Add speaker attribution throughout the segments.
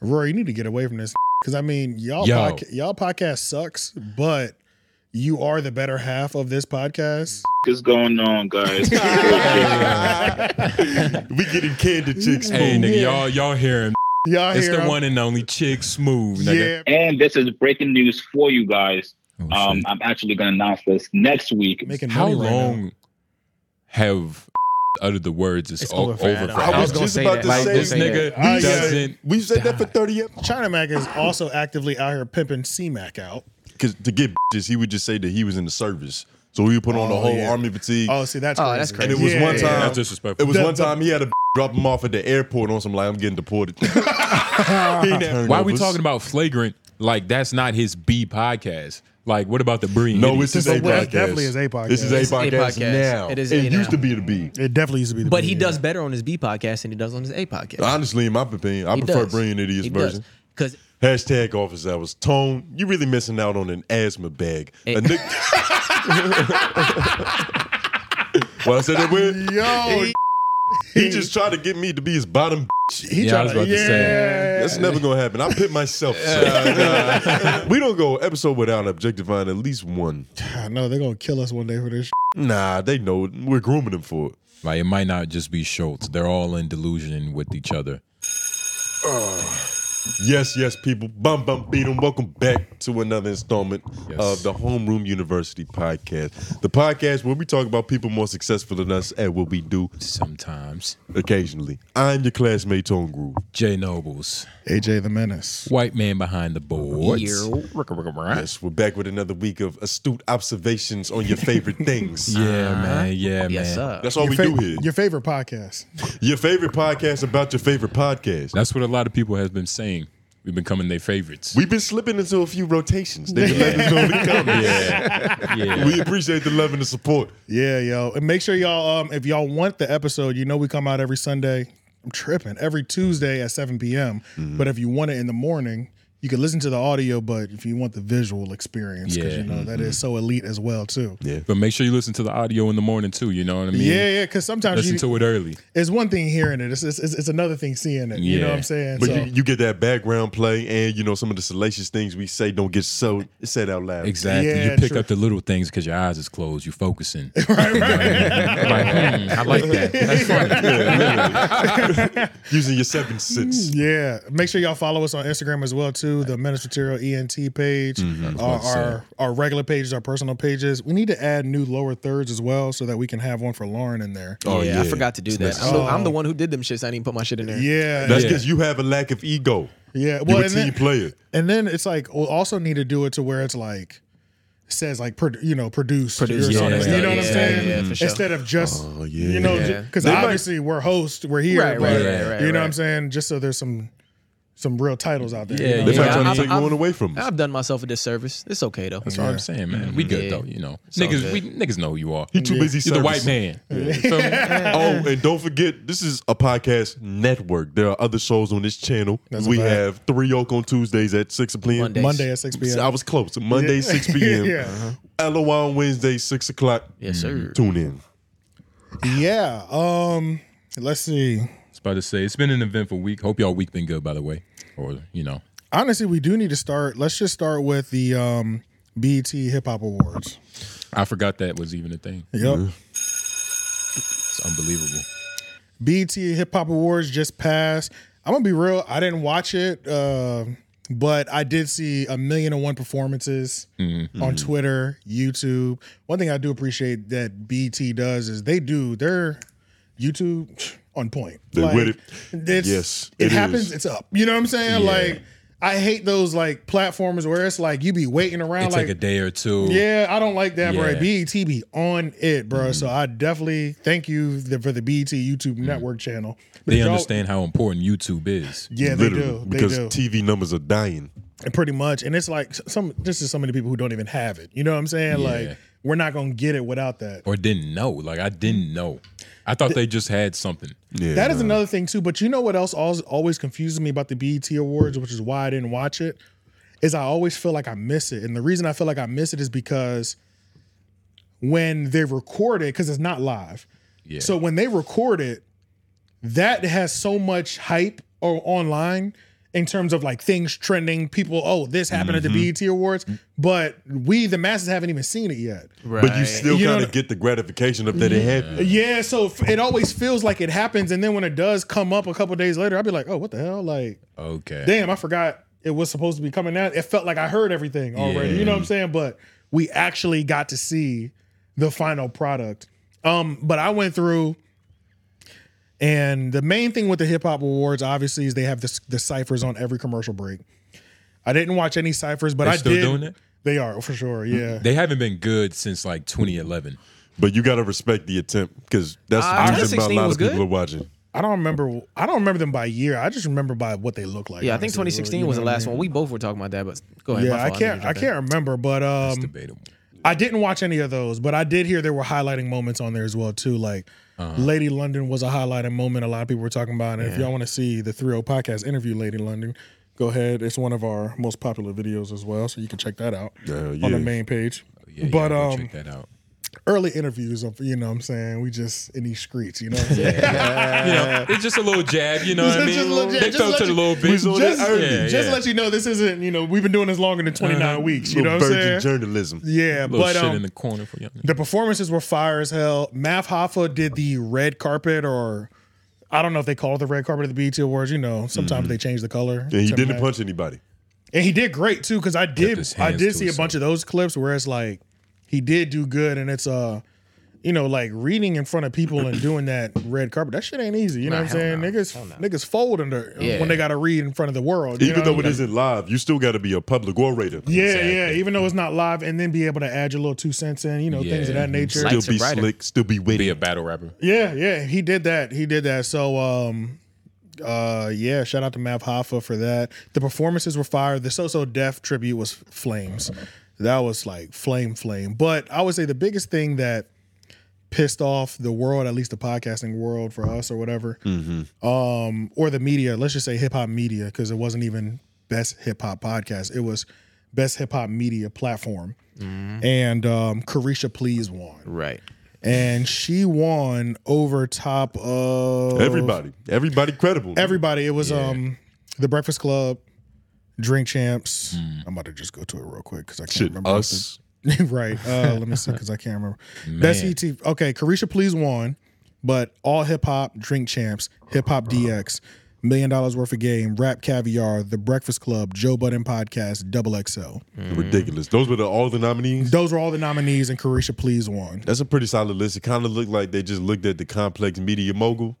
Speaker 1: Rory, you need to get away from this because I mean, y'all
Speaker 2: Yo.
Speaker 1: podca- y'all podcast sucks, but you are the better half of this podcast.
Speaker 3: is going on, guys?
Speaker 4: we getting candid chicks.
Speaker 2: Hey,
Speaker 1: Smooth.
Speaker 2: nigga,
Speaker 1: Yeah.
Speaker 2: y'all y'all hear him?
Speaker 1: Y'all
Speaker 2: It's
Speaker 1: hear?
Speaker 2: the
Speaker 1: I'm-
Speaker 2: one and only chick smooth, nigga.
Speaker 1: yeah,
Speaker 3: and this is breaking news for you guys.
Speaker 2: Oh,
Speaker 3: Um,
Speaker 2: shit.
Speaker 3: I'm actually going to announce this next week.
Speaker 1: making
Speaker 2: How
Speaker 1: money right now.
Speaker 2: long have uttered the words? It's,
Speaker 5: It's
Speaker 2: o-
Speaker 5: over
Speaker 2: over
Speaker 5: for
Speaker 2: for
Speaker 5: Adam.
Speaker 4: I was
Speaker 2: Adam.
Speaker 5: gonna
Speaker 4: just
Speaker 5: say
Speaker 4: about
Speaker 5: that.
Speaker 4: to
Speaker 5: Like,
Speaker 4: say
Speaker 2: This
Speaker 5: this nigga.
Speaker 2: nigga
Speaker 1: I- yeah.
Speaker 2: doesn't.
Speaker 4: We said that for thirty years.
Speaker 1: China Mac is also actively out here pimping C Mac out.
Speaker 4: Because to get bitches, he would just say that he was in the service. So he would put on the
Speaker 1: Oh,
Speaker 4: whole
Speaker 1: yeah.
Speaker 4: army fatigue.
Speaker 1: Oh, see, that's
Speaker 5: Oh,
Speaker 1: crazy.
Speaker 5: that's
Speaker 4: and it was
Speaker 1: Yeah,
Speaker 4: one
Speaker 1: yeah,
Speaker 4: time.
Speaker 1: yeah.
Speaker 2: That's disrespectful.
Speaker 4: It was
Speaker 1: The-
Speaker 4: one
Speaker 1: the-
Speaker 4: time he had to drop him off at the airport on some like I'm getting deported.
Speaker 2: Why are we talking about flagrant? Like that's not his B podcast. Like what about the breed?
Speaker 4: No, it's his A
Speaker 1: But
Speaker 4: podcast.
Speaker 1: that definitely is a
Speaker 4: This is
Speaker 1: podcast.
Speaker 4: a
Speaker 1: It's
Speaker 5: a
Speaker 4: podcast,
Speaker 5: podcast.
Speaker 4: now.
Speaker 5: It
Speaker 4: It,
Speaker 5: is a
Speaker 4: used
Speaker 5: now.
Speaker 4: to be the B.
Speaker 1: It definitely used to be the.
Speaker 5: But he
Speaker 1: beginning.
Speaker 5: does better on his B podcast than he does on his A podcast.
Speaker 4: Honestly, in my opinion, I
Speaker 5: He
Speaker 4: prefer
Speaker 5: does.
Speaker 4: bringing idiots
Speaker 5: He
Speaker 4: version.
Speaker 5: Because
Speaker 4: Hashtag office hours. Tone, you really missing out on an asthma bag. A
Speaker 5: Hey.
Speaker 4: nigga. well, I said that weird.
Speaker 1: Yo,
Speaker 4: He just tried to get me to be his bottom. bitch.
Speaker 1: he
Speaker 2: Yeah, I
Speaker 1: tried
Speaker 2: was about to
Speaker 1: yeah.
Speaker 2: say.
Speaker 4: That's never gonna happen. I pit myself. we don't go episode without objectifying at least one.
Speaker 1: I know they're gonna kill us one day for this. shit.
Speaker 4: Nah, they know it. we're grooming them for it.
Speaker 2: Like it might not just be Schultz. They're all in delusion with each other.
Speaker 4: Yes, yes, people. Bum bum beat 'em. Welcome back to another installment
Speaker 2: Yes.
Speaker 4: of the Homeroom University Podcast. The podcast where we talk about people more successful than us at what we do
Speaker 2: Sometimes
Speaker 4: occasionally. I'm your classmate Tone Groove.
Speaker 2: Jay Nobles,
Speaker 1: AJ the Menace.
Speaker 2: white man behind the boards. Yeah,
Speaker 4: Yes, we're back with another week of astute observations on your favorite things.
Speaker 2: man. Yeah,
Speaker 5: yes,
Speaker 2: man.
Speaker 5: sir.
Speaker 4: That's all we
Speaker 1: Fa-
Speaker 4: do here.
Speaker 1: Your favorite podcast.
Speaker 4: Your favorite podcast about your favorite podcast.
Speaker 2: That's what a lot of people have been saying. We've been coming their favorites.
Speaker 4: We've been slipping into a few rotations. They've been letting us know in the comments.
Speaker 2: yeah.
Speaker 4: We appreciate the love and the support.
Speaker 1: Yeah, yo. And make sure y'all, um, if y'all want the episode, you know we come out every Sunday. I'm tripping. Every Tuesday at 7 p.m.
Speaker 2: Mm-hmm.
Speaker 1: But if you want it in the morning, you can listen to the audio, but if you want the visual experience, because
Speaker 2: Yeah. mm-hmm.
Speaker 1: you know that is so elite as well, too.
Speaker 4: Yeah.
Speaker 2: But make sure you listen to the audio in the morning too. You know what I mean?
Speaker 1: Yeah, yeah, because sometimes
Speaker 2: Listen
Speaker 1: you,
Speaker 2: to it early.
Speaker 1: it's one thing hearing it, it's, it's, it's it's another thing seeing it. You know
Speaker 2: Yeah.
Speaker 1: what I'm saying?
Speaker 4: But
Speaker 1: so,
Speaker 4: you, you get that background play, and you know some of the salacious things we say don't get so said out loud.
Speaker 2: Exactly.
Speaker 1: Yeah,
Speaker 2: you pick
Speaker 1: true.
Speaker 2: up the little things because your eyes is closed. You're focusing.
Speaker 1: right, right.
Speaker 2: Like, hmm, I like that. That's funny.
Speaker 4: Using your seventh sense.
Speaker 1: Yeah, make sure y'all follow us on Instagram as well too. The Menace Material ENT page,
Speaker 2: Mm-hmm.
Speaker 1: our, our our regular pages, our personal pages. We need to add new lower thirds as well, so that we can have one for Lauren in there.
Speaker 4: Oh,
Speaker 5: yeah,
Speaker 4: yeah.
Speaker 5: I forgot to do that. I'm, the, I'm the one who did them shits. I didn't even put my shit in there.
Speaker 1: Yeah,
Speaker 4: That's
Speaker 2: Yeah.
Speaker 4: because you have a lack of ego.
Speaker 1: yeah.
Speaker 4: You're
Speaker 1: Well,
Speaker 4: a
Speaker 1: and
Speaker 4: team
Speaker 1: then,
Speaker 4: player.
Speaker 1: and then it's like we'll also need to do it to where it's like says like produ- you know produce
Speaker 5: Produced
Speaker 1: or
Speaker 2: or
Speaker 1: something.
Speaker 2: something.
Speaker 1: you know what I'm
Speaker 2: Yeah,
Speaker 1: saying?
Speaker 5: yeah, for sure.
Speaker 1: Instead of just
Speaker 4: Oh, yeah.
Speaker 1: you know
Speaker 5: Yeah.
Speaker 1: because
Speaker 4: They might-
Speaker 1: obviously we're hosts, we're here,
Speaker 5: Right,
Speaker 1: but,
Speaker 2: right, right,
Speaker 5: right,
Speaker 1: you know
Speaker 5: right.
Speaker 1: what I'm saying? Just so there's some some real titles out there.
Speaker 2: Yeah,
Speaker 1: you know?
Speaker 4: They're
Speaker 2: yeah.
Speaker 4: not trying
Speaker 2: I'm-
Speaker 4: to take
Speaker 5: I'm-
Speaker 4: one away from us.
Speaker 5: I've done myself a disservice. It's okay though.
Speaker 2: That's what I'm saying, man. We good
Speaker 5: Yeah.
Speaker 2: though, you know.
Speaker 5: all
Speaker 2: niggas,
Speaker 5: good.
Speaker 2: we niggas know who you are.
Speaker 4: He too busy.
Speaker 2: You're the white
Speaker 4: servicing.
Speaker 2: man. You feel me?
Speaker 4: Oh, and don't forget, this is a podcast network. There are other shows on this channel.
Speaker 1: That's a
Speaker 4: we
Speaker 1: fact.
Speaker 4: have Three Oak on Tuesdays at 6 p.m.
Speaker 5: Monday.
Speaker 1: Monday at six p.m.
Speaker 4: I was close. Monday,
Speaker 1: Yeah.
Speaker 4: 6 p.m.
Speaker 1: Yeah. Uh-huh.
Speaker 4: LOI on Wednesday, 6 o'clock.
Speaker 5: Yes, sir.
Speaker 1: Mm-hmm.
Speaker 4: Tune in.
Speaker 1: Yeah. Um. Let's see.
Speaker 2: was about to say it's been an eventful week. Hope y'all week been good, by the way. Or you know,
Speaker 1: Honestly, we do need to start. Let's just start with the um, BET Hip Hop Awards.
Speaker 2: I forgot that was even a thing.
Speaker 1: Yep.
Speaker 4: Mm-hmm.
Speaker 2: It's unbelievable.
Speaker 1: BET Hip Hop Awards just passed. I'm gonna be real. I didn't watch it, uh, but I did see a million and one performances
Speaker 4: Mm-hmm.
Speaker 1: on Twitter, YouTube. One thing I do appreciate that BET does is they do their YouTube on point.
Speaker 4: They with it.
Speaker 1: It's,
Speaker 4: Yes,
Speaker 1: it,
Speaker 4: it
Speaker 1: happens.
Speaker 4: is.
Speaker 1: It's up. You know what I'm saying? Like. I hate those like platforms where it's like you be waiting around
Speaker 2: It
Speaker 1: like
Speaker 2: take a day or two.
Speaker 1: Yeah, I don't like that, bro.
Speaker 2: Yeah. Mm-hmm.
Speaker 1: BET be on it, bro. So I definitely thank you th- for the BET YouTube network channel. But
Speaker 2: They
Speaker 1: y'all-
Speaker 2: understand how important YouTube is.
Speaker 1: Yeah, they
Speaker 4: Literally.
Speaker 1: do. They
Speaker 4: because
Speaker 1: do.
Speaker 4: TV numbers are dying.
Speaker 1: and pretty much. And it's like s- some. This is so many people who don't even have it. You know what I'm saying?
Speaker 2: Yeah.
Speaker 1: Like we're not gonna get it without that.
Speaker 2: Or didn't know. Like I didn't know. I thought they just had something.
Speaker 4: Yeah.
Speaker 1: That is another thing too. But you know what else always, always confuses me about the BET Awards, which is why I didn't watch it, is I always feel like I miss it. And the reason I feel like I miss it is because when they record it, because it's not live.
Speaker 2: Yeah.
Speaker 1: So when they record it, that has so much hype or online. in terms of like things trending, people, oh, this happened at the BET Awards, but we, the masses, haven't even seen it yet.
Speaker 5: Right.
Speaker 4: But you still
Speaker 1: You know
Speaker 4: kind of
Speaker 1: what-
Speaker 4: get the gratification of that it happened.
Speaker 1: Yeah, so f- it always feels like it happens, and then when it does come up a couple days later, I'll be like, oh, what the hell? Like,
Speaker 2: Okay.
Speaker 1: damn, I forgot it was supposed to be coming out. It felt like I heard everything already. You know what I'm saying? But we actually got to see the final product. Um, but I went through and the main thing with the hip hop awards, obviously, is they have this, the ciphers on every commercial break. I didn't watch any ciphers, but
Speaker 2: They
Speaker 1: I
Speaker 2: still
Speaker 1: did.
Speaker 2: doing it?
Speaker 1: They are for sure. Yeah.
Speaker 2: They haven't been good since like 2011.
Speaker 4: But you got to respect the attempt because that's
Speaker 5: Uh,
Speaker 4: the reason why a
Speaker 5: 2016
Speaker 4: lot
Speaker 5: was
Speaker 4: of people
Speaker 5: good.
Speaker 4: are watching.
Speaker 1: I don't remember. I don't remember them by year. I just remember by what they look like.
Speaker 5: yeah, I think
Speaker 1: honestly,
Speaker 5: 2016
Speaker 1: you know
Speaker 5: was the
Speaker 1: what I
Speaker 5: last
Speaker 1: mean?
Speaker 5: one. We both were talking about that, but go ahead. my
Speaker 1: Yeah, I
Speaker 5: fault.
Speaker 1: can't.
Speaker 5: didn't
Speaker 1: I
Speaker 5: jump in.
Speaker 1: can't remember, but um,
Speaker 2: It's debatable.
Speaker 1: I didn't watch any of those, but I did hear there were highlighting moments on there as well too. Like
Speaker 2: Uh-huh.
Speaker 1: Lady London was a highlighting moment. A lot of people were talking about. And if y'all want to see the Three O podcast interview Lady London, go ahead. It's one of our most popular videos as well, so you can check that out
Speaker 4: Hell
Speaker 1: on
Speaker 4: yeah.
Speaker 1: the main page.
Speaker 2: Uh, Yeah,
Speaker 1: but
Speaker 2: yeah, go
Speaker 1: um,
Speaker 2: check that out.
Speaker 1: early interviews of you know what I'm saying we just in these streets, you know. What I'm saying?
Speaker 2: you know, it's just a little jab. You know what I mean?
Speaker 1: Just a little jab,
Speaker 2: they
Speaker 1: just
Speaker 2: throw
Speaker 1: let
Speaker 2: to the
Speaker 1: you-
Speaker 2: little bitch.
Speaker 4: on
Speaker 1: Just,
Speaker 4: that early.
Speaker 2: Yeah,
Speaker 1: just
Speaker 2: yeah. Uh-huh.
Speaker 1: let you know this isn't you know we've been doing this longer than 29 weeks. You know
Speaker 4: Little
Speaker 1: what I'm
Speaker 4: virgin
Speaker 1: saying?
Speaker 4: journalism.
Speaker 1: Yeah,
Speaker 2: little
Speaker 1: but
Speaker 2: shit
Speaker 1: um,
Speaker 2: in the corner for young.
Speaker 1: The performances were fire as hell. Math Hoffa did the red carpet, or I don't know if they call it the red carpet of the BET Awards. You know, sometimes they change the color.
Speaker 4: And he
Speaker 1: to
Speaker 4: didn't
Speaker 1: match.
Speaker 4: punch anybody.
Speaker 1: And he did great too, because I did.
Speaker 2: his
Speaker 1: I
Speaker 2: hands
Speaker 1: did
Speaker 2: to
Speaker 1: see a bunch of those clips where it's like he did do good, and it's uh, you know, like reading in front of people and doing that red carpet. That shit ain't easy. You know
Speaker 5: Nah,
Speaker 1: what I'm
Speaker 5: hell
Speaker 1: saying?
Speaker 5: no. Hell
Speaker 1: Niggas,
Speaker 5: no.
Speaker 1: niggas fold under uh,
Speaker 5: Yeah.
Speaker 1: when they got to read in front of the world. you
Speaker 4: Even
Speaker 1: know?
Speaker 4: though it isn't live, you still got to be a public orator.
Speaker 1: Yeah, yeah. Even though it's not live, and then be able to add your little two cents in, you know, things of
Speaker 2: Yeah.
Speaker 1: that nature.
Speaker 5: Like-
Speaker 4: Still
Speaker 5: Lights
Speaker 4: be
Speaker 5: are brighter.
Speaker 4: slick. Still be witty.
Speaker 2: Be a battle rapper.
Speaker 1: Yeah, yeah, he did that. He did that. So, um, uh, yeah, shout out to Mav Hoffa for that. The performances were fire. The So So Def tribute was flames. That was like flame, flame. But I would say the biggest thing that pissed off the world, at least the podcasting world for us or whatever, um, or the media. Let's just say hip hop media because it wasn't even best hip hop podcast. It was best hip hop media platform, and um, Carisha Please won
Speaker 5: Right.
Speaker 1: and she won over top of
Speaker 4: Everybody, everybody credible.
Speaker 1: Everybody. It was um the Breakfast Club, Drink Champs. I'm about to just go to it real quick because I can't
Speaker 4: Mm. Shit,
Speaker 1: remember off
Speaker 4: us.
Speaker 1: the- right. Uh, let me see because I can't remember. Best ET. Okay, Carisha Please won, but all hip hop, Drink Champs, Hip Hop DX. Million dollars worth of game, rap caviar, the Breakfast Club, Joe Budden podcast, Double XL.
Speaker 2: Mm-hmm.
Speaker 4: Ridiculous. Those were the, all the nominees.
Speaker 1: Those were all the nominees, and Carisha Please won.
Speaker 4: That's a pretty solid list. It kind of looked like they just looked at the complex media mogul.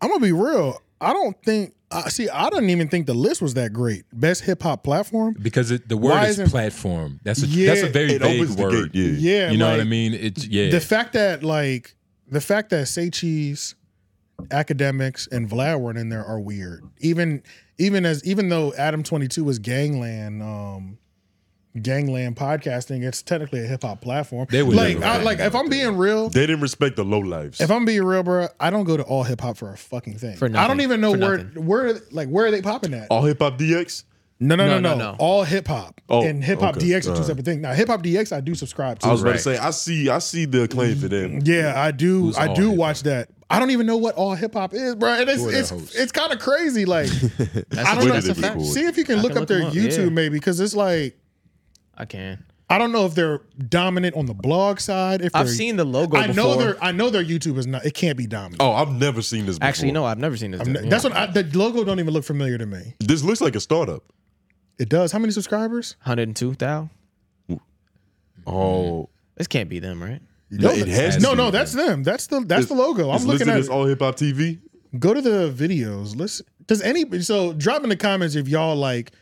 Speaker 1: I'm gonna be real. I don't think. I see. I didn't even think the list was that great. Best hip hop platform.
Speaker 2: Because it, the
Speaker 1: Why
Speaker 2: word is
Speaker 1: isn't-
Speaker 2: platform. That's a
Speaker 1: Yeah,
Speaker 2: that's a very
Speaker 4: It
Speaker 2: vague
Speaker 4: opens the
Speaker 2: word.
Speaker 4: gate. Yeah.
Speaker 1: Yeah,
Speaker 2: You know what I
Speaker 1: like,
Speaker 2: mean? It's yeah.
Speaker 1: The fact that like the fact that Say Cheese, academics, and Vlad weren't in there are weird. Even even as even though Adam Twenty Two was Gangland, um, Gangland podcasting, it's technically a hip hop platform.
Speaker 2: They would
Speaker 1: like
Speaker 2: never
Speaker 1: I,
Speaker 2: put
Speaker 1: like
Speaker 2: that
Speaker 1: if I'm being real.
Speaker 4: They didn't respect the low lives.
Speaker 1: If I'm being real, bro, I don't go to all hip hop for a fucking thing.
Speaker 5: For
Speaker 1: I don't
Speaker 5: nothing.
Speaker 1: even know
Speaker 5: For
Speaker 1: where
Speaker 5: nothing.
Speaker 1: where like where are they popping at?
Speaker 4: all hip hop DX.
Speaker 1: No, no, no,
Speaker 5: No,
Speaker 1: no,
Speaker 5: no,
Speaker 1: no.
Speaker 5: no.
Speaker 1: All hip hop
Speaker 4: Oh,
Speaker 1: and hip hop
Speaker 4: okay.
Speaker 1: DX are two
Speaker 4: Alright.
Speaker 1: separate things. Now, hip hop DX, I do subscribe to.
Speaker 4: I was
Speaker 2: Right.
Speaker 4: about to say, I see, I see the acclaim for them.
Speaker 1: yeah, I do.
Speaker 2: Who's
Speaker 1: I
Speaker 2: all
Speaker 1: do
Speaker 2: hip-hop?
Speaker 1: watch that. I don't even know what all hip hop is, bro. And it's
Speaker 2: Who are their
Speaker 1: it's
Speaker 2: hosts?
Speaker 1: it's kind of crazy. Like,
Speaker 5: That's
Speaker 1: I
Speaker 5: a-
Speaker 1: don't know.
Speaker 4: Where did
Speaker 5: that's a
Speaker 4: it
Speaker 5: fact.
Speaker 4: record?
Speaker 1: See if you can
Speaker 5: I
Speaker 1: look
Speaker 5: can
Speaker 1: up
Speaker 5: look
Speaker 1: their
Speaker 5: them up,
Speaker 1: YouTube
Speaker 5: yeah.
Speaker 1: maybe because it's like
Speaker 5: I can.
Speaker 1: I don't know if they're dominant on the blog side. If
Speaker 5: I've
Speaker 1: they're-
Speaker 5: seen the logo.
Speaker 1: I know
Speaker 5: before.
Speaker 1: their I know their YouTube is not. It can't be dominant.
Speaker 4: Oh, I've never seen this. Before.
Speaker 5: Actually, no, I've never seen this. dude, yeah.
Speaker 1: That's what I, the logo don't even look familiar to me.
Speaker 4: This looks like a startup.
Speaker 1: It does. How many subscribers?
Speaker 5: 102 thou.
Speaker 4: Oh,
Speaker 5: This can't be them, right?
Speaker 4: no,
Speaker 1: No,
Speaker 4: it has.
Speaker 1: No,
Speaker 4: to.
Speaker 1: no, that's them. That's the that's
Speaker 4: It's-
Speaker 1: the logo. I'm
Speaker 4: it's
Speaker 1: looking
Speaker 4: listed
Speaker 1: at
Speaker 4: as all hip hop TV.
Speaker 1: go to the videos. Let's does any so drop in the comments if y'all like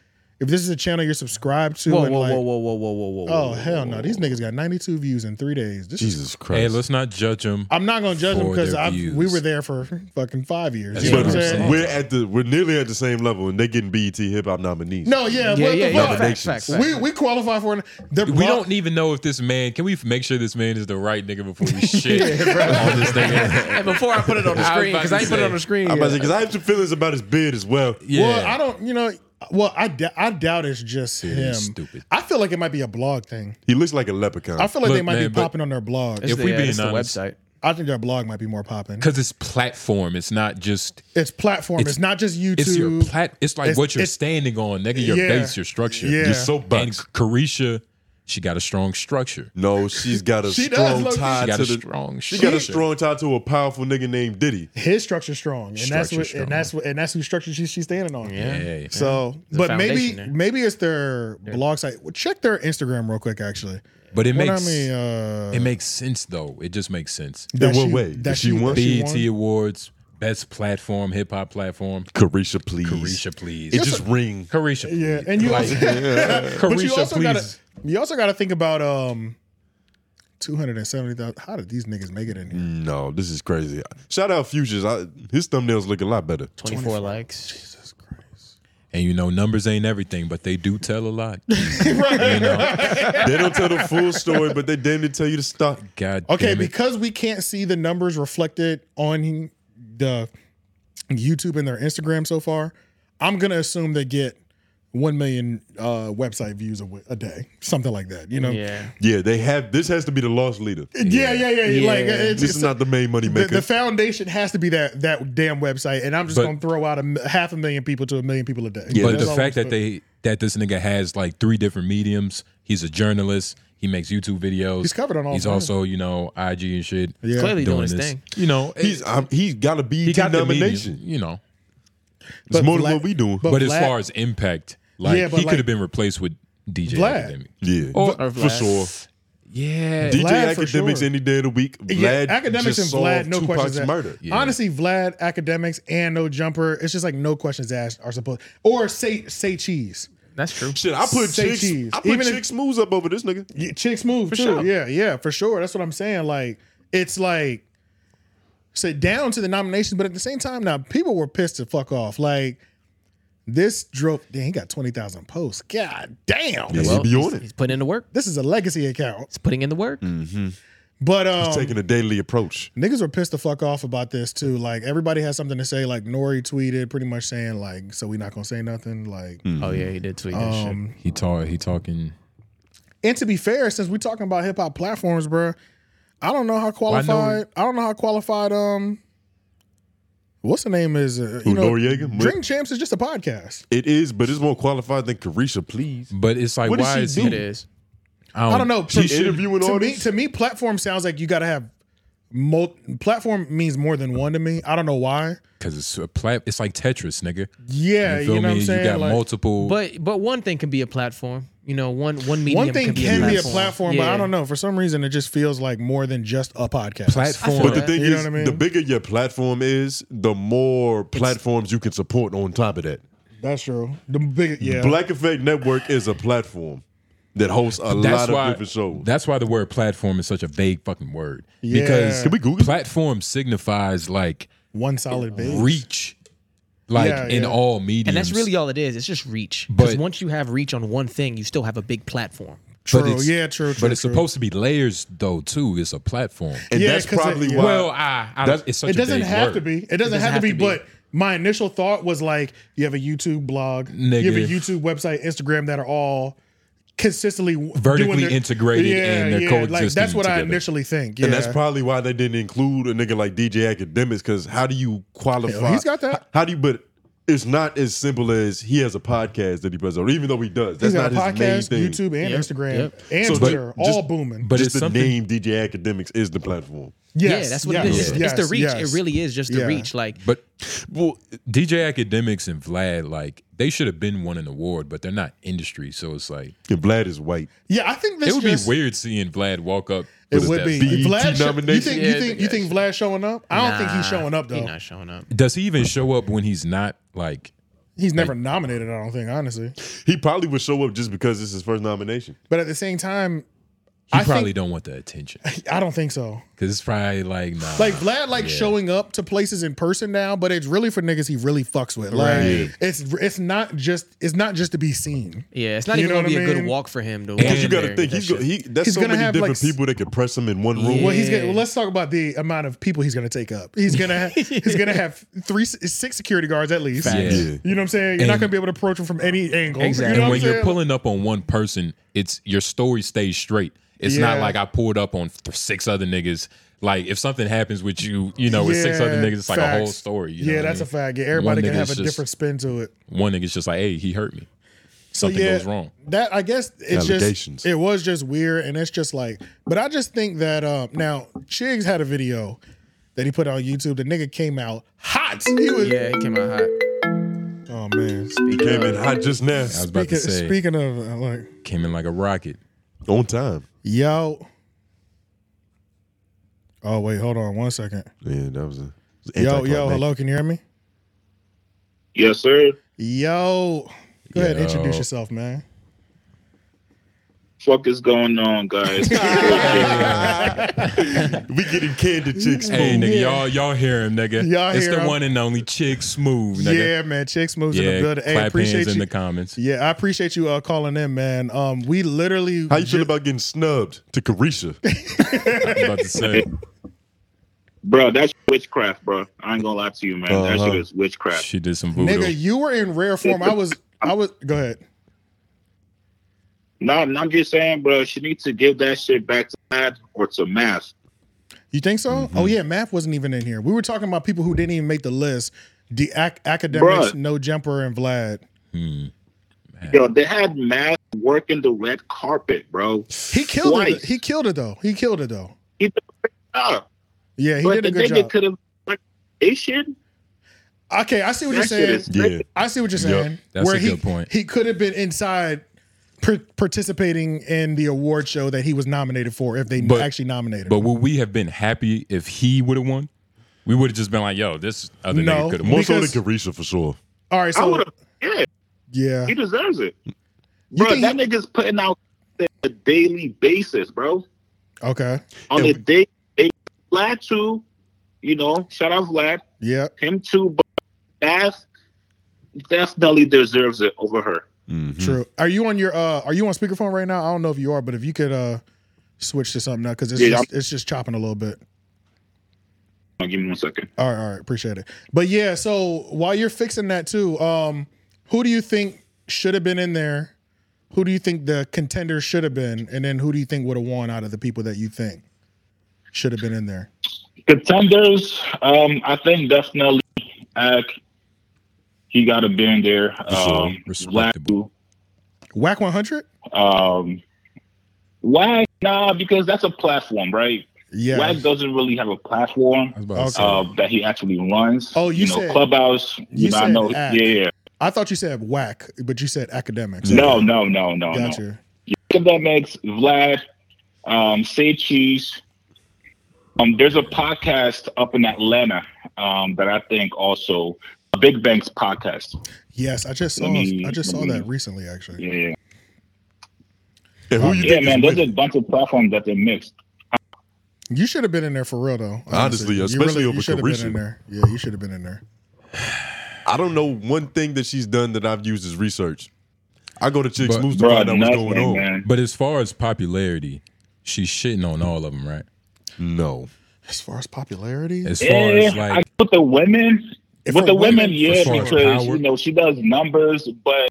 Speaker 1: if this is a channel you're subscribed to
Speaker 5: Whoa,
Speaker 1: and
Speaker 5: whoa,
Speaker 1: like
Speaker 5: whoa, whoa, whoa, whoa, whoa, whoa.
Speaker 1: oh
Speaker 5: whoa,
Speaker 1: hell
Speaker 5: whoa,
Speaker 1: no
Speaker 5: whoa.
Speaker 1: these niggas got 92 views in three days. This is
Speaker 4: Jesus Christ.
Speaker 2: hey, let's not judge them.
Speaker 1: I'm not gonna judge them
Speaker 2: For
Speaker 1: because
Speaker 2: their
Speaker 1: we
Speaker 2: views.
Speaker 1: were there for fucking five years.
Speaker 2: That's
Speaker 1: you know
Speaker 4: but
Speaker 1: what I'm saying?
Speaker 4: we're at the we're nearly at the same level, and they're getting BET hip hop nominees.
Speaker 1: No, yeah,
Speaker 5: Yeah,
Speaker 1: what
Speaker 5: yeah,
Speaker 1: the
Speaker 5: yeah.
Speaker 1: fuck?
Speaker 5: Facts, facts, facts.
Speaker 1: We we qualify for an the
Speaker 2: We don't even know if this man. Can we make sure this man is the right nigga before we shit on this nigga?
Speaker 5: And before I put it on the
Speaker 2: I was
Speaker 5: screen,
Speaker 2: about
Speaker 5: because
Speaker 2: to
Speaker 5: I ain't put it
Speaker 2: say.
Speaker 5: on the screen.
Speaker 4: I'm about to
Speaker 5: yet.
Speaker 4: because I have some feelings about his bid as well.
Speaker 2: Yeah.
Speaker 1: Well, I don't you know well, I, d- I doubt it's just him.
Speaker 2: he's stupid.
Speaker 1: I feel like it might be a blog thing.
Speaker 4: He looks like a leprechaun.
Speaker 1: I feel like
Speaker 2: Look,
Speaker 1: they might
Speaker 2: man,
Speaker 1: be
Speaker 2: but-
Speaker 1: popping on their blog.
Speaker 5: It's
Speaker 2: If
Speaker 5: the,
Speaker 2: we
Speaker 5: uh,
Speaker 2: being
Speaker 5: it's the
Speaker 2: honest-
Speaker 5: website.
Speaker 1: I think their blog might be more popping.
Speaker 2: because it's platform. It's not just
Speaker 1: It's platform. It's, not just YouTube.
Speaker 2: it's your plat. It's like
Speaker 1: it's-
Speaker 2: what you're
Speaker 1: it's-
Speaker 2: standing on, nigga. Your
Speaker 1: Yeah.
Speaker 2: base, your structure.
Speaker 1: Yeah.
Speaker 4: Your
Speaker 1: Your
Speaker 4: soapbox.
Speaker 2: And Carisha, she got a strong structure.
Speaker 4: no, she's got a
Speaker 1: She does,
Speaker 4: strong
Speaker 1: low-key.
Speaker 4: tie
Speaker 2: She got
Speaker 4: to
Speaker 2: a
Speaker 4: the.
Speaker 2: strong.
Speaker 4: She got a
Speaker 2: structure.
Speaker 4: strong tie to a powerful nigga named Diddy.
Speaker 1: His structure's strong, and that's
Speaker 2: Structure's
Speaker 1: what,
Speaker 2: strong.
Speaker 1: and that's what, and that's who structure she's she's standing on.
Speaker 5: Yeah.
Speaker 2: Yeah.
Speaker 1: So,
Speaker 5: There's a
Speaker 1: but maybe
Speaker 5: foundation there.
Speaker 1: maybe it's their blog site. Well, check their Instagram real quick, actually.
Speaker 2: But it
Speaker 1: What
Speaker 2: makes
Speaker 1: I mean, uh,
Speaker 2: it makes sense though. It just makes sense.
Speaker 1: that
Speaker 4: In what
Speaker 1: she-
Speaker 4: way?
Speaker 1: That
Speaker 4: If she wants-
Speaker 1: that
Speaker 2: BET
Speaker 1: won.
Speaker 2: Awards, best platform, hip hop platform.
Speaker 4: Carisha, please.
Speaker 2: Carisha, please.
Speaker 4: It just ring.
Speaker 2: Carisha. please.
Speaker 1: Yeah, and you
Speaker 2: Like,
Speaker 1: also, but you
Speaker 2: Carisha,
Speaker 1: also
Speaker 2: please.
Speaker 1: gotta you also gotta think about um two hundred and seventy thousand. How did these niggas make it in here?
Speaker 4: No, this is crazy. Shout out Futures. I, his thumbnails look a lot better.
Speaker 5: 24, likes.
Speaker 1: Jesus Christ!
Speaker 2: And you know, numbers ain't everything, but they do tell a lot.
Speaker 4: they don't tell the full story, but they damn near tell you to stop.
Speaker 2: God
Speaker 1: Okay,
Speaker 2: damn it.
Speaker 1: because we can't see the numbers reflected on the YouTube and their Instagram so far, I'm gonna assume they get one million uh, website views a, w- a day, something like that. You know?
Speaker 5: Yeah.
Speaker 4: Yeah, they have. This has to be the lost leader.
Speaker 1: Yeah, yeah, yeah. yeah.
Speaker 5: Yeah.
Speaker 1: Like uh, it's,
Speaker 4: This
Speaker 1: it's
Speaker 4: is not the main money
Speaker 1: the,
Speaker 4: maker.
Speaker 1: the foundation has to be that that damn website, and I'm just
Speaker 2: But-
Speaker 1: gonna throw out a m half a million people to a million people a day.
Speaker 4: Yeah,
Speaker 2: but
Speaker 1: That's
Speaker 2: the
Speaker 1: all
Speaker 2: fact
Speaker 1: I'm
Speaker 2: that they that this nigga has like three different mediums. He's a journalist. He makes YouTube videos.
Speaker 1: He's covered on all
Speaker 2: He's
Speaker 1: fronts.
Speaker 2: also you know IG and shit.
Speaker 1: Yeah.
Speaker 5: Clearly doing,
Speaker 2: doing
Speaker 5: his
Speaker 2: this.
Speaker 5: thing.
Speaker 2: You know,
Speaker 4: he's
Speaker 2: it-
Speaker 4: I'm, he's got a BET
Speaker 2: he got the medium,
Speaker 4: nomination.
Speaker 2: you know.
Speaker 4: it's
Speaker 1: E But
Speaker 4: more than
Speaker 1: Vlad-
Speaker 4: what we doing.
Speaker 1: but-
Speaker 2: But as
Speaker 1: Vlad-
Speaker 2: far as impact, like
Speaker 1: Yeah,
Speaker 2: he
Speaker 1: but
Speaker 2: could
Speaker 1: like-
Speaker 2: have been replaced with DJ
Speaker 1: Vlad.
Speaker 2: Academic.
Speaker 4: yeah,
Speaker 2: Or-
Speaker 5: Or
Speaker 4: for
Speaker 5: Vlad.
Speaker 4: sure.
Speaker 2: Yeah,
Speaker 4: DJ
Speaker 1: Vlad for
Speaker 4: academics
Speaker 1: sure.
Speaker 4: any day of the week. Vlad
Speaker 1: Yeah, academics and
Speaker 4: just
Speaker 1: Vlad,
Speaker 4: solved
Speaker 1: no
Speaker 4: Tupac's
Speaker 1: questions asked.
Speaker 4: murder.
Speaker 2: Yeah.
Speaker 1: Honestly, Vlad, academics, and no jumper. It's just like no questions asked are supposed or say say cheese.
Speaker 5: That's true.
Speaker 4: Shit, I put
Speaker 1: Say
Speaker 4: chicks.
Speaker 1: cheese.
Speaker 4: I put
Speaker 1: Even if-
Speaker 4: chicks moves up over this nigga.
Speaker 1: Yeah, chicks move too.
Speaker 5: sure.
Speaker 1: Yeah, yeah, for sure. That's what I'm saying. Like it's like sit down to the nominations, but at the same time, now people were pissed to fuck off. Like this drove. Dang, he got twenty thousand posts. God damn.
Speaker 4: Yeah. He be on
Speaker 5: he's,
Speaker 4: it.
Speaker 5: he's putting in the work.
Speaker 1: This is a legacy account.
Speaker 5: He's putting in the work.
Speaker 1: Mm. But um,
Speaker 4: Taking a daily approach.
Speaker 1: Niggas were pissed the fuck off about this too. Like everybody has something to say. Like Nori tweeted, pretty much saying like, "So we not gonna say nothing." Like,
Speaker 5: Oh, yeah, he did tweet that shit.
Speaker 1: um,
Speaker 2: he talk. He talking.
Speaker 1: and to be fair, since we talking about hip hop platforms, bruh, I don't know how
Speaker 2: I
Speaker 1: qualified.
Speaker 2: know-
Speaker 1: I don't know how qualified. Um, what's the name is? Uh,
Speaker 4: Who,
Speaker 1: you know,
Speaker 4: Noriega?
Speaker 1: Drink Champs is just a podcast.
Speaker 4: It is, but it's more qualified than Carisha. Please,
Speaker 2: But it's like,
Speaker 4: What does
Speaker 2: why
Speaker 4: she
Speaker 2: is
Speaker 4: do?
Speaker 2: he?
Speaker 5: It is.
Speaker 2: Oh.
Speaker 1: I don't know. To,
Speaker 4: interviewing
Speaker 1: to me,
Speaker 4: artists?
Speaker 1: to me, platform sounds like you gotta have. Mul- platform means more than one to me. I don't know why.
Speaker 2: because it's a plat. It's like Tetris, nigga.
Speaker 1: Yeah,
Speaker 2: you
Speaker 1: you,
Speaker 2: feel
Speaker 1: know what
Speaker 2: me?
Speaker 1: I'm saying.
Speaker 2: you got
Speaker 1: Like-
Speaker 2: multiple.
Speaker 5: But but one thing can be a platform. You know, one one medium
Speaker 1: One thing
Speaker 5: can be
Speaker 1: can
Speaker 5: a
Speaker 1: be a
Speaker 5: platform,
Speaker 1: platform, but
Speaker 5: Yeah.
Speaker 1: I don't know. For some reason, it just feels like more than just a podcast.
Speaker 2: platform.
Speaker 5: I feel
Speaker 4: But the
Speaker 5: Right.
Speaker 4: thing
Speaker 1: You know
Speaker 4: is,
Speaker 1: what I mean?
Speaker 4: the bigger your platform is, the more platforms you can support on top of that.
Speaker 1: That's true. The big, yeah.
Speaker 4: Black Effect Network is a platform that hosts a lot of different shows.
Speaker 2: That's why the word platform is such a vague fucking word.
Speaker 1: Yeah.
Speaker 2: Because
Speaker 1: Can we
Speaker 4: Google it?
Speaker 2: platform signifies like
Speaker 1: one solid base.
Speaker 2: reach, like
Speaker 1: Yeah,
Speaker 2: in
Speaker 1: yeah.
Speaker 2: all mediums.
Speaker 5: And that's really all it is. It's just reach.
Speaker 2: But-
Speaker 5: Because once you have reach on one thing, you still have a big platform.
Speaker 1: true.
Speaker 2: it's-
Speaker 1: yeah, true. true
Speaker 2: But it's
Speaker 1: true.
Speaker 2: supposed to be layers though too. It's a platform.
Speaker 4: and
Speaker 1: Yeah,
Speaker 4: that's
Speaker 1: 'cause it-
Speaker 4: probably
Speaker 1: yeah.
Speaker 4: why.
Speaker 2: Well, I, I don't,
Speaker 4: That's-
Speaker 2: it's such
Speaker 1: It
Speaker 2: a
Speaker 1: doesn't
Speaker 2: vague
Speaker 1: have
Speaker 2: word.
Speaker 1: to be. It doesn't, have, to be, But my initial thought was like, you have a YouTube blog, you have
Speaker 2: Nigga.
Speaker 1: a YouTube website, Instagram that are all consistently w-
Speaker 2: Vertically
Speaker 1: doing their,
Speaker 2: integrated and they're
Speaker 1: Like that's
Speaker 2: coexisting
Speaker 1: what I
Speaker 2: together.
Speaker 1: initially think. Yeah.
Speaker 4: and that's probably why they didn't include a nigga like DJ Academics, because how do you qualify?
Speaker 1: Hell, he's got that.
Speaker 4: How do you? But it's not as simple as he has a podcast that he puts on, even though he does. That's
Speaker 1: He's got
Speaker 4: not
Speaker 1: a
Speaker 4: his main
Speaker 1: podcast,
Speaker 4: thing.
Speaker 1: YouTube, and
Speaker 5: Yep,
Speaker 1: Instagram,
Speaker 5: yep.
Speaker 1: and
Speaker 4: So, but
Speaker 1: Twitter, all
Speaker 4: just-
Speaker 1: booming.
Speaker 2: But
Speaker 4: Just
Speaker 2: it's
Speaker 4: the
Speaker 2: something.
Speaker 4: name DJ Academics is the platform.
Speaker 1: yes,
Speaker 5: yeah, that's what it
Speaker 1: yes,
Speaker 5: is. It's, it's
Speaker 1: yes,
Speaker 5: the reach.
Speaker 1: yes.
Speaker 5: It really is just the
Speaker 1: Yeah.
Speaker 5: reach. Like
Speaker 2: But well, DJ Academics and Vlad, like they should have been won an award, but they're not industry, so it's like
Speaker 4: And Vlad is white.
Speaker 1: Yeah, I think this
Speaker 2: it would
Speaker 1: just-
Speaker 2: be weird seeing Vlad walk up.
Speaker 1: It
Speaker 2: with
Speaker 1: would
Speaker 2: that.
Speaker 1: be.
Speaker 4: BET
Speaker 1: Vlad, sho- you
Speaker 4: nomination?
Speaker 1: think
Speaker 5: Yeah,
Speaker 1: you think you think Vlad showing up? I don't think he's showing up though.
Speaker 5: He's not showing up.
Speaker 2: Does he even show up when he's not like?
Speaker 1: He's never nominated. I don't think, honestly.
Speaker 4: He probably would show up just because it's his first nomination.
Speaker 1: But at the same time,
Speaker 2: He
Speaker 1: I
Speaker 2: probably don't want the attention
Speaker 1: I don't think so.
Speaker 2: because it's probably like nah.
Speaker 1: Like Vlad, like showing up to places in person now, but it's really for niggas he really fucks with. Like
Speaker 2: Right.
Speaker 1: it's it's not just it's not just to be seen.
Speaker 5: Yeah, it's not
Speaker 1: You
Speaker 5: even
Speaker 1: know
Speaker 5: gonna be
Speaker 1: what
Speaker 5: a
Speaker 1: I
Speaker 5: good
Speaker 1: mean?
Speaker 5: walk for him though.
Speaker 4: Because you got to think he's go, he. That's
Speaker 1: He's
Speaker 4: so
Speaker 1: gonna
Speaker 4: many
Speaker 1: have,
Speaker 4: different
Speaker 1: like, s-
Speaker 4: people that could press him in one room.
Speaker 1: Well, he's
Speaker 5: Yeah.
Speaker 1: gonna, well, let's talk about the amount of people he's gonna take up. He's gonna have, he's gonna have three six security guards at least.
Speaker 2: Facts. Yeah.
Speaker 1: You know what I'm saying? You're
Speaker 2: And-
Speaker 1: not gonna be able to approach him from any angle.
Speaker 5: Exactly.
Speaker 1: You know
Speaker 2: and
Speaker 1: what
Speaker 2: when
Speaker 1: I'm
Speaker 2: you're
Speaker 1: saying?
Speaker 2: pulling up on one person, it's your story stays straight. It's not
Speaker 1: Yeah.
Speaker 2: like I pulled up on th- six other niggas like if something happens with you, you know, with six
Speaker 1: Yeah,
Speaker 2: other niggas, it's like a whole
Speaker 1: facts.
Speaker 2: story. You know
Speaker 1: yeah,
Speaker 2: what I
Speaker 1: that's
Speaker 2: mean?
Speaker 1: a fact. Yeah, everybody
Speaker 2: One
Speaker 1: can have a
Speaker 2: nigga's just-
Speaker 1: different spin to it.
Speaker 2: One nigga's just like, hey, he hurt me.
Speaker 1: So,
Speaker 2: Something
Speaker 1: yeah,
Speaker 2: goes wrong.
Speaker 1: That I guess it's
Speaker 4: Allegations.
Speaker 1: just it was just weird, and it's just like. But I just think that uh, now Chiggs had a video that he put on YouTube. The nigga came out hot. He was,
Speaker 5: Yeah, he came out hot.
Speaker 1: Oh man.
Speaker 4: Came in hot just now.
Speaker 2: I was about
Speaker 1: Speaking,
Speaker 2: to say,
Speaker 1: speaking of uh, like,
Speaker 2: came in like a rocket.
Speaker 4: On time.
Speaker 1: yo. Oh wait, hold on one second.
Speaker 4: Yeah, that was a.
Speaker 1: Yo, yo, hello, can you hear me?
Speaker 3: Yes, sir.
Speaker 1: Yo, go ahead, introduce
Speaker 2: Yo.
Speaker 1: yourself, man.
Speaker 3: Fuck is going on, guys?
Speaker 4: We getting candid chicks.
Speaker 2: Hey,
Speaker 4: food.
Speaker 2: nigga, y'all y'all hear him, nigga.
Speaker 1: Y'all
Speaker 2: it's
Speaker 1: hear
Speaker 2: the
Speaker 1: him.
Speaker 2: one and only Chick Smooth, nigga.
Speaker 1: Yeah, man, chicks moves in the building. Hey,
Speaker 2: clap
Speaker 1: appreciate
Speaker 2: hands
Speaker 1: you.
Speaker 2: in the comments.
Speaker 1: yeah, I appreciate you uh, calling in, man. Um, we literally
Speaker 4: How you feel
Speaker 1: ju-
Speaker 4: about getting snubbed to Carisha?
Speaker 2: I was about to say,
Speaker 3: bro, that's witchcraft, bro. I ain't gonna lie to you, man. That
Speaker 4: Uh-huh.
Speaker 3: shit is witchcraft.
Speaker 2: she did some voodoo.
Speaker 1: nigga, you were in rare form. I was, I was. Go ahead.
Speaker 3: No, no, I'm just saying, bro. She needs to give that shit back to math or to math.
Speaker 1: You think so?
Speaker 3: Mm-hmm.
Speaker 1: Oh yeah, math wasn't even in here. We were talking about people who didn't even make the list. The ac- academics,
Speaker 3: Bruh.
Speaker 1: no jumper, and Vlad.
Speaker 2: Hmm.
Speaker 3: Yo, they had math working the red carpet, bro.
Speaker 1: He killed it.
Speaker 3: Twice.
Speaker 1: He killed it though. He killed it though.
Speaker 3: He did a great job.
Speaker 1: Yeah, he
Speaker 3: but
Speaker 1: did a
Speaker 3: the
Speaker 1: good
Speaker 3: nigga
Speaker 1: job.
Speaker 3: could have like Asian.
Speaker 1: Okay, I see what
Speaker 3: That
Speaker 1: you're
Speaker 3: shit
Speaker 1: saying.
Speaker 3: is
Speaker 4: Yeah.
Speaker 1: I see what you're
Speaker 4: Yup,
Speaker 1: saying.
Speaker 2: that's
Speaker 1: Where
Speaker 2: a
Speaker 1: he,
Speaker 2: good point.
Speaker 1: He could have been inside par- participating in the award show that he was nominated for if they
Speaker 2: But-
Speaker 1: actually nominated.
Speaker 2: but
Speaker 1: him.
Speaker 2: would we have been happy if he would have won? We would have just been like, yo, this other
Speaker 1: No.
Speaker 2: nigga could have won.
Speaker 4: More so than
Speaker 1: Because-
Speaker 4: Carisha for sure.
Speaker 1: all right,
Speaker 3: I would
Speaker 1: so
Speaker 3: have. Yeah,
Speaker 1: yeah,
Speaker 3: he deserves it, bro.
Speaker 1: think
Speaker 3: That nigga's putting out on a daily basis, bro.
Speaker 1: okay,
Speaker 3: On
Speaker 1: Yeah.
Speaker 3: a day, day, Vlad too. You know, shout out Vlad.
Speaker 1: yeah.
Speaker 3: Him too, but Bath definitely deserves it over her.
Speaker 2: Mm-hmm.
Speaker 3: Mm.
Speaker 1: True. Are you on your uh are you on speakerphone right now? I don't know if you are, but if you could uh switch to something now cuz it's
Speaker 3: Yeah,
Speaker 1: just it's just chopping a little bit.
Speaker 3: Hold on, Give me one second.
Speaker 1: All right, all right, appreciate it. But yeah, so while you're fixing that too, um who do you think should have been in there? Who do you think the contender should have been? And then who do you think would have won out of the people that you think should have been in there?
Speaker 3: Contenders, um, I think definitely Ak. He got to be in there.
Speaker 2: sure.
Speaker 3: Um,
Speaker 2: Respectable.
Speaker 1: Whack 100?
Speaker 3: Vlad, um, Wag, nah, because that's a platform, right?
Speaker 1: Yeah.
Speaker 3: Wag doesn't really have a platform
Speaker 2: I was about to say,
Speaker 3: uh, that he actually runs.
Speaker 1: Oh, you
Speaker 3: know,
Speaker 1: said-
Speaker 3: Clubhouse. You,
Speaker 1: you
Speaker 3: know, I
Speaker 1: said
Speaker 3: know.
Speaker 1: Ak.
Speaker 3: Yeah, yeah.
Speaker 1: I thought you said whack, but you said academics.
Speaker 3: No, no, no, no, no.
Speaker 1: Gotcha.
Speaker 3: academics, Vlad, um, Say Cheese. Um, there's a podcast up in Atlanta um, that I think also Big Bank's podcast.
Speaker 1: Yes, I just saw
Speaker 3: Let me-
Speaker 1: I just saw
Speaker 3: let me-
Speaker 1: that recently actually.
Speaker 3: Yeah, yeah,
Speaker 4: And who you
Speaker 3: yeah
Speaker 4: think
Speaker 3: man.
Speaker 4: is
Speaker 3: There's
Speaker 4: winning?
Speaker 3: a bunch of platforms that they mixed.
Speaker 1: You should have been in there for real though.
Speaker 4: Honestly,
Speaker 1: You
Speaker 4: especially over
Speaker 1: you should have
Speaker 4: Carisha.
Speaker 1: been in there. Yeah, you should have been in there.
Speaker 4: I don't know one thing that she's done that I've used as research. I go to Chicks
Speaker 2: But-
Speaker 4: Moves to
Speaker 3: Bro,
Speaker 4: find out what's
Speaker 3: nothing,
Speaker 4: going on.
Speaker 3: man.
Speaker 2: but as far as popularity, she's shitting on all of them, right?
Speaker 4: No.
Speaker 1: As far as popularity,
Speaker 2: As far
Speaker 3: Yeah,
Speaker 2: as
Speaker 3: I,
Speaker 2: like,
Speaker 3: with the women,
Speaker 1: If
Speaker 3: with
Speaker 1: for
Speaker 3: the women,
Speaker 1: women,
Speaker 3: yeah,
Speaker 2: as far as
Speaker 3: because
Speaker 2: power-
Speaker 3: you know she does numbers, but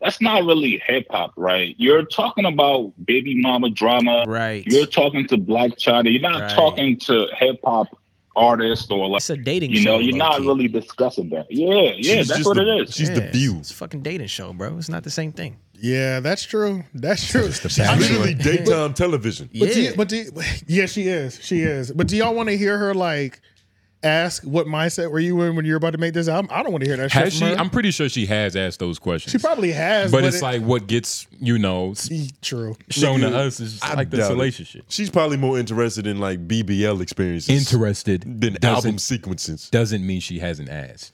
Speaker 3: that's not really hip hop, right? You're talking about baby mama drama.
Speaker 5: Right.
Speaker 3: You're talking to Black China. You're not
Speaker 5: Right.
Speaker 3: talking to hip hop artists or like
Speaker 5: It's a dating
Speaker 3: You
Speaker 5: show.
Speaker 3: know, you're not
Speaker 5: low-key.
Speaker 3: really discussing that. Yeah, yeah, that's
Speaker 4: She's just
Speaker 3: what
Speaker 4: the-
Speaker 3: it is.
Speaker 4: She's the
Speaker 5: Yeah,
Speaker 4: view.
Speaker 5: It's a fucking dating show, bro. It's not the same thing.
Speaker 1: yeah, that's true. That's true.
Speaker 4: It's
Speaker 1: I mean,
Speaker 4: literally daytime television.
Speaker 1: but do
Speaker 5: Yeah.
Speaker 1: you, but do you- yeah, she is. She is. But do y'all want to hear her like ask what mindset were you in when you were about to make this album? I don't want to hear that shit.
Speaker 2: has she?
Speaker 1: from her.
Speaker 2: I'm pretty sure she has asked those questions.
Speaker 1: she probably has,
Speaker 2: but, it's like what gets, you know,
Speaker 1: like true.
Speaker 2: shown to
Speaker 4: Nigga,
Speaker 2: us is
Speaker 4: I
Speaker 2: like this
Speaker 4: doubt it.
Speaker 2: relationship.
Speaker 4: She's probably more interested in like BBL experiences
Speaker 2: Interested
Speaker 4: than album
Speaker 2: doesn't,
Speaker 4: sequences.
Speaker 2: doesn't mean she hasn't asked.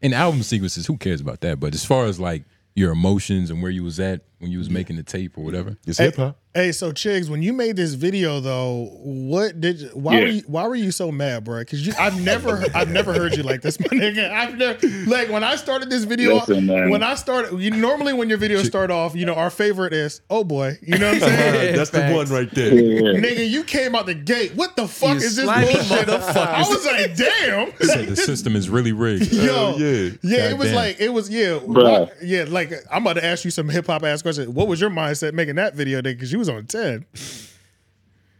Speaker 2: And album sequences, who cares about that? But as far as like your emotions and where you was at when you was making the tape or whatever,
Speaker 4: It's
Speaker 1: Hey-
Speaker 4: hip hop.
Speaker 1: Hey, so Chiggs, when you made this video though, what did you- why
Speaker 3: Yeah.
Speaker 1: were you, why were you so mad, bro? Because you, I've never I've never heard you like this, my nigga. I've never like when I started this video.
Speaker 3: Listen, man.
Speaker 1: when I started, you normally when your videos start off, you know our favorite is oh boy, you know what I'm saying.
Speaker 4: That's the
Speaker 5: Facts.
Speaker 4: one right there.
Speaker 3: Yeah.
Speaker 1: Nigga, you came out the gate. What the fuck
Speaker 5: You
Speaker 1: is this
Speaker 5: slimy
Speaker 1: bullshit?
Speaker 5: motherfucker.
Speaker 1: I was like, damn.
Speaker 2: said the system is really rigged.
Speaker 1: Yo,
Speaker 4: Hell
Speaker 1: yeah,
Speaker 4: yeah.
Speaker 1: yeah. It was
Speaker 2: Goddamn.
Speaker 1: like it was yeah,
Speaker 3: Bruh.
Speaker 1: why- yeah. Like I'm about to ask you some hip hop ass questions. What was your mindset making that video, nigga? Because you was on ten.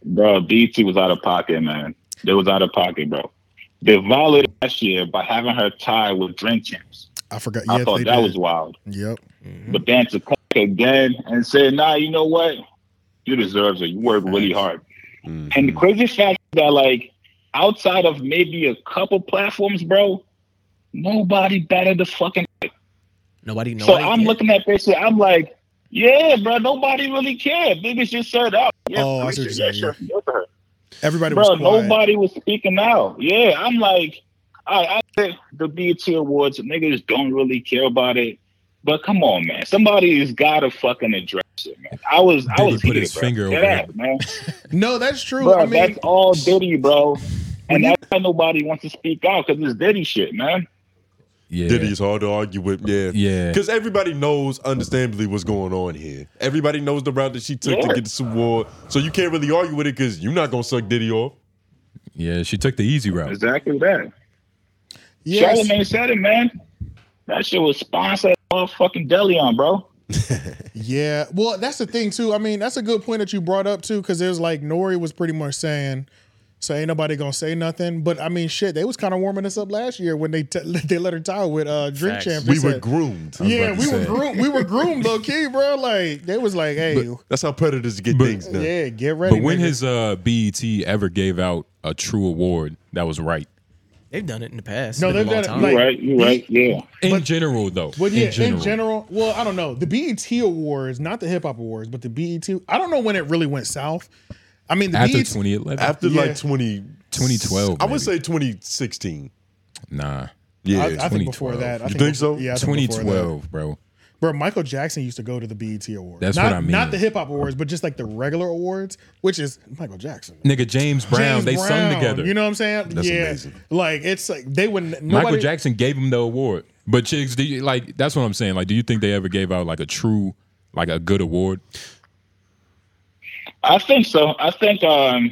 Speaker 3: Bro, BT was out of pocket, man. They was out of pocket, bro. They violated last year by having her tie with drink champs.
Speaker 1: I forgot.
Speaker 3: I
Speaker 1: Yeah,
Speaker 3: thought
Speaker 1: they
Speaker 3: that
Speaker 1: did.
Speaker 3: was wild.
Speaker 1: Yep.
Speaker 3: But then to come back again and say, nah, you know what? You deserve it. You worked really hard.
Speaker 4: Mm.
Speaker 3: And the crazy fact that, like, outside of maybe a couple platforms, bro, nobody batted the fucking.
Speaker 5: Nobody knows.
Speaker 3: so I'm looking at this shit. I'm like, yeah, bro, nobody really cared. Niggas just shut up. Yeah,
Speaker 1: Oh, I see
Speaker 3: Felicia,
Speaker 1: what you're saying,
Speaker 3: yeah, sure. Go for her.
Speaker 1: Everybody
Speaker 3: Bro,
Speaker 1: was quiet.
Speaker 3: nobody was speaking out. Yeah, I'm like, all right, I get the BET Awards, niggas don't really care about it. But come on, man, somebody's got to fucking address it, man. I was, I
Speaker 2: Diddy
Speaker 3: was
Speaker 2: put
Speaker 3: heated,
Speaker 2: his
Speaker 3: bro.
Speaker 2: finger
Speaker 3: Dead
Speaker 2: over
Speaker 3: ass,
Speaker 2: him.
Speaker 3: man.
Speaker 1: No, that's true.
Speaker 3: Bro,
Speaker 1: I mean,
Speaker 3: that's all Diddy, bro. And that's why nobody wants to speak out because it's Diddy shit, man.
Speaker 2: Yeah.
Speaker 4: Diddy's hard to argue with. Yeah.
Speaker 2: Yeah.
Speaker 4: Because everybody knows, understandably, what's going on here. Everybody knows the route that she took
Speaker 3: Yeah.
Speaker 4: to get this award. So you can't really argue with it because you're not going to suck Diddy off.
Speaker 2: Yeah, she took the easy route.
Speaker 3: Exactly that.
Speaker 1: yes.
Speaker 3: Charlamagne said it, man. That shit was sponsored motherfucking Delion, bro.
Speaker 1: Yeah. Well, that's the thing too. I mean, that's a good point that you brought up too, because it was like Nori was pretty much saying, "So ain't nobody gonna say nothing." But I mean, shit, they was kind of warming us up last year when they t- they let her tie with uh Drink
Speaker 5: Facts.
Speaker 1: Champ. They
Speaker 4: We were
Speaker 1: said-
Speaker 4: groomed.
Speaker 1: yeah,
Speaker 2: about to
Speaker 1: we were
Speaker 2: say.
Speaker 1: groomed. We were groomed, low key, bro. Like they was like, "Hey,
Speaker 4: That's how predators get
Speaker 2: But-
Speaker 4: things done.
Speaker 1: yeah, get ready."
Speaker 2: But when
Speaker 1: nigga.
Speaker 2: has uh, BET ever gave out a true award that was right?
Speaker 5: They've done it in the past.
Speaker 1: No,
Speaker 5: No, they've
Speaker 1: they've
Speaker 5: long
Speaker 1: done it,
Speaker 5: time.
Speaker 1: like-
Speaker 3: You right, you right, yeah.
Speaker 2: In general, though.
Speaker 1: Well, yeah,
Speaker 2: in general.
Speaker 1: well, I don't know. The BET Awards, not the Hip Hop Awards, but the BET. I don't know when it really went south. I mean, the E
Speaker 2: after
Speaker 1: BET.
Speaker 2: 2011.
Speaker 4: After
Speaker 1: Yeah.
Speaker 4: like 20,
Speaker 2: 2012,
Speaker 4: I would
Speaker 2: maybe.
Speaker 4: say 2016.
Speaker 2: nah.
Speaker 4: Yeah.
Speaker 1: I, I think before
Speaker 2: 2012.
Speaker 1: that. I
Speaker 4: You think so?
Speaker 1: Yeah, I think before that.
Speaker 2: 2012, bro.
Speaker 1: Bro, Michael Jackson used to go to the BET Awards.
Speaker 2: That's
Speaker 1: not,
Speaker 2: what I mean.
Speaker 1: Not the hip hop awards, but just like the regular awards, which is Michael Jackson.
Speaker 2: Nigga, James Brown,
Speaker 1: James
Speaker 2: they
Speaker 1: Brown,
Speaker 2: sung together.
Speaker 1: You know what I'm saying?
Speaker 4: That's
Speaker 1: yeah.
Speaker 4: amazing.
Speaker 1: Like it's like they wouldn't.
Speaker 2: Michael
Speaker 1: nobody-
Speaker 2: Jackson gave him the award. But chicks, do you, like that's what I'm saying. Like, do you think they ever gave out like a true, like a good award?
Speaker 3: I think so. I think um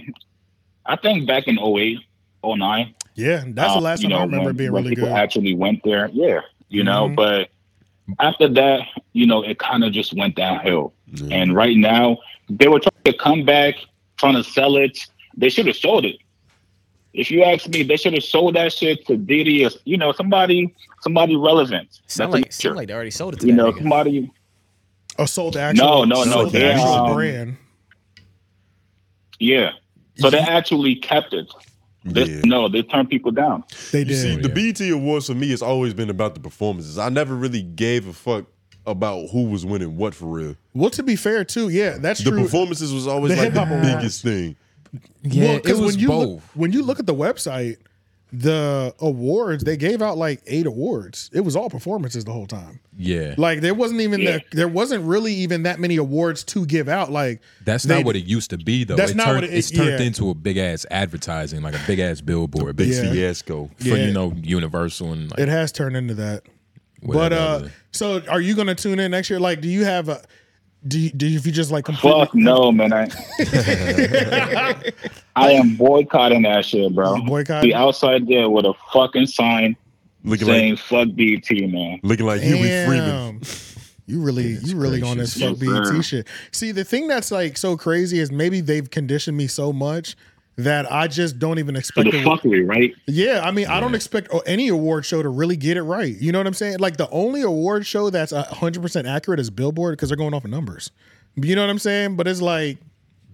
Speaker 3: I think back in 08, 09.
Speaker 1: Yeah, that's the
Speaker 3: uh,
Speaker 1: last
Speaker 3: you
Speaker 1: time I
Speaker 3: know,
Speaker 1: remember
Speaker 3: when-
Speaker 1: being
Speaker 3: when
Speaker 1: really
Speaker 3: people
Speaker 1: good. Mm-hmm.
Speaker 3: actually went there. Yeah. You know, but after that, you know, it kind of just went downhill. And right now, they were trying to come back, trying to sell it. They should have sold it. If you ask me, they should have sold that shit to Diddy or you know, somebody somebody relevant.
Speaker 5: Sound
Speaker 3: That's
Speaker 5: like,
Speaker 3: a-
Speaker 5: sound like they already sold it to
Speaker 3: you
Speaker 5: that
Speaker 3: know,
Speaker 5: nigga.
Speaker 3: somebody
Speaker 1: oh, sold the actual.
Speaker 3: no, no,
Speaker 1: sold the
Speaker 4: they,
Speaker 1: actual
Speaker 4: um,
Speaker 1: brand.
Speaker 3: yeah. So they actually kept it. They,
Speaker 4: Yeah.
Speaker 3: No, they turned people down.
Speaker 1: They
Speaker 4: You see,
Speaker 1: did.
Speaker 4: the BET Awards for me has always been about the performances. I never really gave a fuck about who was winning what for real.
Speaker 1: Well, to be fair, too, yeah, that's
Speaker 4: The
Speaker 1: true.
Speaker 4: performances was always
Speaker 1: The
Speaker 4: like the
Speaker 1: hip-hop awards.
Speaker 4: biggest thing.
Speaker 1: Well,
Speaker 2: it was
Speaker 1: when you
Speaker 2: both.
Speaker 1: Look, when you look at the website, the awards they gave out like eight awards. It was all performances the whole time.
Speaker 2: yeah,
Speaker 1: Like there wasn't even
Speaker 3: Yeah.
Speaker 1: the, there wasn't really even that many awards to give out. Like
Speaker 2: that's
Speaker 1: they-
Speaker 2: not what it used to be though.
Speaker 1: That's
Speaker 2: it
Speaker 1: not
Speaker 2: turned,
Speaker 1: what it-
Speaker 2: it's turned
Speaker 1: yeah.
Speaker 2: into a big ass advertising, like a big ass billboard,
Speaker 4: Big
Speaker 1: Yeah.
Speaker 4: fiasco.
Speaker 2: for
Speaker 1: Yeah.
Speaker 2: you know Universal and like
Speaker 1: it has turned into that.
Speaker 2: whatever.
Speaker 1: But uh, so are you going to tune in next year? Like, do you have a do you, do you, if you just like completely?
Speaker 3: Fuck no, man. I, I am boycotting that shit, bro.
Speaker 1: You boycotting?
Speaker 3: Be outside there with a fucking sign
Speaker 4: Looking
Speaker 3: saying
Speaker 4: like
Speaker 3: "fuck BT," man.
Speaker 4: looking like Huey Freeman.
Speaker 1: Damn. You really, you really on this fuck
Speaker 3: gracious. Yes,
Speaker 1: BET
Speaker 3: sir.
Speaker 1: shit. See, the thing that's like so crazy is maybe they've conditioned me so much that I just don't even
Speaker 3: For
Speaker 1: expect
Speaker 3: the
Speaker 1: it.
Speaker 3: fuckery, right?
Speaker 1: Yeah, I mean, I don't expect oh, any award show to really get it right. You know what I'm saying? Like the only award show that's 100% accurate is Billboard because they're going off of numbers. You know what I'm saying? But it's like,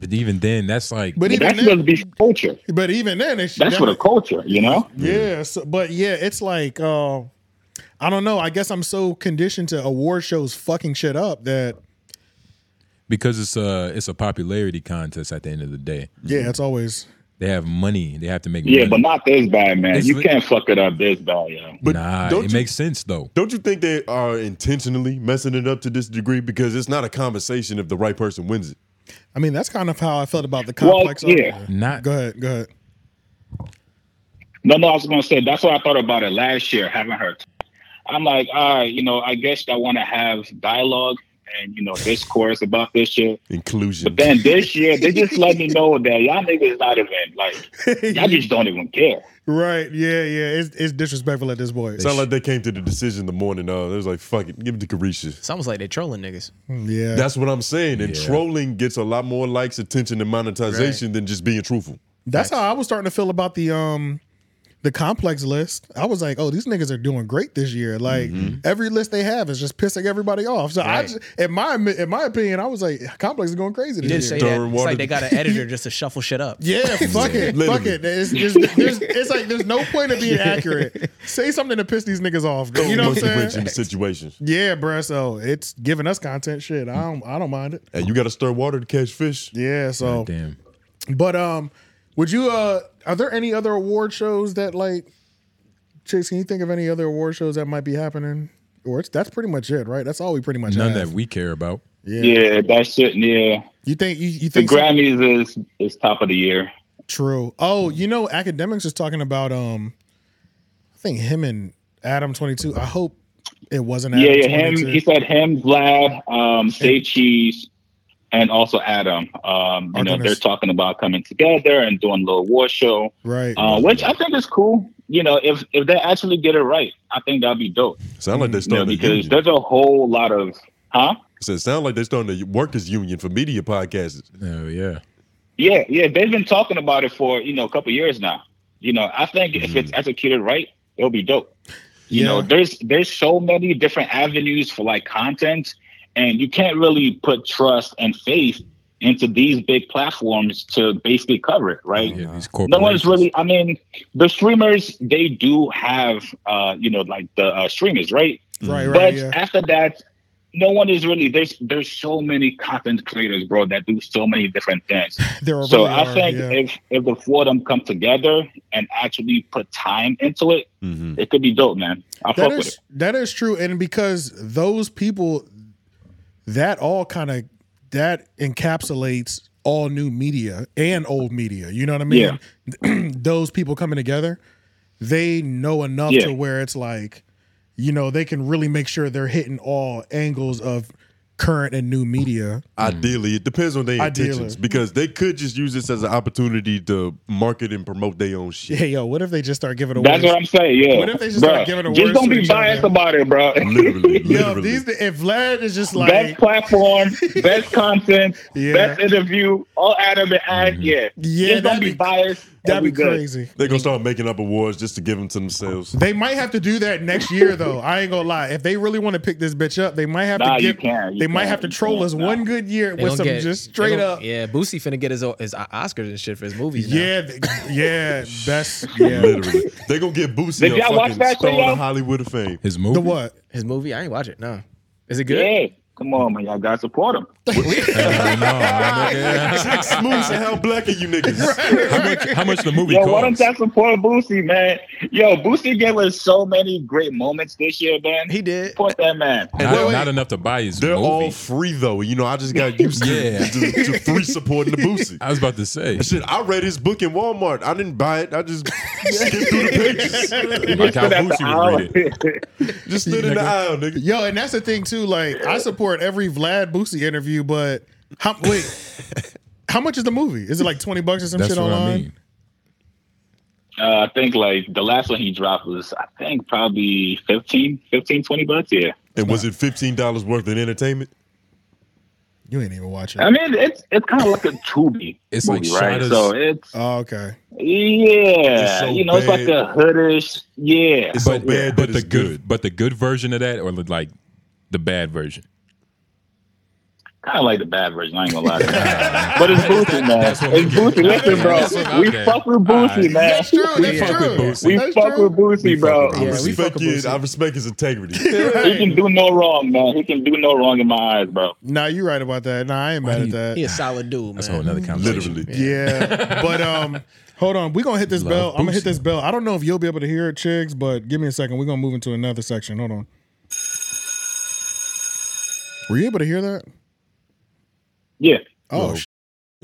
Speaker 2: but even then, that's like
Speaker 1: but
Speaker 3: But
Speaker 1: even
Speaker 3: that's supposed
Speaker 1: then,
Speaker 3: to be culture.
Speaker 1: but even then, it's
Speaker 3: That's for the culture, you know.
Speaker 1: yeah. So, but yeah, it's like, uh, I don't know. I guess I'm so conditioned to award shows fucking shit up that
Speaker 2: because it's a it's a popularity contest at the end of the day.
Speaker 1: yeah, it's always
Speaker 2: They have money. They have to make
Speaker 3: Yeah, but
Speaker 2: money.
Speaker 3: not this bad, man.
Speaker 2: It's
Speaker 3: you
Speaker 2: li-
Speaker 3: can't fuck it up this bad, yo.
Speaker 4: But
Speaker 2: nah,
Speaker 4: don't
Speaker 2: it
Speaker 4: you
Speaker 2: makes sense though.
Speaker 4: don't you think they are intentionally messing it up to this degree? Because it's not a conversation if the right person wins it.
Speaker 1: I mean, that's kind of how I felt about the
Speaker 3: Well,
Speaker 1: complex.
Speaker 3: yeah.
Speaker 1: art.
Speaker 2: Not
Speaker 1: Go ahead. Go ahead.
Speaker 3: No, no, I was gonna say that's what I thought about it last year, having her. I'm like, all right, you know, I guess I want to have dialogue and you know discourse about this shit.
Speaker 4: Inclusion.
Speaker 3: But then this year, they just let me know that y'all niggas not even like y'all just don't even care.
Speaker 1: right. Yeah, yeah. It's, it's disrespectful at this point.
Speaker 4: Sound like they came to the decision the morning of. It was like, fuck it, give it to Carisha.
Speaker 5: Sounds like they're trolling niggas.
Speaker 1: yeah.
Speaker 4: That's what I'm saying. And
Speaker 2: Yeah.
Speaker 4: trolling gets a lot more likes, attention, and monetization than just being truthful.
Speaker 1: That's how I was starting to feel about the um the complex list. I was like, oh, these niggas are doing great this year. Like every list they have is just pissing everybody off. So I,
Speaker 5: Right.
Speaker 1: just, in my in my opinion, I was like, complex is going crazy this
Speaker 5: You
Speaker 1: year.
Speaker 5: did say
Speaker 4: Throwing
Speaker 5: that. It's
Speaker 4: water-
Speaker 5: like they got an editor just to shuffle shit up.
Speaker 1: yeah, fuck it, fuck
Speaker 4: Literally.
Speaker 1: it. It's, it's, there's, it's like there's no point of being accurate. Say something to piss these niggas off. You know
Speaker 4: Most
Speaker 1: what I'm
Speaker 4: of which in
Speaker 1: saying?
Speaker 4: the situations.
Speaker 1: Yeah, bruh. So it's giving us content. Shit, I don't, I don't mind it.
Speaker 4: And you got to stir water to catch fish.
Speaker 1: Yeah. So,
Speaker 2: Damn.
Speaker 1: but um, would you uh, are there any other award shows that like, Chase? Can you think of any other award shows that might be happening? Or it's that's pretty much it, right? That's all we pretty much
Speaker 2: None
Speaker 1: have.
Speaker 2: that we care about.
Speaker 1: yeah.
Speaker 3: Yeah, that shit. Yeah,
Speaker 1: You think you, you
Speaker 3: the
Speaker 1: think some-
Speaker 3: Grammys is is top of the year.
Speaker 1: True. Oh, you know, academics is talking about um I think him and Adam twenty two. I hope it wasn't Adam
Speaker 3: Yeah, yeah,
Speaker 1: 22.
Speaker 3: him. He said him, Vlad, um, Say Cheese, and also Adam. Um, you know,
Speaker 1: Artemis.
Speaker 3: they're talking about coming together and doing a little war show,
Speaker 1: right.
Speaker 3: uh, which I think is cool. You know, if if they actually get it right, I think that'd be dope.
Speaker 4: Sound like they're
Speaker 3: You know,
Speaker 4: starting a
Speaker 3: because
Speaker 4: union.
Speaker 3: there's a whole lot of huh.
Speaker 4: Said, sound like they're starting a workers union for media podcasters.
Speaker 1: Hmm.
Speaker 2: Oh yeah.
Speaker 3: Yeah, yeah, they've been talking about it for you know a couple years now. You know, I think if it's executed right, it'll be dope. You know,
Speaker 1: Mm-hmm. Yeah.
Speaker 3: there's there's so many different avenues for like content, and you can't really put trust and faith into these big platforms to basically cover it, right?
Speaker 2: Yeah, these
Speaker 3: No one's
Speaker 2: corporations.
Speaker 3: really. I mean, the streamers they do have, uh, you know, like the uh, streamers, right?
Speaker 1: right, right,
Speaker 3: But
Speaker 1: yeah.
Speaker 3: after that, no one is really. There's there's so many content creators, bro, that do so many different things.
Speaker 1: There are
Speaker 3: So
Speaker 1: really
Speaker 3: I
Speaker 1: are,
Speaker 3: think
Speaker 1: yeah.
Speaker 3: if if the four of them come together and actually put time into it,
Speaker 4: Mm-hmm.
Speaker 3: it could be dope, man. I
Speaker 1: that
Speaker 3: fuck with
Speaker 1: is
Speaker 3: it.
Speaker 1: that is true. And because those people that all kind of that encapsulates all new media and old media. You know what I mean? those people coming together, they know enough
Speaker 3: Yeah.
Speaker 1: to where it's like, you know, they can really make sure they're hitting all angles of current and new media.
Speaker 4: Ideally, it depends on their
Speaker 1: Ideally.
Speaker 4: intentions because they could just use this as an opportunity to market and promote their own shit.
Speaker 1: Hey yo, what if they just start giving away?
Speaker 3: That's what I'm saying. Yeah.
Speaker 1: What if they just start
Speaker 3: Bruh,
Speaker 1: giving awards
Speaker 3: just don't
Speaker 1: to
Speaker 3: be
Speaker 1: each other?
Speaker 3: biased about it, bro.
Speaker 4: Literally,
Speaker 1: yo,
Speaker 4: literally.
Speaker 1: these if Vlad is just
Speaker 3: best
Speaker 1: like
Speaker 3: platform, best content,
Speaker 1: Yeah.
Speaker 3: best interview, all Adam and I.
Speaker 2: Mm-hmm.
Speaker 3: Yeah.
Speaker 1: Yeah,
Speaker 3: Just don't
Speaker 1: that'd
Speaker 3: be,
Speaker 1: be-
Speaker 3: biased.
Speaker 1: that'd be
Speaker 3: good.
Speaker 1: crazy.
Speaker 4: they're gonna start making up awards just to give them to themselves.
Speaker 1: They might have to do that next year, though. I ain't gonna lie. If they really want to pick this bitch up, they might have
Speaker 3: Nah,
Speaker 1: to
Speaker 3: you
Speaker 1: give.
Speaker 3: can't. You
Speaker 1: they might
Speaker 3: can't.
Speaker 1: have to
Speaker 3: You
Speaker 1: troll
Speaker 3: can't.
Speaker 1: us
Speaker 3: Nah.
Speaker 1: one good year
Speaker 5: They
Speaker 1: with
Speaker 5: gonna
Speaker 1: some
Speaker 5: get-
Speaker 1: just
Speaker 5: they
Speaker 1: straight
Speaker 5: gonna-
Speaker 1: up. Yeah,
Speaker 5: Yeah, Boosie finna get his, o- his O- Oscars and shit for his movies. now.
Speaker 1: yeah, th- yeah, best. Yeah,
Speaker 4: Literally, they gonna get Boosie
Speaker 3: Did
Speaker 4: a
Speaker 3: y'all watch
Speaker 4: fucking
Speaker 3: that
Speaker 4: Stone
Speaker 3: video?
Speaker 4: of Hollywood of Fame.
Speaker 2: His movie.
Speaker 1: the what?
Speaker 5: his movie. I ain't watch it. No, is it good?
Speaker 3: Yeah. Come on, man. Y'all gotta support him.
Speaker 2: Uh, no, I don't-
Speaker 4: Smooth as hell, black are you niggas?
Speaker 2: how much? How much the movie
Speaker 3: Yo, why don't
Speaker 2: cost?
Speaker 3: y'all support Boosie, man? Yo, Boosie gave us so many great moments this year, man.
Speaker 5: He did.
Speaker 3: Support that man.
Speaker 2: Not,
Speaker 4: Wait, wait.
Speaker 2: not enough to buy his
Speaker 4: They're
Speaker 2: movie.
Speaker 4: all free though. You know, I just got used
Speaker 2: Yeah.
Speaker 4: to, to, to free supporting the Boosie.
Speaker 2: I was about to say.
Speaker 4: Shit, I read his book in Walmart. I didn't buy it. I just skipped through the pages.
Speaker 2: Like how
Speaker 3: Sit at the
Speaker 2: Boosie would read it.
Speaker 4: Just stood in the aisle, nigga.
Speaker 1: Yo, and that's the thing too. Like, I support every Vlad Boosie interview, but how? Wait, how much is the movie? Is it like twenty bucks or some
Speaker 2: That's
Speaker 1: shit
Speaker 2: what
Speaker 1: online?
Speaker 2: I mean.
Speaker 3: Uh, I think like the last one he dropped was I think probably 15, 15 20 bucks. Yeah,
Speaker 4: And was it fifteen dollars worth in entertainment?
Speaker 1: You ain't even watching.
Speaker 3: I mean it's it's kind of like a Tubi.
Speaker 2: It's
Speaker 3: movie,
Speaker 2: like
Speaker 3: right,
Speaker 2: Shada's-
Speaker 3: so it's
Speaker 1: oh, okay.
Speaker 3: yeah,
Speaker 4: It's so
Speaker 3: you know it's like a
Speaker 4: bad.
Speaker 3: hoodish. Yeah,
Speaker 4: It's so
Speaker 2: But,
Speaker 4: bad,
Speaker 2: but
Speaker 4: but,
Speaker 2: the
Speaker 4: it's
Speaker 2: good,
Speaker 4: good.
Speaker 2: but the good version of that, or like the bad version.
Speaker 3: kind of like the bad version. I ain't gonna lie, to you. but it's Boosie, man. It's
Speaker 2: what we
Speaker 3: Boosie.
Speaker 2: get.
Speaker 3: Listen,
Speaker 2: That's what
Speaker 3: bro,
Speaker 2: I'm
Speaker 3: we
Speaker 2: getting.
Speaker 3: fuck with Boosie,
Speaker 2: Alright.
Speaker 3: man.
Speaker 1: That's true. That's true.
Speaker 2: fuck with Boosie.
Speaker 3: We
Speaker 1: That's
Speaker 3: fuck
Speaker 1: true.
Speaker 3: with Boosie, bro.
Speaker 4: I
Speaker 5: Yeah, we
Speaker 4: respect
Speaker 5: fuck with
Speaker 4: his,
Speaker 5: Boosie.
Speaker 4: I respect his integrity.
Speaker 3: He can do no wrong, man. He can do no wrong in my eyes, bro.
Speaker 1: Nah, you're right about that. Nah, I ain't mad at
Speaker 2: you-
Speaker 1: that.
Speaker 5: He a solid dude,
Speaker 2: That's a
Speaker 5: man.
Speaker 2: whole another conversation.
Speaker 4: Literally.
Speaker 1: Yeah. But um hold on, we're gonna hit this
Speaker 2: Love
Speaker 1: bell. I'm gonna hit
Speaker 2: Boosie.
Speaker 1: this bell. I don't know if you'll be able to hear it, chicks, but give me a second. We're gonna move into another section. Hold on. Were you able to hear that?
Speaker 3: Yeah,
Speaker 1: Oh
Speaker 4: No.
Speaker 1: sh-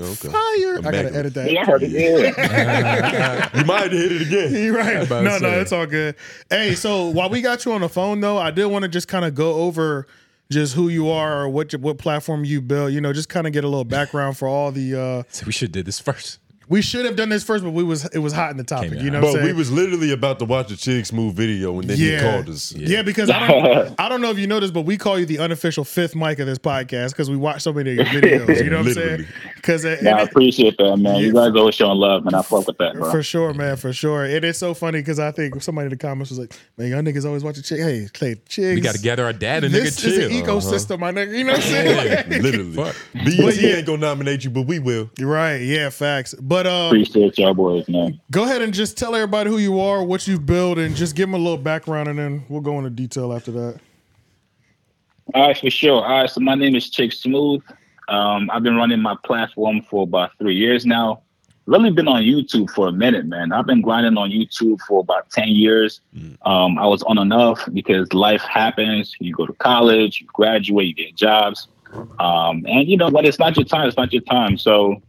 Speaker 4: Okay.
Speaker 1: fire. I gotta
Speaker 4: Immaculate.
Speaker 1: edit that.
Speaker 3: yeah, I heard it. Yeah,
Speaker 4: You might hit it again.
Speaker 1: You're
Speaker 2: I'm
Speaker 1: right.
Speaker 2: about to
Speaker 1: No, no,
Speaker 2: say.
Speaker 1: it's all good. Hey, so while we got you on the phone though, I did want to just kind of go over just who you are or what you, what platform you build. You know, just kind of get a little background for all the. uh
Speaker 2: So we should did this first.
Speaker 1: We should have done this first, but we was it was hot in the topic.
Speaker 2: in
Speaker 1: You know, what I'm
Speaker 4: But we
Speaker 1: saying?
Speaker 4: was literally about to watch a chicks move video and then
Speaker 1: Yeah.
Speaker 4: he called us.
Speaker 1: Yeah, because I don't, I don't know if you noticed, but we call you the unofficial fifth mic of this podcast because we watch so many of your videos. You know what I'm saying?
Speaker 4: Literally.
Speaker 1: Because
Speaker 3: Nah, I appreciate that, man. You guys always showing love, man. I fuck with that, bro.
Speaker 1: for sure, man, for sure. It is so funny because I think somebody in the comments was like, "Man, y'all niggas always watching chick. Hey, play chicks.
Speaker 2: We got to gather our dad and
Speaker 1: This
Speaker 2: nigga
Speaker 1: is
Speaker 2: chill. uh-huh.
Speaker 1: an ecosystem, my nigga. You know what I'm saying? Like-
Speaker 4: Literally.
Speaker 2: Fuck.
Speaker 4: BET ain't gonna nominate you, but we will.
Speaker 1: You're right. Yeah, facts. But um,
Speaker 3: Appreciate y'all boys, man.
Speaker 1: go ahead and just tell everybody who you are, what you've built, and just give them a little background, and then we'll go into detail after that.
Speaker 3: All right, for sure. All right, so my name is Chick Smooth. Um, I've been running my platform for about three years now. Really been on YouTube for a minute, man. I've been grinding on YouTube for about ten years. Um, I was on and off because life happens. You go to college, you graduate, you get jobs, um, and you know, but it's not your time. It's not your time. So,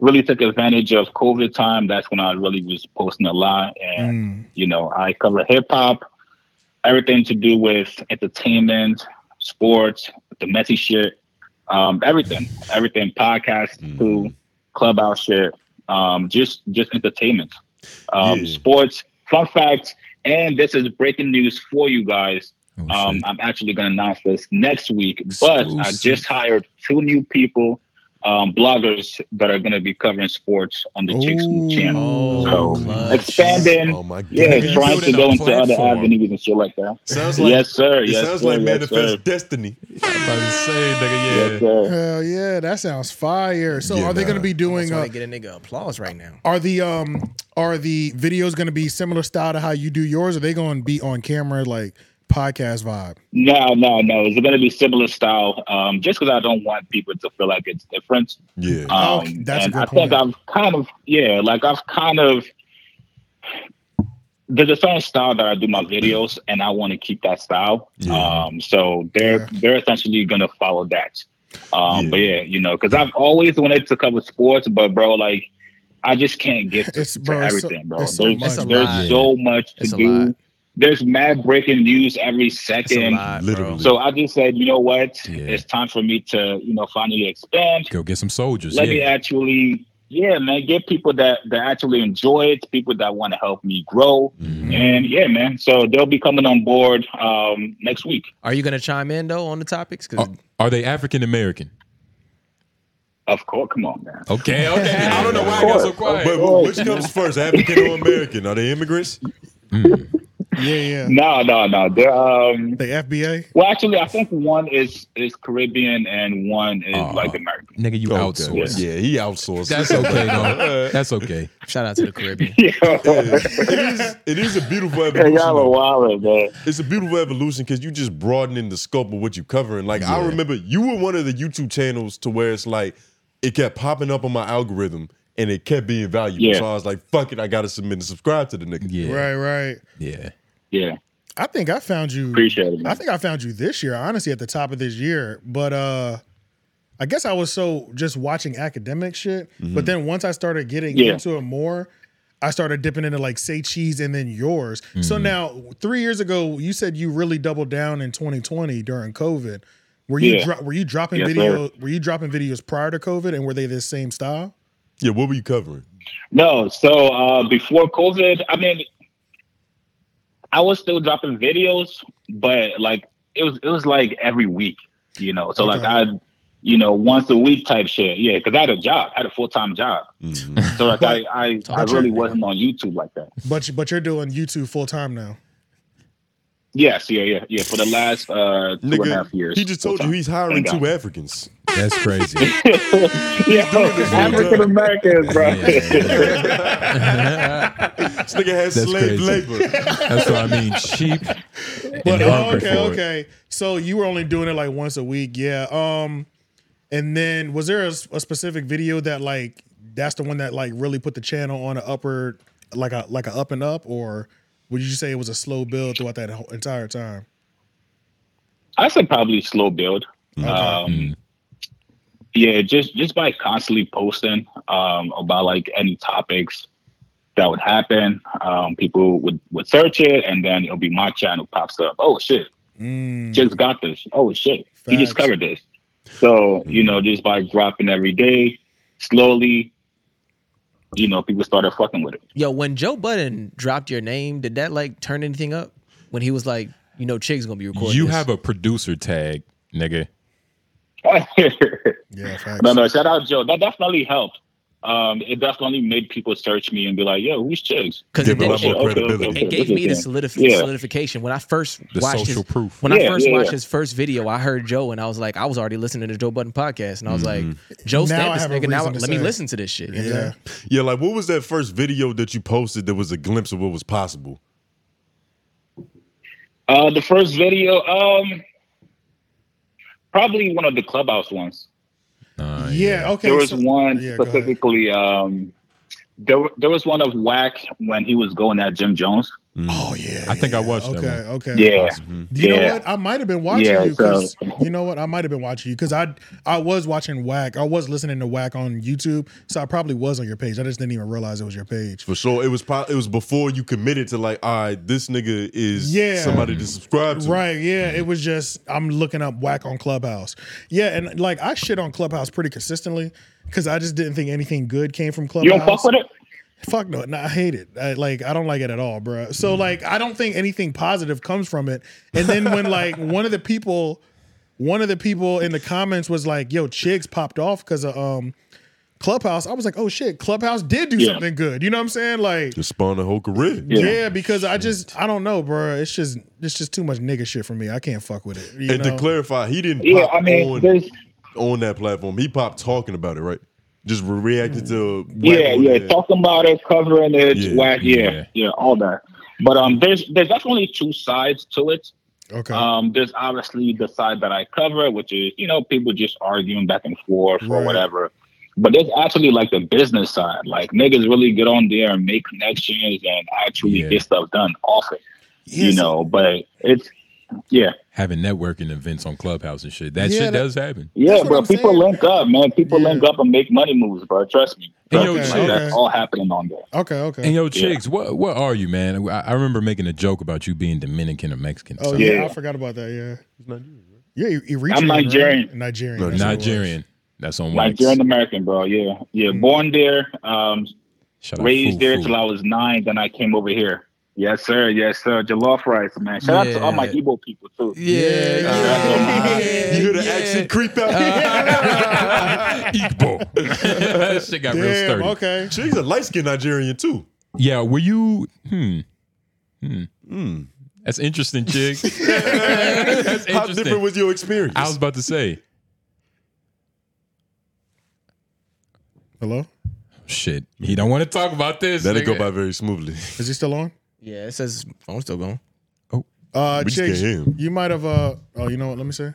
Speaker 3: really took advantage of COVID time. That's when I really was posting a lot, and you know, I cover hip hop, everything to do with entertainment, sports, the messy shit, um, everything, everything, podcast to clubhouse shit, um, just just entertainment, um,
Speaker 4: Yeah.
Speaker 3: sports, fun facts, and this is breaking news for you guys.
Speaker 2: Oh,
Speaker 3: um,
Speaker 2: shit.
Speaker 3: I'm actually going to announce this next week, but I
Speaker 2: Exclusive.
Speaker 3: just hired two new people. Um, bloggers that are going to be covering sports on the Chicks Move channel.
Speaker 5: Oh,
Speaker 3: so
Speaker 5: clutch.
Speaker 3: expanding,
Speaker 4: Oh my god.
Speaker 3: yeah,
Speaker 2: Yeah,
Speaker 3: trying to
Speaker 2: building
Speaker 3: go
Speaker 2: a
Speaker 3: into other
Speaker 2: platform.
Speaker 3: avenues and shit like that.
Speaker 4: Sounds like
Speaker 3: yes, sir.
Speaker 4: it
Speaker 3: Yes,
Speaker 4: sounds
Speaker 3: sir.
Speaker 4: like
Speaker 3: yes,
Speaker 4: manifest
Speaker 3: sir.
Speaker 4: destiny.
Speaker 2: I'm about to say,
Speaker 3: Yes,
Speaker 2: nigga, yeah.
Speaker 3: sir.
Speaker 1: Hell yeah, that sounds fire. So
Speaker 4: Yeah,
Speaker 1: are they
Speaker 4: nah.
Speaker 1: going to be
Speaker 5: That's
Speaker 1: doing?
Speaker 5: why
Speaker 1: Uh,
Speaker 5: they get a nigga applause right now.
Speaker 1: are the um are the videos going to be similar style to how you do yours? Or are they going to be on camera like podcast vibe?
Speaker 3: No, no, no. It's going to be similar style. Um, just because I don't want people to feel like it's different.
Speaker 4: Yeah.
Speaker 3: Um,
Speaker 1: Okay, that's a
Speaker 3: and
Speaker 1: good
Speaker 3: I
Speaker 1: point.
Speaker 3: think I've kind of yeah, like I've kind of there's a certain style that I do my videos, and I want to keep that style.
Speaker 4: Yeah.
Speaker 3: Um, so they're
Speaker 1: Yeah.
Speaker 3: they're essentially gonna follow that. Um,
Speaker 4: Yeah.
Speaker 3: But yeah, you know, because I've always wanted to cover sports, but bro, like I just can't get to,
Speaker 1: It's-
Speaker 3: to
Speaker 1: bro, it's so-
Speaker 3: everything, bro.
Speaker 1: it's
Speaker 3: There's,
Speaker 1: so much,
Speaker 3: there's
Speaker 5: bro.
Speaker 3: so much to
Speaker 5: It's a
Speaker 3: do.
Speaker 5: lot.
Speaker 3: There's mad breaking news every
Speaker 5: That's a
Speaker 3: second.
Speaker 5: lot,
Speaker 4: Literally.
Speaker 5: bro.
Speaker 3: So I just said, you know what?
Speaker 2: Yeah.
Speaker 3: It's time for me to, you know, finally expand
Speaker 2: Go get some soldiers.
Speaker 3: let me
Speaker 2: yeah.
Speaker 3: actually yeah man get people that that actually enjoy it people that want to help me grow
Speaker 2: Mm-hmm.
Speaker 3: and yeah man so they'll be coming on board um next week
Speaker 5: Are you gonna chime in though on the topics? 'Cause
Speaker 2: Are, are they African American?
Speaker 3: of course come on man
Speaker 2: Okay, okay. I don't know why I got so quiet.
Speaker 4: But wh- which comes first, African or American? Are they immigrants?
Speaker 1: Yeah, yeah.
Speaker 3: no no no they're um
Speaker 1: The FBA.
Speaker 3: well actually i think one is is caribbean and one is
Speaker 2: Aw.
Speaker 3: like american
Speaker 2: Nigga, you
Speaker 4: Oh, okay.
Speaker 2: outsource.
Speaker 4: Yeah, he outsourced.
Speaker 2: That's okay, though. That's okay.
Speaker 5: shout out to the Caribbean.
Speaker 3: yeah,
Speaker 4: it is. It is a beautiful evolution.
Speaker 3: y'all are
Speaker 4: though.
Speaker 3: wild man
Speaker 4: It's a beautiful evolution because you just broadening the scope of what you're covering. Like I
Speaker 2: Yeah.
Speaker 4: remember you were one of the YouTube channels to where it's like it kept popping up on my algorithm and it kept being valuable.
Speaker 3: Yeah.
Speaker 4: So I was like, fuck it, I gotta submit and subscribe to the nigga.
Speaker 2: Yeah.
Speaker 1: Right, right.
Speaker 2: Yeah.
Speaker 3: yeah
Speaker 1: I think I found you.
Speaker 3: appreciate it
Speaker 1: I
Speaker 3: man.
Speaker 1: think I found you this year, honestly, at the top of this year. But uh I guess I was so just watching academic shit. But then once I started getting
Speaker 3: Mm-hmm. Yeah.
Speaker 1: into it more, I started dipping into like say cheese and then yours. So
Speaker 3: Mm-hmm.
Speaker 1: now three years ago, you said you really doubled down in 2020 during COVID. Were you
Speaker 3: Yeah.
Speaker 1: dro- were you dropping
Speaker 3: Yes,
Speaker 1: video? Were you dropping videos prior to COVID, and were they this same style?
Speaker 4: Yeah, what were you covering?
Speaker 3: No, so uh, before COVID, I mean, I was still dropping videos, but like it was it was like every week, you know. So like
Speaker 1: Okay.
Speaker 3: I, you know, once a week type shit, yeah. Because I had a job, I had a full time job,
Speaker 4: Mhm.
Speaker 3: so like I I, I really wasn't on YouTube like that.
Speaker 1: But you- but you're doing YouTube full time now.
Speaker 3: Yes, yeah, yeah, yeah. For the last uh, two and a half
Speaker 4: Nigga,
Speaker 3: years,
Speaker 4: he just told you he's hiring
Speaker 3: Thank
Speaker 4: two
Speaker 3: God.
Speaker 4: Africans.
Speaker 2: That's crazy.
Speaker 3: yeah, African Americans, bro.
Speaker 4: This nigga has
Speaker 2: That's
Speaker 4: slave
Speaker 2: crazy.
Speaker 4: labor.
Speaker 2: That's what I mean. Cheap.
Speaker 1: But
Speaker 2: and
Speaker 1: oh,
Speaker 2: hungry
Speaker 1: okay,
Speaker 2: for it.
Speaker 1: okay. So you were only doing it like once a week, yeah. Um, and then was there a, s- a specific video that like that's the one that like really put the channel on an upper, like a like a up and up, or would you say it was a slow build throughout that whole entire time?
Speaker 3: I said probably slow build. Um, Yeah, just just by constantly posting um, about like any topics that would happen, um, people would would search it, and then it'll be my channel pops up. Oh shit, Just got this. Oh shit, he
Speaker 1: Facts.
Speaker 3: just covered this. So you know, just by dropping every day, slowly, you know, people started fucking with it.
Speaker 5: Yo, when Joe Budden dropped your name, did that like turn anything up? When he was like, you know, Chig's gonna be recording.
Speaker 2: You
Speaker 5: this.
Speaker 2: have a producer tag, nigga.
Speaker 1: Yeah, facts.
Speaker 3: no, no, shout out Joe. That definitely helped. Um, it definitely made people search me and be like, "Yo, who's Chiggs?"
Speaker 5: because it,
Speaker 4: Give it
Speaker 5: did-
Speaker 4: up more
Speaker 5: it,
Speaker 4: credibility.
Speaker 5: it
Speaker 3: This
Speaker 5: gave
Speaker 3: is
Speaker 5: me the
Speaker 3: him.
Speaker 5: solidif-
Speaker 3: Yeah.
Speaker 5: solidification when I first
Speaker 2: The
Speaker 5: watched
Speaker 2: social
Speaker 5: his
Speaker 2: proof.
Speaker 5: when I
Speaker 3: Yeah,
Speaker 5: first
Speaker 3: yeah,
Speaker 5: watched
Speaker 3: yeah.
Speaker 5: his first video. I heard Joe and I was like, I was already listening to Joe Budden podcast, and I was like,
Speaker 1: Now
Speaker 5: Joe
Speaker 1: I
Speaker 5: Stamp this
Speaker 1: have a
Speaker 5: nigga. Now
Speaker 1: reason to
Speaker 5: let me
Speaker 1: say.
Speaker 5: listen to this shit. You know?
Speaker 1: Yeah.
Speaker 4: Yeah, like what was that first video that you posted that was a glimpse of what was possible?
Speaker 3: Uh, the first video, um, probably one of the clubhouse ones.
Speaker 2: Uh,
Speaker 1: Oh, Yeah, okay.
Speaker 3: there was
Speaker 1: so-
Speaker 3: one
Speaker 1: yeah, go ahead.
Speaker 3: specifically. Um, there, there was one of Whack when he was going at Jim Jones.
Speaker 1: Oh yeah.
Speaker 2: I think I watched
Speaker 1: okay,
Speaker 2: that
Speaker 1: Okay.
Speaker 3: Mm. Yeah,
Speaker 1: You know
Speaker 3: Yeah.
Speaker 1: what? I might have been watching
Speaker 3: Yeah,
Speaker 1: you 'cause-
Speaker 3: so-
Speaker 1: you know what? I might have been watching you because I I was watching Whack. I was listening to Whack on YouTube, so I probably was on your page. I just didn't even realize it was your page.
Speaker 4: For sure, it was pro- it was before you committed to like, all right, this nigga is
Speaker 1: Yeah.
Speaker 4: somebody to subscribe to.
Speaker 1: Right, yeah.
Speaker 4: Mm-hmm.
Speaker 1: It was just I'm looking up whack on Clubhouse. Yeah, and like I shit on Clubhouse pretty consistently because I just didn't think anything good came from Clubhouse.
Speaker 3: you don't fuck with it.
Speaker 1: Fuck no, no, I hate it. I, like I don't like it at all, bro. So like I don't think anything positive comes from it. And then when like one of the people, one of the people in the comments was like, "Yo, Chigs popped off because of um Clubhouse." I was like, "Oh shit, Clubhouse did do
Speaker 3: Yeah.
Speaker 1: something good." You know what I'm saying? Like.
Speaker 4: Just spawned a whole career.
Speaker 1: Yeah. because I just I don't know, bro. It's just it's just too much nigga shit for me. I can't fuck with it. You
Speaker 4: and
Speaker 1: know?
Speaker 4: to clarify, he didn't
Speaker 3: Yeah,
Speaker 4: pop
Speaker 3: I mean,
Speaker 4: on,
Speaker 3: there's
Speaker 4: on that platform. He popped talking about it, right? Just re- reacted to
Speaker 3: yeah,
Speaker 4: whack on
Speaker 3: yeah,
Speaker 4: that.
Speaker 3: talking about it, covering it,
Speaker 4: Yeah,
Speaker 3: Whack, yeah,
Speaker 2: yeah.
Speaker 3: yeah, all that. But um, there's there's definitely two sides to it.
Speaker 1: okay.
Speaker 3: Um, there's obviously the side that I cover, which is you know people just arguing back and forth
Speaker 1: Right.
Speaker 3: or whatever. But there's actually like the business side, like niggas really get on there and make connections and actually
Speaker 2: Yeah.
Speaker 3: get stuff done often, you
Speaker 1: Yes.
Speaker 3: know. But it's yeah,
Speaker 2: having networking events on Clubhouse and shit. That
Speaker 1: Yeah,
Speaker 2: shit
Speaker 1: that-
Speaker 2: does happen.
Speaker 1: That's
Speaker 3: yeah,
Speaker 1: what
Speaker 3: bro.
Speaker 1: I'm
Speaker 3: People
Speaker 1: saying.
Speaker 3: link up, man. People
Speaker 1: Yeah.
Speaker 3: link up and make money moves, bro. Trust me,
Speaker 2: And
Speaker 3: Trust
Speaker 2: yo,
Speaker 3: me.
Speaker 2: Chick-
Speaker 3: Like, that's all happening on there.
Speaker 1: okay, okay.
Speaker 2: And yo,
Speaker 3: Yeah.
Speaker 2: chicks, what what are you, man? I, I remember making a joke about you being Dominican or Mexican. or
Speaker 1: oh
Speaker 2: something.
Speaker 1: yeah.
Speaker 3: Yeah.
Speaker 1: I forgot about that. Yeah. Yeah, E- you, you reach
Speaker 3: I'm
Speaker 1: right?
Speaker 3: Nigerian.
Speaker 1: Nigerian.
Speaker 4: No,
Speaker 1: that's what it was.
Speaker 2: Nigerian. That's on wax.
Speaker 3: Nigerian American, bro. Yeah, yeah.
Speaker 1: Mm.
Speaker 3: Born there, um,
Speaker 2: Shout out
Speaker 3: raised
Speaker 2: Foo
Speaker 3: there
Speaker 2: Foo.
Speaker 3: till I was nine. Then I came over here. Yes, sir. Yes, sir. Jollof rice, man. Shout out to all my
Speaker 5: Yeah.
Speaker 3: Igbo people too.
Speaker 5: Yeah,
Speaker 1: yeah,
Speaker 4: You hear the accent creep out.
Speaker 2: Igbo. that shit got real
Speaker 1: Damn.
Speaker 2: sturdy.
Speaker 1: Okay.
Speaker 4: She's a light skinned Nigerian too.
Speaker 2: Yeah, were you? Hmm. Hmm. That's interesting, chick. That's
Speaker 4: How different
Speaker 2: interesting.
Speaker 4: was your experience?
Speaker 2: I was about to say,
Speaker 1: Hello.
Speaker 2: shit. He don't want to talk about this.
Speaker 4: That'll go
Speaker 2: nigga.
Speaker 4: by very smooghly.
Speaker 1: Is he still on?
Speaker 5: yeah. It says phone's still going.
Speaker 1: Uh,
Speaker 4: We just
Speaker 1: Chiggs,
Speaker 4: can't hear him.
Speaker 1: you might have. Uh, oh, you know what? Let me say.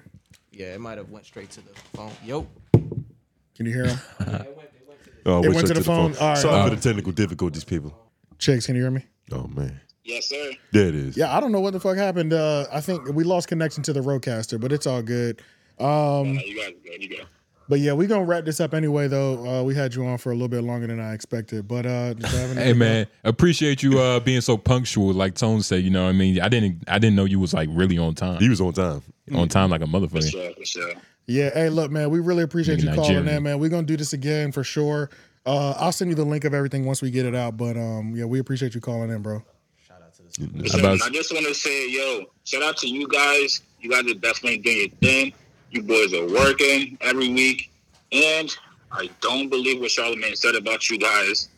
Speaker 5: Yeah, it might have went straight to the phone. Yo,
Speaker 1: Can you hear him?
Speaker 4: Oh,
Speaker 1: It
Speaker 4: we
Speaker 1: went
Speaker 4: took
Speaker 1: to the phone. All right.
Speaker 4: Sorry
Speaker 2: Uh,
Speaker 4: for the technical difficulties, people.
Speaker 1: Chiggs, can you hear me?
Speaker 4: Oh man,
Speaker 3: Yes, sir.
Speaker 4: there it is.
Speaker 1: Yeah, I don't know what the fuck happened. Uh, I think we lost connection to the roadcaster, but it's all good. Um,
Speaker 3: You guys good? You go.
Speaker 1: but yeah, we gonna wrap this up anyway. Though uh, we had you on for a little bit longer than I expected, but uh, just having-
Speaker 2: Hey man, appreciate you uh being so punctual. Like Tone said, you know what I mean. I didn't I didn't know you was like really on time.
Speaker 4: He was on time.
Speaker 2: on time like a motherfucker.
Speaker 3: sure. For sure.
Speaker 1: Yeah, hey, look, man, we really appreciate
Speaker 2: Nigga
Speaker 1: you calling
Speaker 2: Nigerian.
Speaker 1: in, man. We're gonna do this again for sure. Uh, I'll send you the link of everything once we get it out. But um, yeah, we appreciate you calling in, bro.
Speaker 3: Listen,
Speaker 2: About-
Speaker 3: I just want to say, yo, shout out to you guys. You guys are definitely doing your thing. You boys are working every week, and I don't believe what Charlamagne said about you guys.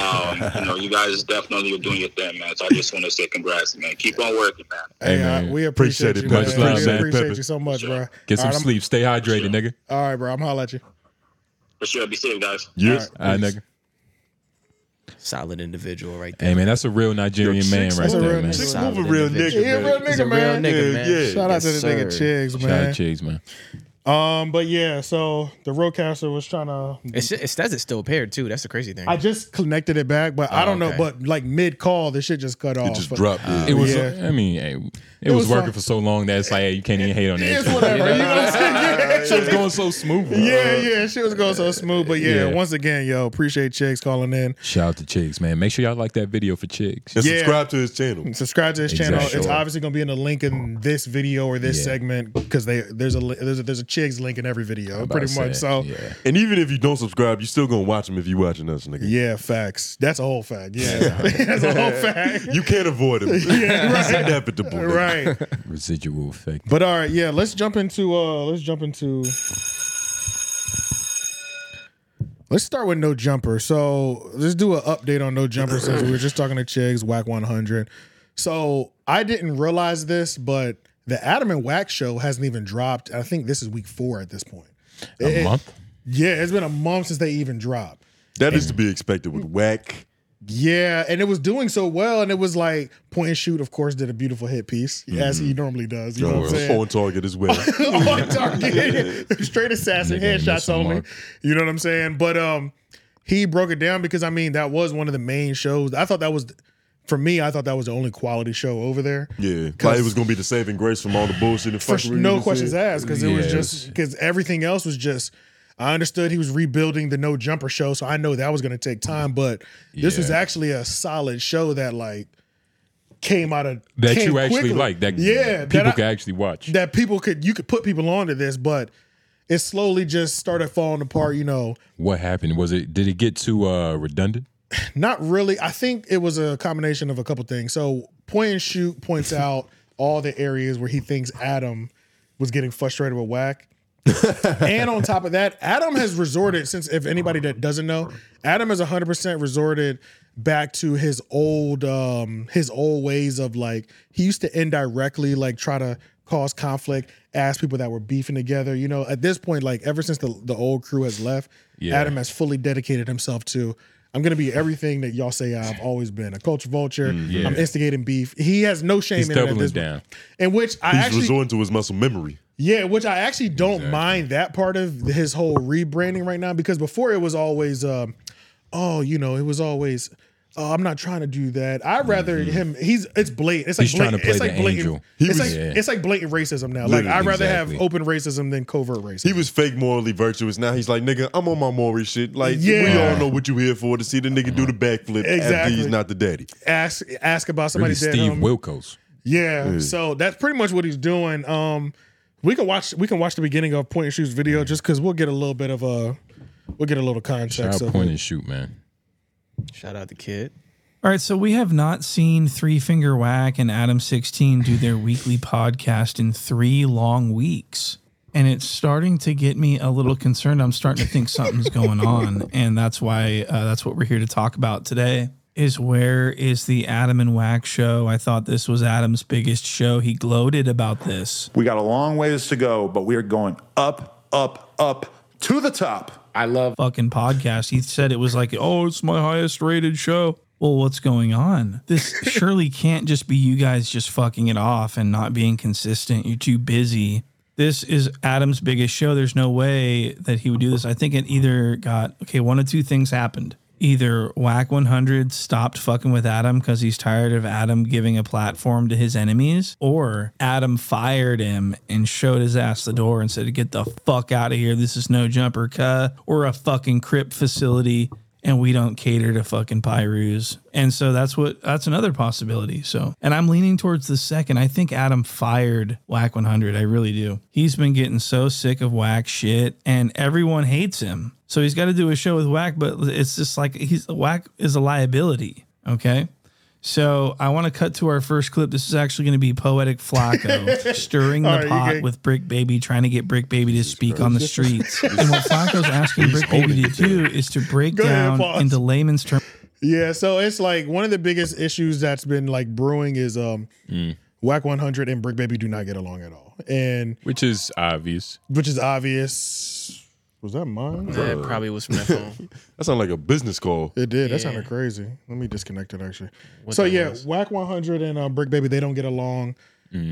Speaker 3: Um, you know, you guys definitely are doing your thing, man. So I just want to say, congrats, man. Keep on working, man.
Speaker 1: Hey,
Speaker 2: Hey,
Speaker 1: uh,
Speaker 2: man.
Speaker 1: we appreciate,
Speaker 4: Appreciate it,
Speaker 1: you, man.
Speaker 2: much love,
Speaker 1: we
Speaker 2: man.
Speaker 1: appreciate
Speaker 4: Pepper.
Speaker 1: you so much, bro.
Speaker 2: Get some
Speaker 1: All right, I'm-
Speaker 2: sleep. Stay hydrated, nigga.
Speaker 1: All right, bro. I'm holla at you.
Speaker 3: For sure. Be safe, guys.
Speaker 4: Yes.
Speaker 2: All right, nigga.
Speaker 5: solid individual right there.
Speaker 2: Hey man, that's a real Nigerian
Speaker 4: Yo,
Speaker 2: man
Speaker 4: chicks
Speaker 2: right
Speaker 1: love
Speaker 2: there,
Speaker 1: real
Speaker 2: man.
Speaker 1: niggas.
Speaker 2: Shout
Speaker 4: Chick
Speaker 5: Solid
Speaker 4: move a real
Speaker 5: individual.
Speaker 4: nigga.
Speaker 1: Yeah, real
Speaker 4: man.
Speaker 1: nigga,
Speaker 5: He's a real
Speaker 1: man.
Speaker 5: nigga,
Speaker 4: Yeah,
Speaker 5: man.
Speaker 4: yeah.
Speaker 1: Shout out to
Speaker 5: Yes,
Speaker 1: the nigga
Speaker 5: sir.
Speaker 1: Chigs,
Speaker 2: out to
Speaker 1: man.
Speaker 2: Chiggs, man.
Speaker 1: Um, but yeah, so the roadcaster was trying to.
Speaker 5: It, sa- it says it's still paired too. That's the crazy thing.
Speaker 1: I just connected it back, but I don't know.
Speaker 5: okay.
Speaker 1: But like mid call, this shit just cut off.
Speaker 4: It just dropped. yeah.
Speaker 2: Oh, It was.
Speaker 1: Oh, Yeah.
Speaker 2: I mean, hey,
Speaker 1: It
Speaker 2: it, was,
Speaker 1: was
Speaker 2: working
Speaker 1: fun.
Speaker 2: for so long that it's like, hey, you can't even hate on that.
Speaker 1: It's
Speaker 2: shit.
Speaker 1: whatever. you know what I'm saying?
Speaker 2: Shit was going so smooth. bro.
Speaker 1: Yeah, yeah, shit was going so smooth, but yeah,
Speaker 2: Uh, Yeah.
Speaker 1: once again, yo, appreciate chicks calling in.
Speaker 2: Shout out to Chicks, man. Make sure y'all like that video for Chicks.
Speaker 4: And
Speaker 1: Yeah.
Speaker 4: subscribe to his channel.
Speaker 1: Subscribe to his channel.
Speaker 2: Exactly.
Speaker 1: It's obviously gonna be in the link in this video or this
Speaker 2: Yeah.
Speaker 1: segment because they there's a li- there's a there's a chicks link in every video,
Speaker 2: About
Speaker 1: pretty
Speaker 2: to
Speaker 1: much.
Speaker 2: say,
Speaker 1: So
Speaker 2: yeah.
Speaker 4: And even if you don't subscribe, you still gonna watch him if you watching us, nigga.
Speaker 1: yeah, facts. That's a whole fact. Yeah, that's a whole fact.
Speaker 4: You can't avoid him. yeah, He's inevitable. nigga.
Speaker 1: right.
Speaker 2: residual effect.
Speaker 1: But all right, yeah, let's jump into uh let's jump into Let's start with No Jumper. So let's do an update on No Jumper since we were just talking to Chigs, Whack 100. So I didn't realize this, but the Adam and Whack show hasn't even dropped. I think this is week four at this point.
Speaker 2: A month.
Speaker 1: Yeah, it's been a month since they even dropped.
Speaker 4: That is to be expected with whack.
Speaker 1: Yeah, and it was doing so well, and it was like point and shoot. Of course, did a beautiful hit piece
Speaker 2: Mm-hmm.
Speaker 1: as he normally does. You know what I'm saying?
Speaker 4: on target as well.
Speaker 1: on target, Oh, straight assassin
Speaker 2: Nigga missed
Speaker 1: headshots
Speaker 2: the
Speaker 1: only.
Speaker 2: mark.
Speaker 1: You know what I'm saying? But um, he broke it down because I mean that was one of the main shows. I thought that was, for me, I thought that was the only quality show over there.
Speaker 4: yeah, like it was gonna be the saving grace from all the bullshit and
Speaker 1: For
Speaker 4: fucking
Speaker 1: sh- no questions asked because it was
Speaker 2: Yeah,
Speaker 1: just because everything else was just. I understood he was rebuilding the no jumper show, so I know that was going to take time. But this was
Speaker 2: Yeah.
Speaker 1: actually a solid show that like came out of
Speaker 2: That
Speaker 1: came
Speaker 2: you actually
Speaker 1: quickly.
Speaker 2: like. That
Speaker 1: yeah that
Speaker 2: people
Speaker 1: I-
Speaker 2: can actually watch.
Speaker 1: that people could you could put people onto this, but it slowly just started falling apart. You know,
Speaker 2: what happened? Was it? Did it get too uh, redundant?
Speaker 1: not really. I think it was a combination of a couple things. So point and shoot points out all the areas where he thinks Adam was getting frustrated with whack. and on top of that, Adam has resorted since if anybody that doesn't know, Adam has 100% resorted back to his old um his old ways of like he used to indirectly like try to cause conflict, ask people that were beefing together, you know, at this point like ever since the the old crew has left,
Speaker 2: Yeah.
Speaker 1: Adam has fully dedicated himself to I'm gonna be everything that y'all say I've always been a culture vulture. I'm instigating beef. He has no shame
Speaker 2: Mm, He's
Speaker 1: in it at
Speaker 2: doubling
Speaker 1: this
Speaker 2: down.
Speaker 1: In which I
Speaker 4: He's
Speaker 1: actually
Speaker 4: resorting to his muscle memory.
Speaker 1: yeah, which I actually don't mind that part of his whole rebranding right now because before it was always, um, oh, you know, it was always, oh, I'm not trying to do that. I'd rather him. He's it's blatant. It's like
Speaker 2: Mm-hmm. He's trying to
Speaker 1: blatant. It's
Speaker 2: play
Speaker 1: like
Speaker 2: the
Speaker 1: blatant.
Speaker 2: angel.
Speaker 1: It's
Speaker 4: was-
Speaker 1: like
Speaker 2: Yeah.
Speaker 1: it's like blatant racism now. like
Speaker 4: Literally,
Speaker 1: I'd rather have
Speaker 2: exactly.
Speaker 1: open racism than covert racism.
Speaker 4: He was fake morally virtuous. Now he's like, nigga, I'm on my Maury shit. Like, we
Speaker 1: Yeah.
Speaker 4: all know what you here for to see the nigga do the backflip after
Speaker 1: Exactly.
Speaker 4: he's not the daddy.
Speaker 1: ask ask about somebody
Speaker 2: Really,
Speaker 1: that
Speaker 2: Steve
Speaker 1: um,
Speaker 2: Wilkos.
Speaker 1: Yeah, so that's pretty much what he's doing. Um, we can watch we can watch the beginning of Point and Shoot's video just because we'll get a little bit of a we'll get a little
Speaker 2: Try
Speaker 1: context.
Speaker 2: so
Speaker 1: of
Speaker 2: point
Speaker 1: it.
Speaker 2: and shoot, man.
Speaker 5: Shout out the kid.
Speaker 6: All right, so we have not seen Three Finger Whack and Adam 16 do their weekly podcast in three long weeks. And it's starting to get me a little concerned. I'm starting to think something's going on. And that's why uh, that's what we're here to talk about today is where is the Adam and Whack show? I thought this was Adam's biggest show. He gloated about this.
Speaker 7: We got a long ways to go, but we are going up, up, up to the top.
Speaker 8: I love
Speaker 6: fucking podcast. He said it was like, oh, it's my highest rated show. Well, what's going on? This surely can't just be you guys just fucking it off and not being consistent. You're too busy. This is Adam's biggest show. There's no way that he would do this. I think it either got, okay, one of two things happened. Either Whack 100 stopped fucking with Adam because he's tired of Adam giving a platform to his enemies, or Adam fired him and showed his ass the door and said, Get the fuck out of here. This is no jumper, cuh. We're a fucking crip facility and we don't cater to fucking Pyrus. And so that's what that's another possibility. So, and I'm leaning towards the second. I think Adam fired Whack 100. I really do. He's been getting so sick of Whack shit and everyone hates him. So he's got to do a show with Whack, but it's just like he's Whack is a liability, okay? So I want to cut to our first clip. This is actually going to be Poetic Flacco stirring the
Speaker 1: All right, you
Speaker 6: pot
Speaker 1: can-
Speaker 6: with Brick Baby, trying to get Brick Baby to speak on the streets. and what Flacco's asking Brick Baby to do is to break
Speaker 1: Go ahead,
Speaker 6: down
Speaker 1: pause.
Speaker 6: into layman's terms.
Speaker 1: Yeah, so it's like one of the biggest issues that's been like brewing is um Whack 100 and Brick Baby do not get along at all. And
Speaker 2: Which is obvious.
Speaker 1: which is obvious. Was that mine?
Speaker 5: That probably was from that phone.
Speaker 4: That sounds like a business call.
Speaker 1: It did. That
Speaker 5: Yeah.
Speaker 1: sounded crazy. Let me disconnect it actually. so
Speaker 5: that
Speaker 1: yeah,
Speaker 5: was.
Speaker 1: Whack 100 and uh, Brick Baby they don't get along.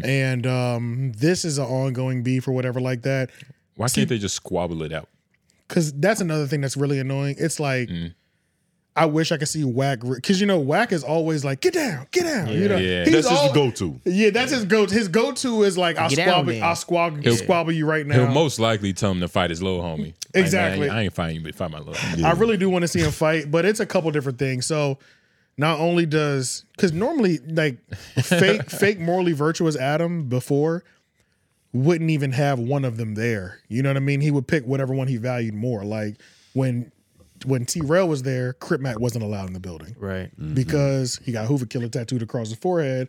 Speaker 1: And um this is an ongoing beef or whatever like that.
Speaker 2: Why can't they just squabble it out?
Speaker 1: Cause that's another thing that's really annoying. It's like I wish I could see Wack because you know Wack is always like get down, get down. You know,
Speaker 2: Yeah.
Speaker 1: He's
Speaker 4: That's his
Speaker 1: al-
Speaker 4: go-to.
Speaker 1: Yeah, that's his go. His go to is like I'll
Speaker 5: Get down,
Speaker 1: squabble,
Speaker 5: then.
Speaker 1: I'll squabble,
Speaker 2: He'll-
Speaker 1: squabble you right now.
Speaker 2: He'll most likely tell him to fight his little homie. Like, man,
Speaker 1: Exactly.
Speaker 2: I ain't fighting you, but fight my little homie.
Speaker 1: I really do want to see him fight, but it's a couple different things. So not only does because normally like fake fake morally virtuous Adam before wouldn't even have one of them there. You know what I mean? He would pick whatever one he valued more. Like when when T Rail was there, Crip Mac wasn't allowed in the building
Speaker 5: Right.
Speaker 2: Mm-hmm.
Speaker 1: because he got Hoover Killer tattooed across his forehead.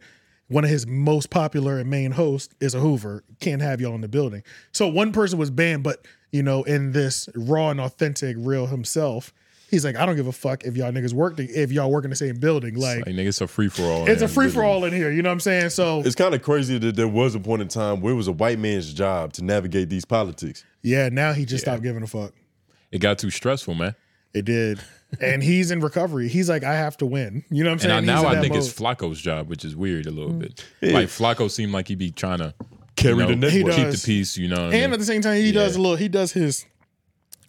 Speaker 1: One of his most popular and main hosts is a Hoover. Can't have y'all in the building. So one person was banned, but you know, in this raw and authentic, real himself, he's like, I don't give a fuck if y'all niggas work. If y'all work in the same building, like
Speaker 2: Like, nigga, it's a free for all.
Speaker 1: it's a free for all in here. You know what I'm saying? So
Speaker 4: It's kind of crazy that there was a point in time where it was a white man's job to navigate these politics.
Speaker 1: yeah, now he just stopped giving a fuck.
Speaker 2: It got too stressful, man.
Speaker 1: It did, and he's in recovery. He's like, I have to win. You know what I'm
Speaker 2: And
Speaker 1: saying?
Speaker 2: I,
Speaker 1: He's in
Speaker 2: now I
Speaker 1: that Mm-hmm.
Speaker 2: think it's
Speaker 1: mode.
Speaker 2: Flacco's job, which is weird a little bit. Like Flacco seemed like he be trying to
Speaker 4: Carry
Speaker 2: you
Speaker 4: the
Speaker 2: know,
Speaker 4: network.
Speaker 1: He
Speaker 2: keep the
Speaker 1: does.
Speaker 2: peace, you know. what I
Speaker 1: And
Speaker 2: mean?
Speaker 1: at the same time, he does a little. He does his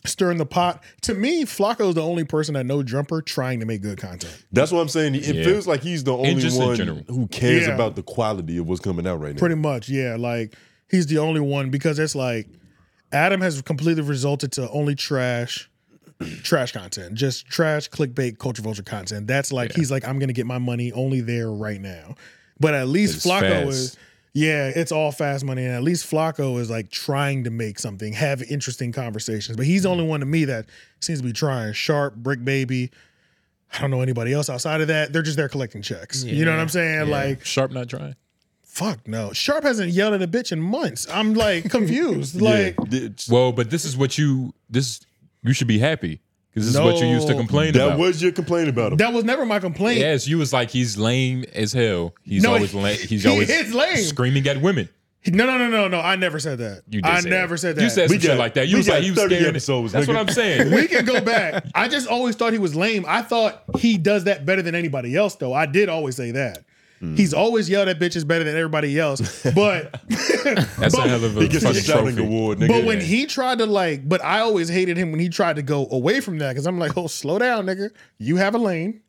Speaker 1: stirring the pot. To me, Flacco's the only person I know jumper trying to make good content.
Speaker 4: That's what I'm saying. It
Speaker 2: Yeah.
Speaker 4: feels like he's the only
Speaker 2: just in
Speaker 4: one
Speaker 2: general.
Speaker 4: who cares
Speaker 1: Yeah.
Speaker 4: about the quality of what's coming out right now.
Speaker 1: Pretty much, yeah. Like he's the only one because it's like Adam has completely resulted to only trash, trash content, just trash clickbait culture vulture content. That's like he's like I'm gonna get my money only there right now. But at least
Speaker 2: It's
Speaker 1: Flacco
Speaker 2: fast.
Speaker 1: is. Yeah, it's all fast money, and at least Flacco is like trying to make something, have interesting conversations. But he's the only one to me that seems to be trying. Sharp, Brick Baby, I don't know anybody else outside of that. They're just there collecting checks. You know what I'm saying? Like
Speaker 2: Sharp not trying.
Speaker 1: fuck no. Sharp hasn't yelled at a bitch in months. I'm like confused.
Speaker 4: Yeah.
Speaker 1: like
Speaker 4: Th-
Speaker 2: Well, but this is what you this you should be happy because this is what you used to
Speaker 1: No.
Speaker 2: complain
Speaker 4: that
Speaker 2: about.
Speaker 4: was your complaint about him.
Speaker 1: that was never my complaint.
Speaker 2: yes, you was like he's lame as hell. He's
Speaker 1: No,
Speaker 2: always lame. He's
Speaker 1: he
Speaker 2: always
Speaker 1: is lame.
Speaker 2: screaming at women.
Speaker 1: No, no, no, no, no. I never said that.
Speaker 2: You did
Speaker 1: I
Speaker 2: say
Speaker 1: never
Speaker 2: that.
Speaker 1: said that.
Speaker 2: You said
Speaker 4: We
Speaker 2: some shit
Speaker 4: got-
Speaker 2: like that. You
Speaker 4: we
Speaker 2: was like
Speaker 4: got
Speaker 2: he was
Speaker 4: 30
Speaker 2: scaring
Speaker 4: episodes,
Speaker 2: That's what
Speaker 4: nigga.
Speaker 2: I'm saying.
Speaker 1: we can go back. I just always thought he was lame. I thought he does that better than anybody else, though. I did always say that.
Speaker 2: Hmm.
Speaker 1: He's always yelled at bitches better than everybody else. But
Speaker 2: That's a hell of a
Speaker 4: He gets a
Speaker 2: fucking
Speaker 4: shouting
Speaker 2: trophy.
Speaker 4: award, nigga.
Speaker 1: But when he tried to like, but I always hated him when he tried to go away from that because I'm like, oh, slow down, nigga. You have a lane,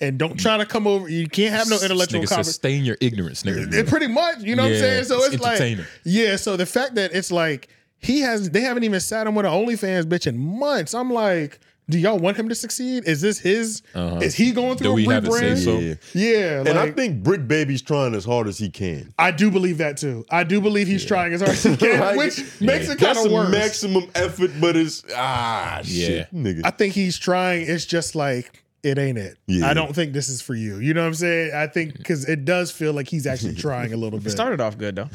Speaker 1: and don't try to come over. You can't have no
Speaker 2: Mm. This
Speaker 1: intellectual
Speaker 2: nigga
Speaker 1: conversation.
Speaker 2: Sustain your ignorance, nigga.
Speaker 1: It pretty much, you know what
Speaker 2: Yeah,
Speaker 1: I'm saying. So
Speaker 2: it's
Speaker 1: it's, like,
Speaker 2: entertaining.
Speaker 1: yeah. So the fact that it's like he has, they haven't even sat him with an OnlyFans bitch in months. I'm like, do y'all want him to succeed? Is this his? Is he going through
Speaker 2: Uh-huh. Do
Speaker 1: a
Speaker 2: we have to say
Speaker 1: rebrand?
Speaker 2: so?
Speaker 4: Yeah.
Speaker 1: Yeah,
Speaker 4: and
Speaker 1: like,
Speaker 4: I think Brick Baby's trying as hard as he can.
Speaker 1: I do believe that too. I do believe he's trying as hard as he can,
Speaker 4: Like,
Speaker 1: which makes it kind
Speaker 4: That's
Speaker 1: of
Speaker 4: a
Speaker 1: worse.
Speaker 4: maximum effort, but it's ah shit, nigga.
Speaker 1: I think he's trying. It's just like it ain't it.
Speaker 4: Yeah.
Speaker 1: I don't think this is for you. You know what I'm saying? I think because it does feel like he's actually trying a little bit.
Speaker 5: Started off good though.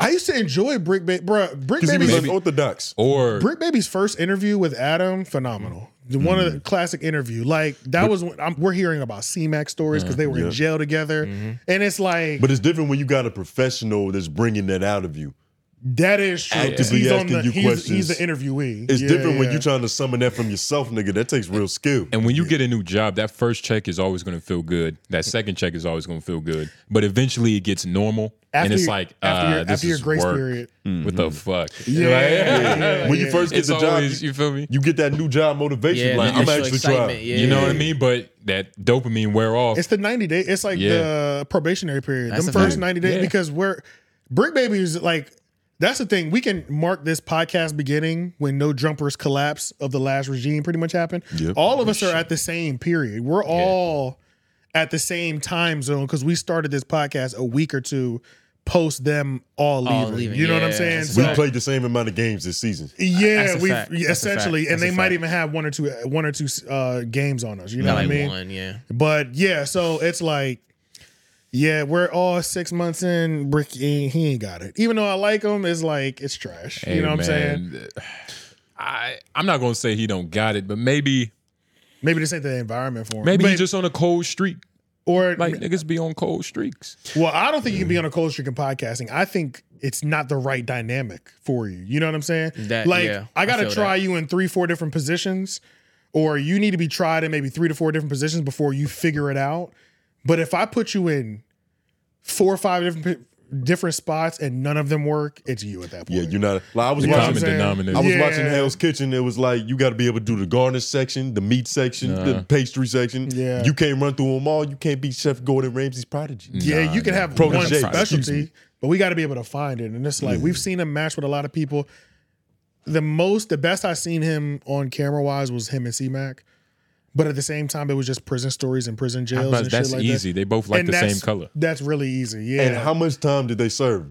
Speaker 1: I used to enjoy Brick Baby, bro. Brick
Speaker 4: Because he was
Speaker 1: Baby's,
Speaker 4: unorthodox.
Speaker 2: Or
Speaker 1: Brick Baby's first interview with Adam, phenomenal. The One
Speaker 4: Mm-hmm.
Speaker 1: of the classic interview. Like that was when I'm, we're hearing about C-Mac stories because they were in jail together, and it's like
Speaker 4: Mm-hmm. But it's different when you got a professional that's bringing that out of you.
Speaker 1: that is true. 'cause
Speaker 4: actively
Speaker 1: He's on
Speaker 4: asking
Speaker 1: the
Speaker 4: you
Speaker 1: he's, he's
Speaker 4: questions.
Speaker 1: the interviewee.
Speaker 4: It's
Speaker 1: Yeah,
Speaker 4: different when
Speaker 1: yeah.
Speaker 4: you're trying to summon that from yourself, nigga. That takes real skill.
Speaker 2: And when you get a new job, that first check is always going to feel good. That second check is always going to feel good. But eventually, it gets normal, and
Speaker 1: After
Speaker 2: it's
Speaker 1: your-
Speaker 2: like
Speaker 1: after
Speaker 2: uh,
Speaker 1: your-
Speaker 2: this
Speaker 1: after your
Speaker 2: is
Speaker 1: grace
Speaker 2: work.
Speaker 1: period.
Speaker 2: What the fuck?
Speaker 1: Yeah, yeah,
Speaker 2: Like,
Speaker 1: yeah,
Speaker 4: when
Speaker 1: yeah.
Speaker 4: Mm-hmm. you first get
Speaker 2: it's
Speaker 4: the
Speaker 2: always
Speaker 4: job, you,
Speaker 2: you feel me.
Speaker 4: you get that new job motivation. like
Speaker 5: the
Speaker 4: I'm
Speaker 5: initial
Speaker 4: actually trying.
Speaker 5: excitement, yeah.
Speaker 2: You know what I mean? But that dopamine wear off.
Speaker 1: It's the 90 day. It's like
Speaker 2: Yeah.
Speaker 1: the probationary period.
Speaker 5: That's
Speaker 1: Them
Speaker 5: a
Speaker 1: first
Speaker 5: fact.
Speaker 1: 90 days
Speaker 2: Yeah.
Speaker 1: because we're Brick Baby is like that's the thing. We can mark this podcast beginning when no jumpers collapse of the last regime pretty much happened.
Speaker 4: Yep.
Speaker 1: All of us are at the same period. We're all at the same time zone because we started this podcast a week or two post them all leaving.
Speaker 5: All leaving,
Speaker 1: You know what I'm
Speaker 5: yeah.
Speaker 1: saying?
Speaker 5: That's a
Speaker 4: We
Speaker 5: Right.
Speaker 4: played the same amount of games this season.
Speaker 1: yeah,
Speaker 5: That's a
Speaker 1: we
Speaker 5: fact. That's a
Speaker 1: essentially,
Speaker 5: fact.
Speaker 1: and
Speaker 5: That's
Speaker 1: they
Speaker 5: a
Speaker 1: might
Speaker 5: fact.
Speaker 1: even have one or two, one or two uh, games on us. You know
Speaker 5: Got
Speaker 1: what I
Speaker 5: like
Speaker 1: mean?
Speaker 5: one, yeah.
Speaker 1: But yeah, so it's like, yeah, we're all six months in. Brick ain't, he ain't got it. Even though I like him, it's like it's trash.
Speaker 2: Hey,
Speaker 1: you know what I'm saying?
Speaker 2: man, I I'm not going to say he don't got it, but maybe
Speaker 1: Maybe this ain't the environment for him.
Speaker 2: maybe
Speaker 1: But-
Speaker 2: he just on a cold streak.
Speaker 1: or
Speaker 2: Like niggas be on cold streaks.
Speaker 1: well, I don't think you can be on a cold streak in podcasting. I think it's not the right dynamic for you. You know what I'm saying?
Speaker 5: That-
Speaker 1: like
Speaker 5: yeah,
Speaker 1: I
Speaker 5: I
Speaker 1: gotta
Speaker 5: feel
Speaker 1: try you in three, four different positions, or you need to be tried in maybe three to four different positions before you figure it out. But if I put you in four or five different p- different spots and none of them work, it's you at that point.
Speaker 4: Yeah, you're not. Like, I was
Speaker 1: You know what I'm
Speaker 2: common
Speaker 4: watching.
Speaker 1: saying?
Speaker 2: denominator.
Speaker 4: I was
Speaker 1: Yeah.
Speaker 4: watching Hell's Kitchen. It was like you got to be able to do the garnish section, the meat section, the pastry section.
Speaker 1: Yeah.
Speaker 4: you can't run through them all. You can't be Chef Gordon Ramsay's prodigy.
Speaker 1: Yeah,
Speaker 2: Nah,
Speaker 1: you can
Speaker 2: nah.
Speaker 1: have
Speaker 4: Protege,
Speaker 1: one
Speaker 4: excuse
Speaker 1: specialty, but we got to be able to find it. And it's like we've seen him match with a lot of people. The most, the best I seen him on camera wise was him and C Mac, but at the same time, it was just prison stories and prison jails.
Speaker 2: But
Speaker 1: and
Speaker 2: that's
Speaker 1: shit like
Speaker 2: easy.
Speaker 1: That.
Speaker 2: They both like
Speaker 1: And
Speaker 2: the same
Speaker 1: that's-
Speaker 2: color.
Speaker 1: That's really easy. Yeah,
Speaker 4: And how much time did they serve?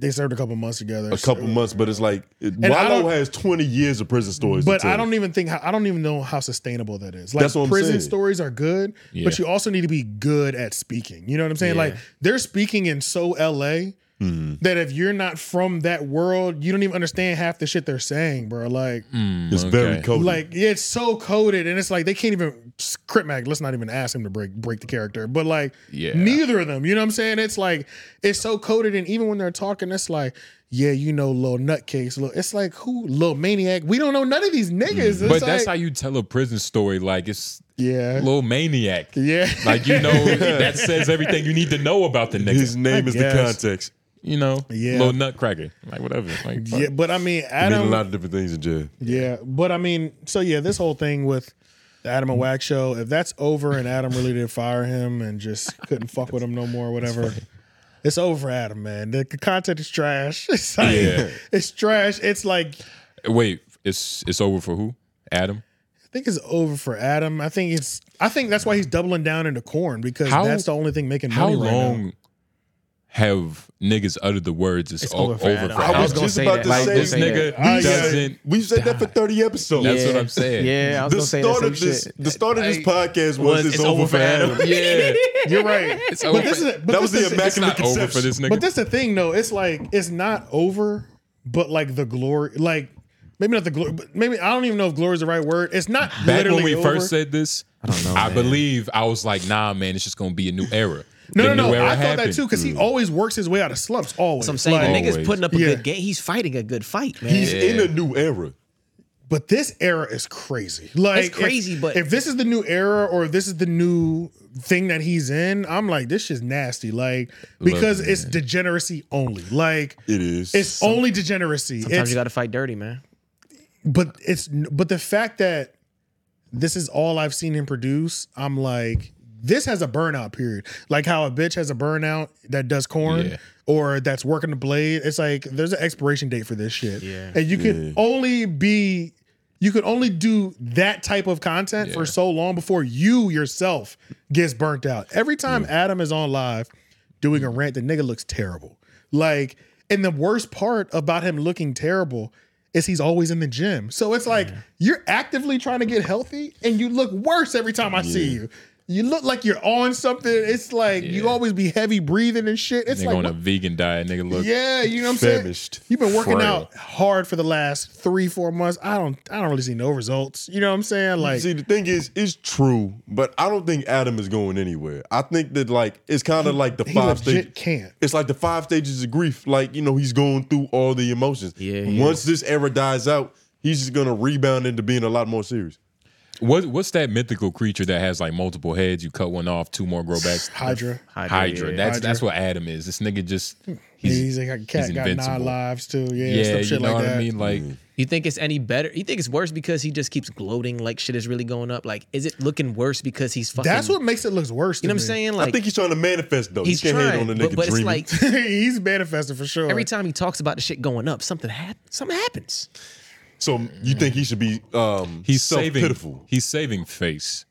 Speaker 1: they served a couple months together.
Speaker 4: A couple months, but it's like it,
Speaker 1: I
Speaker 4: Wallo
Speaker 1: don't-
Speaker 4: has 20 years of prison stories. to
Speaker 1: But
Speaker 4: tell.
Speaker 1: I don't even think I don't even know how sustainable that is. Like
Speaker 4: That's what I'm
Speaker 1: prison
Speaker 4: saying.
Speaker 1: stories are good,
Speaker 2: Yeah.
Speaker 1: but you also need to be good at speaking. You know what I'm saying?
Speaker 5: Yeah.
Speaker 1: Like they're speaking in so LA
Speaker 4: Mm-hmm.
Speaker 1: that if you're not from that world, you don't even understand half the shit they're saying, bro. Like
Speaker 4: It's very
Speaker 2: Okay.
Speaker 4: cold.
Speaker 1: like yeah, it's so coded and it's like they can't even script mag, let's not even ask him to break break the character. But like
Speaker 2: Yeah.
Speaker 1: neither of them, you know what I'm saying? It's like it's so coded and even when they're talking, it's like yeah, you know, little nutcase, little. It's like who, little maniac. We don't know none of these niggas. It's
Speaker 2: Mm. But that's
Speaker 1: like-
Speaker 2: how you tell a prison story. Like it's
Speaker 1: yeah.
Speaker 2: little maniac.
Speaker 1: yeah.
Speaker 2: Like you know, that says everything you need to know about the nigga.
Speaker 4: His name
Speaker 1: I
Speaker 4: is
Speaker 1: guess.
Speaker 4: the context.
Speaker 2: You know,
Speaker 1: Yeah.
Speaker 2: little nutcracker. Like whatever. Like fuck.
Speaker 1: yeah, but I mean
Speaker 4: I mean, a
Speaker 1: Adam
Speaker 4: lot of different things in jail.
Speaker 1: Yeah, but I mean, so yeah, this whole thing with the Adam and Wax show, if that's over and Adam really did fire him and just couldn't fuck with him no more, whatever. It's over for Adam, man. The content is trash. It's like,
Speaker 2: Yeah.
Speaker 1: it's trash. It's like I
Speaker 2: Wait, it's it's over for who? Adam.
Speaker 1: think it's over for Adam. I think it's I think that's why he's doubling down into corn because
Speaker 2: How-
Speaker 1: that's the only thing making
Speaker 2: How
Speaker 1: money right
Speaker 2: long
Speaker 1: now.
Speaker 2: have niggas uttered the words? It's, o- over for Adam.
Speaker 4: I was just about to
Speaker 5: I
Speaker 4: say
Speaker 5: was gonna
Speaker 2: this
Speaker 4: This
Speaker 2: nigga
Speaker 1: that. I-
Speaker 2: doesn't.
Speaker 4: We've said that for 30 episodes.
Speaker 2: That's what I'm saying.
Speaker 5: Yeah, I was
Speaker 4: the
Speaker 5: gonna say that
Speaker 4: start
Speaker 5: same
Speaker 4: of this,
Speaker 5: shit.
Speaker 4: the start of this
Speaker 5: Like,
Speaker 4: podcast was, it's, over, for Adam.
Speaker 2: Yeah,
Speaker 1: You're right.
Speaker 2: It's
Speaker 1: but
Speaker 2: over
Speaker 1: this
Speaker 2: for-
Speaker 1: is but
Speaker 4: That was
Speaker 1: this
Speaker 4: the
Speaker 1: is-
Speaker 2: it's
Speaker 4: immaculate
Speaker 2: not over for
Speaker 4: conception.
Speaker 2: this nigga.
Speaker 1: But that's the thing, though. It's like it's not over, but like the glory, like maybe not the glory, but maybe I don't even know if glory is the right word. It's not
Speaker 2: Back
Speaker 1: literally
Speaker 2: when we
Speaker 1: over.
Speaker 2: first said this, I,
Speaker 5: man.
Speaker 2: believe I was like, "Nah, man, it's just gonna be a new era."
Speaker 1: No,
Speaker 2: The
Speaker 1: no, no.
Speaker 2: new era
Speaker 1: I thought
Speaker 2: happened. Hmm.
Speaker 1: that too because he always works his way out of slumps. Always.
Speaker 5: So I'm saying
Speaker 1: Like,
Speaker 5: the nigga's
Speaker 2: Always.
Speaker 5: putting up a
Speaker 1: Yeah.
Speaker 5: good game. He's fighting a good fight, man.
Speaker 4: He's in a new era.
Speaker 1: but this era is crazy. Like
Speaker 5: It's crazy,
Speaker 1: if,
Speaker 5: but-
Speaker 1: if this is the new era or if this is the new thing that he's in, I'm like, this shit's nasty. Like because it's degeneracy only. Like
Speaker 4: It is.
Speaker 1: it's only degeneracy.
Speaker 5: Sometimes
Speaker 1: it's,
Speaker 5: you got to fight dirty, man.
Speaker 1: but it's but the fact that this is all I've seen him produce, I'm like, this has a burnout period. Like how a bitch has a burnout that does corn
Speaker 2: Yeah.
Speaker 1: or that's working the blade. It's like there's an expiration date for this shit.
Speaker 5: Yeah.
Speaker 1: And you can only be you can only do that type of content for so long before you yourself gets burnt out. Every time Adam is on live doing a rant, the nigga looks terrible. Like, and the worst part about him looking terrible is he's always in the gym. So it's like you're actively trying to get healthy and you look worse every time I see you. You look like you're on something. It's like you always be heavy breathing and shit. It's
Speaker 2: Nigga
Speaker 1: like
Speaker 2: on a
Speaker 1: what-
Speaker 2: vegan diet, nigga. Look,
Speaker 1: yeah, you know what I'm
Speaker 4: Famished.
Speaker 1: saying. You've been working
Speaker 4: Frail.
Speaker 1: out hard for the last three, four months. I don't, I don't really see no results. You know what I'm saying? Like,
Speaker 4: See, the thing is, it's true, but I don't think Adam is going anywhere. I think that like it's kind of like the
Speaker 1: he
Speaker 4: five
Speaker 1: legit
Speaker 4: stages.
Speaker 1: can't.
Speaker 4: It's like the five stages of grief. Like you know, he's going through all the emotions.
Speaker 5: Yeah, he
Speaker 4: Once this era dies out, he's just gonna rebound into being a lot more serious.
Speaker 2: what what's that mythical creature that has like multiple heads? You cut one off, two more grow back.
Speaker 1: Hydra.
Speaker 5: Hydra,
Speaker 2: Hydra.
Speaker 5: yeah.
Speaker 2: That's
Speaker 1: Hydra. Hmm.
Speaker 2: that's what Adam is. This nigga just
Speaker 1: He's,
Speaker 2: he's,
Speaker 1: like a cat
Speaker 2: he's
Speaker 1: got nine
Speaker 2: invincible.
Speaker 1: lives too. Yeah,
Speaker 2: yeah,
Speaker 1: some
Speaker 2: you
Speaker 1: shit
Speaker 2: know
Speaker 1: like
Speaker 2: what
Speaker 1: that.
Speaker 2: I mean. Like
Speaker 5: You think it's any better? You think it's worse because he just keeps gloating like shit is really going up? Like, is it looking worse because he's fucking?
Speaker 1: That's what makes it looks worse.
Speaker 5: you know.
Speaker 1: to
Speaker 5: What I'm
Speaker 1: me.
Speaker 5: saying
Speaker 4: I
Speaker 5: like
Speaker 4: think he's trying to manifest though.
Speaker 5: he's
Speaker 4: you can't
Speaker 5: trying,
Speaker 4: hate on the nigga
Speaker 5: but, but it's
Speaker 4: dreaming.
Speaker 5: like
Speaker 1: he's manifested for sure.
Speaker 5: every time he talks about the shit going up, something happens. Something happens.
Speaker 4: so you think he should be? um
Speaker 2: he's saving.
Speaker 4: self-pitiful.
Speaker 2: He's saving face.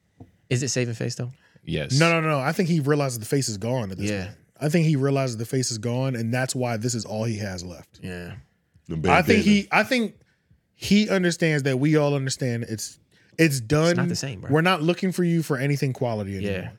Speaker 5: Is it saving face though?
Speaker 2: Yes.
Speaker 1: No, no, no. no. I think he realizes the face is gone at this
Speaker 5: Yeah.
Speaker 1: point. I think he realizes the face is gone, and that's why this is all he has left.
Speaker 5: Yeah.
Speaker 1: I think he. I think he understands that we all understand it's it's done.
Speaker 5: not the same, bro.
Speaker 1: We're not looking for you for anything quality anymore.
Speaker 5: Yeah.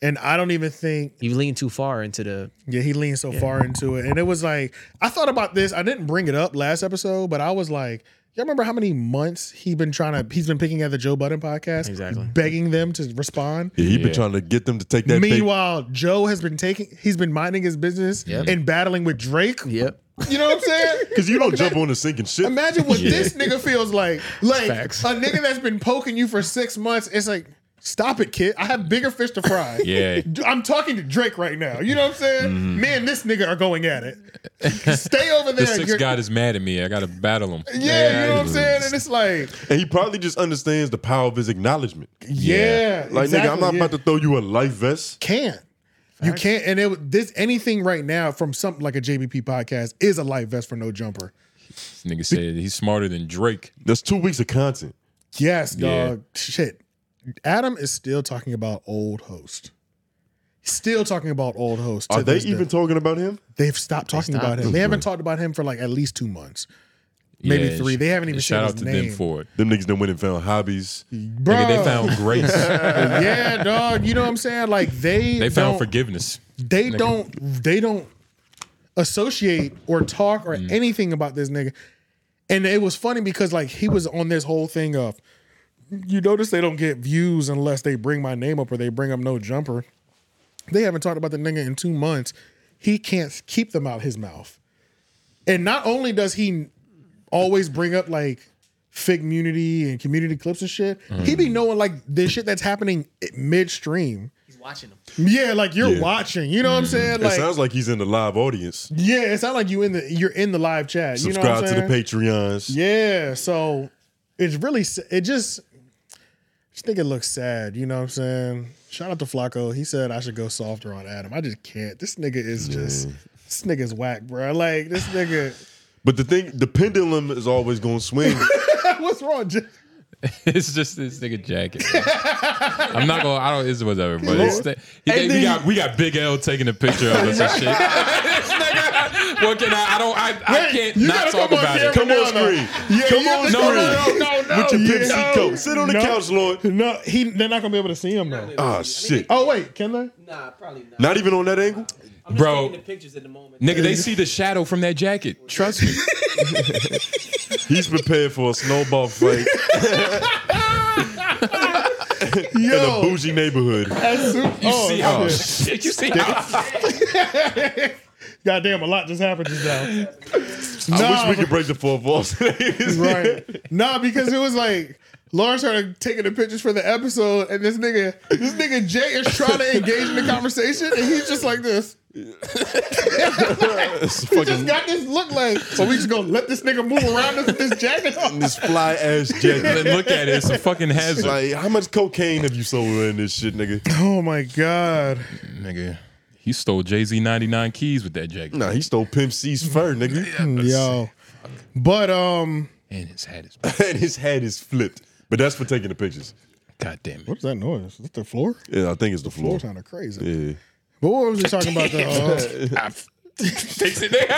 Speaker 1: And I don't even think
Speaker 5: You lean too far into the
Speaker 1: yeah, he leaned so far into it. And it was like, I thought about this. I didn't bring it up last episode, but I was like, y'all remember how many months he been trying to, he's been picking at the Joe Budden podcast,
Speaker 5: Exactly.
Speaker 1: begging them to respond.
Speaker 4: Yeah, he been trying to get them to take that. big-
Speaker 1: Meanwhile, Joe has been taking, he's been minding his business and battling with Drake.
Speaker 5: Yep.
Speaker 1: You know what I'm saying?
Speaker 4: Cause you don't jump on a sinking ship.
Speaker 1: Imagine what
Speaker 2: Yeah.
Speaker 1: this nigga feels like. Like
Speaker 5: Facts.
Speaker 1: a nigga that's been poking you for six months. It's like Stop it, kid. I have bigger fish to fry.
Speaker 2: Yeah.
Speaker 1: D- I'm talking to Drake right now. You know what I'm saying? Me and this nigga are going at it. Stay over there.
Speaker 2: The sixth
Speaker 1: You're-
Speaker 2: god is mad at me. I gotta battle him.
Speaker 1: yeah, you know what I'm saying? And it's like,
Speaker 4: And he probably just understands the power of his acknowledgement.
Speaker 1: yeah.
Speaker 4: Like,
Speaker 1: exactly,
Speaker 4: nigga, I'm not
Speaker 1: yeah.
Speaker 4: about to throw you a life vest.
Speaker 1: can't. You can't, and it, this anything right now from something like a JBP podcast is a life vest for no jumper.
Speaker 2: This nigga said he's smarter than Drake.
Speaker 4: That's two weeks of content.
Speaker 1: Yes,
Speaker 2: Yeah.
Speaker 1: dog. Shit, Adam is still talking about old host. Still talking about old host. to
Speaker 4: Are they
Speaker 1: this day.
Speaker 4: even talking about him?
Speaker 1: They've stopped talking about him. They haven't talked about him for like at least two months, maybe
Speaker 2: Yeah,
Speaker 1: three. They haven't even
Speaker 2: Shout
Speaker 1: said
Speaker 2: out
Speaker 1: his
Speaker 2: to
Speaker 1: name.
Speaker 2: them for it.
Speaker 4: Them niggas done went and found hobbies.
Speaker 1: Bro,
Speaker 2: Nigga, they found grace.
Speaker 1: yeah, dog. You know what I'm saying? Like they
Speaker 2: they found
Speaker 1: don't-
Speaker 2: forgiveness.
Speaker 1: they don't they don't associate or talk
Speaker 4: Mm.
Speaker 1: or anything about this nigga. And it was funny because like he was on this whole thing of you notice they don't get views unless they bring my name up or they bring up no jumper. They haven't talked about the nigga in two months. He can't keep them out his mouth. And not only does he always bring up like fig community and community clips and shit, he
Speaker 4: Mm.
Speaker 1: be knowing like this shit that's happening midstream.
Speaker 5: He's watching them.
Speaker 1: Yeah, like you're
Speaker 4: Yeah. Mm.
Speaker 1: watching. You know what I'm saying?
Speaker 4: it
Speaker 1: Like,
Speaker 4: sounds like he's in the live audience.
Speaker 1: yeah, it's not like you in the you're in the live chat. You know what
Speaker 4: Subscribe
Speaker 1: I'm
Speaker 4: to the
Speaker 1: saying?
Speaker 4: Patreons.
Speaker 1: Yeah, so it's really s- it just I just think it looks sad. You know what I'm saying? Shout out to Flacco. He said I should go softer on Adam. I just can't. This nigga is just this nigga's whack, bro. Like this nigga.
Speaker 4: But the thing, the pendulum is always going to swing.
Speaker 1: What's wrong? J-
Speaker 2: It's just this nigga jacket. bro. I'm not gonna. I don't. It's whatever. But it's the, he,
Speaker 4: And
Speaker 2: we
Speaker 4: then-
Speaker 2: got we got Big L taking a picture of us and shit. this nigga. What can I? I don't. I, I can't
Speaker 1: you gotta
Speaker 2: not talk
Speaker 1: come on
Speaker 2: about
Speaker 1: camera
Speaker 2: it.
Speaker 4: Come
Speaker 1: now,
Speaker 4: on
Speaker 1: though.
Speaker 4: screen.
Speaker 1: Yeah,
Speaker 4: Come
Speaker 1: you
Speaker 4: on
Speaker 1: have to come No,
Speaker 4: screen.
Speaker 1: no, no,
Speaker 4: With your
Speaker 1: yeah,
Speaker 4: Pepsi
Speaker 1: no.
Speaker 4: Coke. Sit on the
Speaker 1: No.
Speaker 4: couch, Lord.
Speaker 1: No, he. They're not gonna be able to see him though.
Speaker 4: Ah, shit.
Speaker 1: Oh wait, can they?
Speaker 5: Nah, probably not.
Speaker 4: Not even on that angle?
Speaker 5: I'm
Speaker 2: Bro. taking the
Speaker 5: pictures at the moment.
Speaker 2: Nigga, they see the shadow from that jacket. Trust me.
Speaker 4: He's prepared for a snowball fight in a
Speaker 1: Yo,
Speaker 4: bougie neighborhood.
Speaker 1: as soon-
Speaker 2: You
Speaker 1: oh,
Speaker 2: see how
Speaker 1: shit.
Speaker 2: shit. You see how
Speaker 1: Goddamn, a lot just happened just now.
Speaker 4: I
Speaker 1: Nah,
Speaker 4: wish we could break the four walls today.
Speaker 1: right. Nah, because it was like Lauren started taking the pictures for the episode, and this nigga, this nigga Jay is trying to engage in the conversation, and he's just like this.
Speaker 4: It's
Speaker 1: He just
Speaker 4: fucking
Speaker 1: got this look like. So we just gonna let this nigga move around us with this jacket on.
Speaker 4: this fly ass jacket.
Speaker 2: look at it. It's a fucking hazard.
Speaker 4: Like, how much cocaine have you sold in this shit, nigga?
Speaker 1: Oh my god.
Speaker 2: nigga, he stole Jay Z 99 keys with that jacket.
Speaker 4: Nah, he stole Pimp C's fur, nigga.
Speaker 1: Yo. But um,
Speaker 2: And his hat is.
Speaker 4: and his hat is flipped. But that's for taking the pictures.
Speaker 2: God damn it.
Speaker 1: what's that noise? Is that the floor?
Speaker 4: Yeah, I think it's the floor.
Speaker 1: Floor kind of crazy.
Speaker 4: Yeah.
Speaker 1: But what was he talking about? The, uh,
Speaker 2: Takes it there.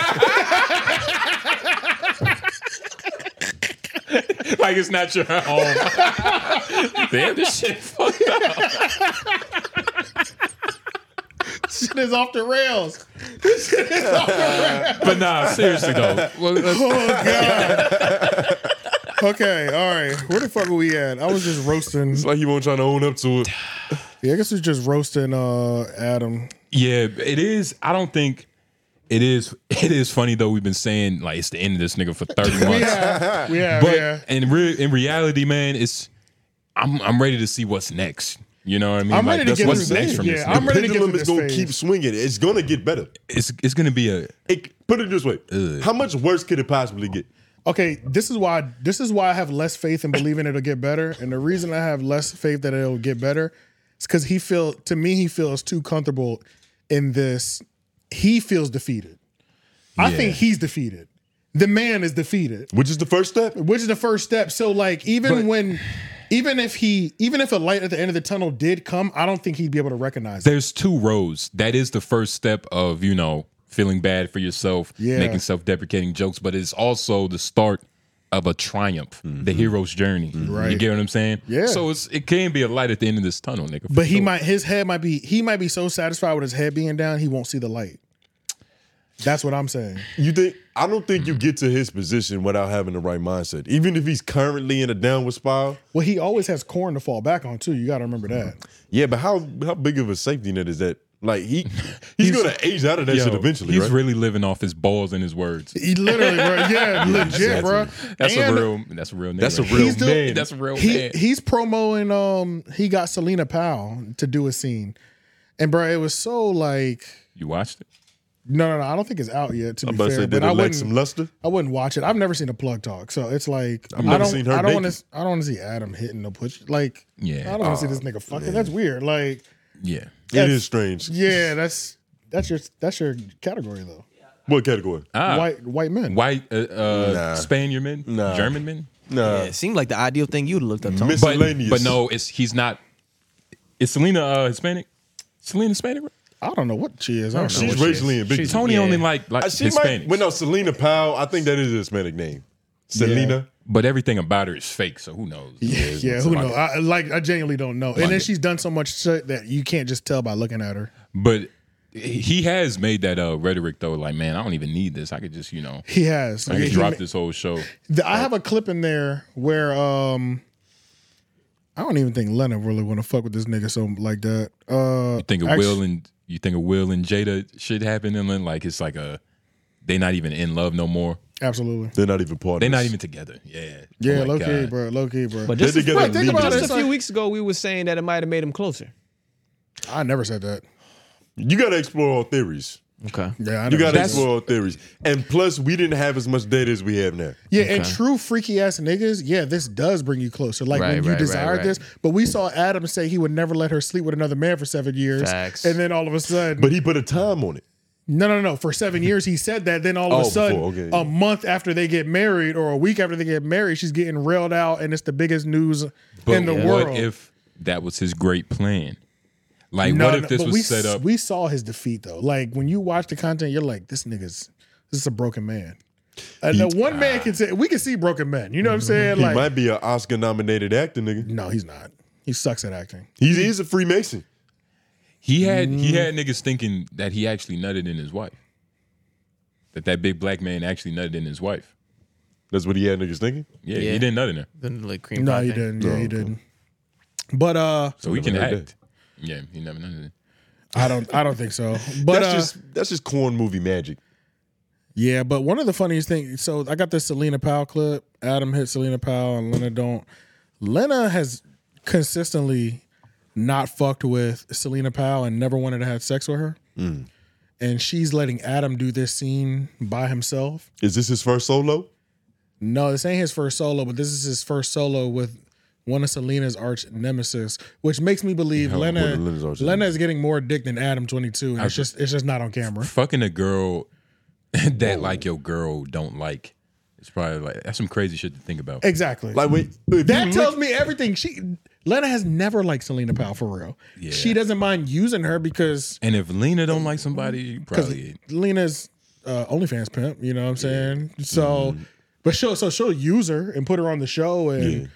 Speaker 2: like it's not your home. Damn, this shit fucked up.
Speaker 1: shit is off the rails.
Speaker 2: But nah, seriously though. Well, let's-
Speaker 1: Oh god. Okay, all right. Where the fuck are we at? I was just roasting.
Speaker 4: It's like he won't try to own up to it.
Speaker 1: Yeah, I guess we're just roasting uh Adam.
Speaker 2: yeah, it is. I don't think it is. It is funny though. We've been saying like it's the end of this nigga for thirty months.
Speaker 1: Yeah, yeah,
Speaker 2: But
Speaker 1: yeah.
Speaker 2: in re- in reality, man, it's I'm I'm ready to see what's next. You know what I mean?
Speaker 1: I'm ready to
Speaker 2: that's
Speaker 1: get
Speaker 2: what's
Speaker 1: through this.
Speaker 2: next from
Speaker 1: Yeah,
Speaker 2: this.
Speaker 1: I'm
Speaker 2: nigga.
Speaker 1: ready to get
Speaker 4: Pendulum
Speaker 1: through
Speaker 4: is
Speaker 1: this
Speaker 4: going to
Speaker 1: phase.
Speaker 4: keep swinging. It's going to get better.
Speaker 2: It's it's gonna be a
Speaker 4: It, put it this way How much worse could it possibly get?
Speaker 1: Okay, this is why this is why I have less faith in believing it'll get better, and the reason I have less faith that it'll get better is because he feel to me he feels too comfortable in this. He feels defeated. I think he's defeated. The man is defeated.
Speaker 4: Which is the first step?
Speaker 1: which is the first step. So like even when even if he even if a light at the end of the tunnel did come, I don't think he'd be able to recognize it.
Speaker 2: there's two roads. That is the first step of, you know, feeling bad for yourself,
Speaker 1: Yeah.
Speaker 2: making self deprecating jokes, but it's also the start of a triumph, the hero's journey. Right. You get what I'm saying?
Speaker 1: Yeah.
Speaker 2: So it's it can be a light at the end of this tunnel, nigga. for
Speaker 1: But he
Speaker 2: sure.
Speaker 1: might his head might be he might be so satisfied with his head being down, he won't see the light. That's what I'm saying.
Speaker 4: You think I don't think you get to his position without having the right mindset. Even if he's currently in a downward spiral.
Speaker 1: Well, he always has corn to fall back on too. You got to remember that.
Speaker 4: Yeah, but how how big of a safety net is that? Like he he's, gonna age out of that shit
Speaker 2: Yo,
Speaker 4: eventually,
Speaker 2: He's
Speaker 4: right?
Speaker 2: really living off his balls and his words.
Speaker 1: He literally, bro. Yeah, legit, bro.
Speaker 2: That's
Speaker 1: And-
Speaker 2: a real. That's a real. Nigga
Speaker 4: That's a
Speaker 2: right
Speaker 4: real
Speaker 1: He's the-
Speaker 4: man.
Speaker 2: there. That's a real
Speaker 1: he
Speaker 2: man.
Speaker 1: he's promoting um he got Selena Powell to do a scene. And bro, it was so like
Speaker 2: you watched it? no,
Speaker 1: no no no, I don't think it's out yet to
Speaker 4: I'm
Speaker 1: be
Speaker 4: about to
Speaker 1: fair.
Speaker 4: say,
Speaker 1: but
Speaker 4: did
Speaker 1: I
Speaker 4: it lack
Speaker 1: wouldn't
Speaker 4: some luster?
Speaker 1: I wouldn't watch it. I've never seen a plug talk. So it's like I
Speaker 4: I've never
Speaker 1: don't
Speaker 4: seen her
Speaker 1: I don't
Speaker 4: naked.
Speaker 1: want to I don't want to see Adam hitting the push like
Speaker 2: Yeah.
Speaker 1: I don't want to see this nigga fucking. That's weird. Like
Speaker 2: Yeah.
Speaker 4: It
Speaker 1: That's-
Speaker 4: is strange.
Speaker 1: yeah, that's that's your that's your category though.
Speaker 4: What category?
Speaker 2: Ah, white,
Speaker 1: white white men.
Speaker 2: white uh, uh,
Speaker 4: Nah.
Speaker 2: Spaniard men,
Speaker 4: Nah.
Speaker 2: German men.
Speaker 4: Nah.
Speaker 5: Yeah, it seemed like the ideal thing you'd have looked up. Tony.
Speaker 2: But,
Speaker 4: Miscellaneous.
Speaker 2: but no, it's he's not. Is Selena uh, Hispanic? Selena Hispanic? right?
Speaker 1: I don't know what she is. I don't know.
Speaker 4: She's
Speaker 1: what she is.
Speaker 4: racially ambiguous.
Speaker 2: Tony
Speaker 5: yeah.
Speaker 2: only like like
Speaker 4: Uh, She
Speaker 2: Hispanic,
Speaker 4: might. Well, no, Selena Powell. I think that is a Hispanic name. Selena.
Speaker 2: but everything about her is fake. So who knows?
Speaker 1: Yeah, yeah who knows? I, like, I genuinely don't know. And then she's done so much shit that you can't just tell by looking at her.
Speaker 2: But he has made that uh, rhetoric though. Like, man, I don't even need this. I could just you know,
Speaker 1: He has.
Speaker 2: I could
Speaker 1: He
Speaker 2: drop
Speaker 1: ma-
Speaker 2: this whole show.
Speaker 1: The- I have a clip in there where um, I don't even think Leonard really want to fuck with this nigga so like that. Uh,
Speaker 2: You think of
Speaker 1: actu-
Speaker 2: Will and you think of Will and Jada shit happening, and then, like it's like a they not even in love no more.
Speaker 1: Absolutely.
Speaker 4: They're not even partners.
Speaker 2: They're not even together. Yeah.
Speaker 1: Yeah,
Speaker 2: Oh my
Speaker 1: low key,
Speaker 2: God.
Speaker 1: bro. Low key, bro.
Speaker 5: But
Speaker 4: They're
Speaker 5: just,
Speaker 4: together.
Speaker 1: Right, think about
Speaker 4: legally.
Speaker 1: it.
Speaker 5: just a few weeks ago, we were saying that it might have made him closer.
Speaker 1: I never said that.
Speaker 4: You gotta explore all theories.
Speaker 5: Okay.
Speaker 1: Yeah, I never
Speaker 4: You gotta
Speaker 1: said that.
Speaker 4: explore all theories. And plus, we didn't have as much data as we have now.
Speaker 1: Yeah, and true freaky ass niggas, yeah, this does bring you closer. Like
Speaker 5: Right,
Speaker 1: when you
Speaker 5: right, right,
Speaker 1: desire
Speaker 5: right.
Speaker 1: this, but we saw Adam say he would never let her sleep with another man for seven years,
Speaker 5: Facts.
Speaker 1: and then all of a sudden,
Speaker 4: But he put a time on it.
Speaker 1: No, no, no. For seven years, he said that. Then all of
Speaker 4: Oh,
Speaker 1: a
Speaker 4: before,
Speaker 1: sudden,
Speaker 4: okay.
Speaker 1: a month after they get married, or a week after they get married, she's getting railed out, and it's the biggest news
Speaker 2: But
Speaker 1: in the
Speaker 2: what
Speaker 1: world.
Speaker 2: if that was his great plan? Like,
Speaker 1: No,
Speaker 2: what
Speaker 1: no,
Speaker 2: if this
Speaker 1: but
Speaker 2: was
Speaker 1: we,
Speaker 2: set up?
Speaker 1: We saw his defeat though. Like when you watch the content, you're like, this nigga's this is a broken man. And the one man can say we can see broken men. You know what
Speaker 2: Mm-hmm.
Speaker 1: I'm saying?
Speaker 4: He
Speaker 1: Like,
Speaker 4: might be an Oscar nominated actor, nigga.
Speaker 1: no, he's not. He sucks at acting.
Speaker 4: He is a Freemason.
Speaker 2: he had
Speaker 1: Mm-hmm.
Speaker 2: he had niggas thinking that he actually nutted in his wife. That that big black man actually nutted in his wife.
Speaker 4: That's what he had niggas thinking.
Speaker 2: Yeah,
Speaker 5: Yeah.
Speaker 2: he didn't nut in her,
Speaker 5: The, like, cream
Speaker 1: No,
Speaker 5: pie
Speaker 1: he
Speaker 5: thing.
Speaker 1: didn't.
Speaker 2: Oh,
Speaker 1: Yeah, he didn't. But uh,
Speaker 2: so he
Speaker 4: Never
Speaker 2: can
Speaker 4: heard
Speaker 2: act.
Speaker 4: that.
Speaker 2: Yeah, he never nutted. in.
Speaker 1: I don't. I don't think so. But
Speaker 4: that's
Speaker 1: uh,
Speaker 4: just that's just corn movie magic.
Speaker 1: Yeah, but one of the funniest things. So I got this Selena Powell clip. Adam hit Selena Powell, and Lena don't. Lena has consistently not fucked with Selena Powell and never wanted to have sex with her.
Speaker 4: Mm.
Speaker 1: And she's letting Adam do this scene by himself.
Speaker 4: Is this his first solo?
Speaker 1: No, this ain't his first solo, but this is his first solo with one of Selena's arch nemesis, which makes me believe
Speaker 4: Yeah, one
Speaker 1: Lena
Speaker 4: of Lena's arch
Speaker 1: Lena is getting more dick than Adam twenty two, and it's just it's just not on camera.
Speaker 2: Fucking a girl that like your girl don't like. It's probably like that's some crazy shit to think about.
Speaker 1: Exactly.
Speaker 4: Like wait, if
Speaker 1: That
Speaker 2: Mm-hmm.
Speaker 4: you
Speaker 1: tells
Speaker 4: look-
Speaker 1: me everything. She Lena has never liked Selena Powell for real. She doesn't mind using her because
Speaker 2: And if Lena don't like somebody, you
Speaker 1: because
Speaker 2: probably
Speaker 1: Lena's uh, OnlyFans pimp. You know what I'm saying? So,
Speaker 2: Mm-hmm.
Speaker 1: but she'll so she'll use her and put her on the show and.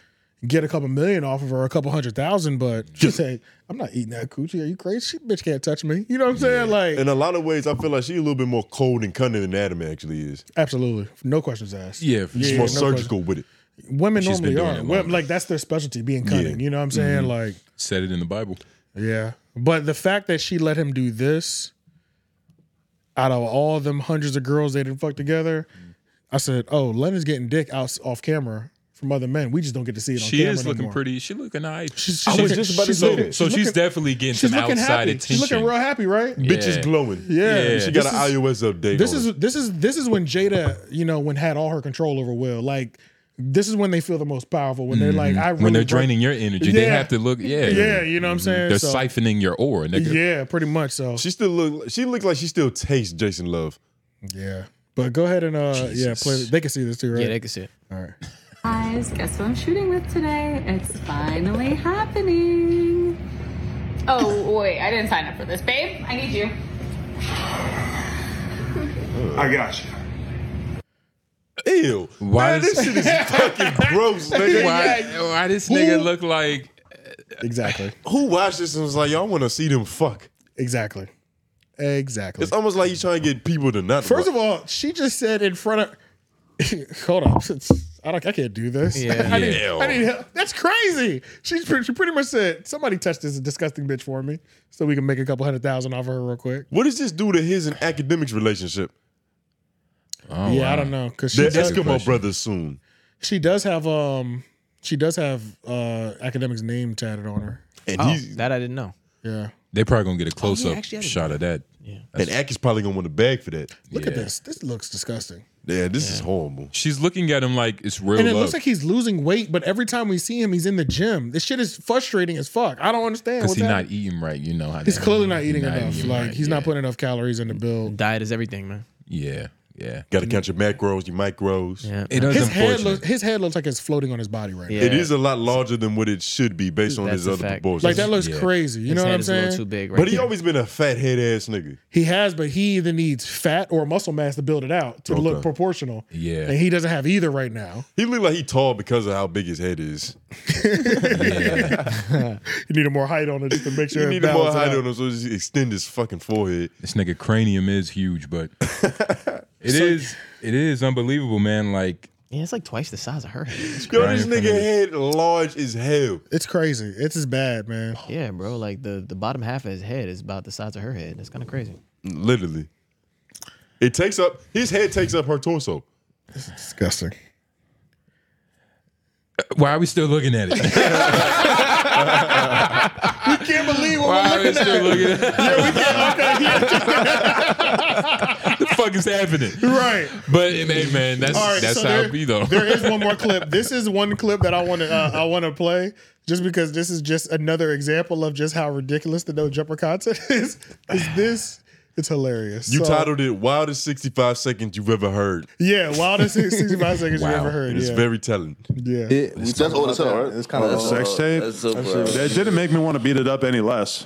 Speaker 1: Get a couple million off of her, a couple hundred thousand, but she say, "I'm not eating that coochie. Are you crazy? She bitch can't touch me." You know what I'm saying? Like,
Speaker 4: in a lot of ways, I feel like she's a little bit more cold and cunning than Adam actually is.
Speaker 1: absolutely, no questions asked.
Speaker 2: yeah, for
Speaker 4: She's
Speaker 2: sure.
Speaker 4: more
Speaker 1: no
Speaker 4: surgical with it.
Speaker 1: women
Speaker 2: She's
Speaker 1: normally
Speaker 2: been doing
Speaker 1: are.
Speaker 2: it
Speaker 1: Women-
Speaker 2: longer. Mm-hmm.
Speaker 1: like that's their specialty, being cunning. You know what I'm saying? Like,
Speaker 2: said it in the Bible.
Speaker 1: Yeah. But the fact that she let him do this out of all them hundreds of girls they didn't fuck together, I said, oh, Lena's getting dick out off camera from other men. We just don't get to see it on
Speaker 2: She
Speaker 1: camera.
Speaker 2: is
Speaker 1: no
Speaker 2: looking
Speaker 1: more.
Speaker 2: pretty. She looking nice.
Speaker 1: She's,
Speaker 4: I
Speaker 1: she's
Speaker 4: was
Speaker 1: looking-
Speaker 4: just about to
Speaker 1: she's
Speaker 4: say
Speaker 1: looking-
Speaker 4: that.
Speaker 2: so she's
Speaker 1: looking-
Speaker 2: definitely getting
Speaker 1: she's
Speaker 2: some
Speaker 1: looking
Speaker 2: outside
Speaker 1: happy.
Speaker 2: attention.
Speaker 1: She's looking real happy, right?
Speaker 4: Bitch is
Speaker 2: Yeah.
Speaker 4: glowing.
Speaker 1: Yeah.
Speaker 2: Yeah.
Speaker 4: She got
Speaker 1: This
Speaker 4: an iOS update.
Speaker 1: This
Speaker 4: on.
Speaker 1: is this is this is when Jada, you know, when had all her control over Will. Like, this is when they feel the most powerful. When they're like, I really
Speaker 2: Mm-hmm. when they're
Speaker 1: broke-
Speaker 2: draining your energy, they
Speaker 1: Yeah.
Speaker 2: have to look. Yeah, Mm-hmm.
Speaker 1: Yeah, you know what I'm saying.
Speaker 2: They're
Speaker 1: So-
Speaker 2: siphoning your ore, nigga.
Speaker 1: Yeah, pretty much. So
Speaker 4: She still look. She looked like she still tastes Jason Love.
Speaker 1: yeah, but go ahead and uh, yeah, play. They can see this too, right?
Speaker 5: Yeah, they could see it.
Speaker 1: all right.
Speaker 8: Guys, guess what I'm shooting with today? It's finally happening. Oh, wait, I didn't sign up for this. Babe, I need you.
Speaker 7: I got you.
Speaker 4: Ew.
Speaker 2: Why
Speaker 4: Man,
Speaker 2: does-
Speaker 4: this shit is fucking gross, nigga.
Speaker 2: Why, why this nigga look like?
Speaker 1: Exactly.
Speaker 4: Who watched this and was like, y'all want to see them fuck?
Speaker 1: Exactly. Exactly.
Speaker 4: It's almost like you trying to get people to not.
Speaker 1: First of all, she just said in front of Hold up. I don't. I can't do this.
Speaker 5: Yeah.
Speaker 1: I, need, I need help. That's crazy. She's pretty, she pretty much said, "Somebody touch this disgusting bitch for me, so we can make a couple hundred thousand off of her real quick."
Speaker 4: What does this do to his and academics relationship?
Speaker 2: Oh,
Speaker 1: yeah,
Speaker 2: wow.
Speaker 1: I don't know because she
Speaker 4: They're
Speaker 1: does,
Speaker 4: Eskimo brothers soon.
Speaker 1: she does have um she does have uh academics name tatted on her.
Speaker 4: And
Speaker 5: Oh,
Speaker 4: he's
Speaker 5: that I didn't know.
Speaker 1: Yeah.
Speaker 2: They probably gonna get a close up
Speaker 5: actually, I didn't
Speaker 2: shot of that.
Speaker 4: and Aki's probably gonna want a bag for that.
Speaker 1: Look at
Speaker 2: Yeah.
Speaker 1: this. This looks disgusting.
Speaker 4: Yeah, this is horrible.
Speaker 2: She's looking at him like it's real
Speaker 1: And it
Speaker 2: love.
Speaker 1: looks like he's losing weight, but every time we see him, he's in the gym. This shit is frustrating as fuck. I don't understand.
Speaker 2: Cause
Speaker 1: What's
Speaker 2: he's
Speaker 1: happening.
Speaker 2: not eating right, you know how
Speaker 1: He's
Speaker 2: that-
Speaker 1: clearly not eating
Speaker 2: not
Speaker 1: enough.
Speaker 2: eating
Speaker 1: like
Speaker 2: right,
Speaker 1: he's
Speaker 2: yeah.
Speaker 1: not putting enough calories in the build.
Speaker 5: Diet is everything, man.
Speaker 2: Yeah, yeah.
Speaker 4: Gotta count your macros, your micros.
Speaker 5: Yeah.
Speaker 2: It is
Speaker 1: His head
Speaker 2: unfortunate.
Speaker 1: looks his head looks like it's floating on his body right
Speaker 5: Yeah.
Speaker 4: It is a lot larger than what it should be based on
Speaker 5: That's
Speaker 4: his
Speaker 5: a
Speaker 4: other
Speaker 5: fact.
Speaker 4: proportions.
Speaker 1: now. Like that looks
Speaker 2: Yeah.
Speaker 1: crazy. You
Speaker 5: His
Speaker 1: know what
Speaker 5: head
Speaker 1: I'm
Speaker 5: is a little too
Speaker 1: saying?
Speaker 5: big, right?
Speaker 4: but he
Speaker 5: there.
Speaker 4: always been a fat head ass nigga.
Speaker 1: He has, but he either needs fat or muscle mass to build it out to look
Speaker 4: Okay.
Speaker 1: proportional.
Speaker 2: Yeah.
Speaker 1: And he doesn't have either right now.
Speaker 4: He look like he tall because of how big his head is.
Speaker 1: You need a more height on it just to make sure
Speaker 4: He
Speaker 1: it
Speaker 4: needed more
Speaker 1: balances
Speaker 4: height
Speaker 1: out.
Speaker 4: on him so he extend his fucking forehead.
Speaker 2: This nigga cranium is huge, but it is it is unbelievable, man. Like
Speaker 5: Yeah, it's like twice the size of her. head.
Speaker 4: Yo,
Speaker 2: Brian
Speaker 4: this nigga
Speaker 2: Fernandez.
Speaker 4: head large as hell.
Speaker 1: It's crazy. It's as bad, man.
Speaker 5: Yeah, bro. Like the, the bottom half of his head is about the size of her head. That's kind of crazy.
Speaker 4: Literally. It takes up his head takes up her torso.
Speaker 1: Disgusting.
Speaker 2: why are we still looking at it?
Speaker 1: Can't believe what
Speaker 2: Why are we still looking at it? the fuck is happening?
Speaker 1: Right.
Speaker 2: But hey, man, that's
Speaker 1: All right.
Speaker 2: that's
Speaker 1: so
Speaker 2: how
Speaker 1: there,
Speaker 2: it be though.
Speaker 1: there is one more clip. This is one clip that I want to uh, I want to play just because this is just another example of just how ridiculous the no jumper concept is. Is this? It's hilarious.
Speaker 4: You
Speaker 1: So,
Speaker 4: titled it Wildest 65 Seconds You've Ever Heard.
Speaker 1: Yeah, wildest 65 seconds you
Speaker 2: Wow.
Speaker 1: ever heard.
Speaker 4: It's
Speaker 1: Yeah.
Speaker 4: very telling.
Speaker 1: yeah.
Speaker 7: That's old as hell, right?
Speaker 9: It's
Speaker 10: Oh,
Speaker 9: kind of
Speaker 7: That's sex tape?
Speaker 9: Uh, That's so Oh, bro.
Speaker 7: That didn't make me want to beat it up any less.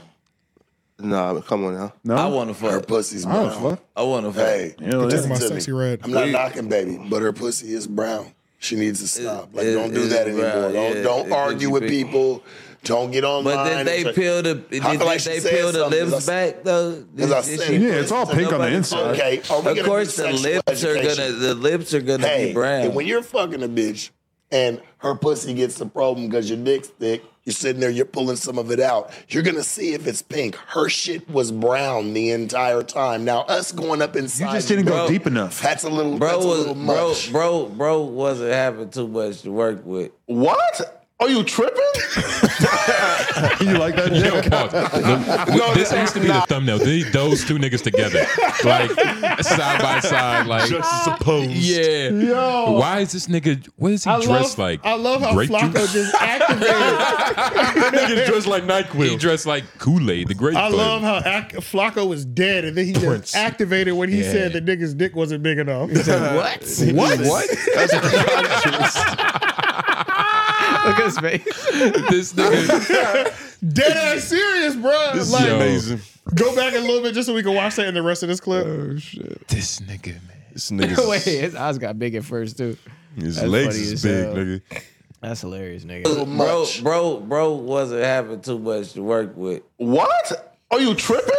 Speaker 9: Nah, come on now.
Speaker 7: No?
Speaker 10: I want to fuck. Her pussy's
Speaker 7: I
Speaker 10: brown.
Speaker 7: don't fuck.
Speaker 10: I want to fuck.
Speaker 9: Hey,
Speaker 7: You know,
Speaker 1: Talking about
Speaker 9: to me.
Speaker 1: sexy red.
Speaker 9: I'm not knocking, baby, but her pussy is brown. She needs to stop. Like,
Speaker 10: it-
Speaker 9: don't do
Speaker 10: it's
Speaker 9: that anymore.
Speaker 10: brown,
Speaker 9: don't
Speaker 10: yeah,
Speaker 9: don't
Speaker 10: it
Speaker 9: argue
Speaker 10: could
Speaker 9: with
Speaker 10: be big.
Speaker 9: people. Don't get online.
Speaker 10: But did they peel the did,
Speaker 9: How
Speaker 10: did
Speaker 9: can I
Speaker 10: they
Speaker 9: say
Speaker 10: peel the
Speaker 9: something?
Speaker 10: lips
Speaker 9: That's-
Speaker 10: back though?
Speaker 9: As I
Speaker 10: Did- did
Speaker 9: said,
Speaker 10: she-
Speaker 7: Yeah, it's all pink on the
Speaker 10: Nobody-
Speaker 7: inside.
Speaker 9: Okay, are we gonna
Speaker 10: Of course,
Speaker 9: do
Speaker 10: the
Speaker 9: sexual
Speaker 10: lips are gonna
Speaker 9: education?
Speaker 10: the lips are gonna
Speaker 9: Hey,
Speaker 10: be brown.
Speaker 9: and when you're fucking a bitch and her pussy gets the problem because your dick's thick, you're sitting there, you're pulling some of it out. You're gonna see if it's pink. Her shit was brown the entire time. Now us going up inside.
Speaker 7: You just didn't go
Speaker 10: Bro.
Speaker 7: deep enough.
Speaker 9: That's a little.
Speaker 10: bro
Speaker 9: that's a
Speaker 10: was
Speaker 9: little
Speaker 10: bro
Speaker 9: much.
Speaker 10: bro bro wasn't having too much to work with.
Speaker 9: What? Are you tripping?
Speaker 7: You like that?
Speaker 2: Yo, pause. The- this has to be the thumbnail. These, those two niggas together, like side by side, like
Speaker 4: Just
Speaker 5: Ah,
Speaker 4: suppose.
Speaker 2: yeah.
Speaker 1: Yo.
Speaker 2: Why is this nigga? What is he
Speaker 1: I love,
Speaker 2: dressed like?
Speaker 1: I love how
Speaker 2: Grape
Speaker 1: Flacco
Speaker 2: juice?
Speaker 1: just activated.
Speaker 4: Nigga dressed like NyQuil.
Speaker 2: He dressed like Kool Aid, the great.
Speaker 1: I love how ac- Flacco was dead, and then he
Speaker 4: Prince.
Speaker 1: just activated when he
Speaker 2: Yeah.
Speaker 1: said the nigga's dick wasn't big enough.
Speaker 5: What?
Speaker 2: what? What?
Speaker 5: Look at his face.
Speaker 2: this nigga.
Speaker 1: dead ass serious, bro.
Speaker 4: This
Speaker 1: like,
Speaker 4: is
Speaker 2: Yo.
Speaker 4: amazing.
Speaker 1: go back a little bit just so we can watch that in the rest of this clip.
Speaker 2: This nigga, man.
Speaker 4: This nigga's
Speaker 5: Wait, his eyes got big at first too.
Speaker 4: his
Speaker 5: that's
Speaker 4: legs
Speaker 5: funny
Speaker 4: is
Speaker 5: as
Speaker 4: big,
Speaker 5: hell.
Speaker 4: nigga.
Speaker 5: That's hilarious, nigga.
Speaker 10: Bro
Speaker 9: much.
Speaker 10: bro bro wasn't having too much to work with.
Speaker 9: what? Are you tripping?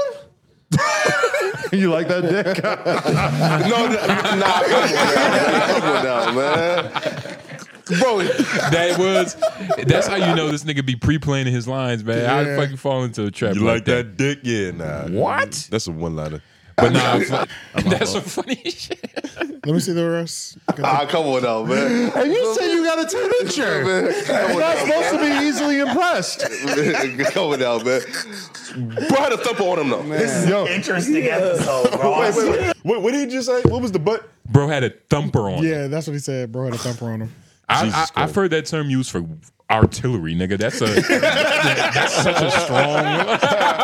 Speaker 7: You like that dick?
Speaker 9: No, no, nah, come on now, come on now, man.
Speaker 2: That was. That's how you know this nigga be pre-planning his lines, man.
Speaker 1: Yeah.
Speaker 2: I fucking fall into a trap.
Speaker 4: You like that dick? Yeah, nah.
Speaker 2: What?
Speaker 4: That's a one liner.
Speaker 2: But nah, I'm fu- that's some funny shit.
Speaker 1: Let me see the rest.
Speaker 9: Ah, come on now, man.
Speaker 7: And you said you got a 10 incher.
Speaker 9: Come on
Speaker 7: Not
Speaker 9: now,
Speaker 7: supposed to be easily impressed.
Speaker 9: man. Come on now, man. Bro had a thumper on him though.
Speaker 7: Yo,
Speaker 9: Interesting episode, bro.
Speaker 4: Wait, wait, wait. What, what did he just say? What was the butt?
Speaker 2: Bro had a thumper on.
Speaker 1: Yeah, that's what he said. Bro had a thumper on him.
Speaker 2: I,
Speaker 4: Jesus
Speaker 2: I, I've heard that term used for artillery, nigga. That's a that's such a strong.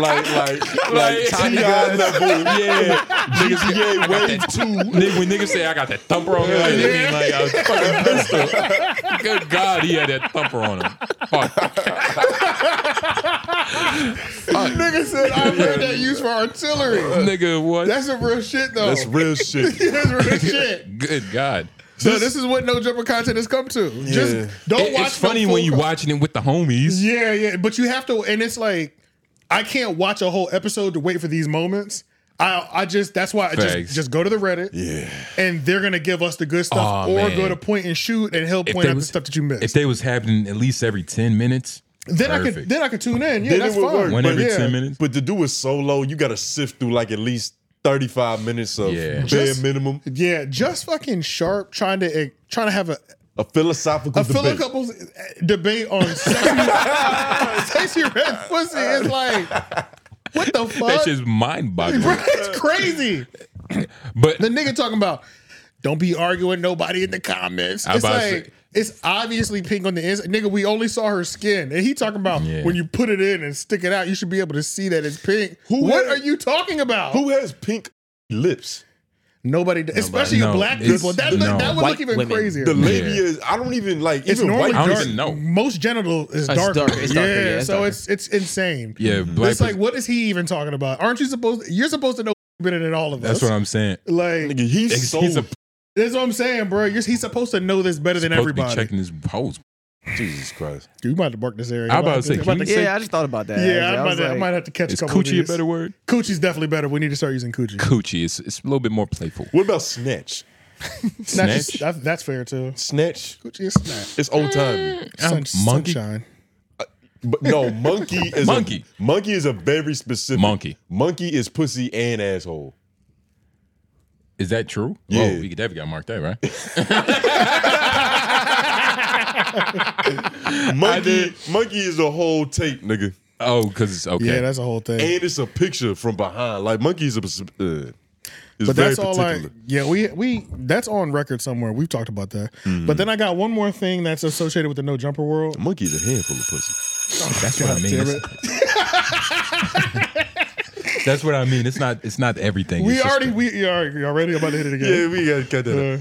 Speaker 4: Like, like, like,
Speaker 2: Tiger.
Speaker 4: T.I. level.
Speaker 2: Yeah, niggas. Yeah, way too. Nigga, when niggas say I got that thumper on, me, like, they mean like a fucking pistol. Good God, he had that thumper on him. Fuck.
Speaker 1: Nigga said, I've heard that used for artillery.
Speaker 2: Nigga, what?
Speaker 1: That's some real shit, though.
Speaker 4: That's real shit.
Speaker 1: That's real shit.
Speaker 2: Good God.
Speaker 1: So this is what no jumper content has come to. Just don't
Speaker 2: It-
Speaker 1: watch.
Speaker 2: it's
Speaker 1: no
Speaker 2: funny
Speaker 1: full
Speaker 2: when you
Speaker 1: co-
Speaker 2: watching it with the homies.
Speaker 1: Yeah, yeah, but you have to, and it's like I can't watch a whole episode to wait for these moments. I I just that's why I
Speaker 2: Facts.
Speaker 1: just just go to the Reddit. Yeah. And they're gonna give us the good stuff,
Speaker 2: Aw,
Speaker 1: or
Speaker 2: man.
Speaker 1: go to point and shoot, and he'll
Speaker 2: If
Speaker 1: point
Speaker 2: they
Speaker 1: out the
Speaker 2: was-
Speaker 1: stuff that you missed.
Speaker 2: If they was happening at least every ten minutes,
Speaker 1: then I could
Speaker 2: perfect.
Speaker 1: then I could tune in. Yeah,
Speaker 4: Then
Speaker 1: that's
Speaker 4: it would
Speaker 1: fine.
Speaker 4: work.
Speaker 2: One
Speaker 4: But
Speaker 2: every
Speaker 4: yeah.
Speaker 2: 10 minutes?
Speaker 4: But to do it solo, you got to sift through like at least 35 minutes of
Speaker 2: Yeah.
Speaker 4: bare
Speaker 1: Just-
Speaker 4: minimum.
Speaker 1: Yeah, just fucking sharp trying to eh, trying to have a
Speaker 4: A philosophical
Speaker 1: a fellow
Speaker 4: debate.
Speaker 1: couples eh, debate on sexy, sexy red pussy is like what the fuck?
Speaker 2: That's just mind
Speaker 1: Bro,
Speaker 2: boggling.
Speaker 1: it's crazy.
Speaker 2: But
Speaker 1: The nigga talking about don't be arguing with nobody in the comments.
Speaker 2: I
Speaker 1: It's
Speaker 2: about
Speaker 1: like
Speaker 2: to say-
Speaker 1: it's obviously pink on the inside. Nigga, we only saw her skin. And he talking about
Speaker 2: Yeah.
Speaker 1: when you put it in and stick it out, you should be able to see that it's pink.
Speaker 4: Who
Speaker 1: what
Speaker 4: had-
Speaker 1: are you talking about?
Speaker 4: Who has pink lips?
Speaker 1: Nobody, especially
Speaker 2: No,
Speaker 1: black
Speaker 2: it's-
Speaker 1: people. That, look-
Speaker 2: no.
Speaker 1: that would
Speaker 5: White
Speaker 1: look even
Speaker 5: women.
Speaker 1: crazier.
Speaker 4: The labia
Speaker 2: Yeah.
Speaker 4: is, I don't even like,
Speaker 1: it's
Speaker 4: even
Speaker 1: normally
Speaker 4: white.
Speaker 2: I don't
Speaker 1: dark.
Speaker 2: even know.
Speaker 1: Most genital is
Speaker 5: It's
Speaker 1: darker.
Speaker 5: darker, it's darker, yeah, it's
Speaker 1: so
Speaker 5: darker. Mm-hmm.
Speaker 1: it's it's insane.
Speaker 2: yeah, black
Speaker 1: it's like, what is he even talking about? Aren't you supposed? You're supposed to know better than all of
Speaker 2: that's
Speaker 1: us.
Speaker 2: what I'm saying.
Speaker 1: like.
Speaker 4: Nigga, he's,
Speaker 2: He's,
Speaker 4: so
Speaker 2: he's a,
Speaker 1: That's what I'm saying, bro. You're, he's supposed to know this better than
Speaker 2: supposed to be
Speaker 1: everybody.
Speaker 2: checking his holes.
Speaker 4: Jesus Christ.
Speaker 1: Dude, you might have to bark this area.
Speaker 2: I'm about to say,
Speaker 1: I'm
Speaker 2: can
Speaker 1: to
Speaker 2: you say-
Speaker 1: say-
Speaker 2: Yeah,
Speaker 11: Yeah, I just thought about that.
Speaker 1: yeah, I,
Speaker 11: I
Speaker 1: might, I might have to catch
Speaker 2: Is
Speaker 1: a couple.
Speaker 2: coochie a
Speaker 1: of these.
Speaker 2: better word?
Speaker 1: Coochie's definitely better. We need to start using coochie.
Speaker 2: Coochie. It's it's a little bit more playful.
Speaker 4: What about snatch?
Speaker 1: Not just-
Speaker 2: Snatch?
Speaker 1: that- that's fair too.
Speaker 4: Snatch,
Speaker 1: Coochie is snatch.
Speaker 4: it's old
Speaker 2: Mm.
Speaker 4: time.
Speaker 1: Sun,
Speaker 2: monkey.
Speaker 1: Sunshine.
Speaker 4: But no, monkey is
Speaker 2: Monkey.
Speaker 4: A, monkey is a very specific
Speaker 2: Monkey.
Speaker 4: Monkey is pussy and asshole.
Speaker 2: Is that true?
Speaker 4: Yeah.
Speaker 2: Oh, we definitely got marked that, right?
Speaker 4: Monkey, monkey is a whole tape, nigga,
Speaker 2: Oh, because it's okay.
Speaker 1: Yeah, that's a whole thing.
Speaker 4: and it's a picture from behind. Like monkey is a, uh, is
Speaker 1: but
Speaker 4: very
Speaker 1: that's all
Speaker 4: particular.
Speaker 1: like yeah we we that's on record somewhere we've talked about that
Speaker 2: Hmm.
Speaker 1: but then i got one more thing that's associated with the no jumper world
Speaker 4: monkey is a handful of pussy.
Speaker 2: that's what I mean.
Speaker 1: damn
Speaker 2: It's- That's what I mean. It's not. It's not everything.
Speaker 1: we
Speaker 2: It's just
Speaker 1: already
Speaker 2: the-
Speaker 1: we y'all already- y'all ready I'm about to hit it
Speaker 4: Yeah,
Speaker 1: again
Speaker 4: we gotta cut that. out.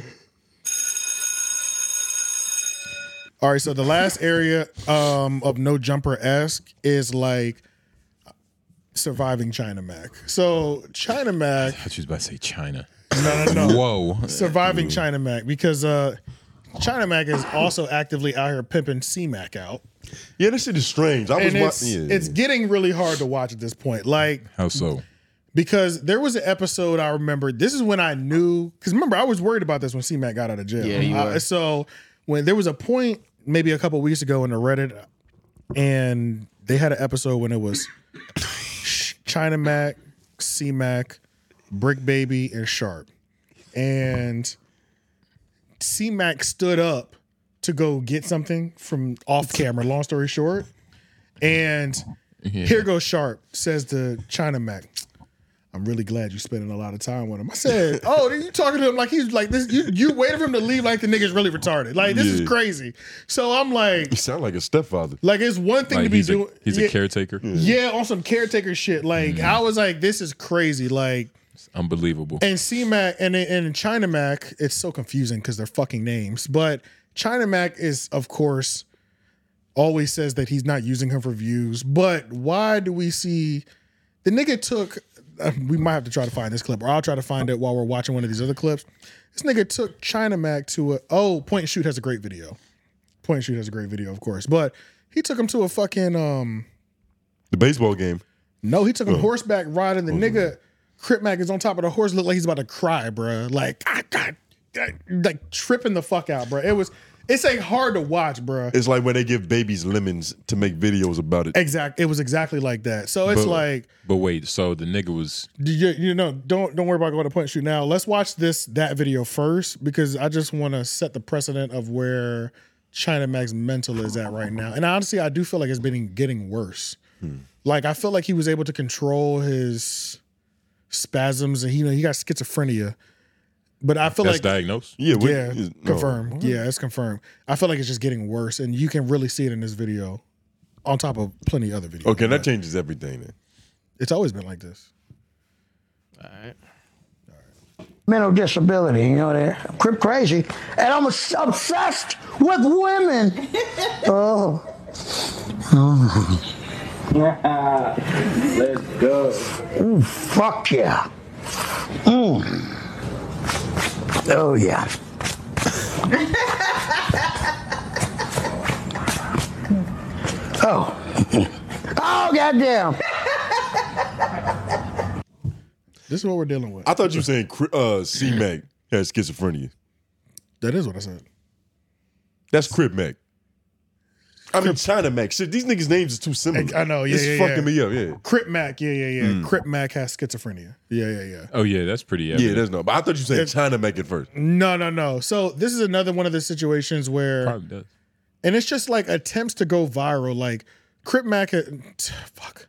Speaker 1: Uh, all right so the last area um of no jumper esque is like surviving china mac so china mac
Speaker 2: I was about to say China.
Speaker 1: no no no
Speaker 2: Whoa.
Speaker 1: surviving china mac because uh china mac is also actively out here pimping c mac out
Speaker 4: Yeah, this shit is strange. I was
Speaker 1: and it's,
Speaker 4: watching. Yeah,
Speaker 1: it's getting really hard to watch at this point. Like
Speaker 2: How so?
Speaker 1: because there was an episode I remember. This is when I knew because remember I was worried about this when C Mac got out of jail.
Speaker 5: Yeah, you
Speaker 1: I-
Speaker 5: were.
Speaker 1: so when there was a point maybe a couple weeks ago in the Reddit, and they had an episode when it was China Mac, C Mac, Brick Baby, and Sharp, and C Mac stood up to go get something from off camera. Long story short, and. Here goes Sharp, says to China Mac. I'm really glad you're spending a lot of time with him. I said, Oh, you talking to him like he's like this. You, you waited for him to leave like the nigga's really retarded. Like, this
Speaker 4: Yeah.
Speaker 1: is crazy. So I'm like,
Speaker 4: you sound like a stepfather.
Speaker 1: like it's one thing to
Speaker 2: Like
Speaker 1: be
Speaker 2: he's a,
Speaker 1: doing.
Speaker 2: he's
Speaker 1: yeah,
Speaker 2: a Mm-hmm. caretaker.
Speaker 1: Yeah, on some caretaker shit. Like, I was like, This is crazy. Like,
Speaker 2: It's unbelievable.
Speaker 1: and C Mac and and China Mac, it's so confusing because they're fucking names. But China Mac is, of course, always says that he's not using him for views. But why do we see the nigga took? uh, We might have to try to find this clip, or I'll try to find it while we're watching one of these other clips. This nigga took China Mac to a oh Point and Shoot has a great video. Point and Shoot has a great video, of course, but he took him to a fucking um.
Speaker 4: The baseball game.
Speaker 1: No, he took a horseback riding. The nigga Crip Mac is on top of the horse, look like he's about to cry, bruh. Like, ah, God, God, like tripping the fuck out, bruh. It was, it's like hard to watch, bruh.
Speaker 4: It's like when they give babies lemons to make videos about it.
Speaker 1: Exact. It was exactly like that. So it's
Speaker 2: But-
Speaker 1: like
Speaker 2: But wait, so the nigga was
Speaker 1: you, you know, don't don't worry about going to point and shoot now. Let's watch this that video first because I just want to set the precedent of where China Mac's mental is at right now. And honestly, I do feel like it's been getting worse.
Speaker 4: Hmm.
Speaker 1: Like I feel like he was able to control his spasms, and he, you know he got schizophrenia. But I feel
Speaker 2: that's
Speaker 1: like
Speaker 2: diagnosed.
Speaker 4: Yeah, we-
Speaker 1: yeah,
Speaker 4: is- no.
Speaker 1: confirmed. Yeah, it's confirmed. I feel like it's just getting worse, and you can really see it in this video, on top of plenty of other videos.
Speaker 4: Okay, that changes everything. Then
Speaker 1: It's always been like this.
Speaker 12: mental disability. You know, they're crip crazy, and I'm obs- obsessed with women. oh.
Speaker 10: Let's go.
Speaker 12: Ooh, fuck yeah. Mm. Oh yeah. oh. oh goddamn.
Speaker 1: This is what we're dealing with.
Speaker 4: I thought you were saying Cri- uh, C Mac has schizophrenia.
Speaker 1: That is what I said.
Speaker 4: That's Crib Mac. I mean China Mac. Shit, these niggas' names are too similar.
Speaker 1: I know, yeah,
Speaker 4: it's
Speaker 1: yeah,
Speaker 4: fucking
Speaker 1: yeah.
Speaker 4: me up. Yeah.
Speaker 1: Crip Mac, yeah, yeah, yeah.
Speaker 4: Mm.
Speaker 1: Crip Mac has schizophrenia. Hmm. Yeah, yeah, yeah.
Speaker 2: Oh yeah, that's pretty.
Speaker 4: Yeah,
Speaker 2: evident.
Speaker 4: that's no. But I thought you said China Mac at first.
Speaker 1: No, no, no. So this is another one of the situations where,
Speaker 2: Probably does.
Speaker 1: and it's just like attempts to go viral. Like Crip Mac,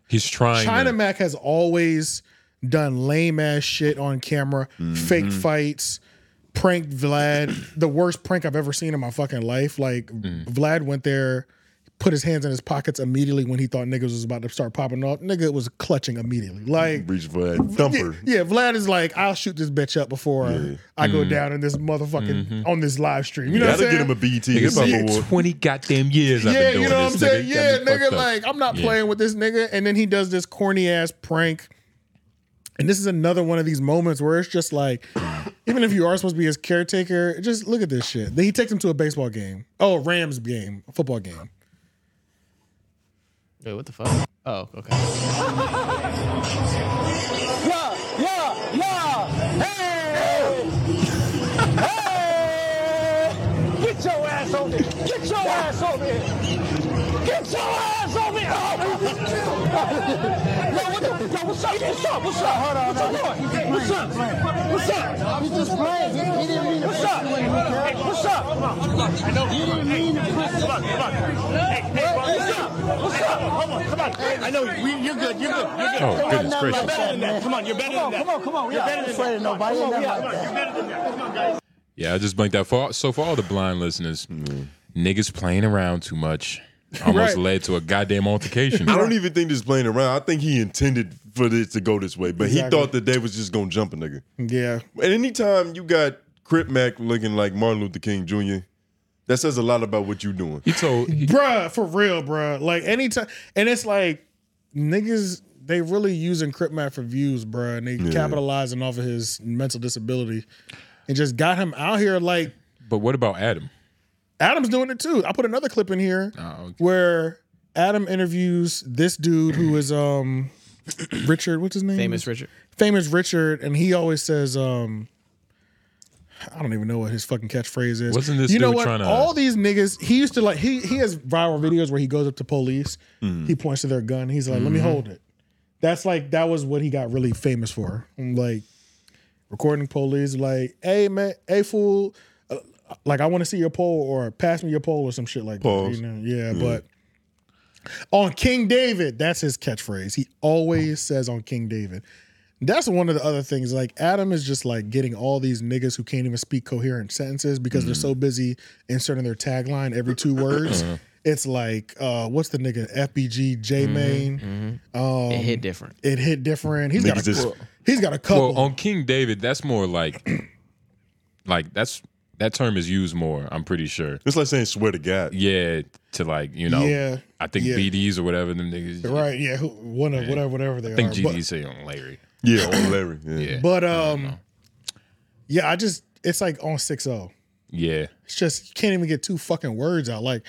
Speaker 2: He's trying.
Speaker 1: China
Speaker 2: to,
Speaker 1: Mac has always done lame ass shit on camera, fake
Speaker 2: Mhm.
Speaker 1: fights, prank Vlad, the worst prank I've ever seen in my fucking life. Like Vlad went there, put his hands in his pockets immediately when he thought niggas was about to start popping off. Nigga was clutching immediately. Like
Speaker 4: Reaching for that thumper.
Speaker 1: yeah, yeah, Vlad is like, I'll shoot this bitch up before I go
Speaker 2: Mhm.
Speaker 1: down in this motherfucking
Speaker 2: Mm-hmm.
Speaker 1: on this live stream. You know
Speaker 4: That'll
Speaker 1: what I'm
Speaker 4: get
Speaker 1: saying?
Speaker 4: him a BET hip
Speaker 2: Nigga,
Speaker 4: hop
Speaker 2: yeah,
Speaker 4: award.
Speaker 2: twenty goddamn years. I've
Speaker 1: yeah,
Speaker 2: been doing
Speaker 1: you know what I'm
Speaker 2: this,
Speaker 1: saying?
Speaker 2: nigga.
Speaker 1: Yeah,
Speaker 2: Got me
Speaker 1: nigga,
Speaker 2: fucked up.
Speaker 1: like I'm not
Speaker 2: Yeah.
Speaker 1: playing with this nigga. And then he does this corny ass prank. And this is another one of these moments where it's just like, even if you are supposed to be his caretaker, just look at this shit. Then he takes him to a baseball game. Oh, Rams game, football game.
Speaker 5: Wait, what the fuck? Oh, okay.
Speaker 12: Yeah, yeah, yeah. Hey! Hey! Get your ass over here. Get your ass over here. Get your ass over here. Oh. yo, what the, yo, what's up? What's up? What's up? Hold on, what's up? What's up? What's up? I was just playing. He, didn't mean What's up? What's up? I know. He didn't mean to. Come on, come on. Hey, hey, what's up? What's up? Come on, come on. I know. We, you're good. You're good. You're good.
Speaker 11: Oh,
Speaker 12: Come on,
Speaker 11: goodness
Speaker 12: now,
Speaker 11: gracious.
Speaker 12: like that, man. Come on, you're better than that. Come on, come on. You're better than that. nobody. Come on, yeah, come on, you're better than that. Come on, guys.
Speaker 2: Yeah, I just blanked out. For so for all the blind listeners,
Speaker 1: Mm.
Speaker 2: niggas playing around too much almost
Speaker 4: Right.
Speaker 2: led to a goddamn altercation.
Speaker 4: I don't even think this playing around. I think he intended for this to go this way, but he
Speaker 1: Exactly.
Speaker 4: thought that they was just gonna jump a nigga.
Speaker 1: Yeah.
Speaker 4: And anytime you got Crip Mac looking like Martin Luther King Jr., that says a lot about what you doing.
Speaker 2: He told
Speaker 1: bruh, for real, bruh. Like anytime, and it's like niggas, they really using Crip Mac for views, bruh, and they
Speaker 2: Yeah.
Speaker 1: capitalizing off of his mental disability, and just got him out here like
Speaker 2: But what about Adam?
Speaker 1: Adam's doing it too. I put another clip in here where Adam interviews this dude who is um Richard, what's his name?
Speaker 5: Famous Richard.
Speaker 1: Famous Richard, and he always says um. I don't even know what his fucking catchphrase is.
Speaker 2: Wasn't this
Speaker 1: you know
Speaker 2: dude
Speaker 1: what?
Speaker 2: trying to-
Speaker 1: All these niggas, he used to like he he has viral videos where he goes up to police,
Speaker 2: Mm-hmm.
Speaker 1: he points to their gun, he's like, "Let me
Speaker 2: Mhm.
Speaker 1: hold it." That's like that was what he got really famous for. I'm like recording police, like, "Hey man, hey fool, uh, like I want to see your pole or pass me your pole or some shit like
Speaker 4: Pause.
Speaker 1: that." You know? Yeah,
Speaker 4: Yeah.
Speaker 1: but on King David, that's his catchphrase. He always says on King David. That's one of the other things. Like Adam is just like getting all these niggas who can't even speak coherent sentences because they're so busy inserting their tagline every two words.
Speaker 5: Uh-huh.
Speaker 1: It's like, uh, what's the nigga FBG J
Speaker 5: Mhm,
Speaker 1: Main? Um,
Speaker 5: It hit different.
Speaker 1: It hit different. He's got a,
Speaker 2: Niggas just-
Speaker 1: he's got a couple.
Speaker 2: Well, on King David, that's more like like that's that term is used more, I'm pretty sure.
Speaker 4: It's like saying swear to God.
Speaker 2: Yeah, to like, you know,
Speaker 1: Yeah,
Speaker 2: I think
Speaker 1: yeah.
Speaker 2: BDs or whatever them niggas.
Speaker 1: right? Yeah, who, one of whatever, whatever they
Speaker 2: I think
Speaker 1: are.
Speaker 2: GD
Speaker 1: But,
Speaker 2: say on Larry.
Speaker 4: Yeah, on Larry. Yeah.
Speaker 1: but um, yeah, I just it's like on six zero.
Speaker 2: Yeah.
Speaker 1: It's just you can't even get two fucking words out. Like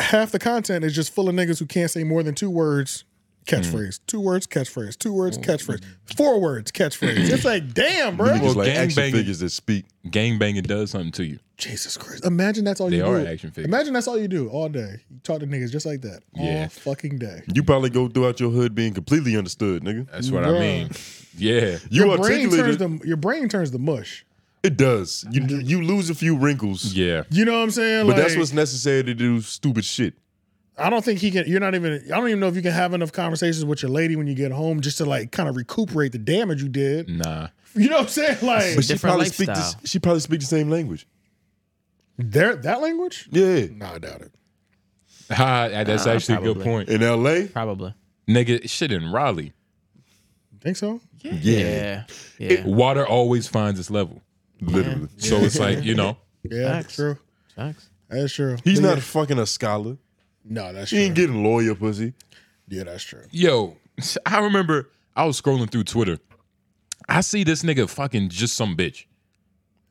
Speaker 1: half the content is just full of niggas who can't say more than two words catchphrase. Two words catchphrase. Two words catchphrase. Four words catchphrase. it's like damn, bro.
Speaker 2: Well, gang banging-
Speaker 4: that speak.
Speaker 2: Gang banging does something to you.
Speaker 1: Jesus Christ. Imagine that's all
Speaker 2: They
Speaker 1: you do.
Speaker 2: are action figures.
Speaker 1: Imagine that's all you do all day. You talk to niggas just like that
Speaker 4: Yeah.
Speaker 1: all fucking day.
Speaker 4: You probably go throughout your hood being completely understood, nigga.
Speaker 2: That's
Speaker 1: what I Bruh. mean.
Speaker 2: Yeah.
Speaker 1: your
Speaker 4: You
Speaker 1: brain turns
Speaker 4: articulated.
Speaker 1: the your brain turns the mush.
Speaker 4: it does. You you lose a few wrinkles.
Speaker 2: Yeah.
Speaker 1: You know what I'm saying?
Speaker 4: But that's
Speaker 1: Like-
Speaker 4: what's necessary to do stupid shit.
Speaker 1: I don't think he can. You're not even. I don't even know if you can have enough conversations with your lady when you get home just to like kind of recuperate the damage you did.
Speaker 2: Nah.
Speaker 1: You know what I'm saying? Like
Speaker 4: But she probably speak the, she probably speak the same language.
Speaker 1: There, that language?
Speaker 4: Yeah.
Speaker 1: Nah, I doubt it.
Speaker 2: Ah, that's
Speaker 1: Nah,
Speaker 2: actually a good
Speaker 1: probably.
Speaker 2: point.
Speaker 4: In LA?
Speaker 5: Probably.
Speaker 2: Nigga, shit in Raleigh.
Speaker 1: Think so?
Speaker 2: Yeah.
Speaker 5: Yeah.
Speaker 2: It- water always finds its level.
Speaker 4: Literally.
Speaker 2: So it's like, you know.
Speaker 1: Yeah, that's true. That's true.
Speaker 4: He's
Speaker 1: But
Speaker 4: not
Speaker 1: yeah.
Speaker 4: fucking a scholar.
Speaker 1: No, that's
Speaker 4: He ain't getting lawyer pussy.
Speaker 1: Yeah, that's true.
Speaker 2: Yo, I remember I was scrolling through Twitter. I see this nigga fucking just some bitch.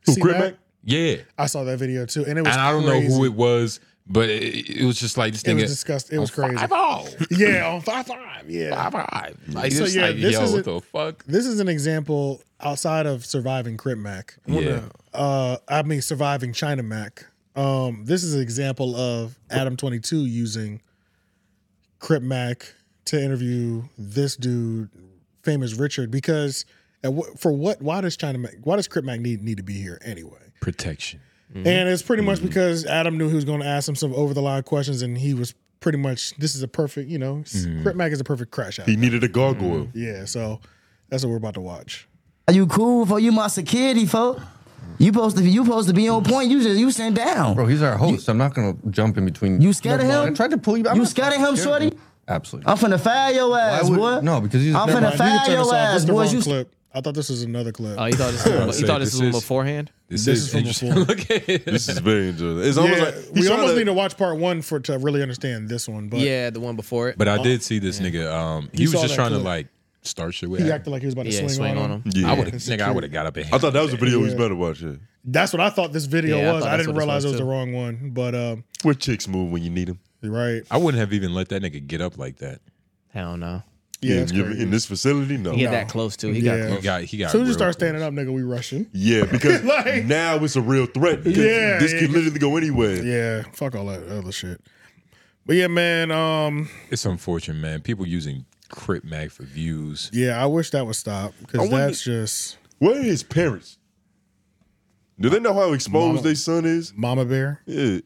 Speaker 1: Who, See Crip that? Mac?
Speaker 2: Yeah.
Speaker 1: I saw that video too, and it
Speaker 2: And
Speaker 1: was.
Speaker 2: I don't know who it was But it, it was just like this
Speaker 1: It
Speaker 2: thing.
Speaker 1: was disgusting. It was crazy.
Speaker 2: Five all.
Speaker 1: Yeah. On five five. Yeah.
Speaker 2: Five five. Like,
Speaker 1: So,
Speaker 2: it's
Speaker 1: yeah,
Speaker 2: like,
Speaker 1: this
Speaker 2: yo,
Speaker 1: is
Speaker 2: what
Speaker 1: a-
Speaker 2: the fuck?
Speaker 1: This is an example outside of surviving Crip Mac.
Speaker 2: Yeah.
Speaker 1: Uh, I mean, surviving China Mac. Um, this is an example of Adam 22 using Crip Mac to interview this dude, famous Richard, because at wh- for what? Why does China Mac? Why does Crip Mac need need to be here anyway?
Speaker 2: Protection.
Speaker 1: And it's pretty much because Adam knew he was going to ask him some over the line questions, and he was pretty much this is a perfect, you know,
Speaker 4: Mhm.
Speaker 1: Crip Mac is a perfect crash out.
Speaker 4: He needed a gargoyle.
Speaker 1: Yeah, so that's what we're about to watch.
Speaker 11: Are you cool for you my security folk? You supposed to be you supposed to be on point. You just you sent down.
Speaker 13: Bro, he's our host. I'm not gonna jump in between.
Speaker 11: You scared of
Speaker 13: Never mind.
Speaker 11: him?
Speaker 13: I tried to pull you. I'm
Speaker 11: You
Speaker 13: not
Speaker 11: scared of him,
Speaker 13: scared
Speaker 11: shorty?
Speaker 13: Absolutely.
Speaker 11: I'm finna fire your
Speaker 13: Why
Speaker 11: ass,
Speaker 13: would-
Speaker 11: boy.
Speaker 13: no, because he's-
Speaker 11: I'm
Speaker 13: never
Speaker 11: finna
Speaker 13: mind. You can
Speaker 11: fire
Speaker 13: turn this
Speaker 11: your
Speaker 13: off.
Speaker 1: This
Speaker 11: ass,
Speaker 1: is the
Speaker 11: boy.
Speaker 1: wrong
Speaker 11: You
Speaker 1: clip. I thought this was another clip.
Speaker 5: Oh, you thought this was- you thought this was one beforehand?
Speaker 1: This,
Speaker 4: This
Speaker 1: is,
Speaker 4: is
Speaker 1: from
Speaker 4: interesting.
Speaker 1: before.
Speaker 4: Look at it. This is very interesting. It's almost like-
Speaker 1: we almost
Speaker 4: he's trying to-
Speaker 1: need to watch part one for to really understand this one. But
Speaker 5: yeah, the one before it.
Speaker 2: But I did see this nigga. Um,
Speaker 1: Oh,
Speaker 2: he
Speaker 1: You
Speaker 2: was
Speaker 1: saw
Speaker 2: just
Speaker 1: that
Speaker 2: trying to
Speaker 1: clip.
Speaker 2: like start shit with.
Speaker 1: He
Speaker 2: Adam.
Speaker 1: acted like he was about to
Speaker 2: Yeah,
Speaker 1: swing,
Speaker 2: swing
Speaker 1: on
Speaker 2: on
Speaker 1: him.
Speaker 2: him. I would've- nigga, I would've got up and
Speaker 4: I thought that was a video we was
Speaker 1: Yeah.
Speaker 4: better watch. Yeah.
Speaker 1: That's what I thought this video
Speaker 2: Yeah, I
Speaker 1: was.
Speaker 2: thought
Speaker 1: I,
Speaker 2: that's
Speaker 1: didn't
Speaker 2: what this
Speaker 1: realize
Speaker 2: was
Speaker 1: it was the
Speaker 2: too.
Speaker 1: wrong one. But um,
Speaker 4: Where chicks move when you need them.
Speaker 1: Right.
Speaker 2: I wouldn't have even let that nigga get up like that.
Speaker 5: Hell no.
Speaker 4: Yeah, in, in this facility, no.
Speaker 5: He got that close too. He got
Speaker 1: Yeah.
Speaker 5: close.
Speaker 2: He got. He got.
Speaker 1: as soon as you
Speaker 2: real-
Speaker 1: start standing up, nigga, we rushing.
Speaker 4: Yeah, because
Speaker 1: Like-
Speaker 4: now it's a real threat. because
Speaker 1: Yeah,
Speaker 4: this
Speaker 1: yeah,
Speaker 4: could
Speaker 1: 'cause-
Speaker 4: literally go anywhere.
Speaker 1: Yeah, fuck all that other shit. But yeah, man. Um,
Speaker 2: It's unfortunate, man. People using Crip Mac for views.
Speaker 1: yeah, I wish that would stop
Speaker 4: I
Speaker 1: because
Speaker 4: wonder-
Speaker 1: that's just
Speaker 4: Where are his parents? Do they know how
Speaker 1: Mama-
Speaker 4: exposed their son is?
Speaker 1: Mama Bear.
Speaker 4: Yeah. I don't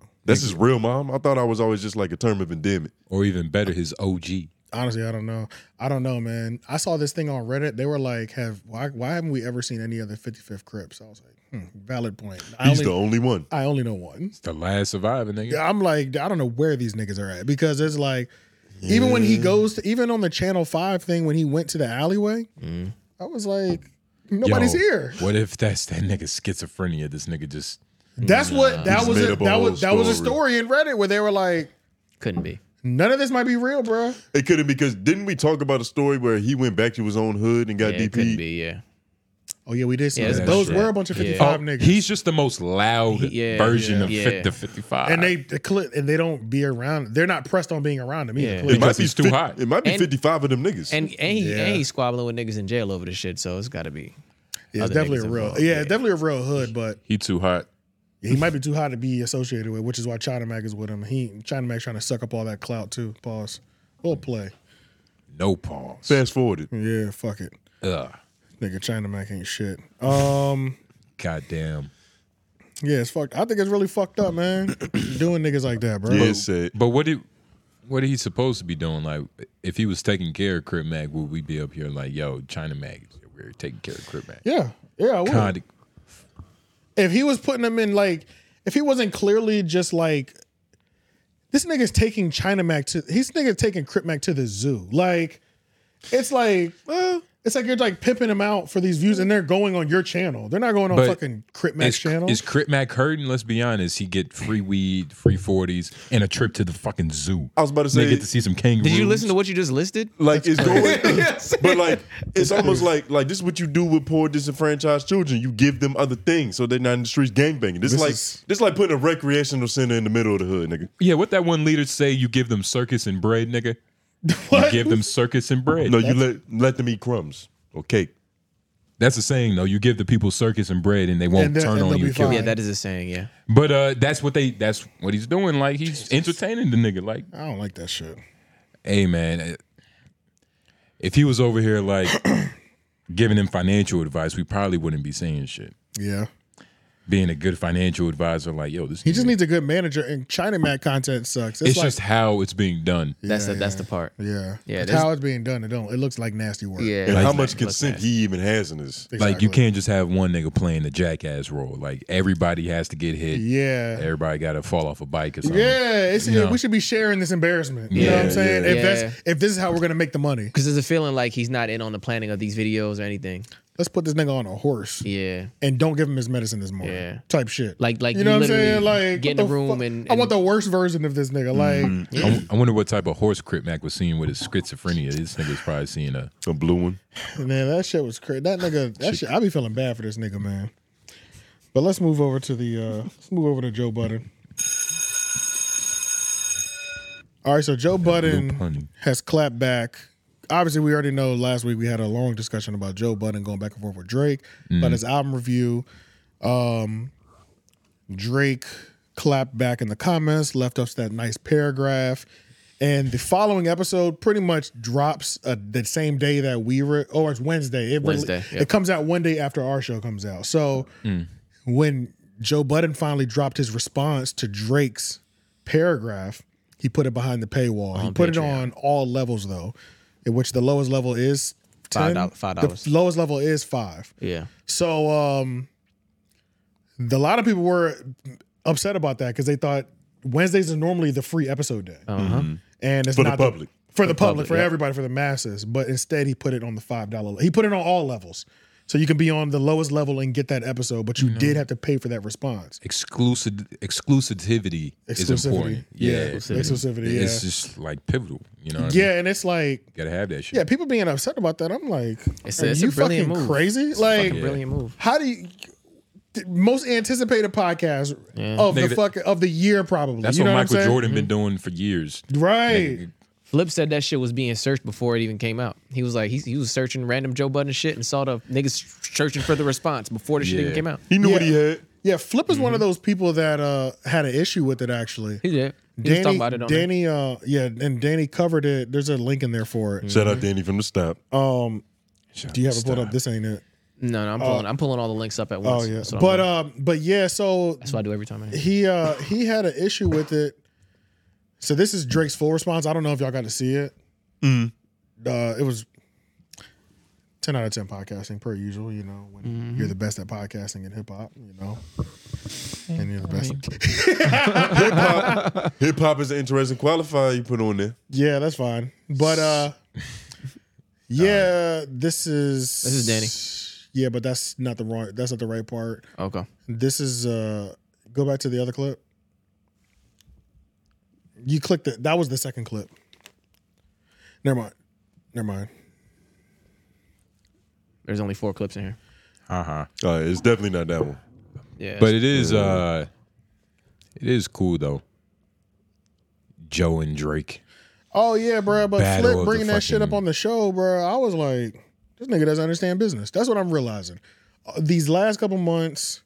Speaker 4: know. That's his real mom. I thought I was always just like a term of endearment.
Speaker 2: Or even better, his OG.
Speaker 1: Honestly, I don't know. I don't know, man. I saw this thing on Reddit. They were like, "Have why? Why haven't we ever seen any other 55th Crips?" I was like, hmm, "Valid point." I
Speaker 4: He's the only one.
Speaker 1: I only know one.
Speaker 2: The last survivor, nigga.
Speaker 1: Yeah, I'm like, I don't know where these niggas are at because it's like, even when he goes to, even on the Channel Five thing, when he went to the alleyway,
Speaker 2: Mm.
Speaker 1: I was like, nobody's
Speaker 2: Yo,
Speaker 1: here.
Speaker 2: What if that's that nigga schizophrenia? This nigga just.
Speaker 1: That's what that
Speaker 2: He's
Speaker 1: was.
Speaker 2: made
Speaker 1: A,
Speaker 2: up a
Speaker 1: that
Speaker 2: whole
Speaker 1: was that was a story in Reddit where they were like,
Speaker 5: couldn't be.
Speaker 1: none of this might be real, bruh.
Speaker 4: It couldn't because didn't we talk about a story where he went back to his own hood and got
Speaker 5: Yeah, it
Speaker 4: DP?
Speaker 5: couldn't be, yeah.
Speaker 1: Oh yeah, we did see
Speaker 2: Yeah,
Speaker 1: that.
Speaker 2: that's
Speaker 1: Those
Speaker 2: right.
Speaker 1: were a bunch of
Speaker 2: Yeah.
Speaker 1: 55
Speaker 2: Oh,
Speaker 1: niggas,
Speaker 2: He's just the most loud
Speaker 5: yeah,
Speaker 2: version
Speaker 5: yeah,
Speaker 2: of
Speaker 5: yeah.
Speaker 2: fit the 55.
Speaker 1: and they the clip and they don't be around. They're not pressed on being around him either.
Speaker 5: Yeah.
Speaker 1: clearly.
Speaker 4: It might be
Speaker 2: he's too
Speaker 4: fif-
Speaker 2: hot.
Speaker 4: It might be
Speaker 5: And-
Speaker 4: 55 of them niggas.
Speaker 5: And and he
Speaker 1: Yeah.
Speaker 5: and he's squabbling with niggas in jail over this shit, so it's got to be.
Speaker 1: Yeah, it's
Speaker 5: other
Speaker 1: definitely
Speaker 5: niggas
Speaker 1: a real.
Speaker 5: involved.
Speaker 1: Yeah, it's definitely a real hood, but
Speaker 2: he too hot.
Speaker 1: he might be too hot to be associated with, which is why China Mac is with him. He China Mac's trying to suck up all that clout too. Pause. We'll play.
Speaker 2: No pause.
Speaker 4: Fast forwarded.
Speaker 1: Yeah, fuck it.
Speaker 2: Ugh.
Speaker 1: Nigga, China Mac ain't shit. Um,
Speaker 2: Goddamn.
Speaker 1: yeah, it's fucked. I think it's really fucked up, man. Doing niggas like that, bro.
Speaker 2: But what did what did he supposed to be doing? Like, if he was taking care of Crip Mac, would we be up here like, yo, China Mac, we're taking care of Crip Mac?
Speaker 1: Yeah, yeah, I would.
Speaker 2: Kinda-
Speaker 1: if he was putting them in like if he wasn't clearly just like this nigga's taking China Mac to he's nigga taking Crip Mac to the zoo. Like it's like well, it's like you're like pimping him out for these views and they're going on your channel. They're not going on
Speaker 2: But
Speaker 1: fucking Crip Mac's
Speaker 2: is,
Speaker 1: channel.
Speaker 2: Is Crip Mac hurting? Let's be honest. He get free weed, free forties, and a trip to the fucking zoo.
Speaker 4: I was about to
Speaker 2: they
Speaker 4: say-
Speaker 2: get to see some kangaroos.
Speaker 5: Did you listen to what you just listed?
Speaker 4: Like it's going,
Speaker 5: Yes.
Speaker 4: but like it's almost like like this is what you do with poor disenfranchised children. You give them other things so they're not in the streets gangbanging.
Speaker 2: This
Speaker 4: This, is like
Speaker 2: is-
Speaker 4: this is like putting a recreational center in the middle of the hood, nigga.
Speaker 2: Yeah, what that one leader say? You give them circus and bread, nigga. You give them circus and bread.
Speaker 4: No, you let let them eat crumbs or cake.
Speaker 2: That's a saying though. You give the people circus and bread, and they won't
Speaker 4: And they'll-
Speaker 2: turn
Speaker 4: and
Speaker 2: on
Speaker 4: they'll
Speaker 2: you.
Speaker 4: be
Speaker 2: kill you.
Speaker 5: Yeah, that is a saying. Yeah.
Speaker 2: But uh, that's what they. That's what he's doing. Like he's entertaining the nigga. Like
Speaker 1: I don't like that shit.
Speaker 2: hey man, eh, if he was over here like giving him financial advice, we probably wouldn't be saying shit.
Speaker 1: yeah.
Speaker 2: Being a good financial advisor, like yo, this
Speaker 1: He just needs a good manager and China Mac content sucks.
Speaker 2: Mm. it's,
Speaker 1: It's, like
Speaker 2: just how it's being done.
Speaker 5: That's the that's the part.
Speaker 1: Yeah.
Speaker 5: Yeah.
Speaker 1: it's
Speaker 5: there's-
Speaker 1: how it's being done. It don't it looks like nasty work.
Speaker 5: Yeah.
Speaker 4: And
Speaker 2: Like-
Speaker 4: how much
Speaker 2: like-
Speaker 4: consent
Speaker 2: like-
Speaker 4: he even has in this?
Speaker 2: Like you can't just have one nigga playing the jackass role. Like everybody has to get hit.
Speaker 1: Yeah.
Speaker 2: Everybody got to fall off a bike or something.
Speaker 1: Yeah, it's,
Speaker 2: You know?
Speaker 1: we should be sharing this embarrassment. You know what I'm
Speaker 2: Yeah,
Speaker 1: saying?
Speaker 2: yeah.
Speaker 1: If
Speaker 5: Yeah.
Speaker 1: that's if this is how we're gonna make the money,
Speaker 5: Because there's a feeling like he's not in on the planning of these videos or anything.
Speaker 1: let's put this nigga on a horse.
Speaker 5: Yeah.
Speaker 1: and don't give him his medicine this morning.
Speaker 5: Yeah.
Speaker 1: Type shit.
Speaker 5: Like like
Speaker 1: you know what I'm
Speaker 5: literally
Speaker 1: saying? Like
Speaker 5: get in
Speaker 1: what
Speaker 5: the
Speaker 1: the
Speaker 5: room
Speaker 1: fu-
Speaker 5: and,
Speaker 1: I want the worst version of this nigga. Like
Speaker 2: I, I wonder what type of horse Crip Mac was seeing with his schizophrenia. This nigga's probably seeing a
Speaker 4: a blue one.
Speaker 5: Mm.
Speaker 1: man, that shit was crazy. That nigga, that shit. I be feeling bad for this nigga, man. But let's move over to the uh let's move over to Joe Budden. All right, so Joe Budden has clapped back. Obviously, we already know last week we had a long discussion about Joe Budden going back and forth with Drake,
Speaker 2: Mhm.
Speaker 1: about his album review. Um, Drake clapped back in the comments, left us that nice paragraph. And the following episode pretty much drops uh, the same day that we re- or it's Wednesday. It, rele-
Speaker 5: Wednesday, yeah.
Speaker 1: it comes out one day after our show comes out. So
Speaker 5: Mm.
Speaker 1: when Joe Budden finally dropped his response to Drake's paragraph, he put it behind the paywall. he
Speaker 5: On
Speaker 1: put it
Speaker 5: Patreon.
Speaker 1: on all levels though, in which the lowest level is
Speaker 5: Five
Speaker 1: 10.
Speaker 5: doll- five
Speaker 1: The
Speaker 5: dollars.
Speaker 1: lowest level is five.
Speaker 5: Yeah.
Speaker 1: So um the, a lot of people were upset about that because they thought Wednesdays is normally the free episode day.
Speaker 2: Oh.
Speaker 5: Uh-huh. Mhm.
Speaker 1: And it's
Speaker 4: For the
Speaker 1: not
Speaker 4: public.
Speaker 1: for the public, for
Speaker 4: yeah.
Speaker 1: everybody, for the masses. But instead he put it on the five dollar he put it on all levels. So you can be on the lowest level and get that episode, but you
Speaker 2: Mhm.
Speaker 1: did have to pay for that response.
Speaker 2: Exclusive exclusivity is
Speaker 1: Exclusivity.
Speaker 2: important.
Speaker 1: Yeah, exclusivity,
Speaker 2: It's
Speaker 1: yeah.
Speaker 2: just like pivotal. You know. What I
Speaker 1: yeah,
Speaker 2: mean?
Speaker 1: and it's like
Speaker 2: You gotta have that shit.
Speaker 1: Yeah, people being upset about that. I'm like,
Speaker 2: It's
Speaker 1: are
Speaker 2: a- it's a
Speaker 1: you
Speaker 2: brilliant
Speaker 1: fucking
Speaker 2: move.
Speaker 1: crazy?
Speaker 2: It's a
Speaker 1: like,
Speaker 2: fucking brilliant move.
Speaker 1: How do you? the Most anticipated podcast of
Speaker 2: Nigga,
Speaker 1: the
Speaker 2: that-
Speaker 1: fucking of the year, probably.
Speaker 2: That's
Speaker 1: you know
Speaker 2: what
Speaker 1: what,
Speaker 2: Michael
Speaker 1: I'm saying? Mm-hmm.
Speaker 2: Jordan been doing for years.
Speaker 1: Right.
Speaker 5: Flip said that shit was being searched before it even came out. He was like, he, he was searching random Joe Budden shit and saw the niggas searching for the response before the shit even came out.
Speaker 1: he had. Yeah, Flip is one
Speaker 2: Mm-hmm.
Speaker 1: of those people that uh had an issue with it actually.
Speaker 5: He did. He was
Speaker 1: Danny,
Speaker 5: talking about it on there.
Speaker 1: Danny, uh, yeah, and Danny covered it. There's a link in there for
Speaker 2: Mm.
Speaker 1: it.
Speaker 4: Shout out Danny from the stop.
Speaker 1: Um, do you have it pulled
Speaker 4: Stop.
Speaker 1: up? This ain't it.
Speaker 5: No, no, I'm
Speaker 1: Oh.
Speaker 5: pulling, I'm pulling all the links up at once.
Speaker 1: Oh yeah,
Speaker 5: That's what I'm
Speaker 1: but
Speaker 5: doing.
Speaker 1: um, but yeah, so
Speaker 5: that's what I do every time. I hear.
Speaker 1: he uh he had an issue with it. So this is Drake's full response. I don't know if y'all got to see it.
Speaker 4: Mm.
Speaker 1: Uh, it was ten out of ten podcasting per usual. You know, when
Speaker 5: Mm-hmm.
Speaker 1: you're the best at podcasting in hip hop, you know, and you're the best.
Speaker 4: Hip hop is an interesting qualifier you put on there.
Speaker 1: Yeah, that's fine. But uh, yeah, this is
Speaker 5: This is Danny.
Speaker 1: Yeah, but that's not the wrong. That's not the right part.
Speaker 5: Okay.
Speaker 1: This is uh go back to the other clip. You clicked it. That was the second clip. Never mind. Never mind.
Speaker 5: There's only four clips in here.
Speaker 2: Uh huh.
Speaker 4: it's definitely not that one.
Speaker 5: Yeah.
Speaker 2: But it is uh it is cool though. Joe and Drake.
Speaker 1: Oh yeah, bro. But
Speaker 2: Battle of
Speaker 1: Flip
Speaker 2: the
Speaker 1: bringing that shit up
Speaker 2: fucking-
Speaker 1: on the show, bro. I was like, this nigga doesn't understand business. That's what I'm realizing. Uh, These last couple months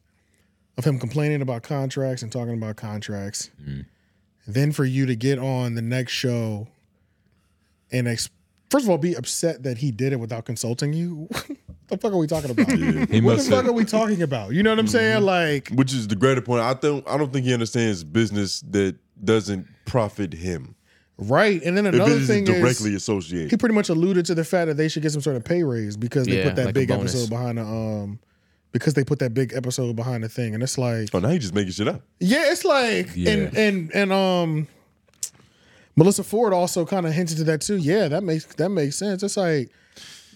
Speaker 1: of him complaining about contracts and talking about contracts,
Speaker 4: Mm.
Speaker 1: then for you to get on the next show and ex- first of all be upset that he did it without consulting you. what the fuck are we talking about?
Speaker 4: He
Speaker 1: what the
Speaker 4: must
Speaker 1: fuck
Speaker 4: have- Mm-hmm.
Speaker 1: are we talking about? You know what I'm saying? Like,
Speaker 4: Which is the greater point. I don't I don't think he understands business that doesn't profit him.
Speaker 1: Right. And then another
Speaker 4: if it
Speaker 1: thing
Speaker 4: isn't directly
Speaker 1: is
Speaker 4: associated.
Speaker 1: he pretty much alluded to the fact that they should get some sort of pay raise because they
Speaker 4: Yeah,
Speaker 1: put that
Speaker 4: like a
Speaker 1: big
Speaker 4: bonus.
Speaker 1: episode behind the um because they put that big episode behind the thing. And it's like
Speaker 4: oh now you just making shit up.
Speaker 1: Yeah, it's like and
Speaker 4: Yeah.
Speaker 1: and and um Melissa Ford also kind of hinted to that too. Yeah, that makes that makes sense. It's like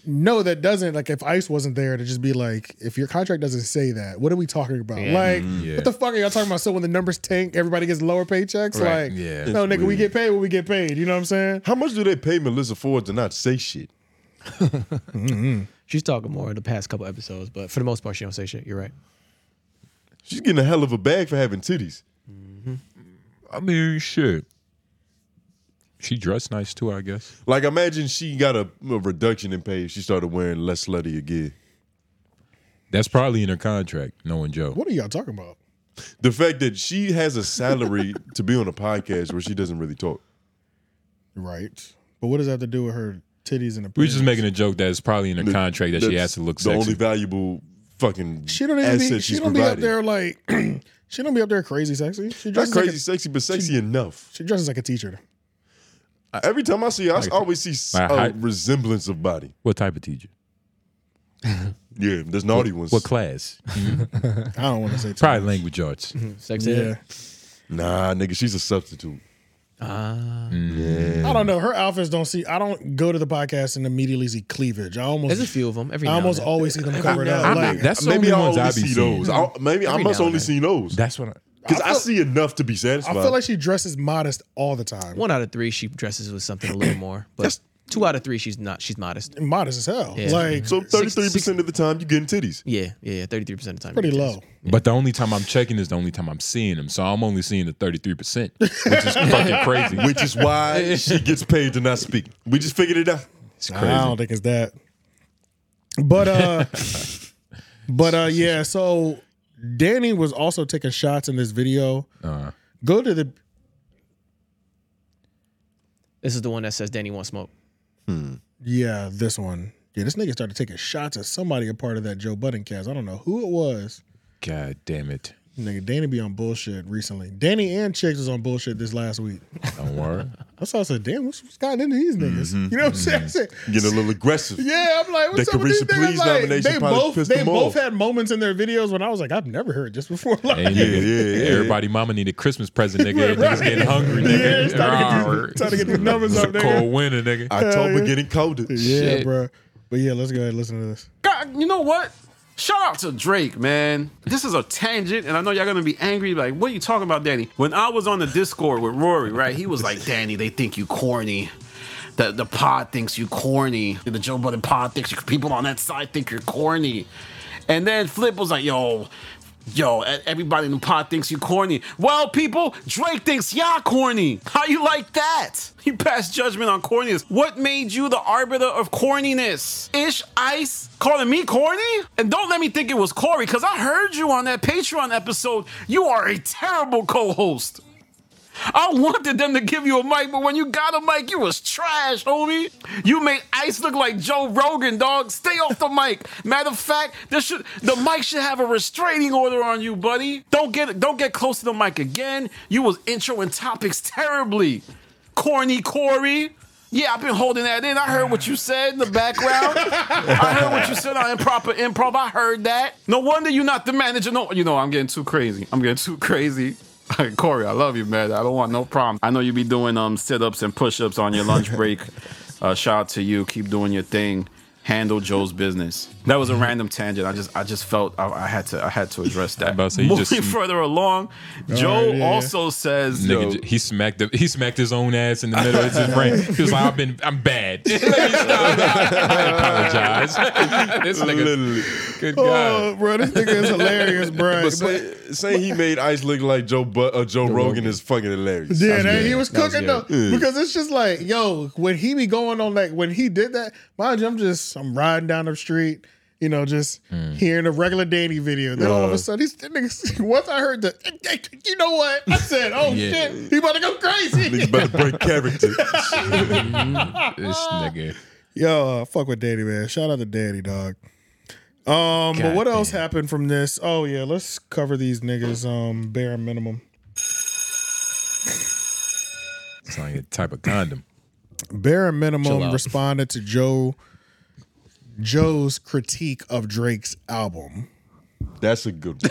Speaker 1: no, that doesn't. Like, if ICE wasn't there to just be like, if your contract doesn't say that, what are we talking about?
Speaker 2: Yeah.
Speaker 1: Like,
Speaker 4: Mm-hmm.
Speaker 2: Mhm. Yeah.
Speaker 1: what the fuck are y'all talking about? So when the numbers tank, everybody gets lower paychecks.
Speaker 4: Right.
Speaker 1: Like,
Speaker 4: Yeah.
Speaker 1: no,
Speaker 4: It's
Speaker 1: nigga, we
Speaker 4: weird.
Speaker 1: get paid when we get paid. You know what I'm saying?
Speaker 4: How much do they pay Melissa Ford to not say shit?
Speaker 5: She's talking more the past couple episodes, but for the most part, she don't say shit. You're right.
Speaker 4: She's getting a hell of a bag for having titties.
Speaker 2: I mean shit. She dressed nice too, I guess.
Speaker 4: Like imagine she got a, a reduction in pay if she started wearing less slutty again.
Speaker 2: That's probably in her contract, knowing Joe.
Speaker 1: What are y'all talking about?
Speaker 4: The fact that she has a salary to be on a podcast where she doesn't really talk.
Speaker 1: Right. But what does that have to do with her titties and
Speaker 2: We're
Speaker 1: appearance?
Speaker 2: just making a joke that it's probably in her
Speaker 4: The-
Speaker 2: contract that she has
Speaker 4: that's
Speaker 2: to look
Speaker 4: the
Speaker 2: sexy.
Speaker 4: only valuable fucking
Speaker 1: She don't even
Speaker 4: asset
Speaker 1: be. She
Speaker 4: she's
Speaker 1: don't be up
Speaker 4: providing.
Speaker 1: there like. she don't be up there crazy sexy. She
Speaker 4: Not
Speaker 1: dresses
Speaker 4: crazy
Speaker 1: Like
Speaker 4: sexy, but sexy enough.
Speaker 1: a, she dresses like a teacher.
Speaker 4: Every time I see her, I s- always see s-
Speaker 2: Like
Speaker 4: a
Speaker 2: high-
Speaker 4: resemblance of body.
Speaker 2: What type of teacher?
Speaker 4: Yeah, there's naughty
Speaker 2: What-
Speaker 4: ones.
Speaker 2: What class?
Speaker 1: I don't want to say.
Speaker 2: Probably language arts.
Speaker 5: Sexy.
Speaker 4: Nah, nigga, she's a substitute.
Speaker 5: Ah.
Speaker 1: I don't know. Her outfits don't see. I don't go to the podcast and immediately see cleavage. I almost
Speaker 5: There's a few of them. Every
Speaker 1: I
Speaker 5: now and
Speaker 1: always
Speaker 5: then.
Speaker 1: always see them covered
Speaker 4: now
Speaker 1: up.
Speaker 4: and
Speaker 1: Like,
Speaker 4: then. That's the Maybe only I ones I only be see seeing. those. I- maybe I must
Speaker 2: now and
Speaker 4: only
Speaker 2: then.
Speaker 4: see those.
Speaker 2: That's what I.
Speaker 4: Because I, see enough to be satisfied.
Speaker 1: I feel like she dresses modest all the time.
Speaker 5: One out of three, she dresses with something a little more. But Two out of three, she's not. She's modest.
Speaker 1: Modest as hell.
Speaker 5: Yeah.
Speaker 1: Like
Speaker 4: so, thirty three percent of the time you getting titties.
Speaker 5: Yeah, yeah, thirty three percent of the time.
Speaker 1: Pretty low.
Speaker 2: But the only time I'm checking is the only time I'm seeing them. So I'm only seeing the 33%, which is fucking crazy.
Speaker 4: Which is why she gets paid to not speak. We just figured it out. It's crazy.
Speaker 1: I don't think it's that. But uh but uh yeah, so Danny was also taking shots in this video.
Speaker 4: Uh-huh.
Speaker 2: Uh,
Speaker 1: Go to the
Speaker 5: This is the one that says Danny wants smoke.
Speaker 1: yeah, this one. Yeah, this nigga started taking shots at somebody a part of that Joe Budden cast. I don't know who it was.
Speaker 2: God damn it.
Speaker 1: Nigga, Danny be on bullshit recently. Danny and Chicks was on bullshit this last week.
Speaker 2: Don't worry.
Speaker 1: That's why I said, damn, what's, what's gotten into these niggas?
Speaker 4: Mm-hmm,
Speaker 1: You know what I'm saying? I said,
Speaker 4: Getting a little aggressive.
Speaker 1: Yeah, I'm like, what's
Speaker 4: That
Speaker 1: up with these
Speaker 4: Carisha Please
Speaker 1: niggas? Like,
Speaker 4: nomination
Speaker 1: they
Speaker 4: probably
Speaker 1: both
Speaker 4: pissed
Speaker 1: they
Speaker 4: them
Speaker 1: both
Speaker 4: off.
Speaker 1: had moments in their videos when I was like, I've never heard this before. Like,
Speaker 2: Hey, nigga,
Speaker 4: yeah, yeah.
Speaker 2: Everybody, mama need a Christmas present, nigga. Niggas getting hungry,
Speaker 1: Yeah,
Speaker 2: nigga.
Speaker 1: it's time to
Speaker 2: Rawr.
Speaker 1: get, time to get these numbers
Speaker 2: It's
Speaker 1: up,
Speaker 2: a cold
Speaker 1: nigga.
Speaker 2: winter, nigga.
Speaker 4: October getting colder.
Speaker 1: Yeah,
Speaker 4: Shit.
Speaker 1: bro. But yeah, let's go ahead and listen to this.
Speaker 14: God, you know what? Shout out to Drake, man. This is a tangent, and I know y'all gonna be angry. Like, what are you talking about, Danny? When I was on the Discord with Rory, right? He was like, Danny, they think you corny. The, the pod thinks you corny. The Joe Budden pod thinks you, people on that side think you're corny. And then Flip was like, yo, yo, e- everybody in the pod thinks you corny. Well, people, Drake thinks y'all corny. How you like that? You pass judgment on corniness. What made you the arbiter of corniness? Ish Ice calling me corny? And don't let me think it was Corey, because I heard you on that Patreon episode. You are a terrible co-host. I wanted them to give you a mic, but when you got a mic, you was trash, homie. You made Ice look like Joe Rogan, dog. Stay off the mic. Matter of fact, this should the mic should have a restraining order on you, buddy. Don't get don't get close to the mic again. You was introing topics terribly. Corny Corey. Yeah, I've been holding that in. I heard what you said in the background. I heard what you said on improper improv. I heard that. No wonder you're not the manager. No, you know I'm getting too crazy. I'm getting too crazy. Corey, I love you, man. I don't want no problem. I know you be doing um sit-ups and push-ups on your lunch break. Uh, shout out to you. Keep doing your thing. Handle Joe's business. That was a random tangent. I just, I just felt I, I had to, I had to address that.
Speaker 2: about to say, you
Speaker 14: Moving
Speaker 2: just-
Speaker 14: further along,
Speaker 2: All
Speaker 14: Joe
Speaker 2: right, yeah.
Speaker 14: also says,
Speaker 2: Nigga,
Speaker 14: Yo,
Speaker 2: j- he smacked the, he smacked his own ass in the middle of his brain. He was like, "I've been, I'm bad. Let me stop. I apologize." this nigga,
Speaker 4: Literally.
Speaker 2: good
Speaker 1: Oh,
Speaker 2: god,
Speaker 1: bro, this nigga is hilarious, bro.
Speaker 4: But say, saying he made Ice look like Joe Bu- uh, Joe Rogan is fucking hilarious.
Speaker 1: Yeah, that, he was cooking though,
Speaker 4: Yeah.
Speaker 1: because it's just like, yo, when he be going on like when he did that, mind you, I'm just I'm riding down the street, you know, just
Speaker 4: Mm.
Speaker 1: hearing a regular Danny video. Then all of
Speaker 4: Uh.
Speaker 1: a sudden, he's that nigga, once I heard the, you know what, I said, oh
Speaker 2: Yeah.
Speaker 1: shit, he about to go crazy.
Speaker 4: Nigga about to break character.
Speaker 2: this nigga.
Speaker 1: Yo, uh, fuck with Daddy, man. Shout out to Daddy, dog. Um, but
Speaker 2: God
Speaker 1: what else happened from this? Oh yeah, let's cover these niggas um bare minimum.
Speaker 2: It's like a type of condom.
Speaker 1: Bare
Speaker 2: Chill
Speaker 1: minimum
Speaker 2: out.
Speaker 1: responded to Joe Joe's critique of Drake's album.
Speaker 4: That's a good one.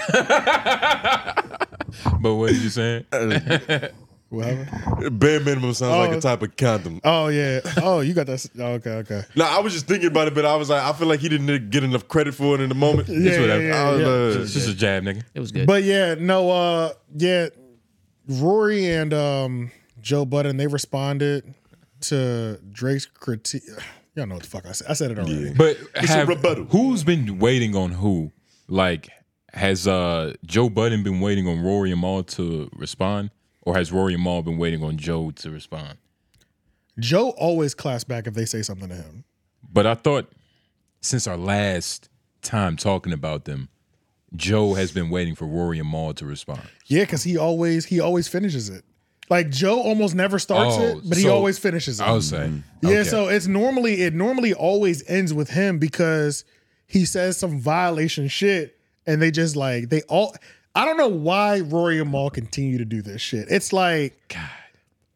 Speaker 2: But what are you saying?
Speaker 4: Bare minimum sounds like
Speaker 1: Oh.
Speaker 4: a type of condom.
Speaker 1: Oh yeah. Oh, you got that. s- Oh, okay, okay.
Speaker 4: No, I was just thinking about it, but I was like, I feel like he didn't get enough credit for it in the moment.
Speaker 1: Yeah,
Speaker 4: It's whatever.
Speaker 1: yeah, yeah,
Speaker 4: I was,
Speaker 1: yeah.
Speaker 4: uh,
Speaker 2: It's just Oh, a jab, nigga.
Speaker 5: It was good.
Speaker 1: But yeah, no, uh, yeah, Rory and um Joe Budden they responded to Drake's critique. Y'all know what the fuck I said. I said it already.
Speaker 2: But
Speaker 4: It's a
Speaker 2: have-
Speaker 4: rebuttal.
Speaker 2: who's been waiting on who? Like, has uh, Joe Budden been waiting on Rory and Maul to respond, or has Rory and Maul been waiting on Joe to respond?
Speaker 1: Joe always claps back if they say something to him.
Speaker 2: But I thought since our last time talking about them, Joe has been waiting for Rory and Maul to respond.
Speaker 1: Yeah, because he always he always finishes it. Like Joe almost never starts
Speaker 2: Oh,
Speaker 1: it, but he
Speaker 2: so-
Speaker 1: always finishes it.
Speaker 2: I would say,
Speaker 1: Yeah,
Speaker 2: okay.
Speaker 1: so it's normally it normally always ends with him because he says some violation shit, and they just like they all. I don't know why Rory and Maul continue to do this shit. It's like God.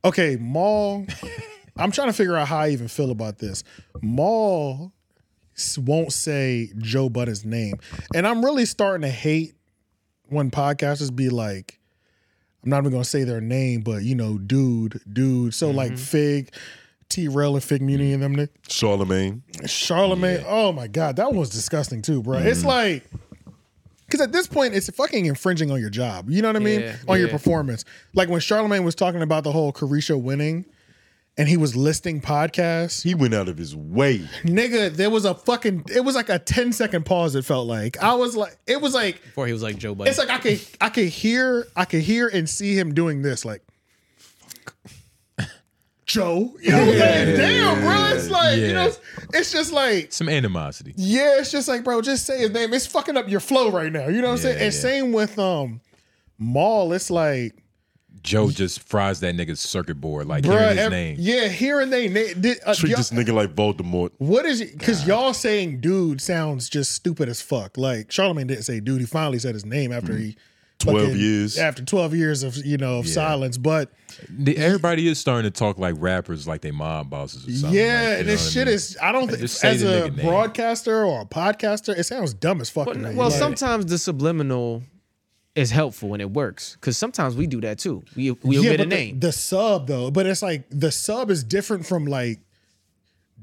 Speaker 1: Okay, Maul. I'm trying to figure out how I even feel about this. Maul s- won't say Joe Budden's name, and I'm really starting to hate when podcasters be like. I'm not even gonna say their name, but you know, dude, dude. So like
Speaker 5: Mm-hmm.
Speaker 1: Fig, T Rail and Fig Muni and them ni-
Speaker 4: Charlemagne.
Speaker 1: Charlemagne. Oh my God, that was disgusting too, bro. It's
Speaker 5: Mm-hmm.
Speaker 1: like because at this point, it's fucking infringing on your job. You know what I mean?
Speaker 5: Yeah,
Speaker 1: on your
Speaker 5: yeah.
Speaker 1: performance. Like when Charlemagne was talking about the whole Carisha winning, and he was listing podcasts.
Speaker 4: He went out of his way.
Speaker 1: Nigga, there was a fucking it was like a 10 second pause, it felt like. I was like, it was like
Speaker 5: Before he was like Joe Budden.
Speaker 1: it's like I could I could hear I could hear and see him doing this, like Joe. You know what I'm saying? Damn, bro. It's like, you know, it's- it's just like
Speaker 2: some animosity.
Speaker 1: Yeah, it's just like, bro, just say his name. It's fucking up your flow right now. You know what I'm saying?
Speaker 2: Yeah,
Speaker 1: And
Speaker 2: yeah.
Speaker 1: same with um Maul, it's like
Speaker 2: Joe just fries that nigga's circuit board like
Speaker 1: Bruh,
Speaker 2: hearing his
Speaker 1: ev-
Speaker 2: name.
Speaker 1: Yeah, hearing they name. Did, uh,
Speaker 4: Treat
Speaker 1: y'all-
Speaker 4: this nigga like Voldemort.
Speaker 1: what is it? Because y'all saying dude sounds just stupid as fuck. Like Charlemagne didn't say dude. He finally said his name after
Speaker 2: Mm.
Speaker 1: he.
Speaker 4: 12
Speaker 1: fucking-
Speaker 4: years.
Speaker 1: After 12 years of, you know, of silence. But
Speaker 2: The- everybody is starting to talk like rappers, like they mob bosses or something.
Speaker 1: yeah,
Speaker 2: like, you
Speaker 1: and
Speaker 2: know
Speaker 1: this
Speaker 2: what I
Speaker 1: shit
Speaker 2: mean?
Speaker 1: is, I don't think,
Speaker 2: Just say
Speaker 1: as
Speaker 2: the
Speaker 1: a
Speaker 2: nigga name.
Speaker 1: broadcaster or a podcaster, it sounds dumb as fuck. to me.
Speaker 5: Well,
Speaker 1: Like,
Speaker 5: sometimes the subliminal is helpful and it works because sometimes we do that too. We we
Speaker 1: Yeah,
Speaker 5: omit a
Speaker 1: but the-
Speaker 5: name.
Speaker 1: The, sub, though, but it's like the sub is different from like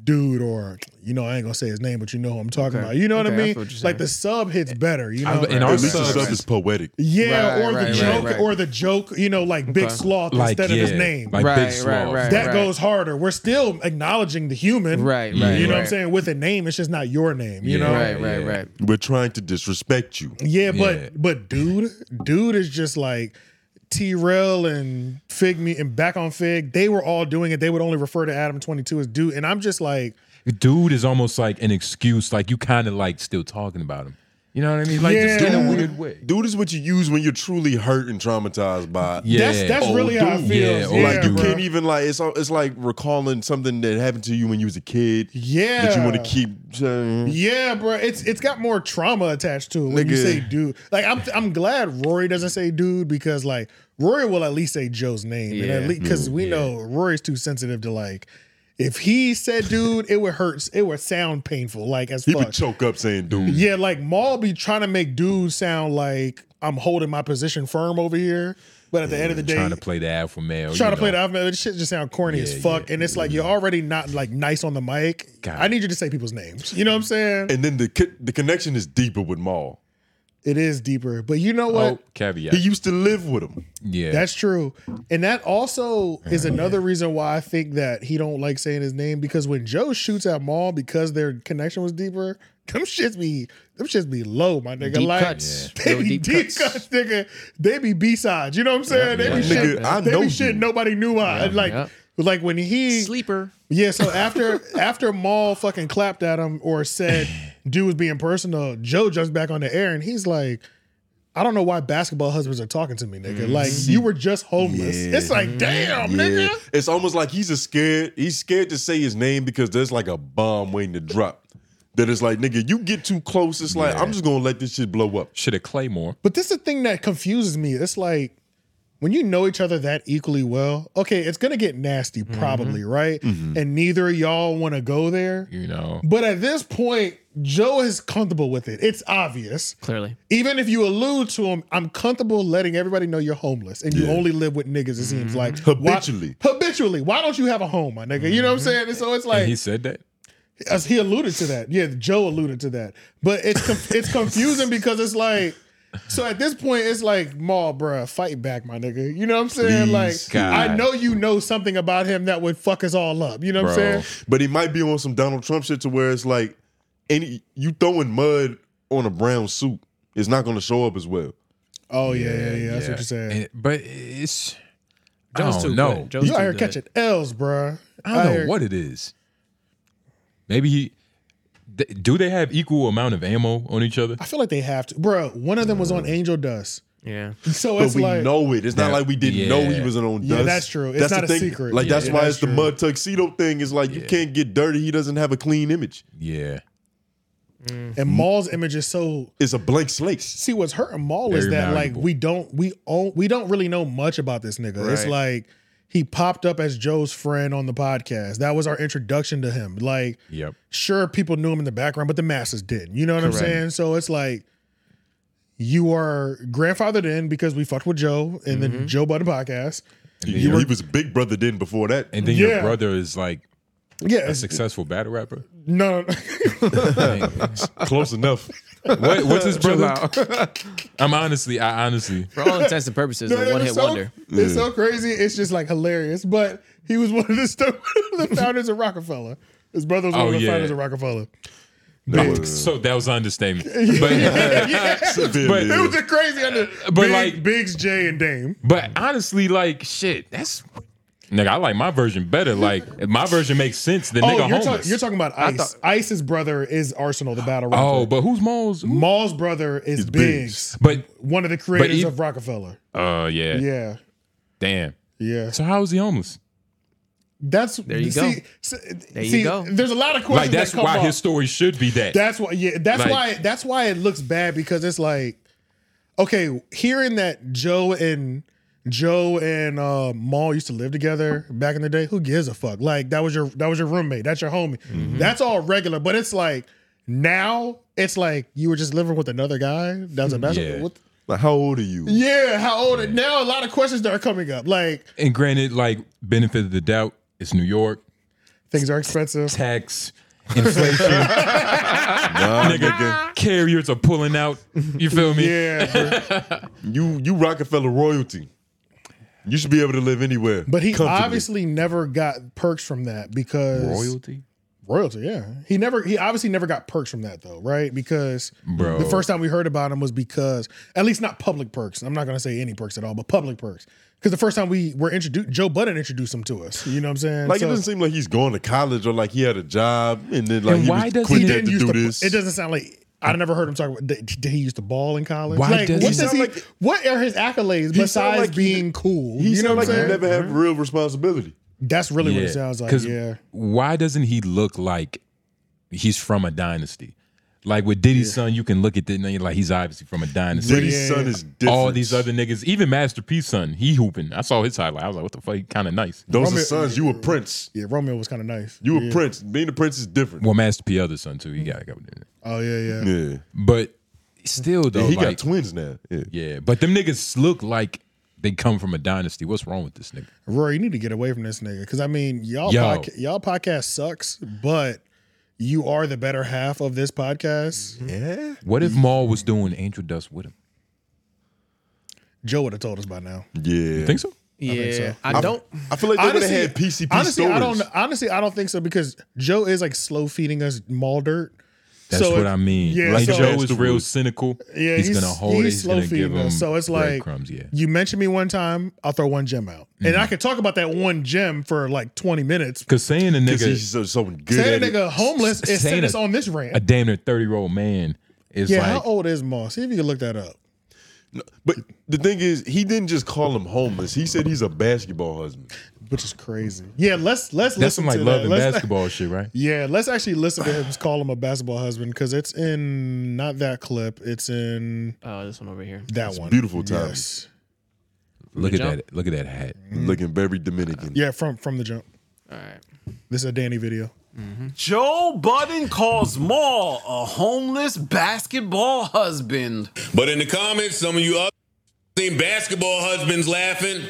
Speaker 1: dude or, you know, I ain't gonna say his name, but you know who I'm talking
Speaker 5: Okay.
Speaker 1: about. You know what
Speaker 5: Okay,
Speaker 1: I
Speaker 5: I
Speaker 1: mean?
Speaker 5: feel what you're
Speaker 1: like
Speaker 5: saying.
Speaker 1: the sub hits better, you know?
Speaker 2: I- and our
Speaker 4: At least the
Speaker 2: subs-
Speaker 4: sub is poetic.
Speaker 1: Yeah,
Speaker 5: Right,
Speaker 1: or the
Speaker 5: right,
Speaker 1: joke,
Speaker 5: right, right.
Speaker 1: or the joke, you know, like Big
Speaker 5: Okay.
Speaker 1: Sloth
Speaker 2: Like,
Speaker 1: instead of his
Speaker 2: yeah,
Speaker 1: name.
Speaker 2: like
Speaker 5: Right,
Speaker 2: Big Sloth.
Speaker 5: right, right.
Speaker 1: that goes harder. We're still acknowledging the human,
Speaker 5: Right,
Speaker 1: You
Speaker 5: right,
Speaker 1: know what I'm
Speaker 5: right.
Speaker 1: saying? With a name, it's just not your name, you know?
Speaker 5: right, right, right.
Speaker 4: We're trying to disrespect you.
Speaker 1: Yeah, but
Speaker 2: Yeah.
Speaker 1: but dude, dude is just like T Rail and Fig me and back on Fig. They were all doing it. They would only refer to Adam 22 as dude, and I'm just like,
Speaker 2: Dude is almost like an excuse. Like you kind of like still talking about him. You know what I mean? Like just in a
Speaker 1: Yeah.
Speaker 2: weird way.
Speaker 4: Dude is what you use when you're truly hurt and traumatized by.
Speaker 2: Yeah.
Speaker 1: that's that's
Speaker 4: old
Speaker 1: really how it
Speaker 4: dude.
Speaker 1: feels.
Speaker 2: Yeah,
Speaker 1: Yeah,
Speaker 2: old
Speaker 4: Like you
Speaker 1: bro.
Speaker 4: can't even like it's all, it's like recalling something that happened to you when you was a kid
Speaker 1: yeah,
Speaker 4: that you want to keep saying.
Speaker 1: Yeah, bro. It's it's got more trauma attached to it when you
Speaker 4: Nigga.
Speaker 1: say dude. Like I'm I'm glad Rory doesn't say dude because like Rory will at least say Joe's name. And
Speaker 5: Yeah.
Speaker 1: at least because we know Rory's too sensitive to like if he said dude, it would hurt it would sound painful. Like as
Speaker 4: He
Speaker 1: fuck.
Speaker 4: would choke up saying dude.
Speaker 1: yeah, like Maul be trying to make dude sound like I'm holding my position firm over here. But at the end of the day,
Speaker 2: Trying to play the alpha male.
Speaker 1: trying
Speaker 2: you
Speaker 1: to play the
Speaker 2: know.
Speaker 1: alpha male. This shit just sound corny as fuck. and it's like you're already not like nice on the mic.
Speaker 2: God.
Speaker 1: I need you to say people's names. You know what I'm saying?
Speaker 4: And then the co- the connection is deeper with Maul.
Speaker 1: It is deeper. But you know what?
Speaker 2: Oh, caveat.
Speaker 4: He used to live with him.
Speaker 2: yeah.
Speaker 1: That's true. And that also is another reason why I think that he don't like saying his name because when Joe shoots at Maul because their connection was deeper, them shits be them shits be low, my nigga.
Speaker 5: Deep
Speaker 1: like
Speaker 5: cuts.
Speaker 1: they
Speaker 5: Yo,
Speaker 1: be deep,
Speaker 5: deep
Speaker 1: cuts. nigga. They be B sides. You know what I'm saying? they be
Speaker 4: yeah.
Speaker 1: shit.
Speaker 4: Nigga, I
Speaker 1: they
Speaker 4: know
Speaker 1: be
Speaker 4: you.
Speaker 1: shit nobody knew I like
Speaker 5: yeah.
Speaker 1: like when he
Speaker 5: Sleeper.
Speaker 1: yeah, so after after Maul fucking clapped at him or said dude was being personal, Joe jumps back on the air and he's like, I don't know why basketball husbands are talking to me, nigga. Like you were just homeless.
Speaker 4: Mm-hmm. Yeah.
Speaker 1: It's like, damn, nigga.
Speaker 4: It's almost like he's a scared. He's scared to say his name because there's like a bomb waiting to drop. That it's like, nigga, you get too close. It's like I'm just gonna let this shit blow up.
Speaker 2: Should have Claymore.
Speaker 1: But this is the thing that confuses me. It's like when you know each other that equally well, okay, it's gonna get nasty
Speaker 4: Mm-hmm.
Speaker 1: probably, right? And neither of y'all wanna go there.
Speaker 2: You know.
Speaker 1: But at this point, Joe is comfortable with it. It's obvious.
Speaker 5: Clearly.
Speaker 1: Even if you allude to him, I'm comfortable letting everybody know you're homeless and you
Speaker 4: Yeah.
Speaker 1: only live with niggas, it seems like.
Speaker 4: Habitually. Mm-hmm.
Speaker 1: Why, habitually. Why don't you have a home, my nigga? You know what I'm saying? And so it's like,
Speaker 2: and he said that.
Speaker 1: as he alluded to that. Yeah, Joe alluded to that. But it's conf- it's confusing because it's like, so at this point, it's like, Maul, bruh, fight back, my nigga. You know what I'm saying?
Speaker 4: Please,
Speaker 1: like,
Speaker 2: God.
Speaker 1: I know you know something about him that would fuck us all up. You know what
Speaker 2: Bro.
Speaker 1: I'm saying?
Speaker 4: But he might be on some Donald Trump shit to where it's like, any you throwing mud on a brown suit, it's not gonna show up as well.
Speaker 1: Oh, yeah, yeah, yeah. That's what you're saying.
Speaker 2: And- but it's.
Speaker 5: Joe's
Speaker 2: I
Speaker 5: too
Speaker 2: don't know.
Speaker 5: good. Joe's
Speaker 1: you out
Speaker 5: too
Speaker 1: here
Speaker 5: good.
Speaker 1: catching L's, bruh.
Speaker 2: I don't
Speaker 1: Out
Speaker 2: know
Speaker 1: here-
Speaker 2: what it is. Maybe he. th- do they have equal amount of ammo on each other?
Speaker 1: I feel like they have to, bruh. One of them was on Angel Dust,
Speaker 5: Yeah.
Speaker 1: so
Speaker 4: But
Speaker 1: it's
Speaker 4: we
Speaker 1: like
Speaker 4: know it. It's not
Speaker 2: Yeah.
Speaker 4: like we didn't know he
Speaker 2: Yeah.
Speaker 4: was an own dust.
Speaker 1: Yeah, that's true. It's not a secret.
Speaker 4: Like
Speaker 1: Yeah,
Speaker 4: that's
Speaker 1: yeah,
Speaker 4: why
Speaker 1: that's
Speaker 4: it's the
Speaker 1: true.
Speaker 4: mud tuxedo thing. Is like you can't get dirty. He doesn't have a clean image.
Speaker 2: Yeah.
Speaker 1: and Maul's image is so.
Speaker 4: It's a blank slate.
Speaker 1: See, what's hurting Maul is
Speaker 2: Very
Speaker 1: that
Speaker 2: malleable.
Speaker 1: like we don't we own we don't really know much about this nigga. It's
Speaker 5: Right.
Speaker 1: like he popped up as Joe's friend on the podcast. That was our introduction to him. Like,
Speaker 2: Yep.
Speaker 1: sure, people knew him in the background, but the masses didn't. You know what I'm
Speaker 2: Correct.
Speaker 1: saying? So it's like. You are grandfathered in because we fucked with Joe in the Joe Budden podcast.
Speaker 2: And then,
Speaker 4: He,
Speaker 2: your,
Speaker 4: he was big brother then before that.
Speaker 2: and then your
Speaker 1: Yeah.
Speaker 2: brother is like
Speaker 1: Yeah,
Speaker 2: a
Speaker 1: it's-
Speaker 2: successful battle rapper.
Speaker 1: no, no, no.
Speaker 2: Dang.
Speaker 4: Close enough.
Speaker 2: What, what's his
Speaker 15: Chill
Speaker 2: brother?
Speaker 15: out.
Speaker 2: I'm honestly, I honestly,
Speaker 15: For all intents and purposes, a one hit
Speaker 1: so,
Speaker 15: wonder.
Speaker 1: It's so crazy. It's just like hilarious. But he was one of the, sto- the founders of Rockefeller. His brother was one
Speaker 2: Oh,
Speaker 1: of the
Speaker 2: yeah.
Speaker 1: founders of Rockefeller.
Speaker 2: But- so that was an understatement. But, but-
Speaker 1: it was a crazy under.
Speaker 2: But
Speaker 1: Big-
Speaker 2: like-
Speaker 1: Biggs J and Dame.
Speaker 2: But honestly, like shit, that's nigga. I like my version better. Like if my version makes sense. The nigga
Speaker 1: oh, you're,
Speaker 2: homeless.
Speaker 1: talk- you're talking about
Speaker 2: I
Speaker 1: Ice. Ice's brother is Arsenal, the battle rapper.
Speaker 2: Oh, but who's Maul's?
Speaker 1: Maul's brother is Biggs,
Speaker 2: But
Speaker 1: one of the creators
Speaker 2: e-
Speaker 1: of Rockefeller.
Speaker 2: oh yeah,
Speaker 1: Yeah.
Speaker 2: Damn.
Speaker 1: Yeah.
Speaker 2: So how is he homeless?
Speaker 1: That's
Speaker 2: There you
Speaker 1: see,
Speaker 2: go.
Speaker 1: See,
Speaker 2: There you
Speaker 1: see,
Speaker 2: go.
Speaker 1: There's a lot of
Speaker 2: Like
Speaker 1: questions.
Speaker 2: that's
Speaker 1: that come
Speaker 2: why
Speaker 1: up.
Speaker 2: his story should be that.
Speaker 1: That's why. Yeah. That's
Speaker 2: Like-
Speaker 1: why. That's why it looks bad because it's like, okay, hearing that Joe and Joe and uh, Maul used to live together back in the day. Who gives a fuck? Like that was your that was your roommate. That's your homie.
Speaker 2: Mm-hmm.
Speaker 1: That's all regular. But it's like now it's like you were just living with another guy. That's a basketball.
Speaker 2: Mm-hmm. Yeah.
Speaker 1: What the-
Speaker 4: Like, how old are you?
Speaker 1: Yeah. How old? Now a lot of questions that are coming up. Like
Speaker 2: And granted, like benefit of the doubt, it's New York.
Speaker 1: things are expensive.
Speaker 2: Tax. Inflation. nigga, carriers are pulling out. You feel me?
Speaker 4: Yeah. you you Rockefeller royalty. You should be able to live anywhere.
Speaker 1: But he
Speaker 4: comfortably.
Speaker 1: obviously never got perks from that because
Speaker 4: Royalty?
Speaker 1: Royalty, yeah. He never he obviously never got perks from that though, right? Because
Speaker 2: Bro.
Speaker 1: the first time we heard about him was because at least not public perks. I'm not gonna say any perks at all, but public perks. Because the first time we were introduced, Joe Budden introduced him to us. You know what I'm saying?
Speaker 4: Like
Speaker 1: So-
Speaker 4: it doesn't seem like he's going to college or like he had a job and then like
Speaker 1: And
Speaker 4: he
Speaker 1: why
Speaker 4: was
Speaker 1: does
Speaker 4: quit
Speaker 1: he
Speaker 4: that
Speaker 1: didn't
Speaker 4: to
Speaker 1: use
Speaker 4: do
Speaker 1: the,
Speaker 4: this.
Speaker 1: It doesn't sound like I never heard him talk about. Did, did he use the ball in college?
Speaker 4: Why
Speaker 1: like,
Speaker 4: does
Speaker 1: what
Speaker 4: he
Speaker 1: does
Speaker 4: sound
Speaker 1: he?
Speaker 4: like-
Speaker 1: what are his accolades
Speaker 4: He sound
Speaker 1: besides
Speaker 4: like he-
Speaker 1: being cool?
Speaker 4: He
Speaker 1: you know
Speaker 4: sound
Speaker 1: what
Speaker 4: like
Speaker 1: I'm
Speaker 4: he
Speaker 1: saying?
Speaker 4: never had real responsibility.
Speaker 1: That's really what
Speaker 2: Yeah,
Speaker 1: it sounds like.
Speaker 2: 'cause
Speaker 1: Yeah.
Speaker 2: Why doesn't he look like he's from a dynasty? Like with Diddy's son, you can look at it and you're like, he's obviously from a dynasty.
Speaker 4: Diddy's Yeah. son is
Speaker 2: All
Speaker 4: different.
Speaker 2: these other niggas, even Master P's son, he hooping. I saw his highlight. I was like, what the fuck? Kind of nice.
Speaker 4: Those are sons. You were Prince.
Speaker 1: Yeah, Romeo was kind of nice.
Speaker 4: You were
Speaker 1: Yeah.
Speaker 4: Prince. Being a Prince is different.
Speaker 2: Well, Master P other son too. He got go with it.
Speaker 1: Oh yeah, yeah.
Speaker 4: Yeah.
Speaker 2: But still though,
Speaker 4: Yeah, he got
Speaker 2: like-
Speaker 4: twins now. Yeah.
Speaker 2: But them niggas look like they come from a dynasty. What's wrong with this nigga?
Speaker 1: Rory, you need to get away from this nigga because I mean, y'all
Speaker 2: Yo.
Speaker 1: podca- y'all podcast sucks, but you are the better half of this podcast.
Speaker 2: Mm-hmm.
Speaker 4: Yeah,
Speaker 2: What if Maul was doing angel dust with him?
Speaker 1: Joe would have told us by now.
Speaker 4: Yeah. You
Speaker 2: think so?
Speaker 1: I think so.
Speaker 4: I feel like they would have had PCP
Speaker 1: honestly,
Speaker 4: stories.
Speaker 1: I don't. Honestly, I don't think so because Joe is like slow feeding us mall dirt.
Speaker 2: That's
Speaker 1: So
Speaker 2: what
Speaker 1: it-
Speaker 2: I mean.
Speaker 1: Yeah,
Speaker 2: like
Speaker 1: so-
Speaker 2: Joe is real cynical.
Speaker 1: Yeah,
Speaker 2: he's,
Speaker 1: he's,
Speaker 2: gonna hold
Speaker 1: he's
Speaker 2: it.
Speaker 1: slow
Speaker 2: he's gonna give
Speaker 1: feeding
Speaker 2: him
Speaker 1: us. So it's like
Speaker 2: crumbs. Yeah. Mm-hmm.
Speaker 1: you mentioned me one time, I'll throw one gem out, and I could talk about that one gem for like twenty minutes.
Speaker 2: Because saying a nigga,
Speaker 4: he's so, so good
Speaker 1: Saying
Speaker 4: at
Speaker 1: a
Speaker 4: it.
Speaker 1: nigga homeless
Speaker 2: S-
Speaker 1: is
Speaker 2: saying
Speaker 1: sending us
Speaker 2: a-
Speaker 1: on this rant.
Speaker 2: a damn near thirty year old man is
Speaker 1: yeah, how
Speaker 2: like,
Speaker 1: old is Maul? See if you can look that up.
Speaker 4: But the thing is, he didn't just call him homeless. He said he's a basketball husband,
Speaker 1: which is crazy. Yeah, let's let's
Speaker 2: that's
Speaker 1: listen
Speaker 2: some like
Speaker 1: to
Speaker 2: love
Speaker 1: that.
Speaker 2: and
Speaker 1: Let's-
Speaker 2: basketball shit, right?
Speaker 1: Yeah, let's actually listen to him call him a basketball husband because it's in not that clip. It's in
Speaker 15: Oh, this one over here.
Speaker 1: that
Speaker 4: It's
Speaker 1: one.
Speaker 4: beautiful time.
Speaker 1: Yes.
Speaker 2: Look
Speaker 15: the
Speaker 2: at
Speaker 15: jump?
Speaker 2: that. Look at that hat.
Speaker 4: looking very Dominican.
Speaker 1: Yeah, from from the jump.
Speaker 15: All right.
Speaker 1: This is a Danny video.
Speaker 5: Joe Budden calls Maul a homeless basketball husband.
Speaker 3: But in the comments, some of you other seen basketball husbands laughing.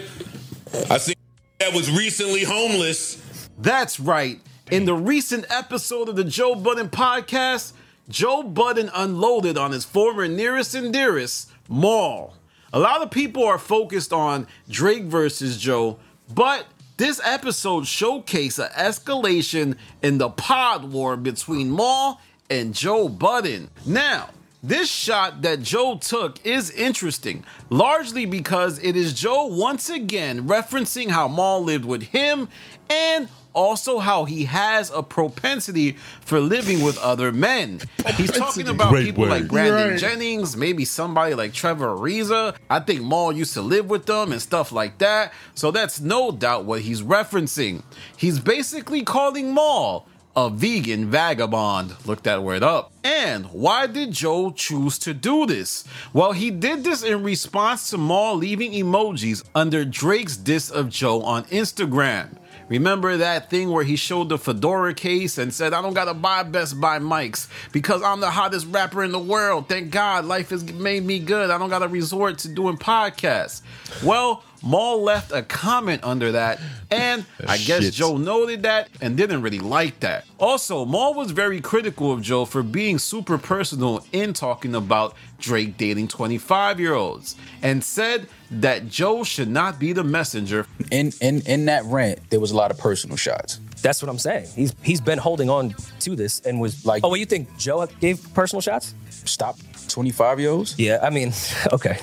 Speaker 3: I seen that was recently homeless.
Speaker 5: That's right. In the recent episode of the Joe Budden podcast, Joe Budden unloaded on his former nearest and dearest, Maul. A lot of people are focused on Drake versus Joe, but this episode showcased an escalation in the pod war between Maul and Joe Budden. Now, this shot that Joe took is interesting, largely because it is Joe once again referencing how Maul lived with him and also how he has a propensity for living with other men. He's talking about
Speaker 4: Great
Speaker 5: people like
Speaker 4: word.
Speaker 5: Brandon
Speaker 4: Right.
Speaker 5: Jennings, maybe somebody like Trevor Ariza. I think Maul used to live with them and stuff like that. So that's no doubt what he's referencing. He's basically calling Maul a vegan vagabond. Look that word up. And why did Joe choose to do this? Well, he did this in response to Maul leaving emojis under Drake's diss of Joe on Instagram. Remember that thing where he showed the fedora case and said, I don't gotta buy Best Buy mics because I'm the hottest rapper in the world. Thank God life has made me good. I don't gotta resort to doing podcasts. Well,
Speaker 14: Maul left a comment under that, and I guess
Speaker 12: Shit.
Speaker 14: Joe noted that and didn't really like that. Also, Maul was very critical of Joe for being super personal in talking about Drake dating 25 year olds and said that Joe should not be the messenger.
Speaker 16: In, in, in that rant, there was a lot of personal shots.
Speaker 17: That's what I'm saying. He's he's been holding on to this and was like, oh, well, you think Joe gave personal shots?
Speaker 16: Stop 25 year olds?
Speaker 17: Yeah, I mean, okay.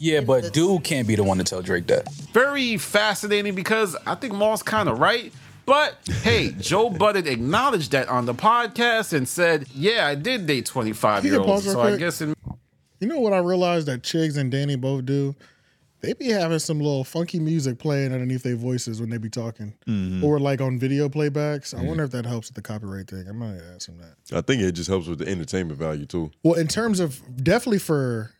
Speaker 16: Yeah, but dude can't be the one to tell Drake that.
Speaker 14: very fascinating because I think Maul's kind of right. But hey, Joe Budden acknowledged that on the podcast and said, "Yeah, I did date twenty-five
Speaker 1: Can you
Speaker 14: year
Speaker 1: pause
Speaker 14: olds."
Speaker 1: real
Speaker 14: So I
Speaker 1: quick?
Speaker 14: guess in
Speaker 1: You know what I realized that Chigs and Danny both do? They be having some little funky music playing underneath their voices when they be talking,
Speaker 2: Mm-hmm.
Speaker 1: or like on video playbacks. I wonder if that helps with the copyright thing. I might ask them that.
Speaker 4: I think it just helps with the entertainment value too.
Speaker 1: Well, in terms of definitely for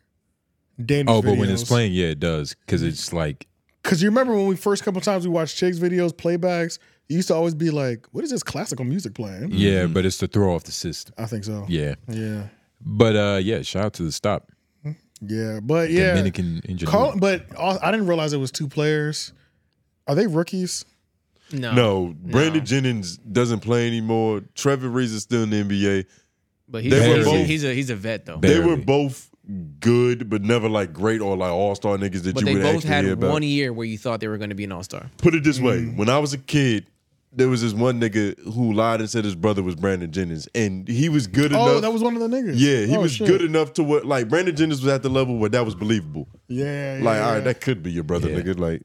Speaker 1: Danny's
Speaker 2: Oh, but when it's
Speaker 1: videos.
Speaker 2: playing, yeah, it does because it's like
Speaker 1: Because you remember when we first couple times we watched Chig's videos, playbacks, you used to always be like, what is this classical music playing?
Speaker 2: yeah, but it's to throw off the system.
Speaker 1: I think so.
Speaker 2: Yeah,
Speaker 1: Yeah.
Speaker 2: but uh, yeah, shout out to the stop
Speaker 1: Yeah. But yeah.
Speaker 2: Dominican engineer.
Speaker 1: Call, but al- I didn't realize it was two players. Are they rookies?
Speaker 4: No,
Speaker 1: Oh.
Speaker 4: Brandon Jennings doesn't play anymore. Trevor Reese is still in the NBA.
Speaker 5: But he's,
Speaker 4: They were
Speaker 5: he's, a,
Speaker 4: both-
Speaker 5: he's a he's a vet though.
Speaker 4: They were both good, but never like great or like all star niggas that
Speaker 5: but
Speaker 4: you
Speaker 5: they
Speaker 4: would
Speaker 5: both
Speaker 4: actually hear
Speaker 5: had
Speaker 4: about.
Speaker 5: one year where you thought they were going to be an all star.
Speaker 4: Put it this way:
Speaker 1: Mm.
Speaker 4: when I was a kid, there was this one nigga who lied and said his brother was Brandon Jennings, and he was good
Speaker 1: oh,
Speaker 4: enough.
Speaker 1: that was one of the niggas.
Speaker 4: yeah, he
Speaker 1: Oh,
Speaker 4: was
Speaker 1: shit.
Speaker 4: good enough to what like Brandon Jennings was at the level where that was believable.
Speaker 1: Yeah. yeah
Speaker 4: like, all
Speaker 1: yeah.
Speaker 4: right, that could be your brother, nigga. Like,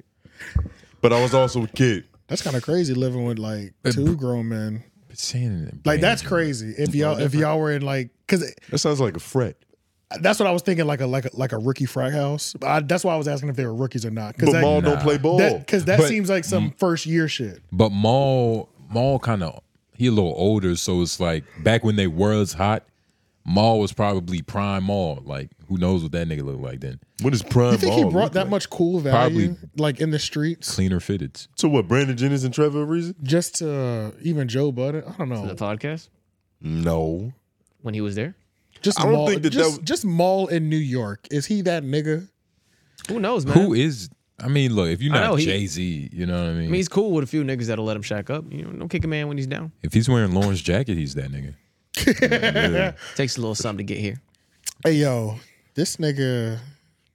Speaker 4: but I was also a kid.
Speaker 1: That's kind of crazy living with like two grown men.
Speaker 2: saying
Speaker 1: Like that's crazy. If y'all if y'all were in like because
Speaker 4: that sounds like a fret.
Speaker 1: That's what I was thinking, like a like a, like a rookie frat house. I, that's why I was asking if they were rookies or not.
Speaker 2: But
Speaker 1: that,
Speaker 2: Maul don't Nah. play ball.
Speaker 1: Because that
Speaker 2: But- Mm.
Speaker 1: seems like some first year shit.
Speaker 2: But Maul, Maul kind of he a little older, so it's like back when they was hot. Maul was probably prime Maul. Like who knows what that nigga looked like then?
Speaker 4: What is prime
Speaker 1: You think he brought that much cool value,
Speaker 2: Probably.
Speaker 1: like in the streets,
Speaker 2: cleaner fitteds?
Speaker 4: So what? Brandon Jennings and Trevor Reason?
Speaker 1: just to uh, even Joe Budden? I don't know.
Speaker 5: The podcast
Speaker 4: No.
Speaker 5: when he was there.
Speaker 1: Just
Speaker 5: I don't
Speaker 1: Maul,
Speaker 5: think that that
Speaker 1: just,
Speaker 5: w-
Speaker 1: just Maul in New York. Is he that nigga?
Speaker 5: Who knows, man?
Speaker 2: Who is? I mean, look, if you're
Speaker 5: I know
Speaker 2: not
Speaker 5: he-
Speaker 2: Jay Z, you know what I
Speaker 5: I
Speaker 2: mean.
Speaker 5: mean, he's cool with a few niggas that'll let him shack up. You know, don't kick a man when he's down.
Speaker 2: if he's wearing Lauren's jacket, he's that nigga.
Speaker 5: Takes a little something to get here.
Speaker 1: Hey yo, this nigga.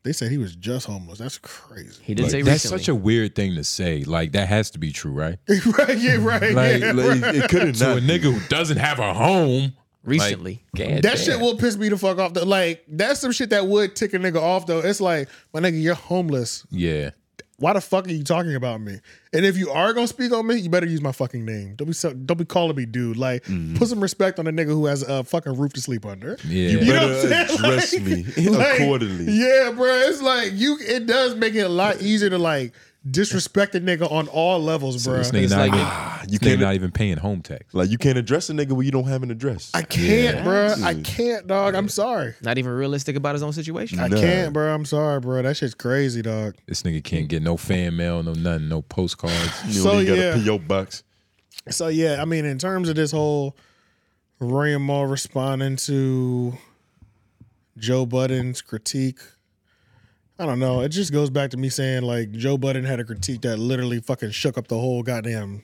Speaker 1: They said he was just homeless. That's crazy.
Speaker 5: He
Speaker 2: Like, that's such a weird thing to say. Like that has to be true, right?
Speaker 1: right, yeah, right.
Speaker 2: Like,
Speaker 1: yeah,
Speaker 2: like,
Speaker 1: right.
Speaker 2: it couldn't to a nigga who doesn't have a home recently.
Speaker 1: That shit will piss me the fuck off. Though. Like that's some shit that would tick a nigga off though. It's like, my nigga, you're homeless.
Speaker 2: Yeah.
Speaker 1: Why the fuck are you talking about me? And if you are gonna speak on me, you better use my fucking name. Don't be so, don't be calling me dude. Like, put some respect on a nigga who has a fucking roof to sleep under.
Speaker 2: Yeah.
Speaker 4: You
Speaker 1: know
Speaker 4: better
Speaker 1: what I'm saying?
Speaker 4: address
Speaker 1: Like-
Speaker 4: me
Speaker 1: like,
Speaker 4: accordingly.
Speaker 1: Yeah, bro. It's like you. It does make it a lot easier to like disrespect a nigga on all levels, bro.
Speaker 2: This nigga not even,
Speaker 4: you
Speaker 2: you
Speaker 4: can't-
Speaker 2: can't not even paying home tax.
Speaker 4: Like you can't address a nigga when you don't have an address.
Speaker 1: I can't, bruh. I can't, dog. I'm sorry.
Speaker 5: Not even realistic about his own situation.
Speaker 1: I can't, bro. I'm sorry, bro. That shit's crazy, dog.
Speaker 2: This nigga can't get no fan mail, no nothing, no postcards.
Speaker 1: You So, don't even got a yeah.
Speaker 4: PO box.
Speaker 1: So yeah, I mean, in terms of this whole Ray and Maul responding to Joe Budden's critique, I don't know. It just goes back to me saying like Joe Budden had a critique that literally fucking shook up the whole goddamn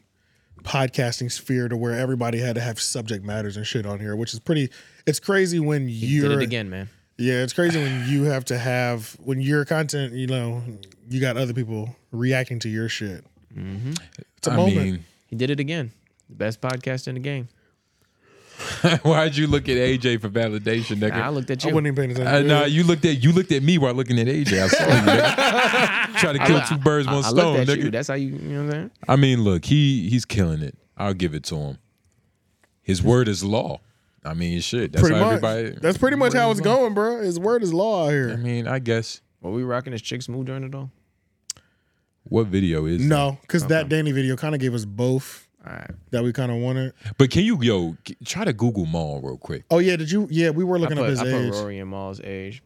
Speaker 1: podcasting sphere to where everybody had to have subject matters and shit on here, which is pretty. It's crazy when
Speaker 5: Did
Speaker 1: you're
Speaker 5: it again, man.
Speaker 1: Yeah, it's crazy when you have to have when your content, you know, you got other people reacting to your shit.
Speaker 5: Mm-hmm.
Speaker 1: It's a I moment. mean-
Speaker 5: he did it again. The best podcast in the game.
Speaker 2: Why'd you look at AJ for validation, nigga?
Speaker 5: Nah, I looked at I you. wasn't even paying attention.
Speaker 2: Uh, nah, you looked at you looked at me while looking at AJ. I saw you. nigga. Try to
Speaker 5: I
Speaker 2: kill
Speaker 5: look-
Speaker 2: two birds,
Speaker 5: I-
Speaker 2: one
Speaker 5: I looked
Speaker 2: stone,
Speaker 5: at you.
Speaker 2: nigga.
Speaker 5: That's how you. You know what I'm saying?
Speaker 2: I mean, look, he he's killing it. I'll give it to him. His word is law. I mean, shit. That's
Speaker 1: pretty
Speaker 2: how
Speaker 1: much.
Speaker 2: everybody.
Speaker 1: That's pretty much how it's going, bro. His word is law out here. I
Speaker 2: mean, I guess.
Speaker 5: Were we rocking his chicks move during it all?
Speaker 2: What video is?
Speaker 1: No, because that Danny video kind of gave us both that we kind of wanted.
Speaker 2: that? But can you yo g- try to Google Maul real quick?
Speaker 1: Oh yeah, did you? Yeah, we were looking
Speaker 5: I
Speaker 1: up
Speaker 5: put,
Speaker 1: his
Speaker 5: I
Speaker 1: age.
Speaker 5: put Rory and Maul's age.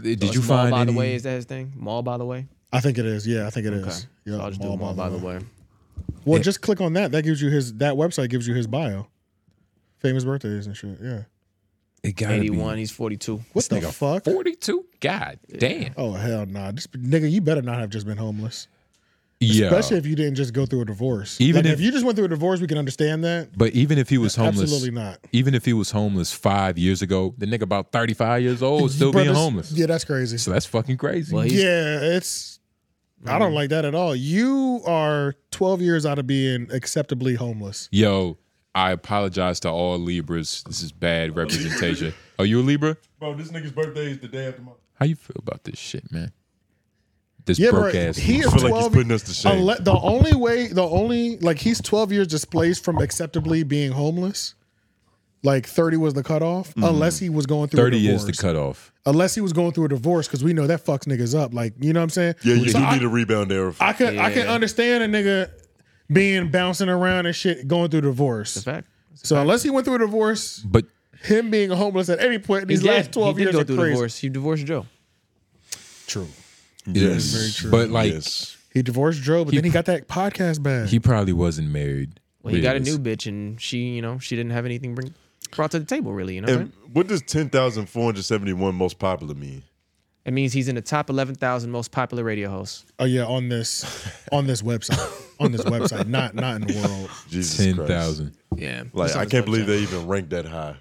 Speaker 2: Did
Speaker 5: So
Speaker 2: you
Speaker 5: it's Maul
Speaker 2: find
Speaker 5: By the
Speaker 2: any-
Speaker 5: way, is that his thing? Maul by the way.
Speaker 1: I think it is. Yeah, I think it is. Yeah,
Speaker 5: So I'll just do Maul by the way.
Speaker 1: Well,
Speaker 5: Yeah.
Speaker 1: just click on that. That gives you his. That website gives you his bio, famous birthdays and shit. Yeah.
Speaker 2: It
Speaker 1: gotta be-
Speaker 5: 81. He's 42.
Speaker 1: What the fuck?
Speaker 2: Forty-two. God damn.
Speaker 1: Oh hell nah! This nigga, you better not have just been homeless.
Speaker 2: Yeah.
Speaker 1: Especially if you didn't just go through a divorce.
Speaker 2: Even
Speaker 1: Like,
Speaker 2: if-
Speaker 1: if you just went through a divorce, we can understand that.
Speaker 2: But even if he was homeless,
Speaker 1: Absolutely not.
Speaker 2: Even if he was homeless five years ago, the nigga about thirty five years
Speaker 5: Oh,
Speaker 2: old still
Speaker 1: Brothers-
Speaker 2: being homeless.
Speaker 1: Yeah, that's crazy.
Speaker 2: So that's fucking crazy.
Speaker 1: yeah, it's. I don't
Speaker 2: Mhm.
Speaker 1: like that at all. You are 12 years out of being acceptably homeless.
Speaker 2: Yo, I apologize to all Libras. This is bad representation. Are you a Libra?
Speaker 4: Bro, this nigga's birthday is the day after my.
Speaker 2: How you feel about this shit, man? This
Speaker 1: yeah,
Speaker 2: broke
Speaker 1: bro,
Speaker 2: ass.
Speaker 1: He is
Speaker 2: nigga.
Speaker 1: 12, unle- the only way, the only like he's 12 years displaced from acceptably being homeless. Like 30 was the cutoff,
Speaker 2: Mhm.
Speaker 1: unless he was going through a
Speaker 2: Thirty
Speaker 1: divorce.
Speaker 2: is the cutoff.
Speaker 1: Unless he was going through a divorce, because we know that fucks niggas up. Like you know what I'm saying?
Speaker 4: Yeah, you
Speaker 1: So
Speaker 4: do
Speaker 1: I-
Speaker 4: need a rebound error.
Speaker 1: I can I can understand a nigga being bouncing around and shit going through divorce. fact. so unless he went through a divorce,
Speaker 2: but
Speaker 1: him being homeless at any point in these
Speaker 5: He did.
Speaker 1: last twelve
Speaker 5: he
Speaker 1: years
Speaker 5: did go
Speaker 1: are
Speaker 5: through
Speaker 1: crazy.
Speaker 5: divorce. He divorced Joe.
Speaker 1: True.
Speaker 2: Yes,
Speaker 1: Very true.
Speaker 2: but like
Speaker 1: He divorced Joe, but then he got that podcast back.
Speaker 2: he probably wasn't married.
Speaker 5: Well, he got a
Speaker 2: Liz.
Speaker 5: new bitch, and she, you know, she didn't have anything bring brought to the table really. You know, right?
Speaker 4: And what does 10,471 most popular mean?
Speaker 5: it means he's in the top eleven thousand most popular radio hosts.
Speaker 1: Oh yeah, on this on this website. on this website, not not in the world.
Speaker 4: Jesus
Speaker 2: Ten
Speaker 4: Christ.
Speaker 2: thousand.
Speaker 5: Yeah.
Speaker 4: Like, I can't believe they even ranked that high.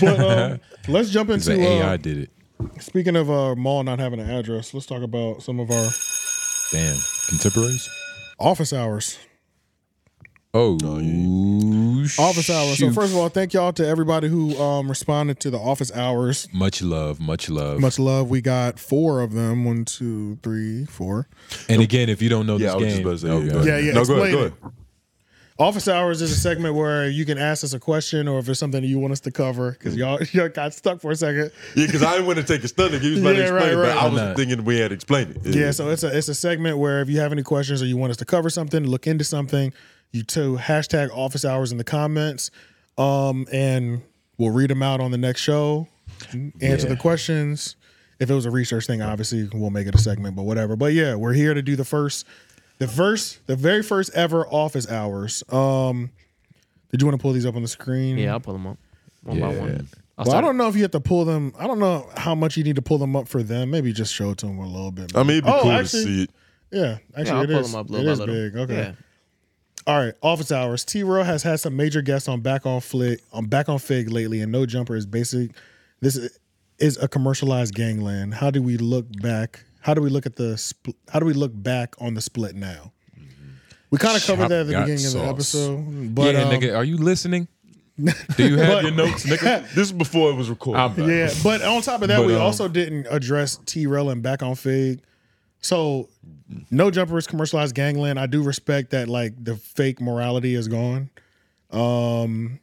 Speaker 1: But um, let's jump
Speaker 2: It's
Speaker 1: into
Speaker 2: the AI
Speaker 1: uh,
Speaker 2: did it.
Speaker 1: speaking of uh mall not having an address, let's talk about some of our
Speaker 2: Damn, contemporaries.
Speaker 1: office hours.
Speaker 2: Oh,
Speaker 1: Office hours. So
Speaker 2: shoot.
Speaker 1: first of all, thank y'all to everybody who um responded to the office hours.
Speaker 2: much love, much love,
Speaker 1: Much love. We got four of them. One, two, three, four.
Speaker 2: And again, if you don't know
Speaker 4: Yeah, I was
Speaker 2: this
Speaker 4: just
Speaker 2: game,
Speaker 4: about to say,
Speaker 2: Oh,
Speaker 4: yeah,
Speaker 2: God.
Speaker 4: go ahead.
Speaker 1: Yeah, yeah.
Speaker 4: No, go
Speaker 1: explain
Speaker 4: ahead, go
Speaker 1: it. Office hours is a segment where you can ask us a question or if there's something that you want us to cover because y'all y'all got stuck for a second.
Speaker 4: Yeah, because I didn't want to take a stunner. He was about to
Speaker 1: Yeah,
Speaker 4: explain
Speaker 1: right,
Speaker 4: it, but
Speaker 1: right.
Speaker 4: I
Speaker 1: Why
Speaker 4: was
Speaker 1: not?
Speaker 4: thinking we had explained it.
Speaker 1: Yeah, so it's a it's a segment where if you have any questions or you want us to cover something, look into something, you to hashtag office hours in the comments, um, and we'll read them out on the next show. Answer the questions. If it was a research thing, obviously we'll make it a segment, but whatever. But yeah, we're here to do the first, the first, the very first ever office hours. Um, did you want to pull these up on the screen?
Speaker 5: Yeah, I'll pull them up one by one. I'll
Speaker 1: Well, I
Speaker 5: start-
Speaker 1: don't know if you have to pull them. I don't know how much you need to pull them up for them. Maybe just show it to them a little bit.
Speaker 4: I mean, it'd be
Speaker 1: Oh,
Speaker 4: cool
Speaker 1: actually-
Speaker 4: to see it.
Speaker 1: Yeah, actually,
Speaker 5: I'll
Speaker 1: it
Speaker 5: pull
Speaker 1: is-
Speaker 5: them up
Speaker 1: it
Speaker 5: little
Speaker 1: is
Speaker 5: by little.
Speaker 1: big. Okay.
Speaker 5: Yeah.
Speaker 1: All right, office hours. T. Row has had some major guests on back on flick on back on fig lately, and no jumper is basic. This is- is a commercialized gangland. How do we look back? How do we look at the? Spl- how do we look back on the split now? We kind of covered
Speaker 2: Chop
Speaker 1: that at the
Speaker 2: got
Speaker 1: beginning of the
Speaker 2: sauce.
Speaker 1: episode, but
Speaker 2: yeah,
Speaker 1: um,
Speaker 2: nigga, are you listening? Do you have
Speaker 1: But-
Speaker 2: your notes, nigga?
Speaker 4: This is before it was
Speaker 2: I'm
Speaker 4: recorded.
Speaker 2: back.
Speaker 1: yeah, but on top of that,
Speaker 2: But,
Speaker 1: we
Speaker 2: um,
Speaker 1: also didn't address T Rail and back on Fig. So no jumper is commercialized gangland. I do respect that like the fake morality is gone. Um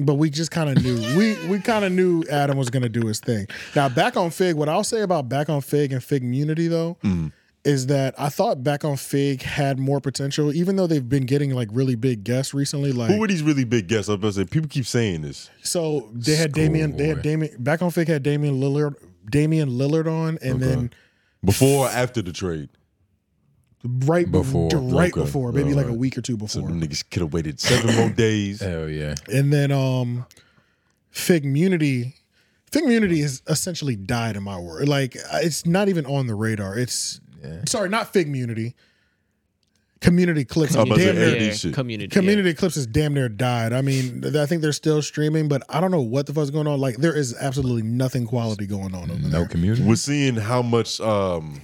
Speaker 1: but we just kind of knew we we kind of knew Adam was gonna do his thing. Now back on Fig, what I'll say about back on Fig and Fig Munity though is that I thought back on Fig had more potential, even though they've been getting like really big guests recently. Like
Speaker 4: Who were these really big guests? I was about to say, people keep saying this.
Speaker 1: so they had Damian. They had Damian. Back on Fig had Damian Lillard. Damian Lillard on, and then
Speaker 4: Before or after the trade?
Speaker 1: right before,
Speaker 4: Before.
Speaker 1: right
Speaker 4: Okay.
Speaker 1: before, maybe like a
Speaker 4: Alright.
Speaker 1: week or two before.
Speaker 4: So them niggas could have waited seven more days.
Speaker 2: Hell yeah.
Speaker 1: And then um Figmunity Figmunity has essentially died in my world. Like uh, it's not even on the radar. It's sorry, not Figmunity. Community clips
Speaker 4: I
Speaker 1: is
Speaker 4: was about to
Speaker 1: damn
Speaker 4: say,
Speaker 1: near
Speaker 4: AD shit. Community,
Speaker 1: Community clips is damn near died. I mean, th- I think they're still streaming, but I don't know what the fuck's going on. Like there is absolutely nothing quality going on over there.
Speaker 2: No community.
Speaker 4: We're seeing how much um,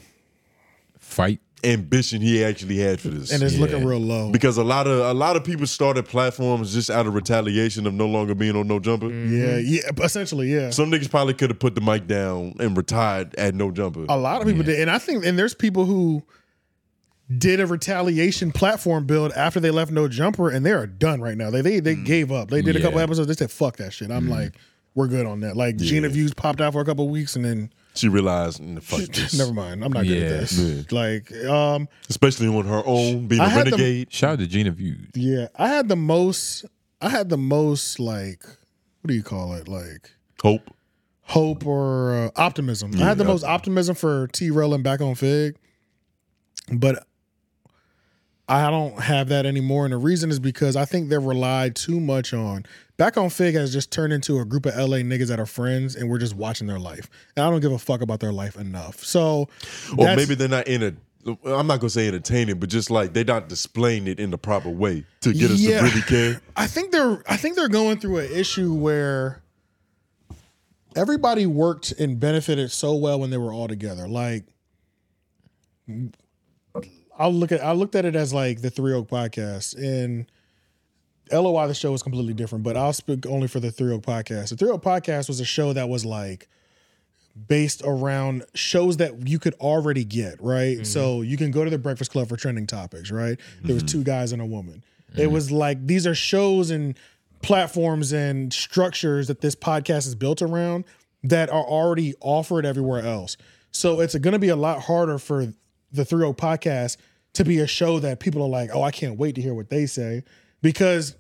Speaker 2: fight
Speaker 4: ambition he actually had for this,
Speaker 1: And it's looking real low.
Speaker 4: because a lot of a lot of people started platforms just out of retaliation of no longer being on No Jumper.
Speaker 1: Yeah, yeah, essentially, yeah.
Speaker 4: Some niggas probably could have put the mic down and retired at No Jumper.
Speaker 1: A lot of people did, and I think, and there's people who did a retaliation platform build after they left No Jumper, and they are done right now. They they they gave up. They did a couple
Speaker 4: Mm. Yeah. Mm.
Speaker 1: episodes. They said, "Fuck that shit." I'm like, we're good on that. Like Gina Views popped out for a couple weeks, and then
Speaker 4: She realized, mm, fuck this.
Speaker 1: never mind. I'm not good at this. Like, um,
Speaker 4: especially on her own, being
Speaker 1: I
Speaker 4: a
Speaker 1: had the-
Speaker 4: renegade.
Speaker 2: Shout out to Gina Views.
Speaker 1: Yeah, I had the most. I had the most like, what do you call it? Like
Speaker 4: hope,
Speaker 1: hope or uh, optimism. I had the
Speaker 4: Yeah.
Speaker 1: most optimism for T Rail and back on Fig, but I don't have that anymore. And the reason is because I think they're relied too much on. Back on Fig has just turned into a group of LA niggas that are friends, and we're just watching their life. And I don't give a fuck about their life enough. So,
Speaker 4: Or
Speaker 1: that's-
Speaker 4: maybe they're not in a I'm not gonna say entertaining, but just like they're not displaying it in the proper way to get us
Speaker 1: Yeah.
Speaker 4: to really care.
Speaker 1: I think they're I think they're going through an issue where everybody worked and benefited so well when they were all together. Like I look at I looked at it as like the Three Oak podcast and LOI the show was completely different, but I'll speak only for the Three Oak podcast. The Three Oak podcast was a show that was like based around shows that you could already get, right? So you can go to the Breakfast Club for trending topics, right? There was two guys and a woman. It was like these are shows and platforms and structures that this podcast is built around that are already offered everywhere else. So it's going to be a lot harder for the 30 podcast to be a show that people are like, "Oh, I can't wait to hear what they say." Because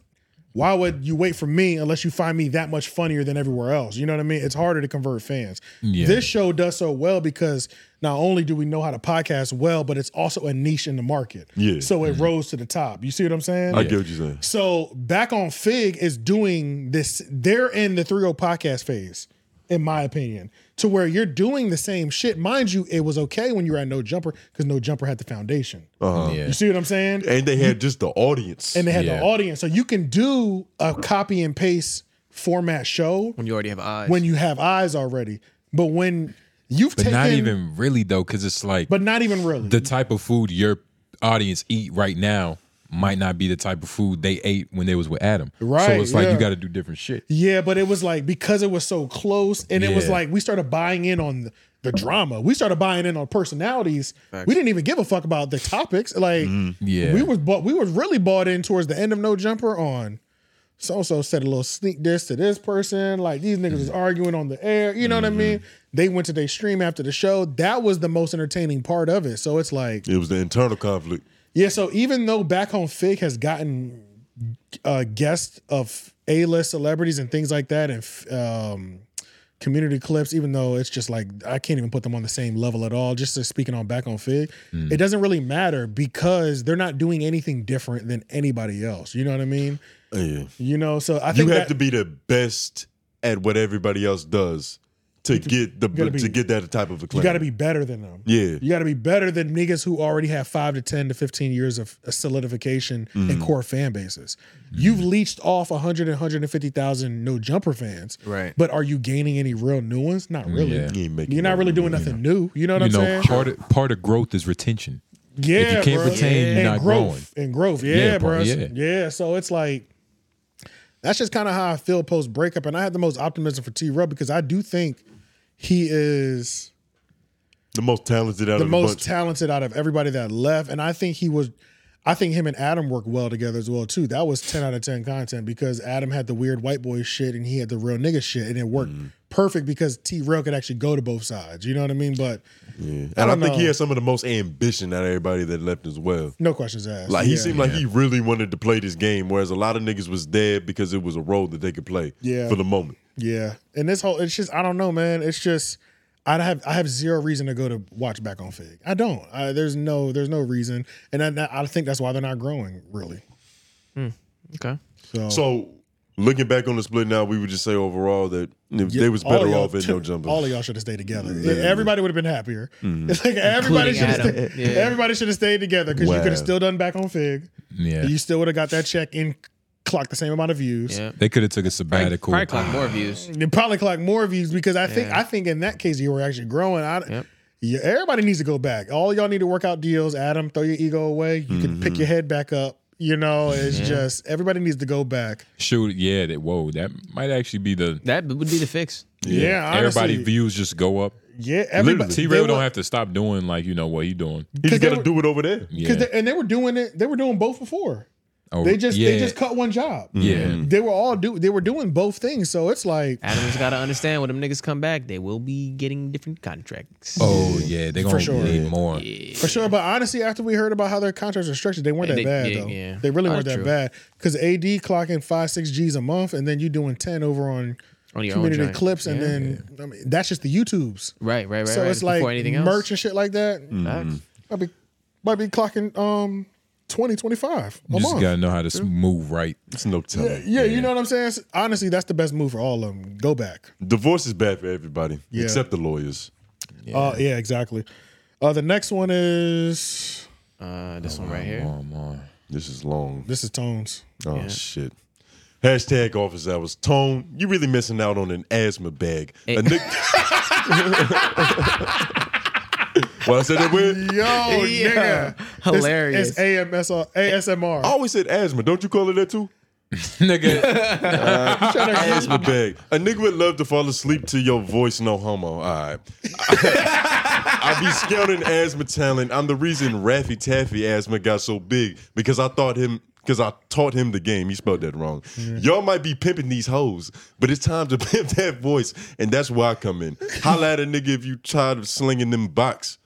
Speaker 1: why would you wait for me unless you find me that much funnier than everywhere else? You know what I mean? It's harder to convert fans.
Speaker 2: Yeah.
Speaker 1: This show does so well because not only do we know how to podcast well, but it's also a niche in the market.
Speaker 4: Yeah. Mm-hmm.
Speaker 1: So it rose to the top. You see what I'm saying?
Speaker 4: I get what you're saying.
Speaker 1: So back on Fig is doing this. They're in the 3 podcast phase, in my opinion, to where you're doing the same shit. Mind you, it was okay when you were at No Jumper because No Jumper had the foundation.
Speaker 4: Uh-huh.
Speaker 1: You see what I'm saying?
Speaker 4: And they had just the audience,
Speaker 1: And they had the audience. So you can do a copy and paste format show
Speaker 5: When you already have eyes.
Speaker 1: when you have eyes already. But when you've
Speaker 2: But
Speaker 1: taken
Speaker 2: not even really though, because it's like
Speaker 1: but not even really.
Speaker 2: the type of food your audience eat right now might not be the type of food they ate when they was with Adam. So
Speaker 1: Right,
Speaker 2: it's like
Speaker 1: yeah.
Speaker 2: you got to do different shit.
Speaker 1: Yeah, but it was like because it was so close, and it was
Speaker 2: Yeah.
Speaker 1: like we started buying in on the, the drama. We started buying in on personalities.
Speaker 2: Facts. Mm-hmm.
Speaker 1: We didn't even give a fuck about the topics. Like
Speaker 2: yeah.
Speaker 1: we was bought, we was really bought in towards the end of No Jumper on. So so said a little sneak diss to this person. Like these niggas
Speaker 2: Mm-hmm.
Speaker 1: was arguing on the air. You know what I mean? They went to their stream after the show. That was the most entertaining part of it. So it's like
Speaker 4: It was the internal conflict.
Speaker 1: yeah, so even though Back Home Fig has gotten uh, guests of A list celebrities and things like that, and f- um, community clips, even though it's just like I can't even put them on the same level at all, just to speaking on Back on Fig,
Speaker 4: Hmm.
Speaker 2: Mm.
Speaker 1: it doesn't really matter because they're not doing anything different than anybody else. You know what I mean?
Speaker 4: Yeah.
Speaker 1: You know, so I
Speaker 4: you
Speaker 1: think
Speaker 4: have
Speaker 1: that-
Speaker 4: to be the best at what everybody else does to get the
Speaker 1: gotta be-
Speaker 4: to get that type of acclaim.
Speaker 1: you got to be better than them.
Speaker 4: Yeah.
Speaker 1: You got to be better than niggas who already have five to ten to fifteen years of uh, solidification
Speaker 2: Mm.
Speaker 1: and
Speaker 4: Mhm.
Speaker 1: core fan bases. You've leached off 100 and 150,000 no jumper fans,
Speaker 2: Right.
Speaker 1: But are you gaining any real new ones? Not really.
Speaker 2: Yeah. You
Speaker 1: You're not really doing nothing new. You know what
Speaker 2: you
Speaker 1: I'm
Speaker 2: know,
Speaker 1: saying?
Speaker 2: part of, part of growth is retention.
Speaker 1: yeah,
Speaker 2: if you can't
Speaker 1: bro.
Speaker 2: retain, you're
Speaker 1: and
Speaker 2: not
Speaker 1: growth
Speaker 2: growing.
Speaker 1: and growth. Yeah,
Speaker 2: Yeah, bro,
Speaker 1: bro.
Speaker 2: yeah.
Speaker 1: Yeah. so it's like that's just kind of how I feel post breakup, and I had the most optimism for T. Rub because I do think he is.
Speaker 4: the most talented out
Speaker 1: the
Speaker 4: of
Speaker 1: most
Speaker 4: the bunch.
Speaker 1: talented out of everybody that left. And I think he was, I think him and Adam worked well together as well too. That was ten out of ten content because Adam had the weird white boy shit and he had the real nigga shit, and it worked
Speaker 4: Mm.
Speaker 1: perfect because T. Rail could actually go to both sides. You know what I mean? But
Speaker 4: yeah.
Speaker 1: I
Speaker 4: And I,
Speaker 1: don't
Speaker 4: think he
Speaker 1: know.
Speaker 4: had some of the most ambition out of everybody that left as well.
Speaker 1: no questions asked.
Speaker 4: Like he
Speaker 1: Yeah.
Speaker 4: seemed like he really wanted to play this game, whereas a lot of niggas was dead because it was a role that they could play
Speaker 1: Yeah.
Speaker 4: for the moment.
Speaker 1: yeah. And this whole, it's just I don't know, man. It's just. I have I have zero reason to go to watch back on Fig. I don't. I, there's no there's no reason, and I, I think that's why they're not growing really.
Speaker 5: Okay.
Speaker 1: So,
Speaker 4: So looking back on the split now, we would just say overall that they was
Speaker 1: all of
Speaker 4: better
Speaker 1: y'all-
Speaker 4: off at no jumper.
Speaker 1: All of y'all should have stayed together.
Speaker 4: Yeah.
Speaker 1: Everybody would have been happier.
Speaker 4: Mhm.
Speaker 1: It's like everybody
Speaker 4: Including
Speaker 1: should have
Speaker 4: Adam.
Speaker 1: stayed,
Speaker 4: Yeah.
Speaker 1: everybody should have stayed together because you
Speaker 4: Wow.
Speaker 1: could have still done back on Fig.
Speaker 2: Yeah.
Speaker 1: You still would have got that check in, clocked the same amount of views.
Speaker 2: They could have took a sabbatical.
Speaker 5: Probably clock more views.
Speaker 1: And probably clock more views because I think
Speaker 5: Yeah.
Speaker 1: I think in that case you were actually growing. I, yeah, everybody needs to go back. All y'all need to work out deals. Adam, throw your ego away. You can pick
Speaker 2: Mhm.
Speaker 4: Mm-hmm.
Speaker 1: your head back up. You know, it's
Speaker 2: Yeah.
Speaker 1: just everybody needs to go back.
Speaker 2: Shoot, yeah, that whoa, that might actually be the
Speaker 5: that would be the fix.
Speaker 1: Yeah,
Speaker 2: everybody
Speaker 1: honestly.
Speaker 2: views just go up.
Speaker 1: Yeah, everybody.
Speaker 2: T.
Speaker 1: they
Speaker 2: Rail
Speaker 1: were-
Speaker 2: don't have to stop doing like you know what he doing.
Speaker 4: He just got to do it over there.
Speaker 1: Because
Speaker 2: Yeah.
Speaker 1: and they were doing it. They were doing both before.
Speaker 2: Oh,
Speaker 1: they just they
Speaker 2: yeah.
Speaker 1: just cut one job.
Speaker 2: Yeah.
Speaker 1: they were all do they were doing both things. So it's like
Speaker 5: Adam's got to understand when them niggas come back, they will be getting different contracts.
Speaker 2: Oh yeah, they're
Speaker 1: For
Speaker 2: gonna
Speaker 1: sure.
Speaker 2: need more.
Speaker 1: for sure. But honestly, after we heard about how their contracts are structured, they weren't
Speaker 2: And
Speaker 1: that bad
Speaker 2: they- yeah,
Speaker 1: though.
Speaker 2: yeah.
Speaker 1: They really
Speaker 2: Oh,
Speaker 1: weren't that
Speaker 2: true.
Speaker 1: bad because AD clocking five six G's a month, and then you doing ten over on.
Speaker 5: On your own
Speaker 1: community
Speaker 5: joint.
Speaker 1: clips and
Speaker 5: Yeah.
Speaker 1: then I mean that's just the YouTubes.
Speaker 5: Right, right, right.
Speaker 1: so
Speaker 5: right.
Speaker 1: it's like
Speaker 5: before anything else.
Speaker 1: merch and shit like that.
Speaker 2: Mhm.
Speaker 1: Might be might be clocking um 20, 25 a
Speaker 2: You just
Speaker 1: month.
Speaker 2: gotta know how to s- move right.
Speaker 4: It's no
Speaker 1: yeah,
Speaker 4: telling.
Speaker 1: yeah, you know what I'm saying? Honestly, that's the best move for all of them. Go back.
Speaker 4: Divorce is bad for everybody
Speaker 1: Yeah.
Speaker 4: except the lawyers.
Speaker 1: Oh yeah, Uh, exactly. Uh, the next one is
Speaker 5: uh, this one right here.
Speaker 4: Oh, This is long.
Speaker 1: This is Tones.
Speaker 4: Oh
Speaker 1: Yeah.
Speaker 4: shit. Hashtag office hours. Tone, you really missing out on an asthma bag. A nick- well, I said that weird.
Speaker 1: Yo, nigga. It's- It's, AMSR, ASMR.
Speaker 4: I always said asthma. Don't you call it that too? nigga. asthma bag. A nigga would love to fall asleep to your voice, no homo. All right. I be scouting asthma talent. I'm the reason Raffy Taffy asthma got so big because I thought him because I taught him the game. He spelled that wrong. Y'all might be pimping these hoes, but it's time to pimp that voice, and that's why I come in. Holla at a nigga if you tired of slinging them box.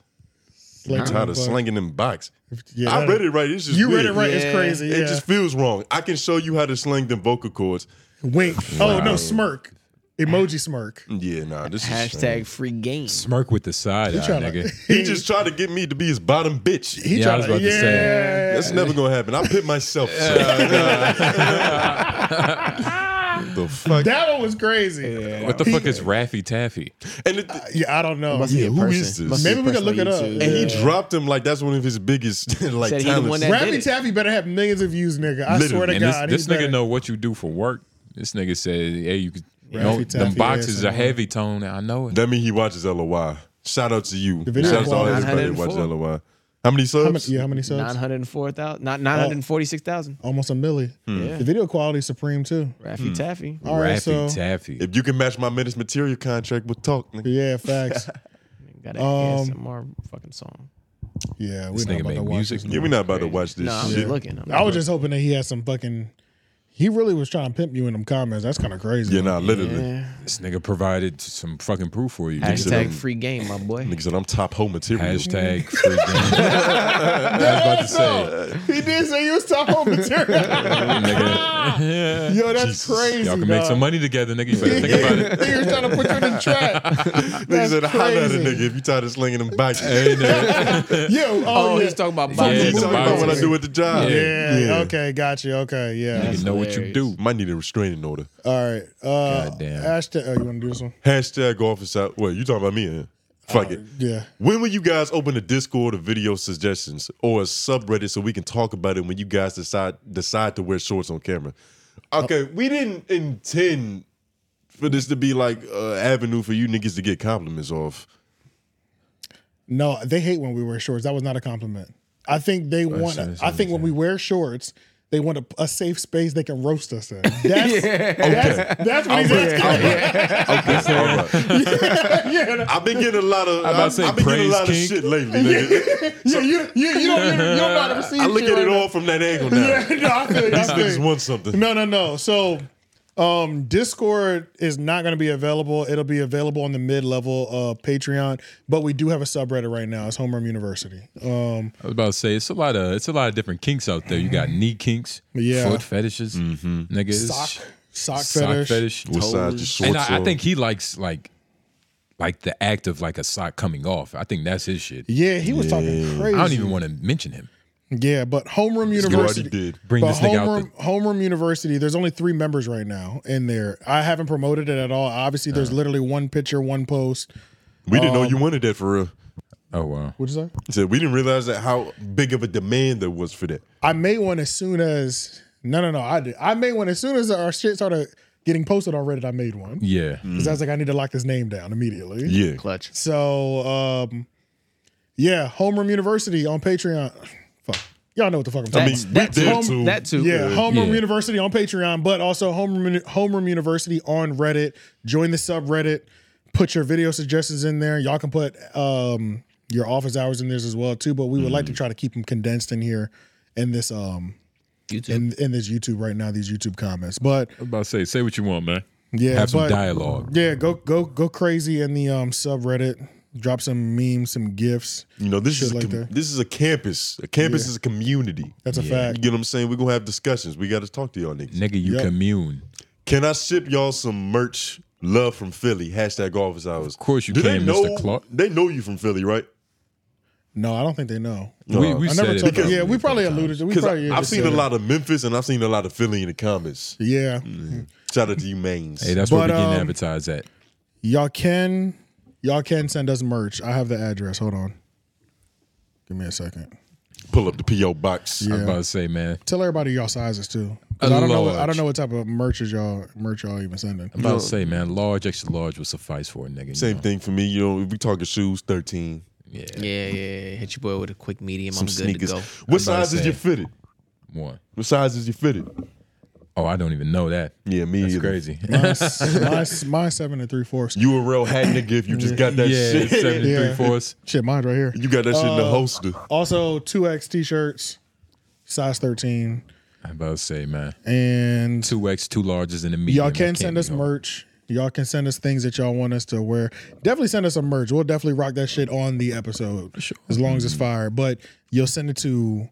Speaker 1: Slinging
Speaker 4: you tired
Speaker 1: them
Speaker 4: of
Speaker 1: box.
Speaker 4: slinging them box.
Speaker 1: Yeah,
Speaker 4: I
Speaker 1: that-
Speaker 4: read it right. It's just
Speaker 1: You read
Speaker 4: weird.
Speaker 1: it right, it's Yeah. crazy,
Speaker 4: It
Speaker 1: yeah.
Speaker 4: just feels wrong. I can show you how to sling them vocal cords.
Speaker 1: Wink. Oh
Speaker 4: Wow.
Speaker 1: no, smirk. Emoji smirk.
Speaker 4: Yeah, nah. This is
Speaker 5: Hashtag free game.
Speaker 2: Smirk with the side
Speaker 1: He
Speaker 2: eye,
Speaker 1: tryna-
Speaker 2: nigga.
Speaker 4: He just tried to get me to be his bottom bitch.
Speaker 1: He Yeah, I was tryna- about to say. yeah.
Speaker 4: That's never gonna happen. I pit myself. the fuck?
Speaker 1: That one was crazy.
Speaker 2: What the fuck is Raffy Taffy?
Speaker 4: And it,
Speaker 1: yeah, I don't know.
Speaker 4: yeah, who is this?
Speaker 1: Maybe we can look it up.
Speaker 4: And he dropped him like that's one of his biggest like
Speaker 5: Said he the
Speaker 4: talents.
Speaker 5: one that did
Speaker 1: Rappy Taffy better have millions of views, nigga. I swear to
Speaker 2: and
Speaker 1: God.
Speaker 2: this,
Speaker 1: he's
Speaker 2: this nigga
Speaker 1: better.
Speaker 2: know what you do for work. This nigga said, "Hey, you could." You
Speaker 1: Raffy
Speaker 2: know, them
Speaker 1: Taffy
Speaker 2: boxes are
Speaker 1: ASMR.
Speaker 2: heavy tone. I know it.
Speaker 4: That mean he watches LOY. Shout out to you.
Speaker 1: The video
Speaker 4: Shout out to all
Speaker 1: quality.
Speaker 4: everybody that watches LOY. How many subs?
Speaker 1: How many, yeah, how many subs?
Speaker 5: Nine hundred four thousand,
Speaker 4: Oh.
Speaker 5: not nine hundred forty-six thousand.
Speaker 1: Almost a milli.
Speaker 5: Hmm. Yeah.
Speaker 1: The video quality is supreme too.
Speaker 4: Hmm.
Speaker 5: Raffy Taffy.
Speaker 1: All right, so
Speaker 2: Taffy.
Speaker 4: If you can match my minutes material contract, we'll talk. nigga.
Speaker 1: yeah, facts.
Speaker 5: Got an
Speaker 1: Um,
Speaker 5: ASMR fucking song.
Speaker 1: yeah,
Speaker 4: This
Speaker 1: we're not
Speaker 4: nigga
Speaker 1: about
Speaker 4: make
Speaker 1: to watch
Speaker 4: music.
Speaker 1: this
Speaker 4: Yeah, we not about to watch this
Speaker 5: No, I'm
Speaker 4: shit.
Speaker 5: just looking. I'm
Speaker 1: I was just hoping that he had some fucking. He really was trying to pimp you in them comments. That's kind of crazy.
Speaker 4: Yeah, nah, literally.
Speaker 5: Yeah.
Speaker 2: This nigga provided some fucking proof for you.
Speaker 4: Nigga said
Speaker 5: Hashtag
Speaker 4: I'm-
Speaker 5: free game, my boy.
Speaker 4: Nigga said I'm top hoe material.
Speaker 2: Hashtag free game. I was about
Speaker 4: uh,
Speaker 2: to say.
Speaker 1: Oh, He did say you was top home material.
Speaker 2: nigga.
Speaker 1: Yo, that's crazy.
Speaker 2: Y'all can make
Speaker 1: dog.
Speaker 2: some money together, nigga. You better think about it.
Speaker 1: Nigga was trying to put you in the trap.
Speaker 4: Nigga said, holla at a nigga if you tired of slinging them bikes. Hey, nigga.
Speaker 1: Yo, oh, yeah.
Speaker 5: talking about
Speaker 4: Fuck
Speaker 2: Yeah,
Speaker 4: you
Speaker 2: the
Speaker 4: talking about what I
Speaker 2: boxes.
Speaker 4: do at the job.
Speaker 1: Yeah.
Speaker 4: Yeah.
Speaker 1: Okay. Got you. Okay. Yeah.
Speaker 4: You know what you do. Might need a restraining order.
Speaker 1: All right. Uh,
Speaker 4: Goddamn.
Speaker 1: Hashtag. Oh, you want to do this one?
Speaker 4: Hashtag office out. Wait, you talking about me? Huh?
Speaker 2: Uh,
Speaker 4: Fuck it.
Speaker 1: Yeah.
Speaker 4: When will you guys open a Discord or video suggestions or a subreddit so we can talk about it when you guys decide decide to wear shorts on camera? Okay, we didn't intend for this to be like uh, avenue for you niggas to get compliments off.
Speaker 1: No, they hate when we wear shorts. That was not a compliment. I think they
Speaker 4: Right,
Speaker 1: want.
Speaker 4: sorry,
Speaker 1: I
Speaker 4: sorry,
Speaker 1: think when we wear shorts, they want a, a safe space they can roast us in. That's that's, that's what he's
Speaker 4: Okay.
Speaker 1: asking.
Speaker 4: Okay, all right.
Speaker 1: yeah.
Speaker 4: I've been getting a lot of.
Speaker 2: I'm about to
Speaker 4: I've,
Speaker 2: say
Speaker 4: I've been getting
Speaker 2: praise
Speaker 4: a lot
Speaker 2: King.
Speaker 4: of shit lately. Nigga.
Speaker 1: Yeah, you, you, you don't, you don't know how to receive
Speaker 4: I look
Speaker 1: shit
Speaker 4: at
Speaker 1: right
Speaker 4: it
Speaker 1: now.
Speaker 4: all from that angle now.
Speaker 1: Yeah, no, I feel you, I
Speaker 4: These
Speaker 1: feel
Speaker 4: niggas
Speaker 1: you.
Speaker 4: want something.
Speaker 1: No, no, no. So, um, Discord is not going to be available. It'll be available on the mid level uh, Patreon, but we do have a subreddit right now. It's Homeroom University. Um,
Speaker 2: I was about to say it's a lot of it's a lot of different kinks out there. You got knee kinks,
Speaker 1: Yeah.
Speaker 2: foot fetishes, nigga, it's-
Speaker 1: sock, sock,
Speaker 2: sock
Speaker 1: fetish.
Speaker 2: fetish,
Speaker 4: What size your
Speaker 2: and
Speaker 4: shorts
Speaker 2: I, I
Speaker 4: are.
Speaker 2: think he likes like like the act of like a sock coming off. I think that's his shit.
Speaker 1: Yeah, he was talking
Speaker 2: I
Speaker 1: crazy.
Speaker 2: don't even want to mention him.
Speaker 1: Yeah, but Homeroom
Speaker 2: This
Speaker 1: University
Speaker 2: already did. Bring
Speaker 1: but
Speaker 2: this nigga out
Speaker 1: Homeroom, Homeroom University. There's only three members right now in there. I haven't promoted it at all. Obviously,
Speaker 2: Uh.
Speaker 1: there's literally one picture, one post.
Speaker 4: We didn't know
Speaker 1: Um,
Speaker 4: you wanted that for real.
Speaker 2: Oh wow.
Speaker 1: What'd you say?
Speaker 4: So we didn't realize that how big of a demand there was for that.
Speaker 1: I made one as soon as no, no, no. I did. I made one as soon as our shit started getting posted on Reddit. I made one because
Speaker 2: Yeah,
Speaker 1: I was like, I need to lock this name down immediately.
Speaker 4: Yeah.
Speaker 5: Clutch.
Speaker 1: So, um, yeah, Homeroom University on Patreon. Fuck, y'all know what the fuck I'm talking
Speaker 4: I mean,
Speaker 1: about.
Speaker 4: we did too.
Speaker 5: that too.
Speaker 1: Yeah, Homeroom
Speaker 2: Yeah.
Speaker 1: University on Patreon, but also Homeroom, Homeroom University on Reddit. Join the subreddit. Put your video suggestions in there. Y'all can put um, your office hours in there as well too. But we would like
Speaker 2: Mm-hmm.
Speaker 1: to try to keep them condensed in here in this um
Speaker 5: YouTube.
Speaker 1: in, in this YouTube right now. These YouTube comments, but
Speaker 2: I was about to say say what you want, man.
Speaker 1: yeah,
Speaker 2: have some
Speaker 1: but-
Speaker 2: dialogue.
Speaker 1: Yeah, go go go crazy in the um subreddit. Drop some memes, some gifs.
Speaker 4: You know, this
Speaker 1: Shit
Speaker 4: is a
Speaker 1: like
Speaker 4: com-
Speaker 1: that.
Speaker 4: this is a campus. A campus
Speaker 1: Yeah.
Speaker 4: is a community.
Speaker 1: That's a
Speaker 4: You
Speaker 1: fact.
Speaker 4: get what I'm saying? We're gonna have discussions. We gotta talk to y'all niggas.
Speaker 2: Nigga, you
Speaker 1: Yep.
Speaker 2: commune.
Speaker 4: Can I ship y'all some merch? Love from Philly. Hashtag office hours. Of
Speaker 2: course you
Speaker 4: Do
Speaker 2: can,
Speaker 4: they know,
Speaker 2: Mr. Clark.
Speaker 4: They know you from Philly, right?
Speaker 1: No, I don't think they know.
Speaker 4: No.
Speaker 2: We, we
Speaker 1: I
Speaker 2: said
Speaker 1: never
Speaker 2: it
Speaker 1: told
Speaker 2: about
Speaker 1: Yeah, we
Speaker 2: it.
Speaker 1: probably alluded to. We
Speaker 4: Because
Speaker 1: probably
Speaker 4: I've
Speaker 1: just
Speaker 4: seen
Speaker 1: said
Speaker 4: a
Speaker 1: it.
Speaker 4: lot of Memphis and I've seen a lot of Philly in the comments.
Speaker 1: Yeah.
Speaker 2: Mm.
Speaker 4: Shout out to you, Mains.
Speaker 2: Hey, that's where
Speaker 1: But,
Speaker 2: we getting
Speaker 1: um,
Speaker 2: advertised at.
Speaker 1: Y'all can y'all can send us merch. I have the address. Hold on. Give me a second.
Speaker 4: Pull up the PO box.
Speaker 1: Yeah.
Speaker 2: about to say, man.
Speaker 1: Tell everybody y'all sizes too. 'Cause I don't know. What, I
Speaker 2: Large.
Speaker 1: don't know what type of merch is y'all merch y'all even sending.
Speaker 2: I'm about to say, man, large, extra large would suffice for a nigga.
Speaker 4: Same thing for me. You know, if we talking shoes, thirteen.
Speaker 2: Yeah.
Speaker 5: Yeah, yeah. Hit your boy with a quick medium.
Speaker 4: Some
Speaker 5: I'm good
Speaker 4: sneakers.
Speaker 5: to go.
Speaker 4: What size is your fitted?
Speaker 2: One.
Speaker 4: What size is your fitted?
Speaker 2: Oh, I don't even know that.
Speaker 4: Yeah, me
Speaker 2: That's
Speaker 4: either.
Speaker 2: crazy.
Speaker 1: Mine's, mine's, mine's seven and three fourths.
Speaker 4: You a real hat nigga if you just got that
Speaker 2: Yeah,
Speaker 4: shit.
Speaker 2: seven and three-fourths.
Speaker 1: Shit, mine's right here.
Speaker 4: You got that shit in the
Speaker 1: Uh,
Speaker 4: holster.
Speaker 1: Also, two X t shirts, size thirteen,
Speaker 2: I'm about to say, man.
Speaker 1: and
Speaker 2: two X, two larges in the medium.
Speaker 1: y'all
Speaker 2: That
Speaker 1: can
Speaker 2: can't
Speaker 1: send
Speaker 2: be
Speaker 1: us
Speaker 2: hard.
Speaker 1: merch. Y'all can send us things that y'all want us to wear. Definitely send us some merch. We'll definitely rock that shit on the episode as long as
Speaker 2: Mm-hmm.
Speaker 1: it's fire. But you'll send it to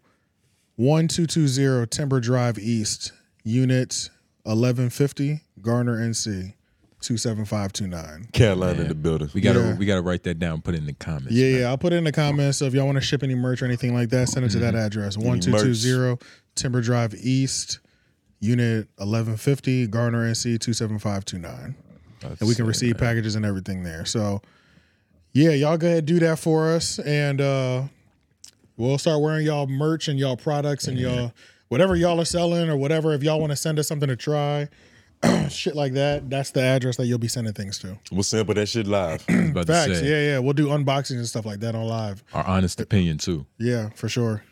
Speaker 1: 1220 Timber Drive East, Unit 1150, Garner, NC 27529.
Speaker 4: Carolina
Speaker 2: Man.
Speaker 4: in the building.
Speaker 2: We gotta
Speaker 1: Yeah.
Speaker 2: we gotta write that down. Put it in the comments.
Speaker 1: Yeah, yeah. I'll put it in the comments. So if y'all want to ship any merch or anything like that, send it to that address.
Speaker 2: Any
Speaker 1: One two two zero Timber Drive East, Unit eleven fifty, Garner NC two seven five two nine, and we can receive packages and everything there. So, yeah, y'all go ahead and do that for us, and uh we'll start wearing y'all merch and y'all products and y'all whatever y'all are selling or whatever. If y'all want to send us something to try. shit like that. That's the address that you'll be sending things to.
Speaker 4: We'll sample that shit live.
Speaker 2: About to
Speaker 1: Facts.
Speaker 2: say,
Speaker 1: Yeah, yeah. We'll do unboxings and stuff like that on live.
Speaker 2: Our honest opinion too.
Speaker 1: Yeah, for sure.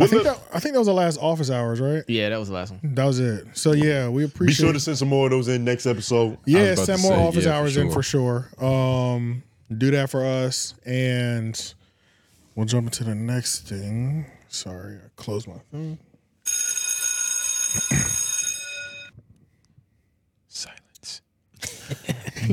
Speaker 1: I think, that, I think that was the last office hours, right?
Speaker 5: Yeah, that was the last one.
Speaker 1: That was it. So yeah, we
Speaker 4: Be
Speaker 1: appreciate.
Speaker 4: sure to send some more of those in next episode.
Speaker 1: yeah, send more office hours in for sure. Um, do that for us, and we'll jump into the next thing. Sorry, I closed my phone.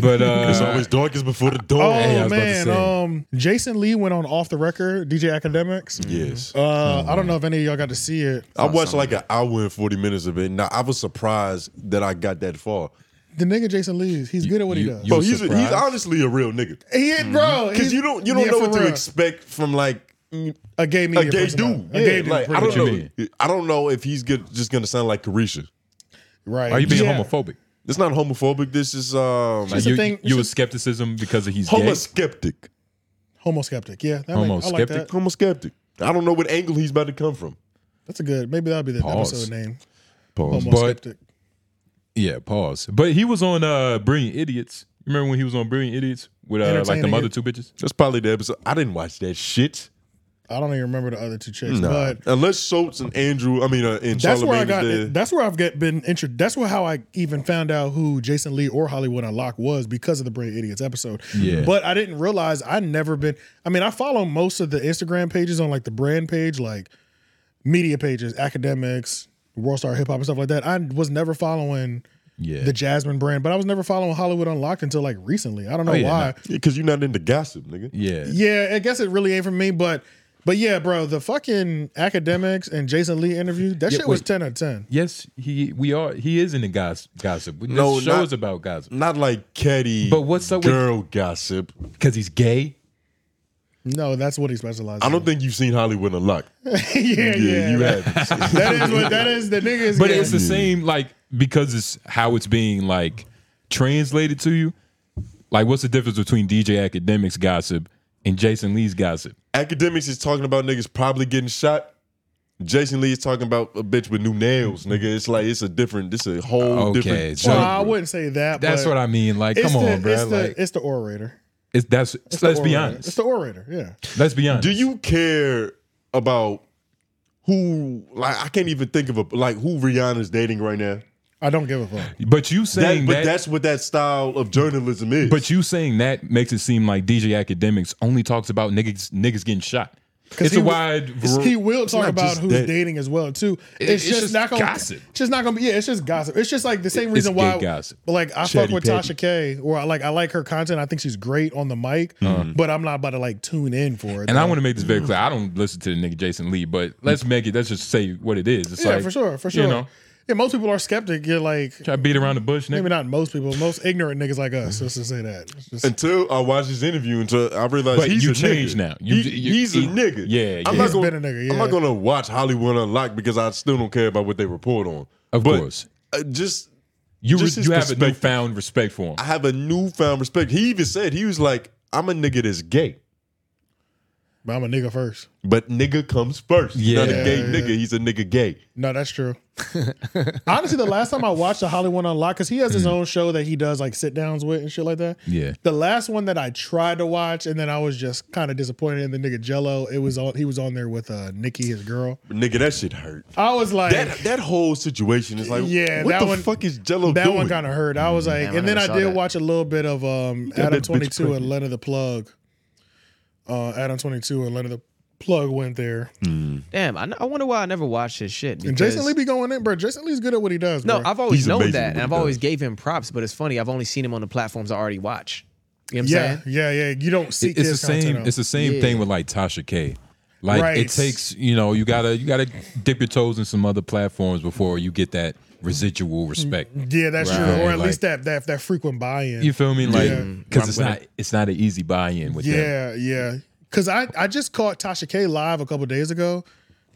Speaker 2: But uh,
Speaker 4: it's always darkest before the dawn.
Speaker 1: Oh man, um, Jason Lee went on off the record. DJ Academics.
Speaker 4: Yes.
Speaker 1: Uh, I
Speaker 4: Mm-hmm.
Speaker 1: don't know if any of y'all got to see it.
Speaker 4: I watched like an hour and forty minutes of it. Now I was surprised that I got that far.
Speaker 1: the nigga Jason Lee. He's good at what he does.
Speaker 4: Bro, he's, a, he's honestly a real nigga.
Speaker 1: He is, bro.
Speaker 4: Because Mm-hmm. you don't you don't
Speaker 1: Yeah,
Speaker 4: know
Speaker 1: for
Speaker 4: what to
Speaker 1: real.
Speaker 4: expect from like mm,
Speaker 1: a gay
Speaker 4: a
Speaker 1: media
Speaker 4: gay
Speaker 1: personality.
Speaker 4: dude.
Speaker 1: A gay dude,
Speaker 4: yeah, like, I
Speaker 1: pretty
Speaker 4: don't
Speaker 1: much.
Speaker 4: know. I don't know if he's good, just gonna sound like Carisha.
Speaker 1: Right.
Speaker 2: Are you being
Speaker 1: Yeah.
Speaker 2: homophobic?
Speaker 4: It's not homophobic. This is um,
Speaker 2: Like, you, you were skepticism because of he's gay.
Speaker 4: homoskeptic.
Speaker 1: Homo skeptic. Yeah, that make, I like that.
Speaker 4: Homoskeptic. I don't know what angle he's about to come from.
Speaker 1: That's a good. Maybe that'll be the
Speaker 2: Pause.
Speaker 1: episode name.
Speaker 4: Pause.
Speaker 1: Homo
Speaker 2: But-
Speaker 1: skeptic.
Speaker 2: Yeah, pause. But he was on uh Brilliant Idiots. Remember when he was on Brilliant Idiots with uh, like the
Speaker 1: Entertaining
Speaker 2: other
Speaker 1: it.
Speaker 2: two bitches?
Speaker 4: That's probably the episode. I didn't watch that shit.
Speaker 1: I don't even remember the other two chicks,
Speaker 4: Nah.
Speaker 1: but
Speaker 4: Unless Schultz and Andrew, I mean, uh, and
Speaker 1: that's where I
Speaker 4: Charlamagne
Speaker 1: got.
Speaker 4: is there.
Speaker 1: That's where I've get been intro. That's where how I even found out who Jason Lee or Hollywood Unlocked was because of the Brain Idiots episode.
Speaker 2: Yeah.
Speaker 1: but I didn't realize I never been. I mean, I follow most of the Instagram pages on like the brand page, like media pages, academics, World Star Hip Hop, and stuff like that. I was never following.
Speaker 2: Yeah.
Speaker 1: The Jasmine brand, but I was never following Hollywood Unlocked until like recently. I don't know
Speaker 2: Oh, yeah,
Speaker 1: why.
Speaker 2: nah.
Speaker 4: Because you're not into gossip, nigga.
Speaker 2: Yeah.
Speaker 1: Yeah, I guess it really ain't for me, but but yeah, bro, the fucking academics and Jason Lee interview, that
Speaker 2: Yeah,
Speaker 1: shit was
Speaker 2: wait.
Speaker 1: ten out of ten.
Speaker 2: Yes, he we are. He is in the gossip. gossip. This
Speaker 4: No,
Speaker 2: show
Speaker 4: not-
Speaker 2: is about gossip
Speaker 4: Not like catty
Speaker 2: But what's up with-
Speaker 4: girl gossip.
Speaker 2: because he's gay.
Speaker 1: No, that's what he specializes.
Speaker 4: I don't think you've seen Hollywood Unlocked.
Speaker 1: in. yeah, yeah,
Speaker 4: you have.
Speaker 1: that is what that is. The nigga is.
Speaker 2: But
Speaker 1: gay.
Speaker 2: it's the same, like because it's how it's being like translated to you. Like, what's the difference between DJ Academics gossip and Jason Lee's gossip?
Speaker 4: Academics is talking about niggas probably getting shot. Jason Lee is talking about a bitch with new nails, nigga. It's like it's a different, it's a whole
Speaker 2: Okay,
Speaker 4: different.
Speaker 2: so-
Speaker 1: Well,
Speaker 4: genre.
Speaker 1: I wouldn't say that.
Speaker 2: That's
Speaker 1: but
Speaker 2: what I mean. Like,
Speaker 1: it's
Speaker 2: come
Speaker 1: the-
Speaker 2: on, bro.
Speaker 1: It's the,
Speaker 2: like,
Speaker 1: it's the orator.
Speaker 2: it's that's.
Speaker 1: It's the
Speaker 2: let's be
Speaker 1: orator.
Speaker 2: honest.
Speaker 1: It's the orator. Yeah.
Speaker 2: let's be honest.
Speaker 4: Do you care about who? Like, I can't even think of a like who Rihanna's dating right now.
Speaker 1: I don't give a fuck.
Speaker 2: But you saying
Speaker 4: That, but
Speaker 2: that,
Speaker 4: that's what that style of journalism is.
Speaker 2: But you saying that makes it seem like DJ Academics only talks about niggas niggas getting shot. It's
Speaker 1: he
Speaker 2: a
Speaker 1: wi-
Speaker 2: wide.
Speaker 1: it's-
Speaker 2: var-
Speaker 1: He will
Speaker 4: not
Speaker 1: talk about
Speaker 4: just
Speaker 1: who's
Speaker 4: that.
Speaker 1: dating as well too.
Speaker 2: It-
Speaker 1: It's,
Speaker 2: it's
Speaker 1: just,
Speaker 2: just
Speaker 1: not gonna.
Speaker 2: gossip.
Speaker 1: It's just not gonna be. Yeah, it's just gossip. It's just like the same reason
Speaker 2: it's
Speaker 1: why.
Speaker 2: gay gossip.
Speaker 1: But like I
Speaker 2: Chatty
Speaker 1: fuck with
Speaker 2: patty.
Speaker 1: Tasha K, or I like I like her content. I think she's great on the mic, but I'm not about to like tune in for it.
Speaker 2: Uh-huh. and I
Speaker 1: though.
Speaker 2: want to make this very clear. I don't listen to the nigga Jason Lee, but let's make it. Let's just say what it is. It's
Speaker 1: Mm-hmm. yeah,
Speaker 2: like,
Speaker 1: for sure, for sure.
Speaker 2: You know,
Speaker 1: yeah, most people are skeptic. You're like
Speaker 2: try to beat around the bush,
Speaker 1: maybe
Speaker 2: nigga.
Speaker 1: not most people, most ignorant niggas like
Speaker 2: Mm-hmm.
Speaker 1: us. Let's just say that. It's just-
Speaker 4: until I watched this interview, until I realized
Speaker 2: But
Speaker 4: he's
Speaker 2: you
Speaker 4: a
Speaker 2: changed
Speaker 4: nigga.
Speaker 2: now. You-
Speaker 4: He-
Speaker 2: you-
Speaker 4: he's
Speaker 2: he-
Speaker 4: a nigga.
Speaker 2: yeah,
Speaker 4: I'm
Speaker 2: yeah.
Speaker 4: not
Speaker 2: He's
Speaker 4: gonna,
Speaker 1: been a nigga,
Speaker 4: I'm not
Speaker 1: yeah.
Speaker 4: gonna watch Hollywood Unlocked because I still don't care about what they report on.
Speaker 2: Of
Speaker 4: But,
Speaker 2: course,
Speaker 4: uh, just
Speaker 2: you re-
Speaker 4: just his
Speaker 2: you have a
Speaker 4: perspective.
Speaker 2: newfound respect for him.
Speaker 4: I have a newfound respect. He even said he was like, "I'm a nigga that's gay."
Speaker 1: But I'm a nigga first.
Speaker 4: But nigga comes first. Yeah. Not a
Speaker 1: Yeah,
Speaker 4: gay
Speaker 1: yeah.
Speaker 4: nigga. He's a nigga gay.
Speaker 1: No, that's true. Honestly, the last time I watched the Hollywood Unlocked, because he has his own show that he does like sit downs with and shit like that.
Speaker 2: Yeah.
Speaker 1: The last one that I tried to watch, and then I was just kind of disappointed in the nigga Jello. It was on. He was on there with uh Nikki, his girl.
Speaker 4: But nigga, that shit hurt.
Speaker 1: I was like,
Speaker 4: that that whole situation is like,
Speaker 1: yeah,
Speaker 4: what
Speaker 1: that
Speaker 4: the
Speaker 1: one-
Speaker 4: fuck is Jello
Speaker 1: that
Speaker 4: doing?
Speaker 1: one kind of hurt. I was like,
Speaker 4: Mm, Damn, I
Speaker 1: and then I
Speaker 4: never
Speaker 1: did
Speaker 4: saw that.
Speaker 1: watch a little bit of um
Speaker 4: Got
Speaker 1: Adam
Speaker 4: that bitch
Speaker 1: Twenty Two
Speaker 4: pregnant.
Speaker 1: and Leonard the Plug. Uh, Adam Twenty Two and Leonard the Plug went there.
Speaker 5: Damn, I, I wonder why I never watched his shit.
Speaker 1: And
Speaker 5: because-
Speaker 1: Jason Lee be going in, bro. Jason Lee's good at what he does.
Speaker 5: No,
Speaker 1: bro.
Speaker 5: I've always known that, and I've always gave him props. But it's funny, I've only seen him on the platforms I already watch. You know what I'm
Speaker 1: yeah,
Speaker 5: saying?
Speaker 1: yeah, yeah. You don't see.
Speaker 5: It's
Speaker 2: it's the
Speaker 1: his content
Speaker 2: same.
Speaker 1: out.
Speaker 2: It's the same
Speaker 1: Yeah.
Speaker 2: thing with like Tasha K. Like
Speaker 1: Right.
Speaker 2: it takes you know you gotta you gotta dip your toes in some other platforms before you get that residual
Speaker 1: Mm-hmm.
Speaker 2: respect.
Speaker 1: Yeah, that's true.
Speaker 2: Right.
Speaker 1: Or at
Speaker 2: Like,
Speaker 1: least that that that frequent buy-in.
Speaker 2: You feel me? Like
Speaker 1: yeah,
Speaker 2: because it's not it's not an easy buy-in with them.
Speaker 1: yeah, yeah. Because I I just caught Tasha K live a couple days ago.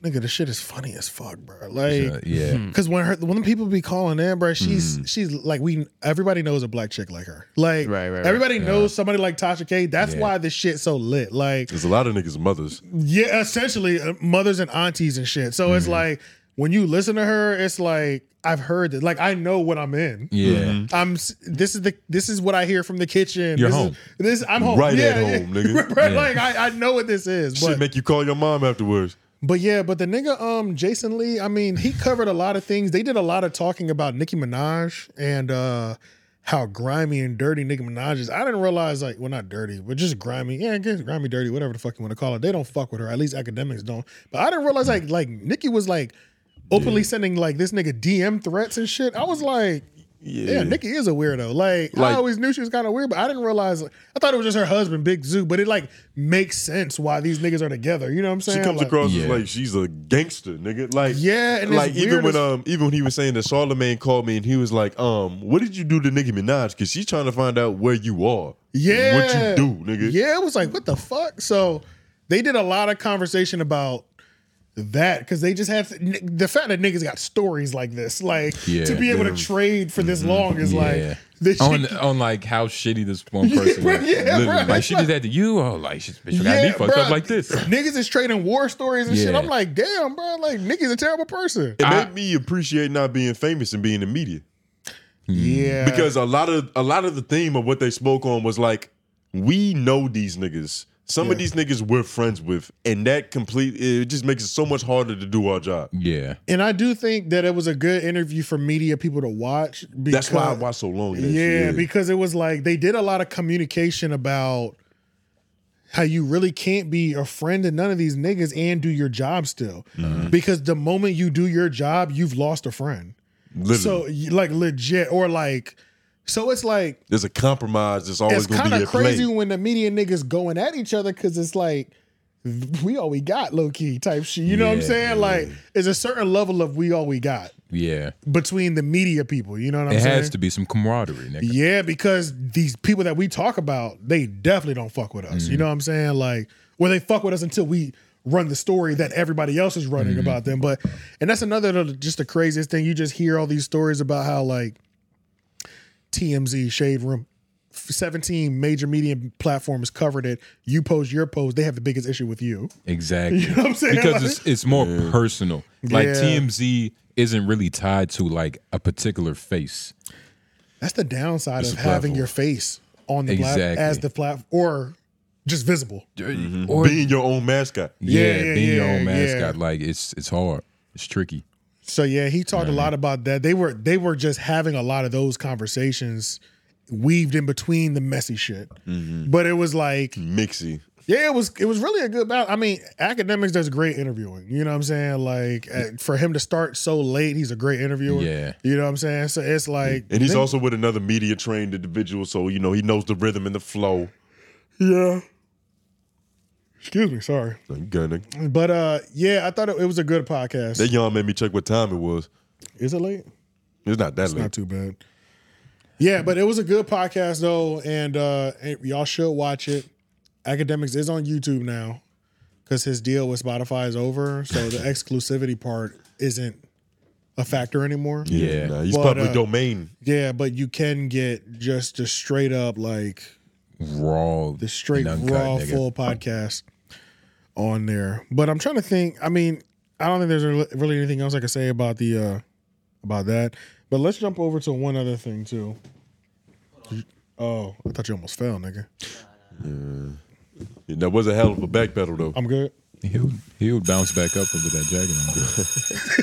Speaker 1: Nigga, the shit is funny as fuck, bro.
Speaker 2: Yeah, Mm.
Speaker 1: Like,
Speaker 2: yeah. Hmm.
Speaker 1: Because when her when the people be calling in, bro, she's she's like we everybody knows a black chick like her. Like
Speaker 2: Right, right, right.
Speaker 1: everybody
Speaker 2: Yeah.
Speaker 1: knows somebody like Tasha K. That's
Speaker 4: Yeah.
Speaker 1: why this shit's so lit. Like
Speaker 4: There's a lot of niggas mothers.
Speaker 1: Yeah, essentially uh, mothers and aunties and shit. So
Speaker 2: Mm-hmm.
Speaker 1: it's like when you listen to her, it's like I've heard that. Like I know what I'm in.
Speaker 2: Yeah. Mhm.
Speaker 1: I'm. s- This is the. This is what I hear from the kitchen.
Speaker 4: Mm-hmm. You're
Speaker 1: this
Speaker 4: home.
Speaker 1: Is, this I'm home.
Speaker 4: Right
Speaker 1: Yeah,
Speaker 4: at
Speaker 1: yeah.
Speaker 4: home, nigga.
Speaker 1: Right,
Speaker 4: Yeah.
Speaker 1: Like I, I know what this is. But
Speaker 4: Shit make you call your mom afterwards.
Speaker 1: but yeah, but the nigga, um, Jason Lee, I mean, he covered a lot of things. They did a lot of talking about Nicki Minaj and uh how grimy and dirty Nicki Minaj is. I didn't realize, like, well, not dirty, but just grimy. Yeah, I guess grimy, dirty, whatever the fuck you want to call it. They don't fuck with her. At least academics don't. But I didn't realize, like, like Nicki was like openly sending like this nigga DM threats and shit. I was like, yeah,
Speaker 4: Yeah.
Speaker 1: Nicki is a weirdo. Like, I
Speaker 4: Like-
Speaker 1: always knew she was kind of weird, but I didn't realize. I thought it was just her husband, Big Zoo. But it like makes sense why these niggas are together. You know what I'm
Speaker 4: She
Speaker 1: saying?
Speaker 4: comes
Speaker 1: Like-
Speaker 4: across as like she's a gangster, nigga. Like
Speaker 1: Yeah, and it's
Speaker 4: like even
Speaker 1: weird
Speaker 4: when
Speaker 1: as-
Speaker 4: um even when he was saying that Charlemagne called me and he was like, um, what did you do to Nicki Minaj? Because she's trying to find out where you are.
Speaker 1: Yeah.
Speaker 4: What you do, nigga.
Speaker 1: Yeah, it was like, what the fuck? So they did a lot of conversation about that because they just have the fact that niggas got stories like this. Like
Speaker 2: Yeah.
Speaker 1: to be able to
Speaker 2: Yeah.
Speaker 1: trade for this long is like this
Speaker 2: on
Speaker 1: shit-
Speaker 2: on like how shitty this one person
Speaker 1: bro,
Speaker 2: was.
Speaker 1: yeah,
Speaker 2: Literally,
Speaker 1: bro,
Speaker 2: like
Speaker 1: it's
Speaker 2: she
Speaker 1: like-
Speaker 2: did that to you. Oh, like she's bitch, you got me fucked
Speaker 1: bruh,
Speaker 2: up like this.
Speaker 1: Niggas is trading war stories and shit.
Speaker 2: Yeah.
Speaker 1: I'm like, damn, bro, like niggas a terrible person.
Speaker 4: It made me appreciate not being famous and being in media.
Speaker 1: Yeah.
Speaker 4: Because a lot of a lot of the theme of what they spoke on was like, we know these niggas. Some of these niggas we're friends with, and that complete it just makes it so much harder to do our job.
Speaker 2: Yeah.
Speaker 1: And I do think that it was a good interview for media people to watch.
Speaker 4: That's why I
Speaker 1: because-
Speaker 4: watched so long. of that
Speaker 1: Yeah,
Speaker 4: shit.
Speaker 1: because it was like they did a lot of communication about how you really can't be a friend to none of these niggas and do your job still. Because the moment you do your job, you've lost a friend.
Speaker 4: Literally.
Speaker 1: So you- like legit or like so it's like
Speaker 4: there's a compromise that's always
Speaker 1: it's
Speaker 4: going
Speaker 1: kind
Speaker 4: to Oh, be
Speaker 1: of
Speaker 4: at play.
Speaker 1: crazy when the media niggas going at each other because it's like we all we got low key type shit. You know what I'm
Speaker 2: Yeah,
Speaker 1: saying? Like it's a certain level of we all we got
Speaker 2: Yeah.
Speaker 1: between the media people. You know what I'm
Speaker 2: it
Speaker 1: saying?
Speaker 2: has to be some camaraderie, nigga.
Speaker 1: Yeah, because these people that we talk about, they definitely don't fuck with
Speaker 2: Mm-hmm.
Speaker 1: us. You know what I'm saying? Like, well, they fuck with us until we run the story that everybody else is
Speaker 2: Mm-hmm.
Speaker 1: running about them. But, and that's another of the- just the craziest thing. You just hear all these stories about how like TMZ Shade Room. 17 major media platforms covered it. You post your post, they have the biggest issue with you.
Speaker 2: Exactly.
Speaker 1: You know what I'm saying?
Speaker 2: Because
Speaker 1: Like-
Speaker 2: it's it's more personal. Like
Speaker 1: Yeah.
Speaker 2: TMZ isn't really tied to like a particular face.
Speaker 1: That's the downside
Speaker 2: It's
Speaker 1: of
Speaker 2: a
Speaker 1: having
Speaker 2: platform.
Speaker 1: your face on the plat-
Speaker 2: Exactly.
Speaker 1: as the platform or just visible.
Speaker 4: Mhm.
Speaker 2: Or-
Speaker 4: being your own mascot.
Speaker 1: Yeah, yeah,
Speaker 2: being your
Speaker 1: yeah,
Speaker 2: own
Speaker 1: yeah.
Speaker 2: mascot, like it's it's hard. It's tricky.
Speaker 1: So yeah, he talked a lot about that. They were they were just having a lot of those conversations weaved in between the messy shit.
Speaker 4: Mm-hmm.
Speaker 1: But it was like
Speaker 4: Mixy.
Speaker 1: yeah, it was it was really a good battle. I mean, academics does great interviewing. You know what I'm saying? Like uh, for him to start so late, he's a great interviewer.
Speaker 4: Yeah.
Speaker 1: You know what I'm saying? So it's like
Speaker 4: And he's
Speaker 1: then-
Speaker 4: also with another media trained individual, so you know he knows the rhythm and the flow.
Speaker 1: Yeah. Excuse me, sorry.
Speaker 4: Like, gonna-
Speaker 1: But uh yeah, I thought it, it was a good podcast.
Speaker 4: That y'all made me check what time it was.
Speaker 1: Is it late?
Speaker 4: It's not that
Speaker 1: It's
Speaker 4: late.
Speaker 1: not too bad. Yeah, but it was a good podcast though, and uh and y'all should watch it. Academics is on YouTube now because his deal with Spotify is over, so the exclusivity part isn't a factor anymore.
Speaker 4: Yeah, nah, he's
Speaker 1: But,
Speaker 4: public
Speaker 1: uh,
Speaker 4: domain.
Speaker 1: Yeah, but you can get just a straight up like
Speaker 2: Raw. The
Speaker 1: straight raw full podcast. on there. But I'm trying to think. I mean, I don't think there's re- really anything else I can say about the uh about that. But let's jump over to one other thing too. Oh, I thought you almost fell, nigga.
Speaker 4: Yeah. Yeah, that was a hell of a back pedal though.
Speaker 1: I'm good.
Speaker 2: He would, he would bounce back up with that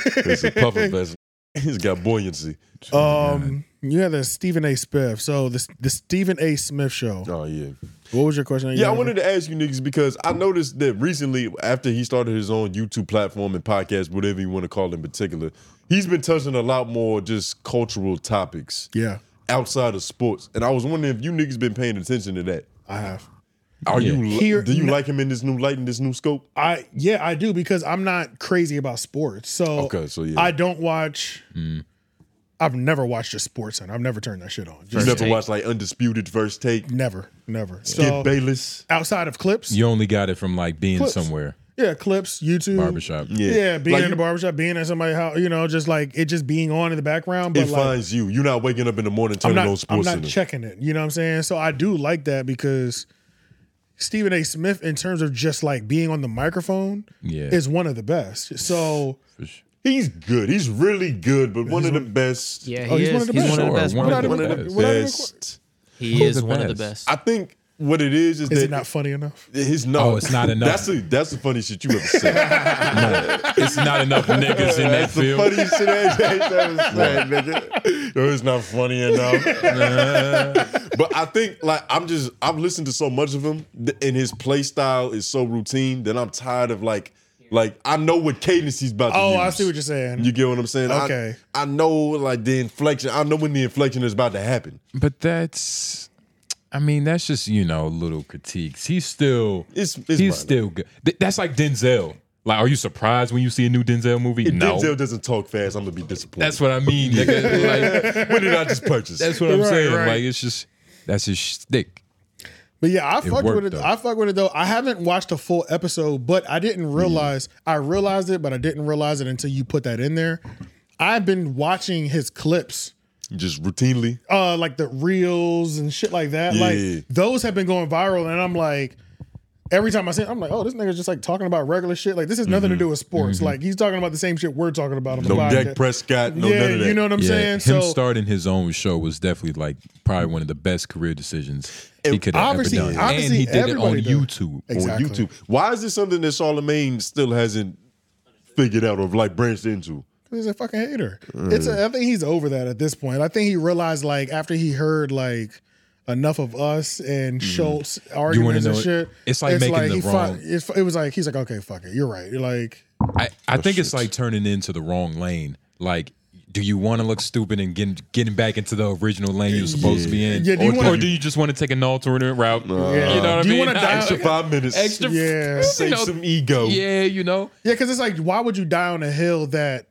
Speaker 2: jacket on.
Speaker 4: It's a puffer vest. He's got buoyancy.
Speaker 1: Um, you had the Stephen A. Smith. So the the Stephen A. Smith show.
Speaker 4: Oh yeah.
Speaker 1: What was your question?
Speaker 4: Yeah, I wanted to ask you niggas because I noticed that recently, after he started his own YouTube platform and podcast, whatever you want to call it in particular, he's been touching a lot more just cultural topics
Speaker 1: Yeah,
Speaker 4: outside of sports. And I was wondering if you niggas been paying attention to that.
Speaker 1: I have.
Speaker 4: Are you
Speaker 1: Yeah.
Speaker 4: li-
Speaker 1: Here-
Speaker 4: do you
Speaker 1: no-
Speaker 4: like him in this new light in this new scope?
Speaker 1: I yeah I do because I'm not crazy about sports. So
Speaker 4: Okay, so yeah.
Speaker 1: I don't watch. I've never watched a sports center. I've never turned that shit on.
Speaker 4: You never watched like Undisputed First Take?
Speaker 1: Never, never.
Speaker 4: Skip
Speaker 1: So-
Speaker 4: Bayless.
Speaker 1: outside of clips.
Speaker 2: You only got it from like being
Speaker 1: Clips.
Speaker 2: somewhere.
Speaker 1: Yeah, clips, YouTube,
Speaker 2: Barbershop.
Speaker 1: Yeah, being
Speaker 4: Like
Speaker 1: in
Speaker 4: you-
Speaker 1: the barbershop, being at somebody's house, you know, just like it just being on in the background. But
Speaker 4: It
Speaker 1: like,
Speaker 4: finds you. You're not waking up in the morning
Speaker 1: I'm
Speaker 4: turning
Speaker 1: not,
Speaker 4: on
Speaker 1: I'm
Speaker 4: sports
Speaker 1: not
Speaker 4: Center.
Speaker 1: checking it. You know what I'm saying? So I do like that because Stephen A. Smith, in terms of just like being on the microphone,
Speaker 4: Yeah.
Speaker 1: is one of the best. So
Speaker 4: he's good. He's really good, but one of the best.
Speaker 1: Yeah, Oh, he he's one is. of the He's best. one of the best. Without even- without even-
Speaker 4: He
Speaker 1: Who's is the one of the
Speaker 2: best?
Speaker 4: I think what it is is,
Speaker 1: is
Speaker 4: that
Speaker 1: it not funny enough?
Speaker 4: his no,
Speaker 2: Oh, it's not enough.
Speaker 4: That's the that's the funniest shit you ever said.
Speaker 2: It's not enough niggas in that
Speaker 4: that's the
Speaker 2: field.
Speaker 4: funniest shit I ever said, nigga. Yo, It's not funny enough. but I think like I'm just I've listened to so much of him, th- and his play style is so routine that I'm tired of like like I know what cadence he's about to
Speaker 1: Oh,
Speaker 4: use.
Speaker 1: I see what you're saying.
Speaker 4: You get what I'm saying? I-
Speaker 1: Okay.
Speaker 4: I, know like the inflection. I know when the inflection is about to happen.
Speaker 2: But that's, I mean, that's just you know little critiques. He's still,
Speaker 4: It's- it's minor.
Speaker 2: he's still good. Th- that's like Denzel. Like, are you surprised when you see a new Denzel movie?
Speaker 4: If
Speaker 2: no,
Speaker 4: Denzel doesn't talk fast, I'm gonna be disappointed.
Speaker 2: that's what I mean, nigga. Like,
Speaker 4: when did I just purchase?
Speaker 2: that's what I'm
Speaker 1: Right,
Speaker 2: saying.
Speaker 1: right.
Speaker 2: Like, it's just that's his shtick.
Speaker 1: But yeah, I
Speaker 2: It
Speaker 1: fucked
Speaker 2: worked,
Speaker 1: with it.
Speaker 2: though.
Speaker 1: I fucked with it though. I haven't watched a full episode, but I
Speaker 4: Mm.
Speaker 1: didn't realize. I realized it, but I didn't realize it until you put that in there. I've been watching his clips,
Speaker 4: Just routinely.
Speaker 1: uh, like the reels and shit like that.
Speaker 4: Yeah.
Speaker 1: Like those have been going viral, and I'm like, every time I see, it, I'm like, oh, this nigga's just like talking about regular shit. Like this has nothing to do with sports. Like he's talking about the same shit we're talking about on the
Speaker 4: Mm-hmm. No
Speaker 1: podcast.
Speaker 4: Dak Prescott, no
Speaker 1: yeah,
Speaker 4: none of that.
Speaker 1: you know what I'm
Speaker 2: yeah,
Speaker 1: saying.
Speaker 2: him
Speaker 1: so
Speaker 2: starting his own show was definitely like probably one of the best career decisions he could have ever
Speaker 1: obviously-
Speaker 2: done, and
Speaker 1: obviously
Speaker 2: he did it on
Speaker 1: everybody does.
Speaker 2: YouTube.
Speaker 1: Exactly.
Speaker 4: on YouTube. Why is this something that Charlemagne still hasn't figured out or like branched into?
Speaker 1: He's a fucking hater. It's a, I think he's over that at this point. I think he realized like after he heard like enough of us and Schultz arguments and
Speaker 2: know-
Speaker 1: shit.
Speaker 2: it's like making the
Speaker 1: he
Speaker 2: wrong-
Speaker 1: fin- it's- it was like he's like okay, fuck it. You're right. You're like
Speaker 2: I, I think it's like turning into the wrong lane. Like, do you want to look stupid and getting getting back into the original lane you're supposed to be in,
Speaker 1: Yeah, do
Speaker 2: or,
Speaker 1: you wanna-
Speaker 2: or do you just want to take an alternate route?
Speaker 1: Yeah.
Speaker 2: You know what
Speaker 1: Do you
Speaker 2: I mean?
Speaker 1: wanna
Speaker 2: Nah,
Speaker 1: dial-
Speaker 2: extra
Speaker 4: Extra five minutes.
Speaker 2: extra
Speaker 1: yeah,
Speaker 4: Save
Speaker 2: you know,
Speaker 4: some ego.
Speaker 2: Yeah, you know.
Speaker 1: yeah, because it's like why would you die on a hill that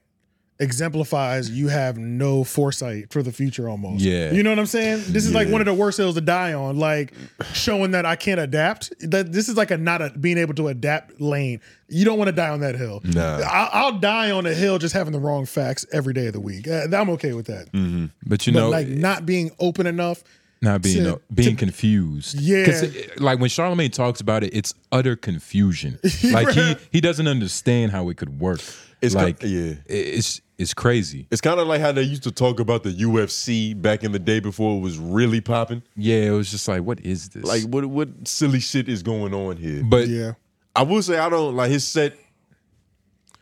Speaker 1: exemplifies you have no foresight for the future almost.
Speaker 2: Yeah.
Speaker 1: you know what I'm saying. This is like one of the worst hills to die on. Like showing that I can't adapt. That this is like a not a, being able to adapt lane. You don't want to die on that hill.
Speaker 2: Nah.
Speaker 1: I, I'll die on a hill just having the wrong facts every day of the week. Uh, I'm okay with that.
Speaker 2: Mm. But you
Speaker 1: but
Speaker 2: know,
Speaker 1: like not being open enough.
Speaker 2: not being
Speaker 1: to-
Speaker 2: uh, being confused.
Speaker 1: Yeah.
Speaker 2: 'Cause it- like when Charlemagne talks about it, it's utter confusion. Like he he doesn't understand how it could work.
Speaker 4: It's co-
Speaker 2: like
Speaker 4: yeah.
Speaker 2: it's it's crazy.
Speaker 4: It's kind of like how they used to talk about the UFC back in the day before it was really popping.
Speaker 2: Yeah, it was just like, what is this?
Speaker 4: Like, what what silly shit is going on here?
Speaker 2: but
Speaker 1: Yeah.
Speaker 4: I will say I don't like his set.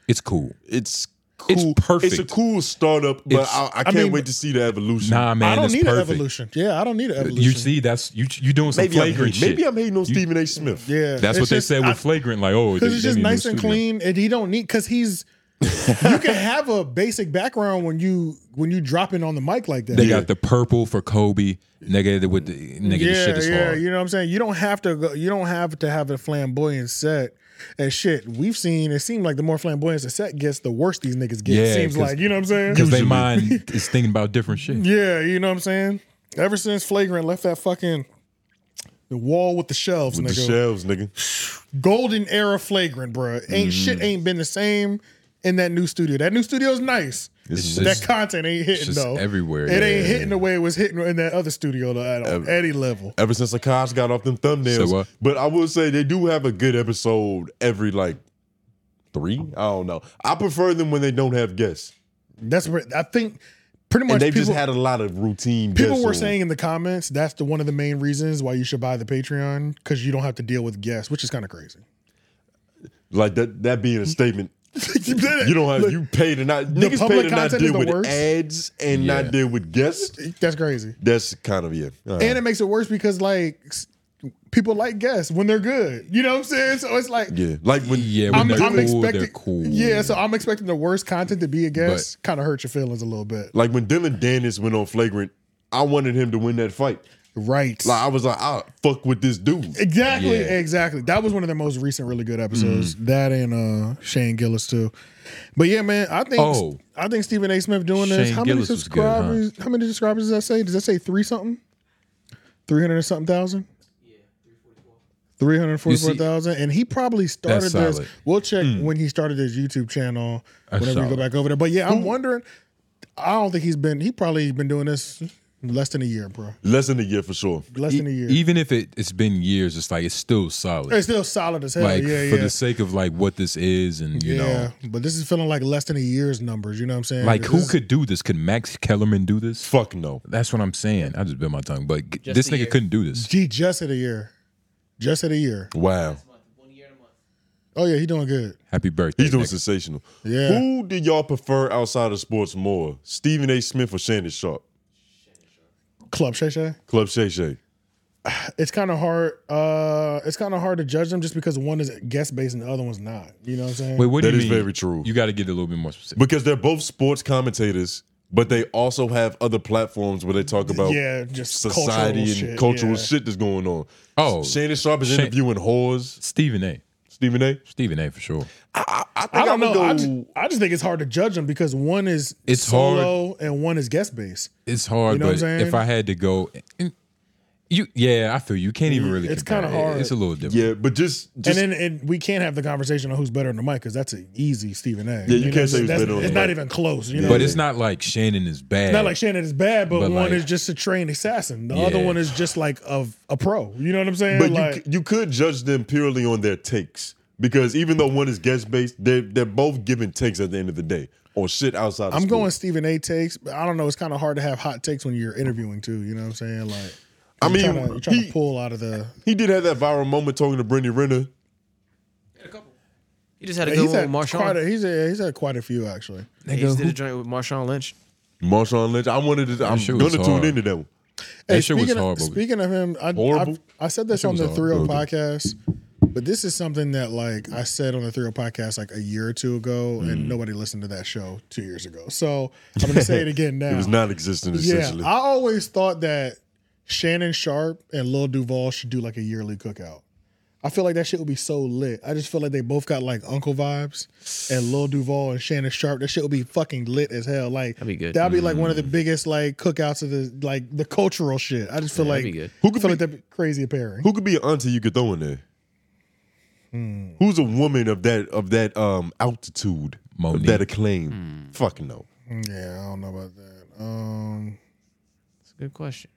Speaker 2: it's cool.
Speaker 4: It's cool.
Speaker 2: It's perfect.
Speaker 4: It's a cool startup, but
Speaker 2: It's-
Speaker 4: I, I
Speaker 2: I
Speaker 4: can't
Speaker 2: mean,
Speaker 4: wait to see the evolution.
Speaker 2: Nah, man,
Speaker 1: I don't
Speaker 2: it's
Speaker 1: need an
Speaker 2: perfect.
Speaker 1: evolution. Yeah, I don't need an evolution.
Speaker 2: You see, that's you. You doing some
Speaker 4: maybe I'm,
Speaker 2: flagrant
Speaker 4: hating-
Speaker 2: shit.
Speaker 4: maybe I'm hating on Stephen A. Smith.
Speaker 1: yeah,
Speaker 2: That's what
Speaker 1: it's
Speaker 2: they
Speaker 1: just-
Speaker 2: said with
Speaker 1: I-
Speaker 2: flagrant. Like, oh,
Speaker 1: because
Speaker 2: they-
Speaker 1: it's
Speaker 2: they
Speaker 1: just
Speaker 2: need a new
Speaker 1: nice and
Speaker 2: studio.
Speaker 1: clean, and he don't need because he's. you can have a basic background when you when you drop in on the mic like that.
Speaker 2: They got the purple for Kobe. Nigga, with the nigga, this shit is
Speaker 1: yeah.
Speaker 2: hard.
Speaker 1: You know what I'm saying? You don't have to go. You don't have to have a flamboyant set. And shit, we've seen. It seemed like the more flamboyant the set gets, the worse these niggas get. it
Speaker 2: Yeah,
Speaker 1: seems
Speaker 2: 'cause-
Speaker 1: like you know what I'm saying?
Speaker 2: Because they mind is thinking about different shit.
Speaker 1: Yeah, you know what I'm saying? Ever since Flagrant left that fucking the wall with the shelves,
Speaker 4: With the
Speaker 1: nigga.
Speaker 4: shelves, nigga.
Speaker 1: Golden
Speaker 4: Mm-hmm.
Speaker 1: era Flagrant, bruh. Ain't shit ain't been the same in that new studio. That new studio's nice.
Speaker 2: It's
Speaker 1: that
Speaker 2: just-
Speaker 1: content ain't
Speaker 2: it's
Speaker 1: hitting
Speaker 2: just
Speaker 1: though.
Speaker 2: everywhere,
Speaker 1: It
Speaker 2: yeah.
Speaker 1: ain't hitting the way it was hitting in that other studio though, at all, any level.
Speaker 4: Ever since Akash got off them thumbnails,
Speaker 2: Say what?
Speaker 4: but I will say they do have a good episode every like three. I don't know. I prefer them when they don't have guests.
Speaker 1: That's where I think pretty much
Speaker 4: And they've
Speaker 1: people-
Speaker 4: just had a lot of routine.
Speaker 1: People
Speaker 4: guests
Speaker 1: were
Speaker 4: on.
Speaker 1: saying in the comments that's the one of the main reasons why you should buy the Patreon because you don't have to deal with guests, which is kind of crazy.
Speaker 4: like that that being a statement. you don't have you pay to not
Speaker 1: the
Speaker 4: niggas pay
Speaker 1: public
Speaker 4: to not
Speaker 1: content is
Speaker 4: deal
Speaker 1: the
Speaker 4: with
Speaker 1: worst.
Speaker 4: ads and
Speaker 1: Yeah.
Speaker 4: not deal with guests.
Speaker 1: That's crazy.
Speaker 4: That's kind of yeah. All right.
Speaker 1: And it makes it worse because like s- people like guests when they're good. You know what I'm saying? So it's like
Speaker 4: yeah, like when yeah,
Speaker 1: when I'm- they're I'm cool, expecting- they're yeah, so I'm expecting the worst content to be a guest. Kind of hurt your feelings a little bit.
Speaker 4: Like when Dylan Dennis went on flagrant, I wanted him to win that fight.
Speaker 1: Right.
Speaker 4: Like I was like, I fuck with this dude.
Speaker 1: Exactly, exactly. That was one of their most recent really good episodes.
Speaker 2: Mm.
Speaker 1: That and uh Shane Gillis too. But yeah, man, I think
Speaker 2: Oh.
Speaker 1: I think Stephen A. Smith doing this.
Speaker 2: Shane
Speaker 1: How
Speaker 2: Gillis
Speaker 1: many
Speaker 2: was good, huh?
Speaker 1: subscribers? How many subscribers does that say? Does that say three something? Three hundred and something thousand. Three hundred forty-four thousand, and he probably started this.
Speaker 2: solid. Mm.
Speaker 1: We'll check when he started his YouTube channel.
Speaker 2: That's
Speaker 1: whenever we go
Speaker 2: solid.
Speaker 1: back over there, but yeah, I'm wondering. I don't think he's been. He probably been doing this less than a year, bro.
Speaker 4: Less than a year for sure.
Speaker 1: Less than a year.
Speaker 2: E, Even if it, it's been years, it's like it's still solid.
Speaker 1: It's still solid as hell.
Speaker 2: like
Speaker 1: yeah,
Speaker 2: for
Speaker 1: yeah.
Speaker 2: the sake of like what this is, and you know,
Speaker 1: but this is feeling like less than a year's numbers. You know what I'm saying?
Speaker 2: like
Speaker 1: This
Speaker 2: who
Speaker 1: is-
Speaker 2: could do this? Could Max Kellerman do this?
Speaker 4: Fuck no.
Speaker 2: That's what I'm saying. I just bit my tongue, but g-
Speaker 1: Just
Speaker 2: this
Speaker 1: a
Speaker 2: nigga
Speaker 1: year.
Speaker 2: couldn't do this.
Speaker 1: Gee, just at a year, just at a year.
Speaker 4: Wow.
Speaker 1: Oh yeah, he doing good.
Speaker 2: Happy birthday.
Speaker 4: He's doing sensational.
Speaker 1: Yeah.
Speaker 4: Who do y'all prefer outside of sports more? Stephen A. Smith or Shannon Sharp?
Speaker 1: Club Shay Shay.
Speaker 4: Club Shay Shay.
Speaker 1: It's kind of hard. Uh, it's kind of hard to judge them just because one is guest based and the other one's not. You know what I'm saying?
Speaker 2: Wait, what do
Speaker 4: That
Speaker 2: you
Speaker 4: is
Speaker 2: mean?
Speaker 4: very true.
Speaker 2: You got to get a little bit more specific.
Speaker 4: Because they're both sports commentators, but they also have other platforms where they talk about
Speaker 1: Yeah, just
Speaker 4: society
Speaker 1: cultural
Speaker 4: and
Speaker 1: shit,
Speaker 4: cultural
Speaker 1: yeah.
Speaker 4: shit that's going on.
Speaker 2: Oh,
Speaker 4: Shannon Sharp is
Speaker 2: Shan-
Speaker 4: interviewing whores.
Speaker 2: Stephen A.
Speaker 4: Stephen A.
Speaker 2: Stephen A. for sure.
Speaker 4: I,
Speaker 1: I don't
Speaker 4: would
Speaker 1: know. I, just,
Speaker 4: go-
Speaker 1: I just think it's hard to judge them because one is
Speaker 2: It's
Speaker 1: solo and one is guest based.
Speaker 2: It's hard,
Speaker 1: You know what
Speaker 2: but
Speaker 1: I'm saying?
Speaker 2: if I had to go, and- you yeah, I feel you. You can't even really.
Speaker 1: It's
Speaker 2: compare.
Speaker 1: kinda hard.
Speaker 2: It's a little different.
Speaker 4: Yeah, but just,
Speaker 1: And
Speaker 4: just
Speaker 1: then and we can't have the conversation on who's better than the mic because that's an easy Stephen A.
Speaker 4: Yeah, you
Speaker 1: know
Speaker 4: can't
Speaker 1: what I'm
Speaker 4: say who's
Speaker 1: That's-
Speaker 4: better on
Speaker 1: It's
Speaker 4: the
Speaker 1: not
Speaker 4: mic.
Speaker 1: even close. You know,
Speaker 2: but it's not like Shannon is bad.
Speaker 1: It's not like Shannon is bad, but,
Speaker 2: But,
Speaker 1: one
Speaker 2: like-
Speaker 1: is just a trained assassin. The other
Speaker 2: Yeah.
Speaker 1: one is just like a, a pro. You know what I'm saying?
Speaker 4: But
Speaker 1: like,
Speaker 4: you, c- you could judge them purely on their takes because even though one is guest based, they're they're both giving takes at the end of the day on shit outside. Of
Speaker 1: I'm
Speaker 4: school.
Speaker 1: going Stephen A. takes, but I don't know. It's kind of hard to have hot takes when you're interviewing too. You know what I'm saying? Like,
Speaker 4: I mean,
Speaker 1: you're trying, to, you're trying
Speaker 4: he-
Speaker 1: to pull out of the.
Speaker 4: He did have that viral moment talking to Brittany Renner.
Speaker 5: He just had a
Speaker 1: he's
Speaker 5: good one
Speaker 1: had
Speaker 5: with Marshawn.
Speaker 1: quite a, he's, had- he's had quite a few actually.
Speaker 5: he just did a joint with Marshawn Lynch.
Speaker 4: Marshawn Lynch. I wanted to. I'm
Speaker 2: shit
Speaker 4: gonna
Speaker 2: was
Speaker 4: tune
Speaker 2: hard.
Speaker 4: into that one.
Speaker 1: Hey,
Speaker 2: that shit was
Speaker 1: speaking of-
Speaker 2: horrible.
Speaker 1: Speaking of him, I,
Speaker 4: Horrible?
Speaker 1: I, I said this
Speaker 2: That shit
Speaker 1: on the
Speaker 2: was
Speaker 1: Three O
Speaker 2: horrible.
Speaker 1: podcast, but this is something that like I said on the Three O podcast like a year or two ago,
Speaker 2: Mm.
Speaker 1: and nobody listened to that show two years ago. So I'm gonna say it again now.
Speaker 4: it was non-existent
Speaker 1: Yeah,
Speaker 4: essentially.
Speaker 1: I always thought that Shannon Sharp and Lil Duval should do like a yearly cookout. I feel like that shit would be so lit. I just feel like they both got like uncle vibes, and Lil Duval and Shannon Sharp. That shit would be fucking lit as hell. Like that'd be
Speaker 5: good. Mm-hmm.
Speaker 1: That'd be like one of the biggest like cookouts of the like the cultural shit. I just feel
Speaker 5: Yeah,
Speaker 1: like
Speaker 5: that'd be good.
Speaker 1: who could feel like that crazy pairing.
Speaker 4: Who could be an auntie you could throw in there?
Speaker 1: Hmm.
Speaker 4: Who's a woman of that of that um altitude
Speaker 2: Monique.
Speaker 4: of that acclaim?
Speaker 1: Hmm.
Speaker 4: Fuck no.
Speaker 1: Yeah, I don't know about that. Um,
Speaker 5: It's a good question.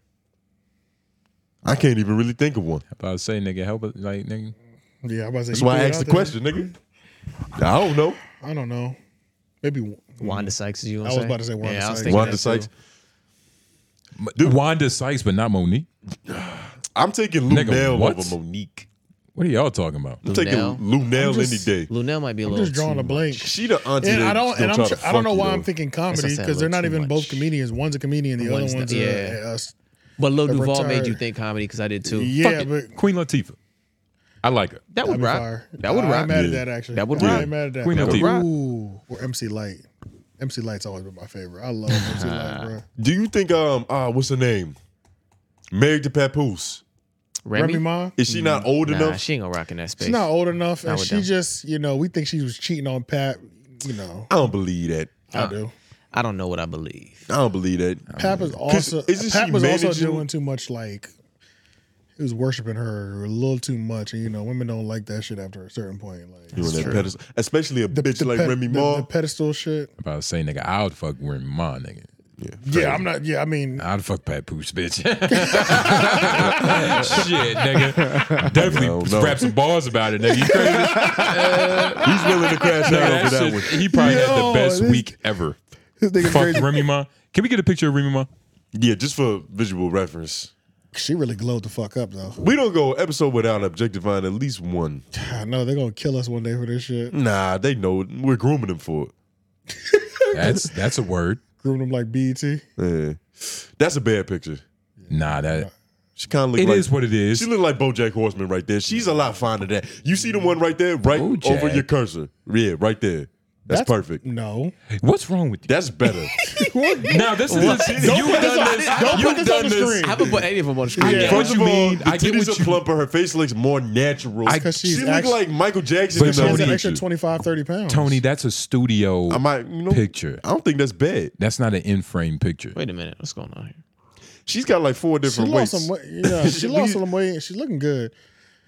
Speaker 4: I can't even really think of one.
Speaker 2: If I say nigga, help us, like nigga.
Speaker 1: yeah, I'm about to say
Speaker 4: That's
Speaker 1: you
Speaker 4: why I
Speaker 1: threw it
Speaker 4: asked
Speaker 1: out
Speaker 4: the
Speaker 1: there.
Speaker 4: question, nigga. I don't know.
Speaker 1: I don't know. Maybe one-
Speaker 5: Wanda Sykes, is you.
Speaker 1: I
Speaker 5: wanna
Speaker 1: was about to say Wanda
Speaker 5: yeah, I was
Speaker 1: Sykes.
Speaker 5: thinking
Speaker 4: Wanda
Speaker 5: that too.
Speaker 4: Sykes.
Speaker 2: Wanda Sykes, but not Monique.
Speaker 4: I'm taking Lou
Speaker 2: Nigga,
Speaker 4: Nell
Speaker 2: what?
Speaker 4: over Monique.
Speaker 2: What are y'all talking about?
Speaker 4: I'm taking
Speaker 5: Nell?
Speaker 4: Lou Nell
Speaker 1: just-
Speaker 4: any day.
Speaker 5: Lunel might be a
Speaker 1: I'm
Speaker 5: little.
Speaker 1: just drawing
Speaker 5: too
Speaker 1: a blank.
Speaker 4: She the auntie.
Speaker 1: And
Speaker 4: that
Speaker 1: I don't,
Speaker 4: still
Speaker 1: and I'm,
Speaker 4: try
Speaker 1: tr-
Speaker 4: to
Speaker 1: I don't
Speaker 4: fuck
Speaker 1: know
Speaker 4: you,
Speaker 1: why
Speaker 4: though.
Speaker 1: I'm thinking
Speaker 5: That's what I
Speaker 1: comedy
Speaker 5: said,
Speaker 1: because
Speaker 5: a
Speaker 1: they're
Speaker 5: little
Speaker 1: not
Speaker 5: too
Speaker 1: even
Speaker 5: much.
Speaker 1: both comedians. One's a comedian, the
Speaker 5: One's
Speaker 1: other
Speaker 5: the-
Speaker 1: one's
Speaker 5: yeah.
Speaker 1: a, a, s-
Speaker 5: But Lil
Speaker 1: a
Speaker 5: Duval made
Speaker 1: retired-
Speaker 5: you think comedy because I did too. Fuck
Speaker 1: Yeah,
Speaker 5: it.
Speaker 1: but
Speaker 2: Queen Latifah. I like her.
Speaker 5: that
Speaker 1: that'd
Speaker 5: would
Speaker 1: be
Speaker 5: rock.
Speaker 1: fire. Uh,
Speaker 5: That would
Speaker 1: I ain't
Speaker 5: rock.
Speaker 1: mad at
Speaker 4: Yeah.
Speaker 1: that actually.
Speaker 5: That would
Speaker 1: I
Speaker 5: rock.
Speaker 1: ain't mad at that.
Speaker 2: Queen
Speaker 1: That would
Speaker 2: Latifah.
Speaker 1: rock. Ooh, or MC Light. MC Light's always been my favorite. I love MC Light, bro.
Speaker 4: Do you think um uh what's her name? Married to Papoose.
Speaker 1: Remy,
Speaker 5: Remy,
Speaker 1: Ma,
Speaker 4: Is she not old
Speaker 5: nah,
Speaker 4: enough?
Speaker 5: she ain't gonna rock in that space.
Speaker 1: she's not old enough,
Speaker 5: I
Speaker 1: and
Speaker 5: would
Speaker 1: she
Speaker 5: doubt.
Speaker 1: just, you know, we think she was cheating on Pat. You know,
Speaker 4: I don't believe that.
Speaker 1: I
Speaker 5: Uh,
Speaker 1: do.
Speaker 5: I don't know what I believe.
Speaker 4: I don't believe that.
Speaker 1: Pap was
Speaker 4: 'Cause
Speaker 1: also.
Speaker 4: isn't
Speaker 1: Pap
Speaker 4: she
Speaker 1: was also
Speaker 4: managing-
Speaker 1: doing too much like. he was worshiping her a little too much, and you know, women don't like that shit after a certain point. Like
Speaker 4: You on that pedestal, especially a bitch like
Speaker 1: ped-
Speaker 4: Remy
Speaker 1: the-
Speaker 4: Ma.
Speaker 1: the pedestal shit.
Speaker 2: About to say, nigga, I would fuck Remy Ma, nigga.
Speaker 4: Yeah,
Speaker 1: Yeah, I'm not. Yeah, I mean,
Speaker 2: I'd fuck Pat Pooch, bitch. Shit, nigga. Definitely
Speaker 4: No, no.
Speaker 2: rap some bars about it, nigga. You crazy?
Speaker 4: He's willing to crash out
Speaker 2: Nigga,
Speaker 4: over that
Speaker 2: shit-
Speaker 4: one.
Speaker 2: He probably had
Speaker 1: Yo,
Speaker 2: the best
Speaker 1: this-
Speaker 2: week ever.
Speaker 1: this nigga
Speaker 2: fuck
Speaker 1: crazy.
Speaker 2: Remy Ma. Can we get a picture of Remy Ma?
Speaker 4: Yeah, just for visual reference.
Speaker 1: she really glowed the fuck up though.
Speaker 4: We don't go episode without objectifying at least one.
Speaker 1: I know they're gonna kill us one day for this shit.
Speaker 4: Nah, they know it. We're grooming them for it.
Speaker 2: That's that's a word.
Speaker 1: Groom them like E BET.
Speaker 4: Yeah. That's a bad picture.
Speaker 2: Nah, that
Speaker 4: She kind of look
Speaker 2: It
Speaker 4: like
Speaker 2: is what it is.
Speaker 4: She look like BoJack Horseman right there. She's a lot finer than that. You see the one right there, right over your cursor. Yeah, right there. That's, perfect.
Speaker 1: No.
Speaker 2: What's wrong with you?
Speaker 4: That's better.
Speaker 2: Now this is
Speaker 4: What?
Speaker 2: you've
Speaker 4: Don't put this
Speaker 2: done
Speaker 4: on-
Speaker 2: this.
Speaker 4: don't put
Speaker 2: You've
Speaker 4: this
Speaker 2: done
Speaker 4: on the
Speaker 2: this.
Speaker 4: screen.
Speaker 5: I haven't put any of them on the
Speaker 2: I
Speaker 5: screen.
Speaker 2: get
Speaker 5: yet.
Speaker 2: what
Speaker 4: First
Speaker 2: you
Speaker 4: of all,
Speaker 2: mean.
Speaker 4: the
Speaker 2: I get
Speaker 4: titties
Speaker 2: what
Speaker 4: are
Speaker 2: you-
Speaker 4: plumper. Her face looks more natural.
Speaker 2: I- 'Cause she's
Speaker 4: she look
Speaker 2: actu-
Speaker 4: like Michael Jackson
Speaker 2: But
Speaker 4: in
Speaker 1: She
Speaker 4: the
Speaker 1: has
Speaker 4: hoodie
Speaker 1: an
Speaker 4: and
Speaker 1: extra
Speaker 4: shit.
Speaker 1: 25, 30 pounds.
Speaker 2: Tony, that's a studio
Speaker 4: I might, you know,
Speaker 2: picture.
Speaker 4: I don't think that's bad.
Speaker 2: That's not an in frame picture.
Speaker 5: Wait a minute, what's going on here?
Speaker 4: She's got like four
Speaker 1: she
Speaker 4: different
Speaker 1: lost
Speaker 4: weights.
Speaker 1: some weight. Yeah, she
Speaker 4: We-
Speaker 1: lost some weight. and She's looking good.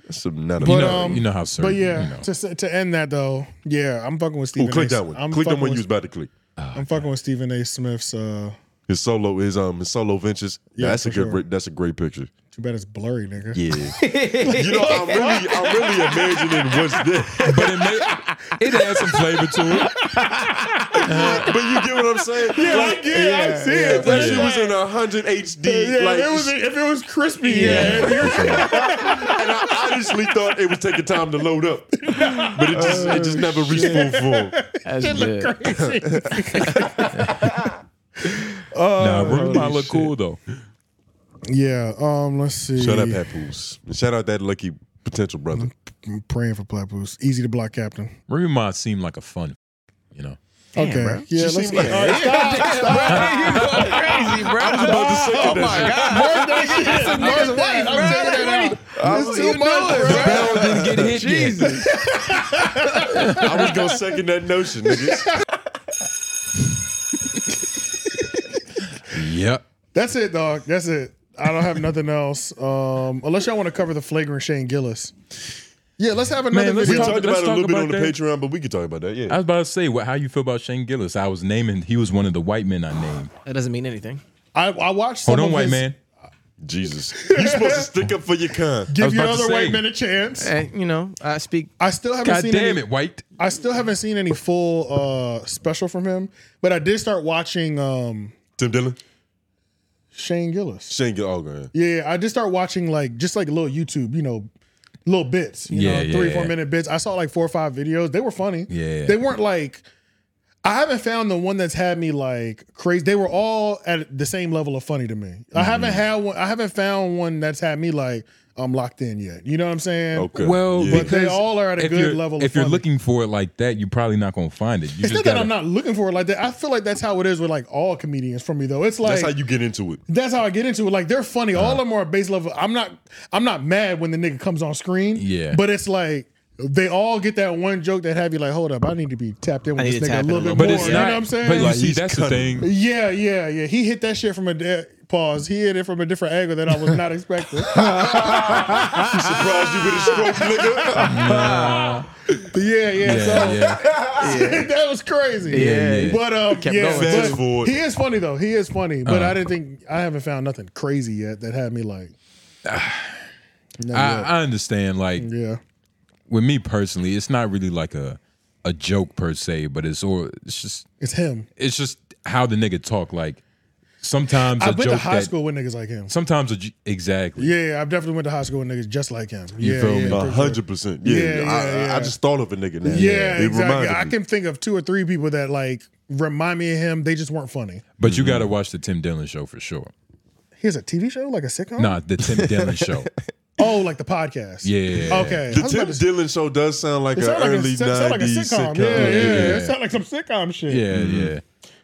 Speaker 4: That's some not a-
Speaker 1: But
Speaker 2: you, know,
Speaker 1: um,
Speaker 2: you know how certain.
Speaker 1: But yeah,
Speaker 2: you know.
Speaker 1: to s- to end that though, yeah, I'm fucking with
Speaker 4: Ooh,
Speaker 1: Stephen.
Speaker 4: click
Speaker 1: A.
Speaker 4: that one.
Speaker 1: I'm
Speaker 4: click the
Speaker 1: fucking
Speaker 4: one you
Speaker 1: with-
Speaker 4: was about to click.
Speaker 1: I'm fucking with Stephen A. Smith's. uh
Speaker 4: His solo, his um, his solo ventures.
Speaker 1: Yeah,
Speaker 4: Yeah, that's a
Speaker 1: for
Speaker 4: good.
Speaker 1: sure.
Speaker 4: That's a great picture.
Speaker 1: Too bad it's blurry, nigga.
Speaker 4: Yeah. you know, I'm really, I'm really imagining what's there.
Speaker 2: but it may, it has some flavor to it.
Speaker 4: but you get what I'm saying?
Speaker 1: Yeah, I get it. I see it.
Speaker 4: That
Speaker 1: Yeah.
Speaker 4: shit was in 100 HD.
Speaker 1: Yeah,
Speaker 4: like,
Speaker 1: if, it was, if it was crispy, yeah.
Speaker 4: and I honestly thought it was taking time to load up, but it just, it
Speaker 1: Oh,
Speaker 4: just never reached full form.
Speaker 5: That's good.
Speaker 2: nah, Remy Ma look cool though.
Speaker 1: yeah. Um, let's see.
Speaker 4: Shut up, Papoose. And Shout out that lucky potential brother.
Speaker 1: I'm praying for Platypus. Easy to block, Captain.
Speaker 2: Remy Ma seemed like a fun, f- you know.
Speaker 1: okay. Yeah.
Speaker 4: She
Speaker 1: let's
Speaker 4: seemed like-
Speaker 1: all right, stop.
Speaker 5: Crazy, bro. Oh
Speaker 4: I was about
Speaker 1: Oh,
Speaker 4: to say that shit.
Speaker 5: God. That's a nigga's wife, bro.
Speaker 1: It's too much,
Speaker 5: doing,
Speaker 1: bro.
Speaker 5: bro?
Speaker 2: Bell didn't get hit yet.
Speaker 5: Jesus.
Speaker 4: I was gonna second that notion, nigga.
Speaker 2: Yep.
Speaker 1: That's it, dog. That's it. I don't have nothing else. Um, unless y'all want to cover the flagrant Shane Gillis. Yeah, let's have another
Speaker 2: Man, let's
Speaker 4: We
Speaker 1: video.
Speaker 2: talk-
Speaker 4: talked about it a
Speaker 2: talk
Speaker 4: little bit
Speaker 2: about
Speaker 4: on the
Speaker 2: that.
Speaker 4: Patreon, but we can talk about that.
Speaker 2: I
Speaker 1: Oh.
Speaker 4: Yeah,
Speaker 2: was about to say what, how you feel about Shane Gillis. I was naming he was one of the white men I named.
Speaker 5: That doesn't mean anything.
Speaker 1: I, I watched. Some
Speaker 2: Hold on,
Speaker 1: of
Speaker 2: white
Speaker 1: his-
Speaker 2: man.
Speaker 4: Jesus, you supposed to stick up for your kind.
Speaker 2: I
Speaker 1: Give
Speaker 2: was
Speaker 1: your
Speaker 2: about to
Speaker 1: other
Speaker 2: say.
Speaker 1: white man a chance.
Speaker 5: Eh, you know, I speak.
Speaker 1: I still haven't
Speaker 2: God
Speaker 1: seen any,
Speaker 2: damn it, white.
Speaker 1: I still haven't seen any full uh, special from him, but I did start watching um,
Speaker 4: Tim Dillon,
Speaker 1: Shane Gillis.
Speaker 4: Shane, get all good.
Speaker 1: Yeah, I did start watching like just like little YouTube, you know, little bits, you
Speaker 2: Yeah,
Speaker 1: know,
Speaker 2: yeah,
Speaker 1: three four
Speaker 2: yeah.
Speaker 1: minute bits. I saw like four or five videos. They were funny.
Speaker 2: Yeah.
Speaker 1: they weren't like. I haven't found the one that's had me like crazy. They were all at the same level of funny to me.
Speaker 2: Mm-hmm.
Speaker 1: I haven't had one. I haven't found one that's had me like I'm locked in yet. You know what I'm saying?
Speaker 4: Okay.
Speaker 2: Well,
Speaker 4: Yeah.
Speaker 1: But they
Speaker 2: because
Speaker 1: all are at a
Speaker 2: if
Speaker 1: good
Speaker 2: you're-
Speaker 1: level of
Speaker 2: If you're
Speaker 1: funny.
Speaker 2: looking for it like that, you're probably not gonna find it.
Speaker 1: It's
Speaker 2: You just
Speaker 1: not
Speaker 2: gotta,
Speaker 1: that I'm not looking for it like that. I feel like that's how it is with like all comedians for me though. It's like
Speaker 4: That's how you get into it.
Speaker 1: That's how I get into it. Like they're funny. All of
Speaker 2: Uh-huh.
Speaker 1: them are base level. I'm not. I'm not mad when the nigga comes on screen.
Speaker 2: Yeah.
Speaker 1: But it's like they all get that one joke that have you like, hold up, I need to be tapped in
Speaker 5: I
Speaker 1: with
Speaker 5: need
Speaker 1: this
Speaker 5: to
Speaker 1: nigga
Speaker 5: tap
Speaker 1: a
Speaker 5: in
Speaker 1: little bit
Speaker 5: a little
Speaker 1: more.
Speaker 2: But
Speaker 5: bit.
Speaker 2: it's
Speaker 1: you know
Speaker 2: not.
Speaker 1: what I'm saying?
Speaker 2: But you
Speaker 4: Like,
Speaker 2: see,
Speaker 4: he's
Speaker 2: that's the
Speaker 4: cutting.
Speaker 2: thing.
Speaker 1: yeah, yeah, yeah. He hit that shit from a de- pause. He hit it from a different angle that I was not expecting.
Speaker 4: He surprised you with a stroke, nigga.
Speaker 1: yeah, yeah. so
Speaker 2: Yeah, yeah.
Speaker 1: that was crazy.
Speaker 2: Yeah, yeah.
Speaker 1: But um, yeah,
Speaker 5: going.
Speaker 1: but
Speaker 4: Fast forward.
Speaker 1: he is funny though. He is funny.
Speaker 2: Uh-huh.
Speaker 1: But I didn't think I haven't found nothing crazy yet that had me like. Not yet.
Speaker 2: I, I understand. Like
Speaker 1: yeah.
Speaker 2: with me personally, it's not really like a a joke per se, but it's or it's just
Speaker 1: It's him.
Speaker 2: it's just how the nigga talk. Like sometimes a
Speaker 1: I went to
Speaker 2: joke
Speaker 1: high
Speaker 2: that
Speaker 1: school with niggas like him.
Speaker 2: sometimes a, j- exactly.
Speaker 1: Yeah, I've definitely went to high school with niggas just like him.
Speaker 2: You
Speaker 1: yeah,
Speaker 2: feel
Speaker 1: yeah,
Speaker 2: me?
Speaker 1: for
Speaker 4: A
Speaker 1: sure.
Speaker 4: hundred percent. Yeah,
Speaker 1: Yeah, yeah,
Speaker 4: I, I-
Speaker 1: yeah.
Speaker 4: I just thought of a nigga now.
Speaker 1: Yeah,
Speaker 4: It
Speaker 1: exactly.
Speaker 4: reminded
Speaker 1: I
Speaker 4: me.
Speaker 1: can think of two or three people that like remind me of him. They just weren't funny.
Speaker 2: But you gotta watch the Tim Dillon show for sure.
Speaker 1: He has a TV show, like a sitcom.
Speaker 2: Nah, the Tim Dillon show.
Speaker 1: Oh, like the podcast.
Speaker 2: Yeah.
Speaker 1: Okay. I
Speaker 4: The
Speaker 1: was about
Speaker 4: Tim
Speaker 1: to say,
Speaker 4: Dillon show does sound like
Speaker 1: It
Speaker 4: an
Speaker 1: sounded like a,
Speaker 4: early
Speaker 1: it sounded like a
Speaker 4: '90s
Speaker 1: sitcom.
Speaker 4: sitcom.
Speaker 1: Yeah, yeah,
Speaker 2: Yeah.
Speaker 1: It sounded like some sitcom shit.
Speaker 2: Yeah, yeah.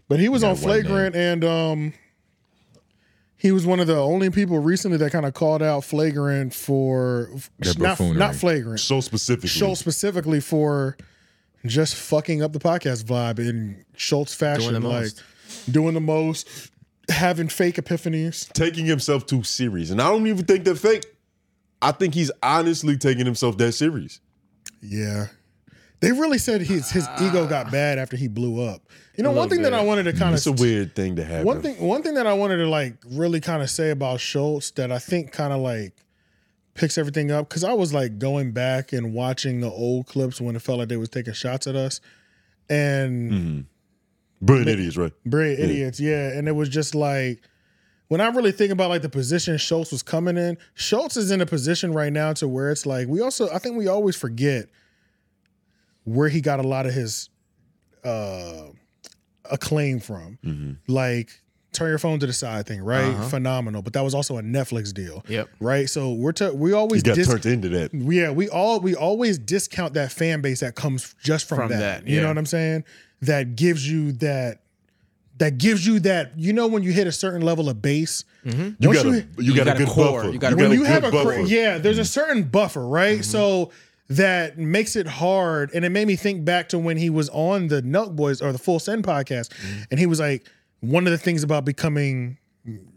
Speaker 1: But he was on
Speaker 2: got one name.
Speaker 1: Flagrant, and um, he was one of the only people recently that kind of called out Flagrant for
Speaker 2: Their
Speaker 1: not,
Speaker 2: buffoonery.
Speaker 1: not Flagrant.
Speaker 4: So specifically.
Speaker 1: Schultz specifically for just fucking up the podcast vibe in Schultz fashion,
Speaker 5: Doing the
Speaker 1: like
Speaker 5: most.
Speaker 1: doing the most, having fake epiphanies.
Speaker 4: taking himself too serious, and I don't even think they're fake. I think he's honestly taking himself that serious.
Speaker 1: Yeah. They really said his his ego
Speaker 5: Ah.
Speaker 1: got bad after he blew up. You know, one thing that I wanted to kind of
Speaker 4: It's a weird thing to happen.
Speaker 1: One thing, one thing that I wanted to like really kind of say about Schultz that I think kind of like picks everything up because I was like going back and watching the old clips when it felt like they was taking shots at us, and
Speaker 4: Brilliant idiots, right?
Speaker 1: brilliant
Speaker 4: Yeah.
Speaker 1: idiots, yeah. And it was just like when I really think about like the position Schultz was coming in. Schultz is in a position right now to where it's like we also I think we always forget where he got a lot of his uh acclaim from like turn your phone to the side thing, right?
Speaker 4: Mm-hmm. Uh-huh.
Speaker 1: Phenomenal. But that was also a Netflix deal.
Speaker 4: Yep.
Speaker 1: Right. So we're t- we
Speaker 4: He
Speaker 1: always
Speaker 4: got
Speaker 1: dis-
Speaker 4: turned into that.
Speaker 1: yeah, we all we always discount that fan base that comes just from,
Speaker 4: From
Speaker 1: that.
Speaker 4: that,
Speaker 1: You know
Speaker 4: yeah.
Speaker 1: what I'm saying? That gives you that that gives you that you know when you hit a certain level of base
Speaker 4: You
Speaker 1: Mm-hmm.
Speaker 4: got a- you got a good buffer. You got a
Speaker 1: when
Speaker 4: good
Speaker 1: you have a
Speaker 4: buffer. Mm-hmm.
Speaker 1: cra- yeah there's a certain buffer right so that makes it hard and it made me think back to when he was on the Nut Boys or the Full Send podcast
Speaker 4: Mm-hmm.
Speaker 1: and he was like one of the things about becoming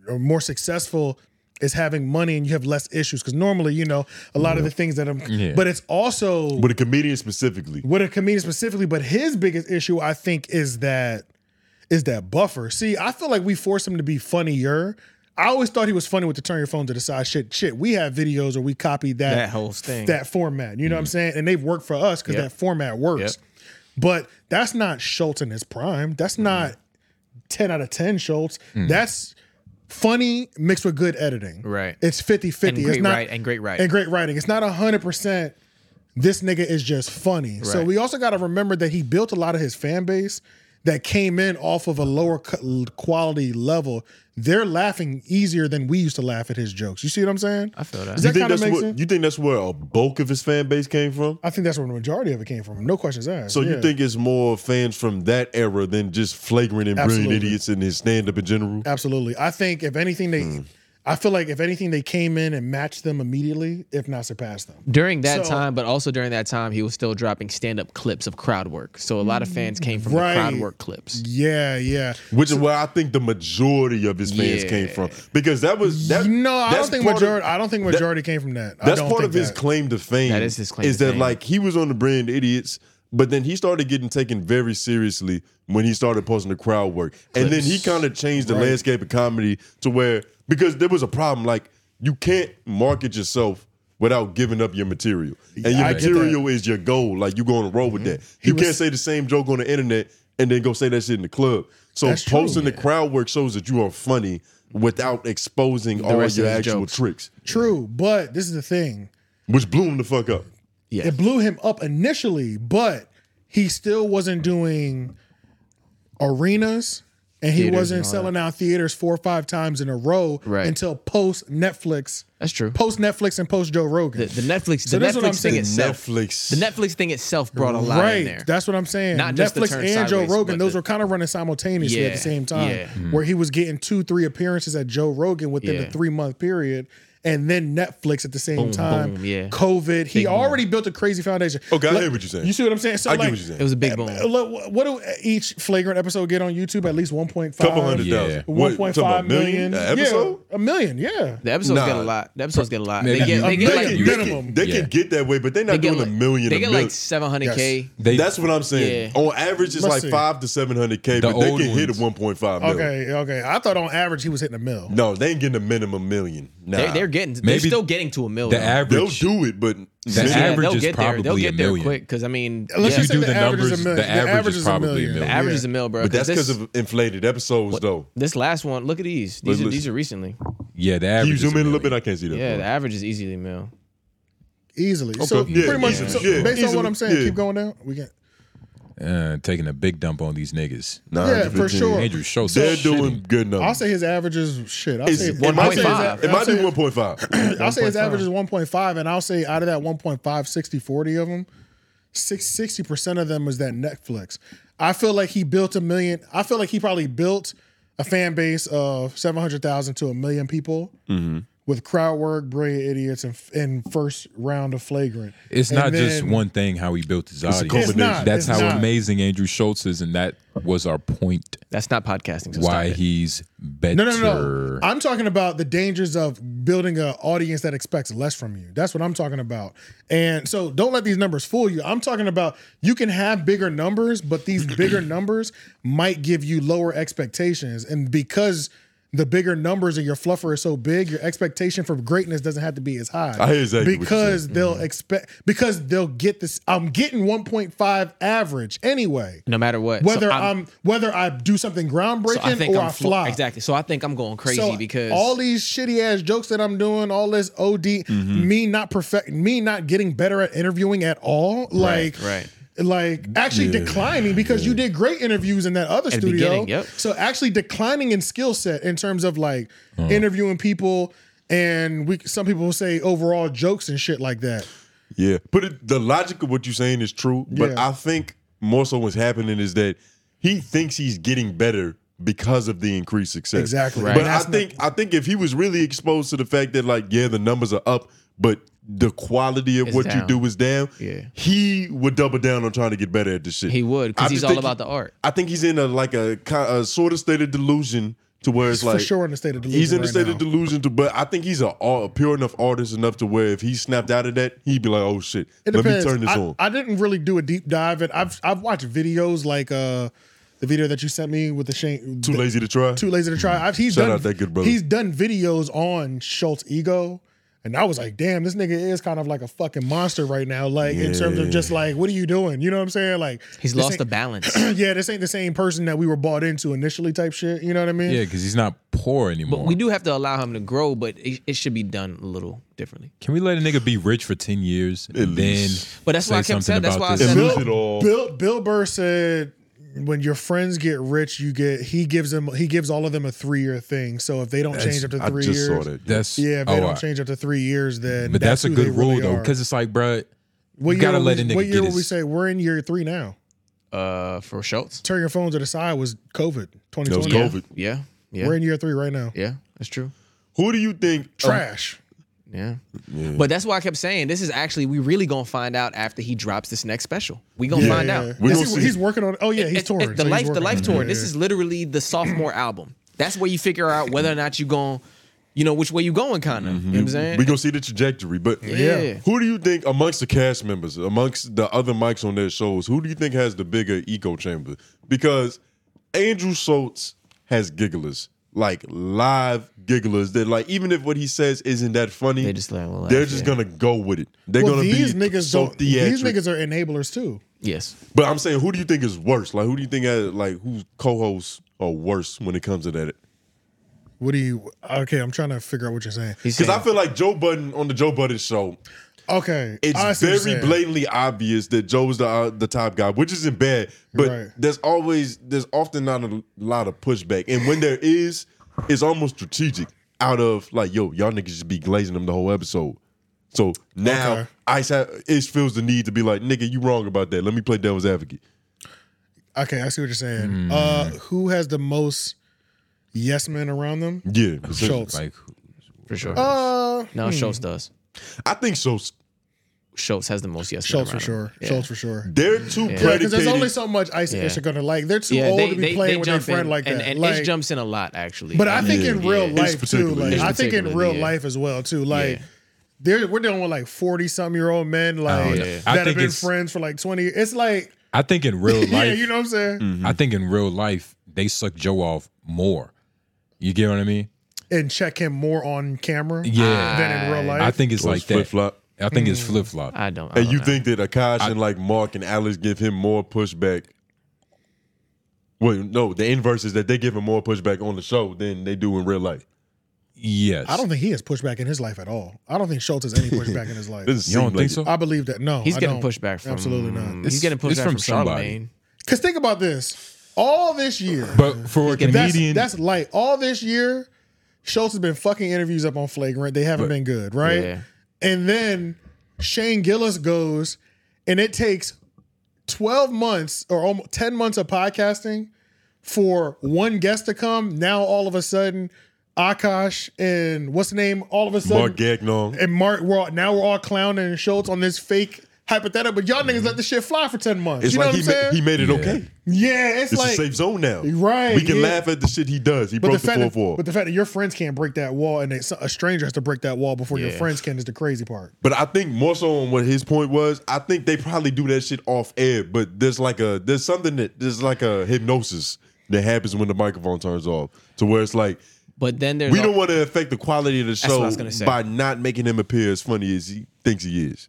Speaker 1: or more successful is having money and you have less issues because normally you know a lot of the things that I'm
Speaker 4: Mm-hmm. Yeah.
Speaker 1: but it's also
Speaker 4: With a comedian specifically.
Speaker 1: with a comedian specifically, but his biggest issue, I think, is that is that buffer. See, I feel like we force him to be funnier. I always thought he was funny with the turn your phone to the side shit. Shit, we have videos or we copied that
Speaker 5: That whole thing. Mm.
Speaker 1: that format. You know what I'm saying? And they've worked for us because
Speaker 5: Yep.
Speaker 1: that format works. But that's not Schultz in his prime. That's not ten out of ten Schultz.
Speaker 5: Mm-hmm. Mm.
Speaker 1: That's funny mixed with good editing.
Speaker 5: Right.
Speaker 1: It's 50 50.
Speaker 5: And great
Speaker 1: it's not,
Speaker 5: write- and great writing.
Speaker 1: And great writing. It's not 100% this nigga is just funny. So
Speaker 5: Right.
Speaker 1: we also got to remember that he built a lot of his fan base that came in off of a lower cu- quality level. They're laughing easier than we used to laugh at his jokes. You see what I'm saying? I
Speaker 5: feel
Speaker 1: Does that kind
Speaker 4: you, think
Speaker 1: of
Speaker 4: that's
Speaker 1: make
Speaker 4: what,
Speaker 1: sense?
Speaker 4: you think that's where a bulk of his fan base came from?
Speaker 1: I think that's where the majority of it came from. No questions asked.
Speaker 4: So
Speaker 1: Yeah.
Speaker 4: you think it's more fans from that era than just flagrant and brilliant
Speaker 1: Absolutely.
Speaker 4: idiots in his stand up in general?
Speaker 1: Absolutely. I think if anything,
Speaker 4: Hmm.
Speaker 1: they. I feel like if anything, they came in and matched them immediately, if not surpassed them.
Speaker 5: During that
Speaker 1: So-
Speaker 5: time, but also during that time, he was still dropping stand-up clips of crowd work. So a lot of fans came from the crowd
Speaker 1: Right.
Speaker 5: work clips.
Speaker 1: Yeah, yeah.
Speaker 4: Which is where I think the majority of his fans
Speaker 5: Yeah.
Speaker 4: came from. Because that was that
Speaker 1: No, I don't
Speaker 4: that's
Speaker 1: think
Speaker 4: part of-
Speaker 1: majority. I don't think
Speaker 4: that-
Speaker 1: majority came from that. I
Speaker 4: That's
Speaker 1: don't
Speaker 4: part
Speaker 1: think
Speaker 4: of his
Speaker 1: that.
Speaker 4: claim to fame.
Speaker 5: That is his claim
Speaker 4: Is
Speaker 5: to
Speaker 4: that
Speaker 5: fame.
Speaker 4: like he was on the brand idiots, but then he started getting taken very seriously when he started posting the crowd work, and then he kind of changed the
Speaker 1: Right.
Speaker 4: landscape of comedy to where because there was a problem like you can't market yourself. Without giving up your material, and your
Speaker 1: I get that. Mm-hmm.
Speaker 4: material is your goal. Like you going to roll with that. You can't say the same joke on the internet and then go say that shit in the club. So
Speaker 1: That's true.
Speaker 4: posting the crowd work shows that you are funny without exposing
Speaker 1: The
Speaker 4: all
Speaker 1: rest of
Speaker 4: your
Speaker 1: his
Speaker 4: actual
Speaker 1: jokes.
Speaker 4: tricks,
Speaker 1: True, but this is the thing.
Speaker 4: which blew him the fuck up.
Speaker 5: Yeah.
Speaker 1: It blew him up initially, but he still wasn't doing arenas and he
Speaker 5: Theaters
Speaker 1: wasn't
Speaker 5: and all that.
Speaker 1: selling out theaters four or five times in a row
Speaker 5: Right.
Speaker 1: until post Netflix.
Speaker 5: That's true.
Speaker 1: Post Netflix and post Joe Rogan.
Speaker 5: The, the Netflix,
Speaker 1: So
Speaker 5: the
Speaker 1: this is what I'm
Speaker 5: Netflix thing
Speaker 1: saying.
Speaker 5: itself,
Speaker 4: Netflix.
Speaker 5: the Netflix thing itself brought a lot in there.
Speaker 1: That's what I'm saying.
Speaker 5: Not just the
Speaker 1: Netflix
Speaker 5: turn
Speaker 1: and Joe
Speaker 5: sideways,
Speaker 1: Rogan,
Speaker 5: but
Speaker 1: those
Speaker 5: the-
Speaker 1: were kind of running simultaneously at
Speaker 5: Yeah,
Speaker 1: the same time,
Speaker 5: yeah. Mhm.
Speaker 1: where he was getting two, three appearances at Joe Rogan within
Speaker 5: Yeah.
Speaker 1: the three month period. And then Netflix at the same
Speaker 5: Boom,
Speaker 1: time.
Speaker 5: boom, yeah.
Speaker 1: COVID. He
Speaker 5: Big boom.
Speaker 1: already built a crazy foundation.
Speaker 4: Okay, Oh, I
Speaker 1: Let-
Speaker 4: hear what you're saying.
Speaker 1: You see what I'm saying? So
Speaker 4: I get
Speaker 1: like,
Speaker 4: what you're saying.
Speaker 5: It was a big boom.
Speaker 1: look, What do each flagrant episode get on YouTube? At least 1.5
Speaker 4: Couple hundred thousand. What, you talking
Speaker 1: 1.5
Speaker 4: about
Speaker 1: million.
Speaker 4: million? An episode?
Speaker 1: Yeah, a million, yeah.
Speaker 5: The episodes
Speaker 4: Nah.
Speaker 5: get a lot. The episodes get a lot. They
Speaker 4: Maybe
Speaker 5: get,
Speaker 4: a
Speaker 5: they get like
Speaker 4: million. They can, they can get that way, but they're not
Speaker 5: They get
Speaker 4: doing a
Speaker 5: like-
Speaker 4: million.
Speaker 5: they
Speaker 4: a
Speaker 5: get
Speaker 4: million.
Speaker 5: like 700K. Yes.
Speaker 4: They- That's what I'm saying.
Speaker 5: Yeah.
Speaker 4: On average, it's
Speaker 1: Let's
Speaker 4: like
Speaker 1: see.
Speaker 4: five to seven hundred k,
Speaker 2: The
Speaker 4: but they
Speaker 2: old
Speaker 4: can hit a
Speaker 2: ones.
Speaker 4: one point five million.
Speaker 1: Okay, okay. I thought on average he was hitting a mil.
Speaker 4: No, they ain't getting a minimum million. Nah.
Speaker 5: They're, they're getting. They're
Speaker 2: Maybe
Speaker 5: still getting to a million.
Speaker 2: the average-
Speaker 4: They'll do it, but
Speaker 2: The average
Speaker 5: they'll
Speaker 2: is
Speaker 5: get there. They'll
Speaker 2: probably
Speaker 5: get
Speaker 2: a
Speaker 5: there
Speaker 2: million.
Speaker 5: quick. Because I mean,
Speaker 1: Let's
Speaker 2: you
Speaker 1: just say
Speaker 2: do
Speaker 1: the
Speaker 2: the
Speaker 1: average is a
Speaker 2: numbers,
Speaker 1: million.
Speaker 2: the
Speaker 1: The
Speaker 2: average,
Speaker 1: average
Speaker 2: is
Speaker 1: is a
Speaker 2: probably a
Speaker 1: million.
Speaker 2: million.
Speaker 5: the average
Speaker 1: Yeah.
Speaker 5: is a mil, bro.
Speaker 4: but that's because
Speaker 5: this-
Speaker 4: of inflated episodes, though.
Speaker 5: this last one. Look at these. These are,
Speaker 4: listen.
Speaker 5: these are recently.
Speaker 2: Yeah, the
Speaker 4: Can
Speaker 2: average.
Speaker 4: you
Speaker 2: is
Speaker 4: zoom
Speaker 2: a
Speaker 4: in a little
Speaker 2: million.
Speaker 4: bit? I can't see that.
Speaker 5: Yeah, the
Speaker 4: far.
Speaker 5: average is easily mil.
Speaker 1: Easily. So
Speaker 2: Okay. Yeah,
Speaker 1: pretty much
Speaker 2: yeah,
Speaker 1: so
Speaker 2: yeah.
Speaker 1: based on
Speaker 2: Easily,
Speaker 1: what I'm saying,
Speaker 2: yeah.
Speaker 1: keep going down. We can
Speaker 2: Uh, taking a big dump on these niggas.
Speaker 1: Yeah,
Speaker 4: Nah,
Speaker 1: for
Speaker 4: 115.
Speaker 1: sure.
Speaker 2: Andrew Schultz.
Speaker 4: They're
Speaker 2: is
Speaker 4: doing
Speaker 2: shitty.
Speaker 4: good
Speaker 1: I'll
Speaker 4: numbers.
Speaker 1: say his average is shit. I'll
Speaker 4: It's-
Speaker 1: say
Speaker 4: It might be-
Speaker 1: 1.5.
Speaker 4: it might be
Speaker 1: I'll say-
Speaker 4: one point five.
Speaker 1: I'll say his average is 1.5, and I'll say out of that 1.5, 60, 40 of them, six- 60% of them was that Netflix. I feel like he built a million. I
Speaker 2: Mm-hmm.
Speaker 1: feel like he probably built a fan base of 700,000 to a million people. with crowd work, brilliant idiots, and, and first round of flagrant.
Speaker 2: It's
Speaker 1: And
Speaker 2: not just
Speaker 1: then-
Speaker 2: one thing how he built
Speaker 1: It's
Speaker 2: his
Speaker 1: a
Speaker 2: audience.
Speaker 1: combination. It's not,
Speaker 2: That's
Speaker 1: it's
Speaker 2: how
Speaker 1: not.
Speaker 2: amazing Andrew Schultz is, and that was our point.
Speaker 5: That's not podcasting.
Speaker 1: so
Speaker 2: why
Speaker 1: stop it.
Speaker 2: he's better.
Speaker 1: No, no, no, no. I'm talking about the dangers of building an audience that expects less from you. That's what I'm talking about. And so don't let these numbers fool you. I'm talking about you can have bigger numbers, but these bigger numbers might give you lower expectations. And because the bigger numbers of your fluffer is so big, your expectation for greatness doesn't have to be as high.
Speaker 4: I hear exactly what you're
Speaker 1: because
Speaker 4: saying. Mm-hmm.
Speaker 1: they'll expect because they'll get this. I'm getting 1.5 average anyway.
Speaker 5: No matter what. So
Speaker 1: Whether
Speaker 5: I'm-
Speaker 1: I'm, whether I do something groundbreaking
Speaker 5: so I think
Speaker 1: or
Speaker 5: I'm
Speaker 1: I
Speaker 5: flo-
Speaker 1: fly.
Speaker 5: Exactly. So I think I'm going crazy
Speaker 1: So,
Speaker 5: because
Speaker 1: all these shitty ass jokes that I'm doing, all this OD,
Speaker 5: Mhm.
Speaker 1: me not perfect, me not getting better at interviewing at all, like.
Speaker 5: right.
Speaker 1: Like actually
Speaker 5: Yeah.
Speaker 1: declining because you did great interviews in that other
Speaker 5: At the
Speaker 1: studio.
Speaker 5: beginning, yep.
Speaker 1: So actually declining in skill set in terms of like
Speaker 5: Uh-huh.
Speaker 1: interviewing people and we some people will say overall jokes and shit like that.
Speaker 4: Yeah, but it, the logic of what you're saying is true. But
Speaker 1: Yeah.
Speaker 4: I think more so what's happening is that he thinks he's getting better because of the increased success.
Speaker 1: Exactly. Right.
Speaker 4: But
Speaker 1: And
Speaker 4: I
Speaker 1: that's not-
Speaker 4: think I think if he was really exposed to the fact that like yeah the numbers are up, but the quality of
Speaker 5: It's
Speaker 4: what you
Speaker 5: down.
Speaker 4: do is down.
Speaker 5: Yeah.
Speaker 4: He would double down on trying to get better at this shit.
Speaker 5: He would, 'cause
Speaker 4: I
Speaker 5: he's
Speaker 4: just
Speaker 5: all
Speaker 4: think
Speaker 5: about the art.
Speaker 4: I think he's in a like a, ki- a sort of state of delusion to where it's
Speaker 1: He's for
Speaker 4: like
Speaker 1: sure in a state of delusion
Speaker 4: He's in a
Speaker 1: right
Speaker 4: state
Speaker 1: now.
Speaker 4: of delusion to, but I think he's a, a pure enough artist enough to where if he snapped out of that, he'd be like, "Oh shit,
Speaker 1: It
Speaker 4: let
Speaker 1: depends.
Speaker 4: me turn this
Speaker 1: I,
Speaker 4: on."
Speaker 1: I didn't really do a deep dive and I've I've watched videos like uh the video that you sent me with the Shane
Speaker 4: Too lazy to try.
Speaker 1: Too lazy to try. I've, he's
Speaker 4: Shout
Speaker 1: done
Speaker 4: out that good brother.
Speaker 1: He's done videos on Schultz ego, and I was like, damn, this nigga is kind of like a fucking monster right now. Like in terms of
Speaker 5: Yeah.
Speaker 1: just like, what are you doing? You know what I'm saying? Like
Speaker 5: he's
Speaker 1: this
Speaker 5: lost the
Speaker 1: ain't-
Speaker 5: balance.
Speaker 1: yeah, this ain't the same person that we were bought into initially, type shit. You know what I mean?
Speaker 2: Yeah, because he's not poor anymore.
Speaker 5: But we do have to allow him to grow, but it, it should be done a little differently.
Speaker 2: Can we let a nigga be rich for ten years and then?
Speaker 5: But that's
Speaker 2: say
Speaker 5: why I kept
Speaker 2: something
Speaker 5: saying- that's
Speaker 2: about
Speaker 5: why I
Speaker 2: this?
Speaker 5: said- Lose it
Speaker 1: Bill, Bill Bill Burr said when your friends get rich, you get he gives them he gives all of them a three year thing. So if they don't
Speaker 2: That's-
Speaker 1: change after
Speaker 2: I
Speaker 1: three
Speaker 2: just
Speaker 1: years,
Speaker 2: saw that. That's-
Speaker 1: yeah, if they
Speaker 2: oh,
Speaker 1: don't
Speaker 2: I-
Speaker 1: change after three years, then
Speaker 2: But that's, a
Speaker 1: who
Speaker 2: good
Speaker 1: they
Speaker 2: rule
Speaker 1: really
Speaker 2: though,
Speaker 1: are.
Speaker 2: because it's like, bruh,
Speaker 1: What
Speaker 2: you
Speaker 1: year
Speaker 2: gotta
Speaker 1: would
Speaker 2: let a
Speaker 1: we-
Speaker 2: nigga
Speaker 1: What year
Speaker 2: get
Speaker 1: would we
Speaker 2: his.
Speaker 1: say we're in year three now?
Speaker 5: Uh, for Schultz,
Speaker 1: Turn your phone to the side was COVID twenty twenty.
Speaker 5: Yeah. Yeah, yeah.
Speaker 1: We're in year three right now.
Speaker 5: Yeah, that's true.
Speaker 4: Who do you think
Speaker 1: Trash.
Speaker 5: Yeah. But that's why I kept saying this is actually we really gonna find out after he drops this next special. We gonna
Speaker 1: Yeah.
Speaker 5: find out.
Speaker 1: Is he- he's working on. Oh yeah, he's touring.
Speaker 5: the
Speaker 1: so he's
Speaker 5: life, the
Speaker 1: working on
Speaker 5: life
Speaker 1: it.
Speaker 5: tour.
Speaker 1: Yeah,
Speaker 5: This
Speaker 1: yeah.
Speaker 5: is literally the sophomore album. That's where you figure out whether or not you going, you know, which way you going, kind of. You know what I'm saying?
Speaker 4: We gonna see the trajectory, but
Speaker 5: Yeah.
Speaker 4: who do you think amongst the cast members, amongst the other mics on their shows, who do you think has the bigger echo chamber? Because Andrew Schultz has gigglers, like live gigglers that like even if what he says isn't that funny, they just
Speaker 5: laugh,
Speaker 4: they're just gonna go with it. They're
Speaker 1: well,
Speaker 4: gonna
Speaker 1: these
Speaker 4: be
Speaker 1: niggas
Speaker 4: so
Speaker 1: don't. These
Speaker 4: theatric.
Speaker 1: niggas are enablers too.
Speaker 5: Yes.
Speaker 4: But I'm saying, who do you think is worse? Like, who do you think has, like whose co-hosts are worse when it comes to that?
Speaker 1: What do you? Okay, I'm trying to figure out what you're saying.
Speaker 4: Because I feel like Joe Budden on the Joe Budden show,
Speaker 1: Okay, I
Speaker 4: it's
Speaker 1: see what you're
Speaker 4: very
Speaker 1: saying.
Speaker 4: blatantly obvious that Joe's the uh, the top guy, which isn't bad. But
Speaker 1: Right.
Speaker 4: there's always there's often not a lot of pushback, and when there is, it's almost strategic. Out of like, yo, y'all niggas just be glazing them the whole episode. So now
Speaker 1: Okay.
Speaker 4: Ice ha- Ish feels the need to be like, nigga, you wrong about that. Let me play devil's advocate.
Speaker 1: Okay, I see what you're saying. Uh, who has the most yes men around them?
Speaker 4: Yeah,
Speaker 1: Schultz.
Speaker 5: for sure.
Speaker 1: Uh,
Speaker 5: no,
Speaker 1: hmm.
Speaker 5: Schultz does.
Speaker 4: I think Schultz.
Speaker 5: Schultz has the most yes.
Speaker 1: Schultz
Speaker 5: men
Speaker 1: for
Speaker 5: around him.
Speaker 1: sure.
Speaker 5: Yeah.
Speaker 1: Schultz for sure.
Speaker 4: They're too
Speaker 5: Yeah.
Speaker 1: Yeah, because there's only so much Ice
Speaker 5: Yeah.
Speaker 1: and Ish are gonna like. They're too
Speaker 5: Yeah,
Speaker 1: old
Speaker 5: they-
Speaker 1: to be
Speaker 5: they-
Speaker 1: playing
Speaker 5: they
Speaker 1: with their
Speaker 5: jump in,
Speaker 1: friend like
Speaker 5: and,
Speaker 1: that.
Speaker 5: And
Speaker 1: like,
Speaker 5: Ish jumps in a lot actually.
Speaker 1: But I think in real
Speaker 5: Yeah.
Speaker 1: life too, like
Speaker 5: Ish
Speaker 1: I think in real
Speaker 5: particularly, yeah.
Speaker 1: life as well too, like. They're, we're dealing with like 40 something year old men like
Speaker 2: Oh, yeah. I
Speaker 1: that have
Speaker 2: think
Speaker 1: been
Speaker 2: it's-
Speaker 1: friends for like 20 it's like
Speaker 2: I think in real life, Mm.
Speaker 1: yeah you know what i'm saying
Speaker 2: I think in real life they suck Joe off more. You get what I mean?
Speaker 1: and check him more on camera
Speaker 2: Yeah.
Speaker 1: than in real life Mm.
Speaker 2: I think it's
Speaker 4: Or
Speaker 2: like
Speaker 4: it's
Speaker 2: that.
Speaker 4: flip-flop.
Speaker 2: I think it's flip flop.
Speaker 5: I don't.
Speaker 1: Oh,
Speaker 4: and you think that Akash and like Mark and Alex give him more pushback? Well, no, the inverse is that they give him more pushback on the show than they do in real life.
Speaker 2: Yes.
Speaker 1: I don't think he has pushback in his life at all. I don't think Schultz has any pushback in his life.
Speaker 2: Doesn't You don't seem like think it. so?
Speaker 1: I believe that. No,
Speaker 5: He's
Speaker 1: I
Speaker 5: getting
Speaker 1: don't.
Speaker 5: pushback from
Speaker 1: absolutely not.
Speaker 5: He's getting
Speaker 2: it's
Speaker 5: pushback
Speaker 2: from
Speaker 5: from,
Speaker 2: somebody.
Speaker 5: Charlemagne.
Speaker 1: Because think about this: all this year,
Speaker 2: But for a
Speaker 1: that's,
Speaker 2: comedian,
Speaker 1: that's light. All this year, Schultz has been fucking interviews up on flagrant. They haven't
Speaker 2: But-
Speaker 1: been good, right?
Speaker 2: Yeah.
Speaker 1: And then Shane Gillis goes, and it takes twelve months or almost ten months of podcasting for one guest to come. Now all of a sudden. Akash and what's the name? All of a sudden,
Speaker 4: Mark Gagnon.
Speaker 1: and Mark. We're all, now we're all clowning Schultz on this fake hypothetical, but y'all niggas let this shit fly for ten months.
Speaker 4: It's
Speaker 1: you know
Speaker 4: like
Speaker 1: what
Speaker 4: he
Speaker 1: I'm
Speaker 4: ma-
Speaker 1: saying?
Speaker 4: he made it okay.
Speaker 1: Yeah, it's,
Speaker 4: It's
Speaker 1: like
Speaker 4: a safe zone now.
Speaker 1: Right,
Speaker 4: We can
Speaker 1: yeah.
Speaker 4: laugh at the shit he does. He broke the
Speaker 1: fact
Speaker 4: four
Speaker 1: that,
Speaker 4: four.
Speaker 1: but the fact that your friends can't break that wall and they, a stranger has to break that wall before your
Speaker 4: Yeah.
Speaker 1: friends can is the crazy part.
Speaker 4: But I think more so on what his point was, I think they probably do that shit off air. But there's like a there's something that there's like a hypnosis that happens when the microphone turns off, to where it's like.
Speaker 5: But then there's
Speaker 4: we
Speaker 5: al-
Speaker 4: don't want to affect the quality of the
Speaker 5: That's what I
Speaker 4: show
Speaker 5: was gonna say.
Speaker 4: by not making him appear as funny as he thinks he is.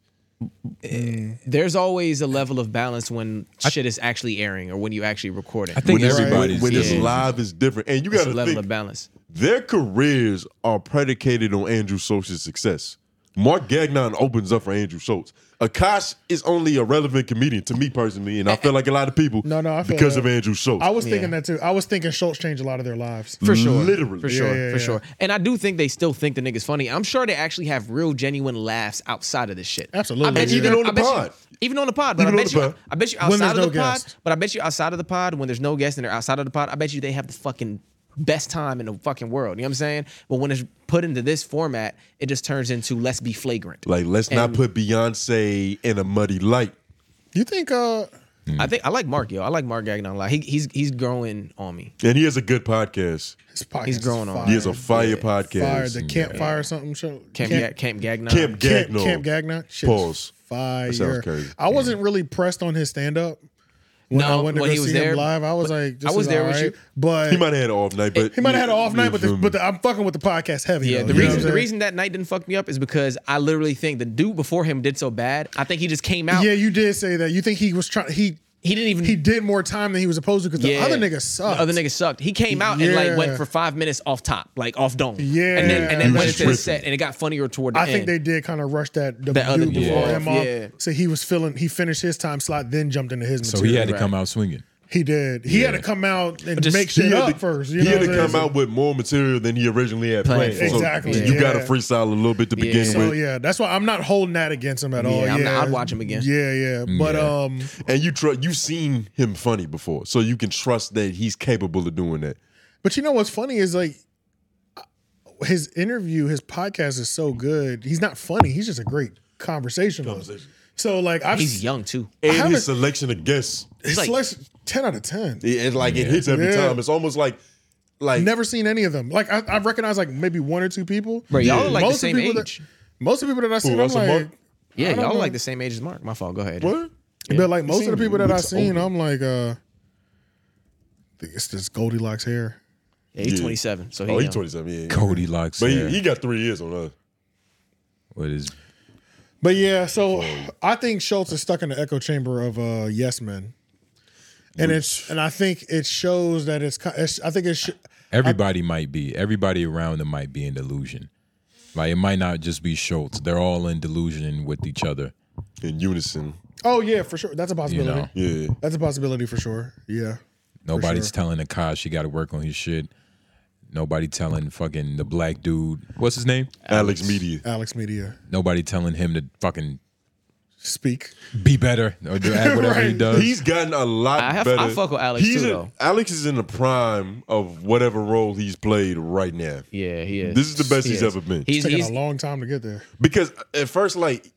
Speaker 5: There's always a level of balance when shit is actually airing or when you actually record it.
Speaker 4: I think
Speaker 5: When it's-
Speaker 4: everybody's when, it's
Speaker 5: Yeah.
Speaker 4: live is different, and you
Speaker 5: It's a
Speaker 4: got to
Speaker 5: level
Speaker 4: think
Speaker 5: of balance.
Speaker 4: Their careers are predicated on Andrew Schultz's success. Mark Gagnon opens up for Andrew Schultz. Akash is only a relevant comedian to me personally, and I feel like a lot of people
Speaker 1: No, no, I feel
Speaker 4: because
Speaker 1: that.
Speaker 4: of Andrew Schultz.
Speaker 1: I was thinking that too. I was thinking Schultz changed a lot of their lives
Speaker 5: For sure.
Speaker 4: Literally.
Speaker 5: For
Speaker 1: Yeah,
Speaker 5: sure.
Speaker 1: yeah,
Speaker 5: for
Speaker 1: yeah.
Speaker 5: sure. And I do think they still think the nigga's funny. I'm sure they actually have real genuine laughs outside of this shit.
Speaker 1: Absolutely.
Speaker 5: I bet
Speaker 1: And
Speaker 5: you
Speaker 1: even
Speaker 5: they're-
Speaker 1: on the
Speaker 5: I bet you-
Speaker 1: pod.
Speaker 5: even on the pod. But
Speaker 1: Even
Speaker 5: I
Speaker 1: on
Speaker 5: bet
Speaker 1: the
Speaker 5: you
Speaker 1: pod.
Speaker 5: I bet you
Speaker 1: When
Speaker 5: outside of
Speaker 1: there's
Speaker 5: the
Speaker 1: no
Speaker 5: pod.
Speaker 1: guest.
Speaker 5: But I bet you outside of the pod, when there's no guests and they're outside of the pod, I bet you they have the fucking best time in the fucking world. You know what I'm saying? But when it's put into this format, it just turns into let's be flagrant.
Speaker 4: Like, let's not
Speaker 5: And-
Speaker 4: put Beyonce in a muddy light.
Speaker 1: You think uh
Speaker 5: I think I like Mark, yo. I like Mark Gagnon a lot. He, he's he's growing on me.
Speaker 4: And he has a good podcast.
Speaker 1: His podcast
Speaker 5: He's
Speaker 1: is
Speaker 5: growing on.
Speaker 1: fire.
Speaker 4: He has a fire
Speaker 1: Fire
Speaker 4: podcast.
Speaker 1: the campfire or something show.
Speaker 5: Camp Ga- Camp Gagnon.
Speaker 4: Camp Gagnon.
Speaker 1: Camp, Camp Gagnon. Shit,
Speaker 4: Pause.
Speaker 1: Fire.
Speaker 4: That sounds crazy.
Speaker 1: I wasn't really pressed on his stand up. When
Speaker 5: No,
Speaker 1: I went to
Speaker 5: when
Speaker 1: go
Speaker 5: he was
Speaker 1: see
Speaker 5: there,
Speaker 1: him live, I was like, this
Speaker 5: I was
Speaker 1: is
Speaker 5: there with
Speaker 1: alright.
Speaker 5: you.
Speaker 1: But
Speaker 4: He might mm-hmm. have had an off night, but
Speaker 1: he might have had an off
Speaker 4: you
Speaker 1: night, but the,
Speaker 4: feel me?
Speaker 1: but the, I'm fucking with the podcast heavy.
Speaker 5: Yeah,
Speaker 1: though,
Speaker 5: the
Speaker 1: you know
Speaker 5: reason
Speaker 1: what
Speaker 5: the
Speaker 1: I'm saying?
Speaker 5: reason that night didn't fuck me up is because I literally think the dude before him did so bad. I think he just came out.
Speaker 1: Yeah, you did say that. You think he was trying? He
Speaker 5: he didn't even
Speaker 1: he did more time than he was supposed to because
Speaker 5: Yeah.
Speaker 1: the other nigga sucked.
Speaker 5: The other nigga sucked. He came out and
Speaker 1: Yeah.
Speaker 5: like went for five minutes off top, like off dome.
Speaker 1: Yeah.
Speaker 5: and then and then
Speaker 1: You
Speaker 5: went
Speaker 1: just
Speaker 5: into the
Speaker 1: tripping.
Speaker 5: set, and it got funnier toward the
Speaker 1: I
Speaker 5: end.
Speaker 1: think they did kind of rush that the
Speaker 5: That other
Speaker 1: dude
Speaker 5: dude
Speaker 1: before
Speaker 5: off,
Speaker 1: him off.
Speaker 5: yeah.
Speaker 1: So he was feeling he finished his time slot, then jumped into his.
Speaker 2: So
Speaker 1: material.
Speaker 2: oh, he had to come out swinging.
Speaker 1: He did. He had
Speaker 2: Yeah.
Speaker 1: to come out and
Speaker 4: Just-
Speaker 1: make shit
Speaker 4: he had
Speaker 1: up
Speaker 4: to-
Speaker 1: first. You
Speaker 4: he
Speaker 1: know
Speaker 4: had
Speaker 1: what
Speaker 4: to
Speaker 1: I'm
Speaker 4: come
Speaker 1: saying?
Speaker 4: out with more material than he originally had
Speaker 1: Planned
Speaker 4: planned.
Speaker 1: for. Exactly,
Speaker 4: So you
Speaker 1: yeah.
Speaker 4: got to freestyle a little bit to begin
Speaker 1: So
Speaker 4: with.
Speaker 1: yeah, that's why I'm not holding that against him at all.
Speaker 5: Yeah, I'm not-
Speaker 1: Yeah,
Speaker 5: I'd watch him again.
Speaker 1: Yeah, yeah. But
Speaker 4: Yeah.
Speaker 1: um,
Speaker 4: And you tr- you've seen him funny before, so you can trust that he's capable of doing that.
Speaker 1: but you know what's funny is like his interview, his podcast is so good. He's not funny. He's just a great conversationalist. So like I've
Speaker 5: He's young too.
Speaker 1: I
Speaker 4: And
Speaker 1: haven't-
Speaker 4: his selection of guests,
Speaker 1: It's
Speaker 5: like-
Speaker 1: like ten out of ten.
Speaker 4: it, it's like it hits every
Speaker 1: Yeah.
Speaker 4: time. It's almost like like
Speaker 1: Never seen any of them. Like I, I've recognized like maybe one or two people.
Speaker 5: Bro, y'all are like
Speaker 1: Most
Speaker 5: the
Speaker 1: of
Speaker 5: same
Speaker 1: people that-
Speaker 5: age.
Speaker 1: Most of the people that I seen,
Speaker 4: Who,
Speaker 1: I'm
Speaker 4: Russell
Speaker 1: like,
Speaker 4: Mark?
Speaker 5: yeah,
Speaker 1: I don't
Speaker 5: y'all
Speaker 1: know.
Speaker 5: are like the same age as Mark. My fault. Go ahead.
Speaker 4: what?
Speaker 1: But like most
Speaker 4: seen
Speaker 1: of the people that I
Speaker 4: weeks
Speaker 1: seen,
Speaker 4: older.
Speaker 1: I'm like, uh, it's this Goldilocks hair.
Speaker 5: Yeah, he's
Speaker 4: Yeah.
Speaker 5: 27. So he
Speaker 4: oh, he's
Speaker 5: young.
Speaker 4: twenty seven. Yeah,
Speaker 2: Cody locks.
Speaker 4: but he,
Speaker 2: hair.
Speaker 4: he got three years on uh, us.
Speaker 2: What is
Speaker 1: But yeah, so I think Schultz is stuck in the echo chamber of uh, yes men, and it's and I think it shows that it's. ki- it's I think it's. sh-
Speaker 2: Everybody might be. Everybody around them might be in delusion. Like it might not just be Schultz. They're all in delusion with each other.
Speaker 4: In unison.
Speaker 1: Oh yeah, for sure. That's a possibility.
Speaker 2: know.
Speaker 4: Yeah,
Speaker 1: That's a possibility for sure. Yeah.
Speaker 2: Nobody's
Speaker 1: sure.
Speaker 2: telling Akash he got to work on his shit. Nobody telling fucking the black dude. What's his name?
Speaker 4: Alex, Media.
Speaker 1: Alex Media
Speaker 2: Nobody telling him to fucking
Speaker 1: speak.
Speaker 2: be better or do act whatever he
Speaker 1: Right.
Speaker 2: does.
Speaker 4: He's gotten a lot
Speaker 5: I have- I
Speaker 4: better.
Speaker 5: fuck with Alex
Speaker 4: He's
Speaker 5: too,
Speaker 4: in-
Speaker 5: though.
Speaker 4: Alex is in the prime of whatever role he's played right now.
Speaker 5: Yeah, he is.
Speaker 4: This is the best
Speaker 5: He
Speaker 4: he's
Speaker 5: is.
Speaker 4: ever been.
Speaker 5: He's,
Speaker 1: It's taking
Speaker 5: he's
Speaker 1: a long time to get there.
Speaker 4: because at first like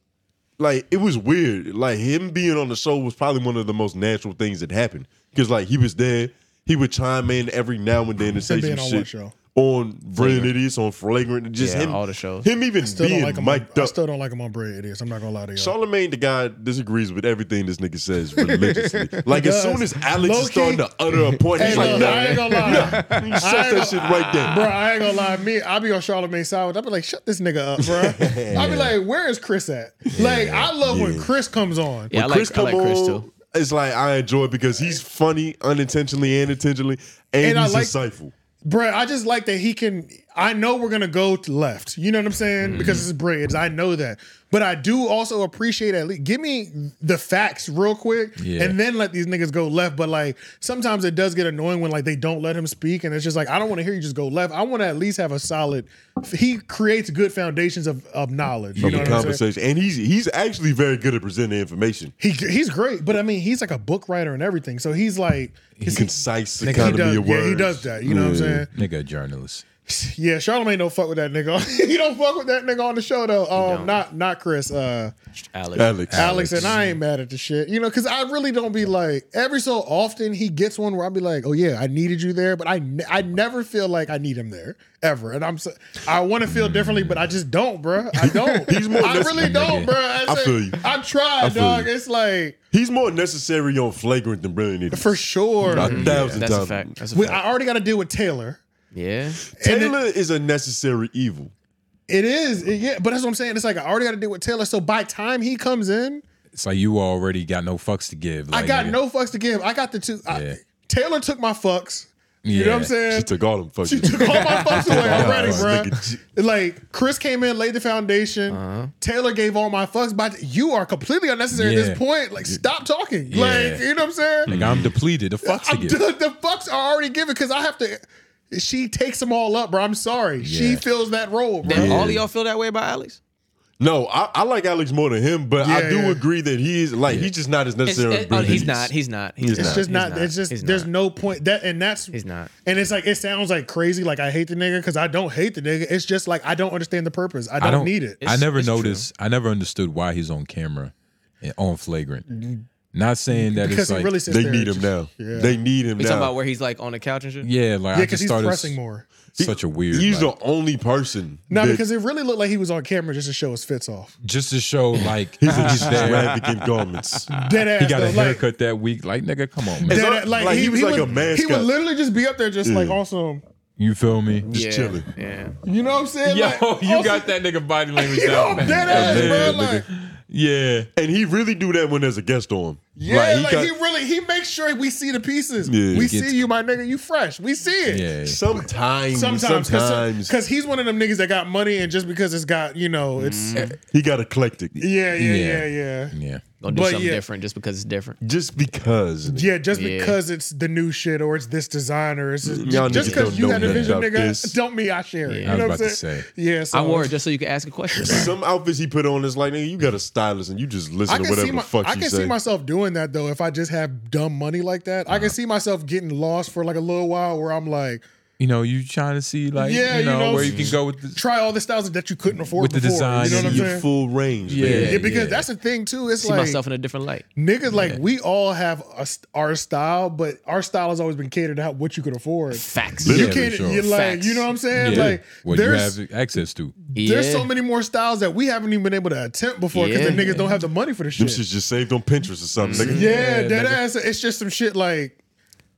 Speaker 4: like it was weird like him being on the show was probably one of the most natural things that happened because like he was there he would chime in every now and then and say
Speaker 1: being
Speaker 4: some
Speaker 1: on
Speaker 4: shit
Speaker 1: what show?
Speaker 4: on Brilliant Idiots on Flagrant just
Speaker 5: Yeah,
Speaker 4: him
Speaker 5: all the shows.
Speaker 4: him even
Speaker 1: I still
Speaker 4: being
Speaker 1: don't like him. on-
Speaker 4: mic'd
Speaker 1: I
Speaker 4: up
Speaker 1: still don't like him on Bread Idiots. I'm not gonna lie to you.
Speaker 4: Charlemagne the guy disagrees with everything this nigga says religiously like
Speaker 1: He
Speaker 4: as soon
Speaker 1: does.
Speaker 4: as Alex
Speaker 1: Low
Speaker 4: is starting
Speaker 1: key-
Speaker 4: to utter a point
Speaker 1: Hey,
Speaker 4: he's like
Speaker 1: look,
Speaker 4: no,
Speaker 1: I ain't gonna lie.
Speaker 4: you shut that shit right there
Speaker 1: Bro, I ain't gonna lie. Me, I be on Charlamagne's side. with- I be like, shut this nigga up, bro. I be like, where is Chris at? Like, I love when Chris comes on.
Speaker 5: Yeah, I like, I like Chris
Speaker 4: on,
Speaker 5: too.
Speaker 4: It's like I enjoy it because he's funny unintentionally and intentionally, and,
Speaker 1: And I
Speaker 4: he's
Speaker 1: like-
Speaker 4: insightful.
Speaker 1: Bro, I just like that he can. I know we're gonna go to left. You know what I'm saying?
Speaker 4: Mm-hmm.
Speaker 1: Because it's braids. I know that. But I do also appreciate at least give me the facts real quick,
Speaker 2: Yeah.
Speaker 1: and then let these niggas go left. But like sometimes it does get annoying when like they don't let him speak, and it's just like I don't want to hear you just go left. I want to at least have a solid. He creates good foundations of, of knowledge. You
Speaker 4: From
Speaker 1: know
Speaker 4: the
Speaker 1: what I'm saying?
Speaker 4: conversation, and he's he's actually very good at presenting information.
Speaker 1: He, he's great, but I mean he's like a book writer and everything. So he's like
Speaker 4: He's concise
Speaker 1: he
Speaker 4: economy
Speaker 1: does,
Speaker 4: of
Speaker 1: yeah,
Speaker 4: words.
Speaker 1: he does that. You know what I'm saying?
Speaker 4: Yeah.
Speaker 2: Nigga, a journalist.
Speaker 1: Yeah, Charlamagne don't fuck with that nigga. he don't fuck with that nigga on the show though. Um, not not Chris. Uh,
Speaker 4: Alex. Alex.
Speaker 1: Alex and I ain't mad at the shit. You know, because I really don't be like every so often he gets one where I be like, oh yeah, I needed you there, but I ne- I never feel like I need him there ever, and I'm so, I want to feel differently, but I just don't, bruh. I don't.
Speaker 4: He's more
Speaker 1: I really
Speaker 4: necessary.
Speaker 1: don't, bruh. I,
Speaker 4: I
Speaker 1: say-
Speaker 4: feel you.
Speaker 1: I tried,
Speaker 4: I feel
Speaker 1: dog.
Speaker 4: you.
Speaker 1: It's like
Speaker 4: He's more necessary on flagrant than brilliant. Idiot.
Speaker 1: for sure.
Speaker 4: a thousand
Speaker 5: That's a
Speaker 4: times.
Speaker 5: fact. That's a
Speaker 1: We- I already got to deal with Taylor.
Speaker 5: Yeah.
Speaker 4: Taylor is a necessary evil.
Speaker 1: It is, it- yeah. But that's what I'm saying. It's like I already got to deal with Taylor. So by time he comes in,
Speaker 18: It's like you already got no fucks to give.
Speaker 1: I
Speaker 18: Like,
Speaker 1: got
Speaker 18: nigga,
Speaker 1: no fucks to give. I got the two. I-
Speaker 18: Yeah.
Speaker 1: Taylor took my fucks. You know what I'm
Speaker 18: Yeah.
Speaker 1: saying?
Speaker 4: She took all them fucking.
Speaker 1: She took all my fucks away already,
Speaker 4: This
Speaker 1: bro.
Speaker 4: nigga G-
Speaker 1: Like Chris came in, laid the foundation.
Speaker 18: Uh-huh.
Speaker 1: Taylor gave all my fucks, but you are completely unnecessary at
Speaker 18: Yeah.
Speaker 1: this point. Like, stop talking.
Speaker 18: Yeah.
Speaker 1: Like, you know what I'm saying?
Speaker 18: Like I'm depleted. The fucks to
Speaker 1: I'm-
Speaker 18: give.
Speaker 1: the, fucks are already given because I have to. She takes them all up, bro. I'm sorry. She
Speaker 4: Yeah.
Speaker 1: fills that role, bro.
Speaker 4: Did all of
Speaker 5: y'all feel that way about Alex?
Speaker 4: No, I, I like Alex more than him, but I
Speaker 1: Yeah,
Speaker 4: do
Speaker 1: yeah.
Speaker 4: agree that he is like he's just not as necessary.
Speaker 5: It's-
Speaker 4: as
Speaker 5: it- oh,
Speaker 4: Brilliant
Speaker 5: he's
Speaker 4: Idiots.
Speaker 5: not. He's not.
Speaker 4: He's
Speaker 5: He's, not.
Speaker 4: not.
Speaker 1: It's just
Speaker 5: He's
Speaker 1: not, It's just. there's no point. That and that's.
Speaker 5: He's not.
Speaker 1: And it's like it sounds like crazy. Like I hate the nigga because I don't hate the nigga. It's just like I don't understand the purpose. I don't, need it.
Speaker 18: I never noticed. I never understood why he's on camera and on flagrant. Not saying that it's
Speaker 1: Because he
Speaker 18: like
Speaker 1: really sits They there need and him
Speaker 4: now. Yeah. They need him
Speaker 5: We talking
Speaker 4: now.
Speaker 5: about where he's like on the couch and shit.
Speaker 18: Yeah, like
Speaker 1: Yeah,
Speaker 18: I
Speaker 1: 'cause
Speaker 18: just
Speaker 1: he's
Speaker 18: started
Speaker 1: pressing more.
Speaker 18: Such a weird.
Speaker 4: He's
Speaker 18: like,
Speaker 4: the only person.
Speaker 1: No,
Speaker 4: that-
Speaker 1: because it really looked like he was on camera just to show his fits off.
Speaker 18: just to show like
Speaker 4: He's in
Speaker 18: he's there.
Speaker 4: extravagant garments.
Speaker 1: Dead ass.
Speaker 18: He got a
Speaker 1: though, like,
Speaker 18: haircut that week. Like nigga, come on, man.
Speaker 1: dead ass- like, he, was like would, a man. He would literally just be up there, just
Speaker 18: Yeah.
Speaker 1: like awesome.
Speaker 18: You feel me? Just
Speaker 4: Yeah. chilling.
Speaker 5: Yeah.
Speaker 1: You know what I'm saying?
Speaker 18: Yo,
Speaker 1: Like,
Speaker 18: you
Speaker 1: also-
Speaker 18: got that nigga body language
Speaker 1: Yo,
Speaker 18: down, man.
Speaker 1: dead ass,
Speaker 18: Yeah,
Speaker 1: bro,
Speaker 18: nigga.
Speaker 1: like-
Speaker 18: yeah,
Speaker 4: and he really do that when there's a guest on.
Speaker 1: Yeah, like, he,
Speaker 4: got-
Speaker 1: really he makes sure we see the pieces.
Speaker 4: Yeah.
Speaker 1: we
Speaker 4: He gets-
Speaker 1: see you, my nigga. You fresh. We see it.
Speaker 4: Sometimes,
Speaker 1: Sometimes,
Speaker 4: sometimes,
Speaker 1: because he's one of them niggas that got money, and just because it's got, you know, it's
Speaker 4: he got eclectic.
Speaker 1: yeah, yeah, yeah, yeah,
Speaker 18: yeah.
Speaker 5: Don't do
Speaker 1: But
Speaker 5: something
Speaker 1: yeah.
Speaker 5: different just because it's different.
Speaker 4: Just because.
Speaker 1: Yeah, just
Speaker 5: Yeah.
Speaker 1: because it's the new shit or it's this designer, it's just,
Speaker 5: Y'all
Speaker 1: just
Speaker 5: niggas
Speaker 1: because
Speaker 5: don't
Speaker 1: you
Speaker 5: know
Speaker 1: had a
Speaker 5: nothing
Speaker 1: vision,
Speaker 5: about
Speaker 1: nigga.
Speaker 5: this.
Speaker 1: Don't me, I share it.
Speaker 5: Yeah.
Speaker 1: You know what I'm saying? Yeah, so
Speaker 5: I wore it just so you could ask a question.
Speaker 4: Some outfits he put on is like, nigga, you got a stylist and you just listen
Speaker 1: I
Speaker 4: to
Speaker 1: can
Speaker 4: whatever
Speaker 1: see my,
Speaker 4: the fuck
Speaker 1: I
Speaker 4: you
Speaker 1: can
Speaker 4: say.
Speaker 1: see myself doing that though if I just have dumb money like that. I can see myself getting lost for like a little while where I'm like,
Speaker 18: You know, you trying to see like
Speaker 1: yeah,
Speaker 18: you know, where you can go with the
Speaker 1: try all the styles that you couldn't afford
Speaker 18: with the
Speaker 1: before.
Speaker 18: design
Speaker 1: you know what
Speaker 18: and
Speaker 1: I'm
Speaker 18: your
Speaker 1: saying?
Speaker 4: full range.
Speaker 18: Yeah,
Speaker 1: Yeah,
Speaker 18: yeah.
Speaker 1: because that's the thing too. It's
Speaker 5: See
Speaker 1: like
Speaker 5: myself in a different light.
Speaker 1: niggas like we all have a, st- our style, but our style has always been catered to how, what you could afford.
Speaker 5: Facts.
Speaker 1: You
Speaker 18: Yeah,
Speaker 1: can't.
Speaker 18: for sure.
Speaker 1: You're like,
Speaker 18: Facts.
Speaker 1: you know what I'm saying?
Speaker 18: Yeah.
Speaker 1: Like,
Speaker 18: what you
Speaker 1: there's
Speaker 18: have access to.
Speaker 1: there's so many more styles that we haven't even been able to attempt before because the
Speaker 4: Yeah.
Speaker 1: niggas don't have the money for the
Speaker 4: Them
Speaker 1: shit.
Speaker 4: shit's just saved on Pinterest or something, nigga.
Speaker 1: yeah, dead ass. It's just some shit like.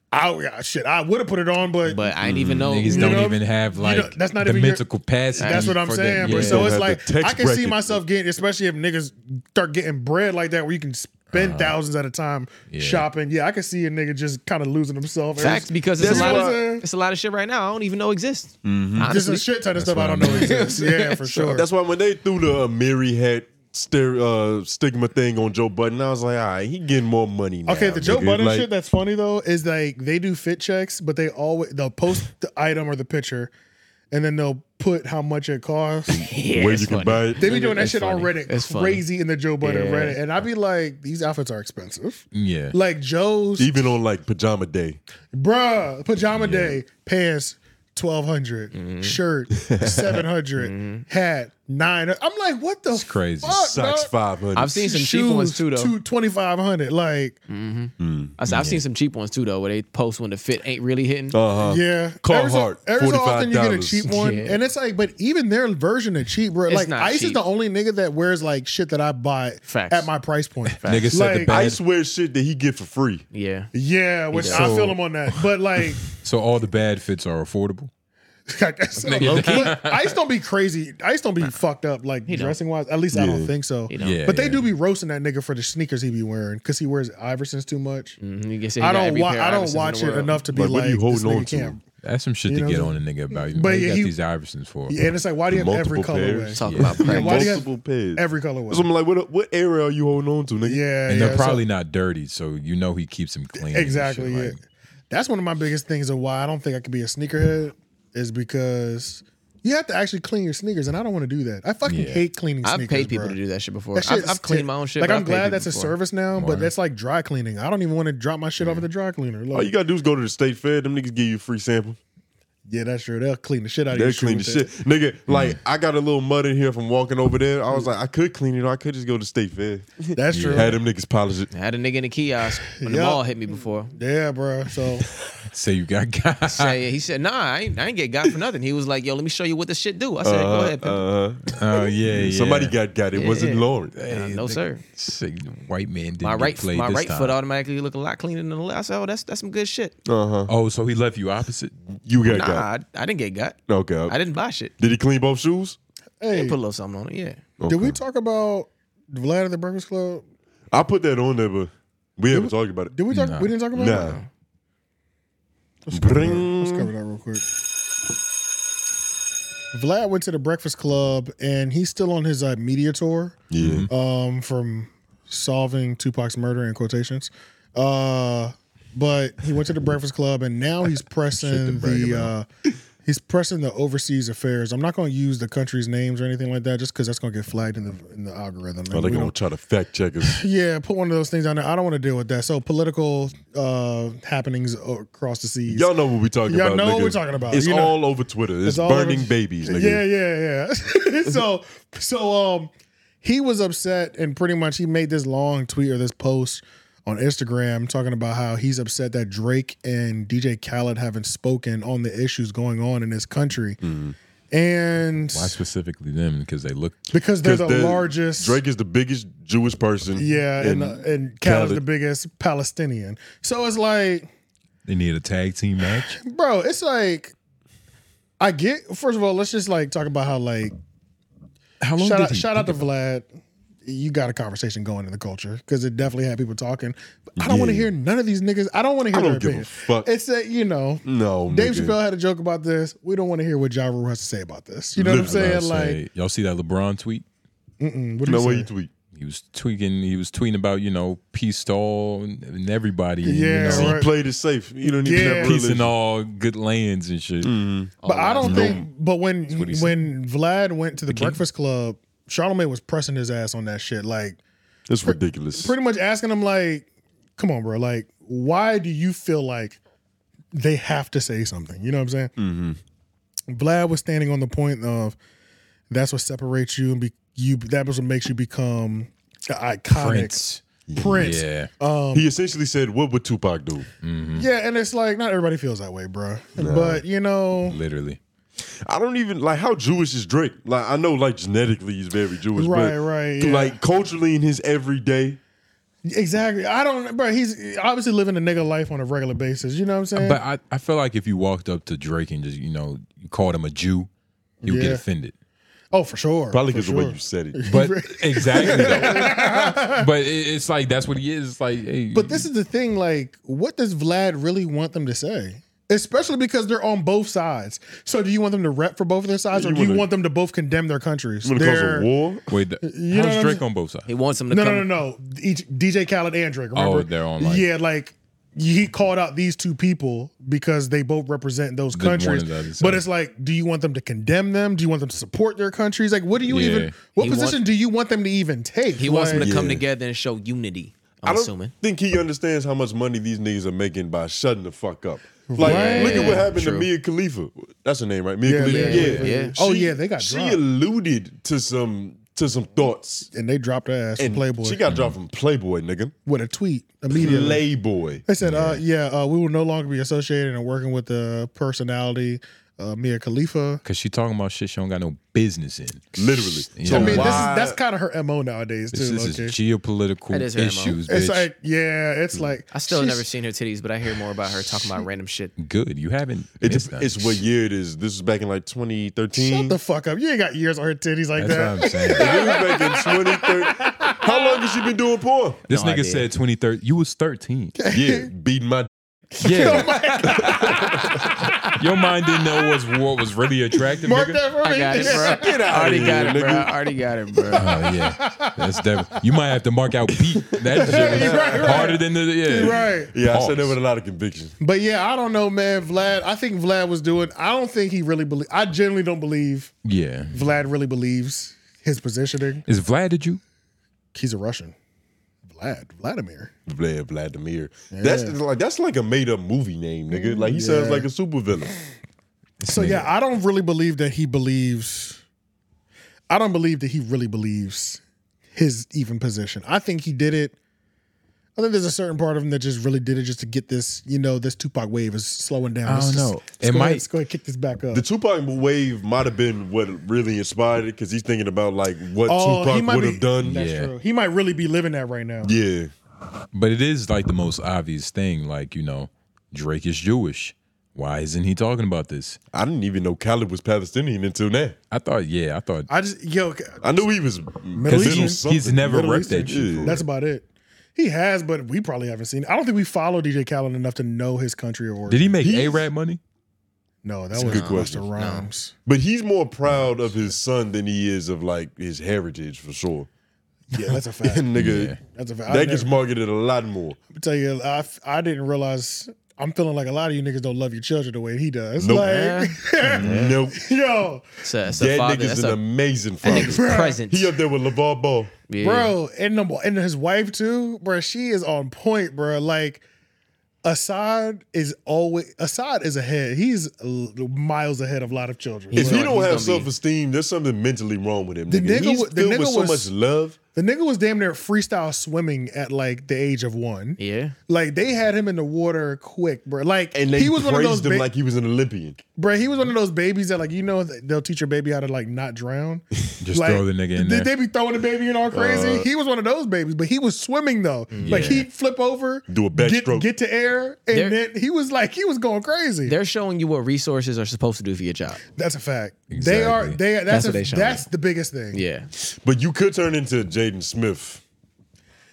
Speaker 1: I yeah, shit. I would have put it on, but
Speaker 5: but I didn't even know.
Speaker 18: Niggas
Speaker 1: Oh, You
Speaker 18: don't
Speaker 1: know,
Speaker 18: even have
Speaker 1: you
Speaker 18: like
Speaker 1: know, that's not
Speaker 18: the
Speaker 1: even your-
Speaker 18: mental capacity.
Speaker 1: That's what I'm
Speaker 18: for that.
Speaker 1: saying. But
Speaker 18: Yeah.
Speaker 1: so it's like I can see myself getting, especially if niggas start getting bread like that, where you can spend thousands at a time shopping. Yeah, I can see a nigga just kind of losing himself.
Speaker 5: Facts because it's a
Speaker 1: You know
Speaker 5: lot
Speaker 1: what I'm
Speaker 5: of
Speaker 1: saying?
Speaker 5: it's a lot of shit right now. I don't even know exists.
Speaker 1: Just
Speaker 5: Honestly.
Speaker 1: a shit ton of stuff I don't know exists. Yeah, for
Speaker 4: So
Speaker 1: sure.
Speaker 4: That's why when they threw the uh, Mary hat ster- uh, stigma thing on Joe Budden, I was like, all right, he getting more money now.
Speaker 1: Okay, the Joe
Speaker 4: nigga.
Speaker 1: Budden
Speaker 4: Like,
Speaker 1: shit that's funny though is like they do fit checks, but they always they'll post the item or the picture, and then they'll put how much it costs.
Speaker 4: Yeah, Where it's you can funny. buy it.
Speaker 1: They be doing that
Speaker 4: Mm. It's
Speaker 1: shit on
Speaker 4: funny.
Speaker 1: Reddit,
Speaker 4: It's funny.
Speaker 1: crazy in the Joe Budden
Speaker 4: Yeah.
Speaker 1: Reddit, and I be like, these outfits are expensive.
Speaker 18: Yeah.
Speaker 1: Like Joe's,
Speaker 4: Even on like pajama day.
Speaker 1: bruh, pajama day pants. Twelve
Speaker 4: Mm-hmm.
Speaker 1: shirt seven hat nine. I'm like, what the
Speaker 18: crazy.
Speaker 1: Fuck,
Speaker 4: Socks
Speaker 1: dog?
Speaker 4: five hundred.
Speaker 5: I've seen some cheaper ones too, though.
Speaker 1: Twenty five hundred, like
Speaker 5: I said, I've seen some cheap ones too though, where they post when the fit ain't really hitting.
Speaker 18: Uh,
Speaker 4: Uh-huh.
Speaker 1: Yeah. every so- every so often you get a cheap one.
Speaker 5: Yeah.
Speaker 1: And it's like, but even their version of cheap, bro.
Speaker 5: It's
Speaker 1: Like
Speaker 5: not
Speaker 1: Ice is
Speaker 5: cheap.
Speaker 1: the only nigga that wears like shit that I buy
Speaker 5: Facts.
Speaker 1: at my price point.
Speaker 18: Nigga said the
Speaker 1: Like-
Speaker 18: bad.
Speaker 4: Ice wears shit that he get for free.
Speaker 5: Yeah.
Speaker 1: Yeah, which I
Speaker 18: So-
Speaker 1: feel him on that. But like
Speaker 18: So all the bad fits are affordable.
Speaker 1: so, but Ice don't be crazy. Ice don't be fucked up like
Speaker 18: don't.
Speaker 1: dressing wise. At least I don't
Speaker 18: Yeah.
Speaker 1: think so.
Speaker 18: He don't. Yeah,
Speaker 1: but they
Speaker 18: yeah.
Speaker 1: do be roasting that nigga for the sneakers he be wearing because he wears Iversons too much.
Speaker 5: said Mm-hmm. he
Speaker 1: I
Speaker 5: got
Speaker 1: don't
Speaker 5: every
Speaker 1: wa-
Speaker 5: pair of
Speaker 1: I
Speaker 5: Iversons
Speaker 1: don't
Speaker 5: in
Speaker 1: watch
Speaker 5: the
Speaker 1: it
Speaker 5: world.
Speaker 1: enough to be
Speaker 5: Like, what
Speaker 1: like,
Speaker 5: do you
Speaker 1: this
Speaker 5: holding
Speaker 1: nigga
Speaker 5: on to?
Speaker 1: can't.
Speaker 18: That's some shit
Speaker 1: You know
Speaker 18: to get
Speaker 1: what
Speaker 18: on a
Speaker 1: I'm
Speaker 18: nigga about. You
Speaker 1: But
Speaker 18: but
Speaker 1: yeah,
Speaker 18: got
Speaker 1: he-
Speaker 18: these Iversons for.
Speaker 1: Yeah, and it's like, why do you have every colorway?
Speaker 18: Yeah.
Speaker 1: Yeah, why do you have-
Speaker 4: Multiple pairs.
Speaker 1: every colorway?
Speaker 4: So I'm like, what what area are you holding on to, nigga?
Speaker 1: Yeah,
Speaker 18: and
Speaker 1: yeah,
Speaker 18: they're
Speaker 1: so-
Speaker 18: probably not dirty, so you know he keeps them clean. and shit,
Speaker 1: Exactly. Yeah.
Speaker 18: like-
Speaker 1: That's one of my biggest things of why I don't think I could be a sneakerhead is because you have to actually clean your sneakers, and I don't want to do that. I fucking
Speaker 5: Yeah.
Speaker 1: hate cleaning.
Speaker 5: I've
Speaker 1: sneakers,
Speaker 5: paid people
Speaker 1: bruh.
Speaker 5: to do that shit before.
Speaker 1: That
Speaker 5: I've-
Speaker 1: shit is
Speaker 5: I've cleaned
Speaker 1: tit-
Speaker 5: my own shit,
Speaker 1: Like
Speaker 5: but
Speaker 1: I'm
Speaker 5: I've paid
Speaker 1: glad
Speaker 5: people
Speaker 1: that's a
Speaker 5: before.
Speaker 1: service now, but that's like dry
Speaker 5: Oh,
Speaker 1: cleaning. I don't even want to drop my shit off at the dry cleaner. Like,
Speaker 4: All you gotta do is go to the state fair. Them niggas give you a free sample.
Speaker 1: Yeah, that's true. They'll clean the shit out of
Speaker 4: They
Speaker 1: your
Speaker 4: clean the
Speaker 1: shoe
Speaker 4: shit,
Speaker 1: with
Speaker 4: nigga. Like I got a little mud in here from walking over there. I was like, I could clean it. or I could just go to State Fair.
Speaker 1: That's true.
Speaker 4: Had them niggas polish it.
Speaker 5: I had a nigga in the kiosk when the
Speaker 1: Yup.
Speaker 5: ball hit me before.
Speaker 1: that. Yeah, bro. So
Speaker 18: Say you got God.
Speaker 5: Say, he said, "Nah, I ain't, I ain't get got for nothing." He was like, "Yo, let me show you what this shit do." I said,
Speaker 4: Uh,
Speaker 5: "Go ahead, pimp."
Speaker 18: Oh yeah, yeah.
Speaker 4: Somebody got got it.
Speaker 5: Yeah,
Speaker 4: wasn't
Speaker 5: yeah.
Speaker 4: Lauren.
Speaker 5: Uh, no,
Speaker 18: the
Speaker 5: sir.
Speaker 18: sick white man didn't
Speaker 5: my
Speaker 18: get
Speaker 5: right,
Speaker 18: played
Speaker 5: my
Speaker 18: this
Speaker 5: right
Speaker 18: time.
Speaker 5: foot automatically look a lot cleaner than the left. I said, "Oh, that's that's some good shit."
Speaker 4: Uh huh.
Speaker 18: Oh, so he left you opposite.
Speaker 4: You got
Speaker 5: nah,
Speaker 4: got.
Speaker 5: I, I didn't get got.
Speaker 4: Okay.
Speaker 5: I didn't buy shit.
Speaker 4: Did he clean both shoes?
Speaker 5: They
Speaker 1: hey,
Speaker 5: put a little something on it. Yeah.
Speaker 1: did we talk about Vlad at the Breakfast Club?
Speaker 4: I put that on there, but we haven't talked about it.
Speaker 1: Did we talk? We didn't talk about
Speaker 4: Nah.
Speaker 1: it. Let's cover, that.
Speaker 4: Bring.
Speaker 1: Let's cover that real quick. Vlad went to the Breakfast Club, and he's still on his uh, media tour.
Speaker 4: Yeah.
Speaker 1: Um, from solving Tupac's murder in quotations. Uh, but he went to the Breakfast Club, and now he's pressing the. Uh, He's pressing the overseas affairs. I'm not going to use the country's names or anything like that, just because that's going to get flagged in the in the algorithm.
Speaker 4: Oh,
Speaker 1: and
Speaker 4: they're
Speaker 1: we
Speaker 4: gonna
Speaker 1: don't-
Speaker 4: try to fact check us.
Speaker 1: yeah, put one of those things on there. I don't want to deal with that. So political uh, happenings across the seas.
Speaker 4: Y'all know what we're talking
Speaker 1: Y'all
Speaker 4: about.
Speaker 1: know what
Speaker 4: nigga.
Speaker 1: we're talking about.
Speaker 4: It's
Speaker 1: You know.
Speaker 4: all over Twitter. It's,
Speaker 1: It's all over-
Speaker 4: burning babies, nigga.
Speaker 1: Yeah, yeah, yeah. so so um he was upset and pretty much he made this long tweet or this post on Instagram talking about how he's upset that Drake and DJ Khaled haven't spoken on the issues going on in this country.
Speaker 4: Mm-hmm.
Speaker 1: And
Speaker 18: Why specifically them? Because they look.
Speaker 1: because they're the
Speaker 4: 'Cause
Speaker 1: largest
Speaker 4: Drake is the biggest Jewish person.
Speaker 1: yeah, and and, uh, and Khaled's the
Speaker 4: Khaled.
Speaker 1: biggest Palestinian. So it's like
Speaker 18: They need a tag team match.
Speaker 1: bro it's like i get first of all let's just like talk about how like
Speaker 18: how long
Speaker 1: shout
Speaker 18: did
Speaker 1: out,
Speaker 18: he
Speaker 1: shout out to vlad you got a conversation going in the culture because it definitely had people talking but i don't want to
Speaker 4: Yeah.
Speaker 1: hear none of these niggas i don't want to hear
Speaker 4: I
Speaker 1: their
Speaker 4: don't give
Speaker 1: opinion
Speaker 4: a fuck.
Speaker 1: it's that you know
Speaker 4: no,
Speaker 1: dave
Speaker 4: nigga.
Speaker 1: chappelle had a joke about this we don't want to hear what ja Rule has to say about this you know what i'm
Speaker 18: Literally,
Speaker 1: saying
Speaker 18: I'd
Speaker 1: like
Speaker 18: say- y'all see that LeBron tweet?
Speaker 1: mm-mm, what do
Speaker 4: No
Speaker 1: you
Speaker 4: way
Speaker 1: say?
Speaker 4: you tweet.
Speaker 18: He was tweaking. He was tweeting about you know peace to all and- and everybody. and,
Speaker 1: Yeah,
Speaker 18: you
Speaker 4: See,
Speaker 18: know,
Speaker 4: he played it safe. You don't even
Speaker 1: Yeah.
Speaker 4: have
Speaker 18: peace
Speaker 4: religion.
Speaker 18: and all good lands and shit.
Speaker 5: Mm-hmm.
Speaker 1: But I don't
Speaker 18: No.
Speaker 1: think. But when
Speaker 18: what he said.
Speaker 1: when Vlad went to the Breakfast Club, Charlamagne was pressing his ass on that shit. Like
Speaker 4: It's ridiculous.
Speaker 1: pretty much asking him like, "Come on, bro. Like, why do you feel like they have to say something?" You know what I'm saying?
Speaker 4: mm-hmm.
Speaker 1: Vlad was standing on the point of that's what separates you and be you. That was what makes you become the iconic Prince.
Speaker 18: Prince. Yeah.
Speaker 1: Um,
Speaker 4: he essentially said, "What would Tupac do?"
Speaker 1: yeah, and it's like not everybody feels that way, bro. But you know,
Speaker 18: Literally.
Speaker 4: I don't even like how Jewish is Drake. Like I know, like genetically, he's very Jewish,
Speaker 1: Right,
Speaker 4: but
Speaker 1: right, yeah.
Speaker 4: like culturally in his everyday.
Speaker 1: exactly. I don't, bro. He's obviously living a nigga life on a regular basis. You know what I'm saying?
Speaker 18: But I, I feel like if you walked up to Drake and just, you know, you called him a Jew, he would
Speaker 1: Yeah.
Speaker 18: get offended.
Speaker 1: Oh, for sure.
Speaker 4: Probably
Speaker 1: because
Speaker 4: because the way you said it.
Speaker 18: But exactly though. But it, it's like that's what he is. It's like, hey,
Speaker 1: But this is the thing. Like, what does Vlad really want them to say? Especially because they're on both sides. So, do you want them to rep for both of their sides, or
Speaker 4: You
Speaker 1: do you
Speaker 4: wanna-
Speaker 1: want them to both condemn their countries?
Speaker 4: You want to cause
Speaker 1: Their-
Speaker 4: a war?
Speaker 18: wait, the,
Speaker 1: You know what
Speaker 18: how's
Speaker 1: I'm
Speaker 18: Drake
Speaker 1: saying?
Speaker 18: on both sides?
Speaker 5: He wants him to
Speaker 1: no,
Speaker 5: come.
Speaker 1: no, no, no. Each, DJ Khaled and Drake. Remember?
Speaker 18: Oh, they're on like
Speaker 1: yeah, like he called out these two people because they both represent those
Speaker 18: The one
Speaker 1: countries.
Speaker 18: and the other side.
Speaker 1: But it's like, do you want them to condemn them? Do you want them to support their countries? Like, what do you
Speaker 18: Yeah.
Speaker 1: even? What
Speaker 5: He
Speaker 1: position
Speaker 5: want-
Speaker 1: do you want them to even take?
Speaker 5: He wants them
Speaker 1: Like-
Speaker 5: to come
Speaker 4: Yeah.
Speaker 5: together and show unity.
Speaker 4: I
Speaker 5: I'm
Speaker 4: don't
Speaker 5: assuming.
Speaker 4: think he understands how much money these niggas are making by shutting the fuck up. Like,
Speaker 1: Right.
Speaker 4: look at what happened
Speaker 5: True.
Speaker 4: to Mia Khalifa. That's her name, right? Mia
Speaker 1: Yeah,
Speaker 4: Khalifa.
Speaker 1: Mia
Speaker 4: Yeah,
Speaker 1: Khalifa, yeah. Oh,
Speaker 4: She-
Speaker 1: yeah, they got
Speaker 4: She
Speaker 1: dropped.
Speaker 4: alluded to some to some thoughts,
Speaker 1: and they dropped their ass.
Speaker 4: and
Speaker 1: from Playboy.
Speaker 4: She got dropped from Playboy, nigga.
Speaker 1: with a tweet immediately.
Speaker 4: Playboy.
Speaker 1: They said, uh, yeah, uh, we will no longer be associated and working with the personality uh, Mia Khalifa.
Speaker 18: Because she talking about shit she don't got no business in.
Speaker 4: Literally.
Speaker 18: You
Speaker 4: So
Speaker 1: I
Speaker 18: know,
Speaker 1: mean, this is,
Speaker 4: why-
Speaker 1: that's kind of her mo nowadays
Speaker 18: this,
Speaker 1: too.
Speaker 18: this
Speaker 1: low-key.
Speaker 18: is geopolitical
Speaker 5: That is her MO.
Speaker 18: issues, bitch.
Speaker 1: it's like, yeah, it's like
Speaker 5: I still
Speaker 1: she's-
Speaker 5: never seen her titties, but I hear more about her talking about random shit.
Speaker 18: Good. You haven't.
Speaker 4: It
Speaker 18: missed
Speaker 4: dep-
Speaker 18: nothing.
Speaker 4: it's what year it is. This was back in like 2013.
Speaker 1: Shut the fuck up! You ain't got years on her titties like
Speaker 18: That's what I'm
Speaker 1: that.
Speaker 18: saying.
Speaker 4: It was back in 2013. How long has she been doing porn?
Speaker 18: This
Speaker 5: No
Speaker 18: nigga
Speaker 5: idea.
Speaker 18: said 2013. You was 13.
Speaker 4: Yeah, beating my.
Speaker 1: Oh
Speaker 18: Yeah. Your mind didn't know was what was really attractive,
Speaker 1: Mark
Speaker 18: nigga.
Speaker 1: that for me.
Speaker 5: I got it, bro.
Speaker 4: Get
Speaker 5: I
Speaker 4: out
Speaker 5: already
Speaker 4: of here,
Speaker 5: got it, bro.
Speaker 4: nigga.
Speaker 5: I already got it, bro.
Speaker 18: Oh yeah, that's definitely. You might have to mark out beat. That shit was
Speaker 1: Right, right.
Speaker 18: harder than the yeah.
Speaker 1: Right.
Speaker 4: Yeah, I
Speaker 18: Pause.
Speaker 4: said that with a lot of conviction.
Speaker 1: But yeah, I don't know, man. Vlad, I think Vlad was doing. I don't think he really believe. I generally don't believe
Speaker 18: Yeah.
Speaker 1: Vlad really believes his positioning.
Speaker 18: Is Vlad a Jew?
Speaker 1: He's a Russian. Vlad, Vladimir.
Speaker 4: Vlad Vladimir. That's
Speaker 1: Yeah.
Speaker 4: like that's like a made up movie name, nigga. Like he sounds
Speaker 1: Yeah.
Speaker 4: like a supervillain.
Speaker 18: This
Speaker 1: So
Speaker 18: nigga.
Speaker 1: yeah, I don't really believe that he believes. I don't believe that he really believes his even position. I think he did it. I think there's a certain part of him that just really did it just to get this, you know, this Tupac wave is slowing down.
Speaker 4: I
Speaker 1: Let's
Speaker 4: don't
Speaker 1: just-
Speaker 4: know.
Speaker 1: let's
Speaker 4: It
Speaker 1: go ahead-
Speaker 4: might-
Speaker 1: let's go ahead and kick this back up.
Speaker 4: The Tupac wave might have been what really inspired it because he's thinking about like what
Speaker 1: Oh, he
Speaker 4: Tupac
Speaker 1: might
Speaker 4: would
Speaker 1: be-
Speaker 4: have done.
Speaker 1: That's true. He might really be living that right now.
Speaker 4: Yeah.
Speaker 18: But it is like the most obvious thing. Like, you know, Drake is Jewish. Why isn't he talking about this?
Speaker 4: I didn't even know Khaled was Palestinian until now.
Speaker 18: I thought, yeah, I thought.
Speaker 1: I just yo.
Speaker 4: I knew he was
Speaker 1: Middle Eastern.
Speaker 18: he's, he's never
Speaker 1: Middle
Speaker 18: wrecked that
Speaker 1: Eastern.
Speaker 18: shit.
Speaker 1: That's about it. He has, but we probably haven't seen. It. I don't think we follow DJ Khaled enough to know his country of origin.
Speaker 18: Did he make A Rap money?
Speaker 1: No, that
Speaker 4: That's a
Speaker 1: was
Speaker 4: good
Speaker 1: good
Speaker 4: question.
Speaker 1: Busta Rhymes.
Speaker 4: But he's more proud of his son than he is of like his heritage for sure.
Speaker 1: Yeah, that's a fact.
Speaker 4: nigga.
Speaker 1: Yeah. That's a fact. I
Speaker 4: That gets
Speaker 1: never-
Speaker 4: marketed a lot more.
Speaker 1: I tell you, I, I didn't realize. I'm feeling like a lot of you niggas don't love your children the way he does.
Speaker 4: Nope.
Speaker 1: Like,
Speaker 4: Nope.
Speaker 1: yo,
Speaker 5: So, that's
Speaker 4: that
Speaker 5: a father.
Speaker 4: nigga's
Speaker 5: That's
Speaker 4: an
Speaker 5: a,
Speaker 4: amazing
Speaker 5: that
Speaker 4: father.
Speaker 5: nigga's present.
Speaker 4: He up there with LeVar Ball.
Speaker 1: bro, and the, and his wife too, bro. She is on point, bro. Like, Assad is always Assad is ahead. He's l- miles ahead of a lot of children.
Speaker 4: If he
Speaker 1: Like,
Speaker 4: don't have self esteem, there's something mentally wrong with him.
Speaker 1: The
Speaker 4: nigga,
Speaker 1: nigga
Speaker 4: he's
Speaker 1: wa- the
Speaker 4: filled
Speaker 1: nigga
Speaker 4: with so
Speaker 1: was-
Speaker 4: much love.
Speaker 1: The nigga was damn near freestyle swimming at like the age of one.
Speaker 5: Yeah.
Speaker 1: Like they had him in the water quick, bro. Like
Speaker 4: And they
Speaker 1: he was
Speaker 4: praised
Speaker 1: one of those
Speaker 4: him
Speaker 1: ba-
Speaker 4: like he was an Olympian.
Speaker 1: bro. He was one of those babies that like you know th- they'll teach your baby how to like not drown.
Speaker 18: Just
Speaker 1: Like,
Speaker 18: throw the nigga in
Speaker 1: Did
Speaker 18: there.
Speaker 1: they be throwing the baby in all crazy?
Speaker 18: Uh,
Speaker 1: he was one of those babies, but he was swimming though. Like
Speaker 18: Yeah.
Speaker 1: he'd flip over,
Speaker 4: Do a
Speaker 1: get,
Speaker 4: backstroke.
Speaker 1: get to air, and
Speaker 5: There-
Speaker 1: then he was like he was going crazy.
Speaker 5: They're showing you what resources are supposed to do for your job.
Speaker 1: That's a fact. They are
Speaker 5: Exactly.
Speaker 1: they. That's
Speaker 5: That's
Speaker 1: a-
Speaker 5: what they showing.
Speaker 1: that's the biggest thing.
Speaker 5: Yeah.
Speaker 4: But you could turn into Jaden Smith.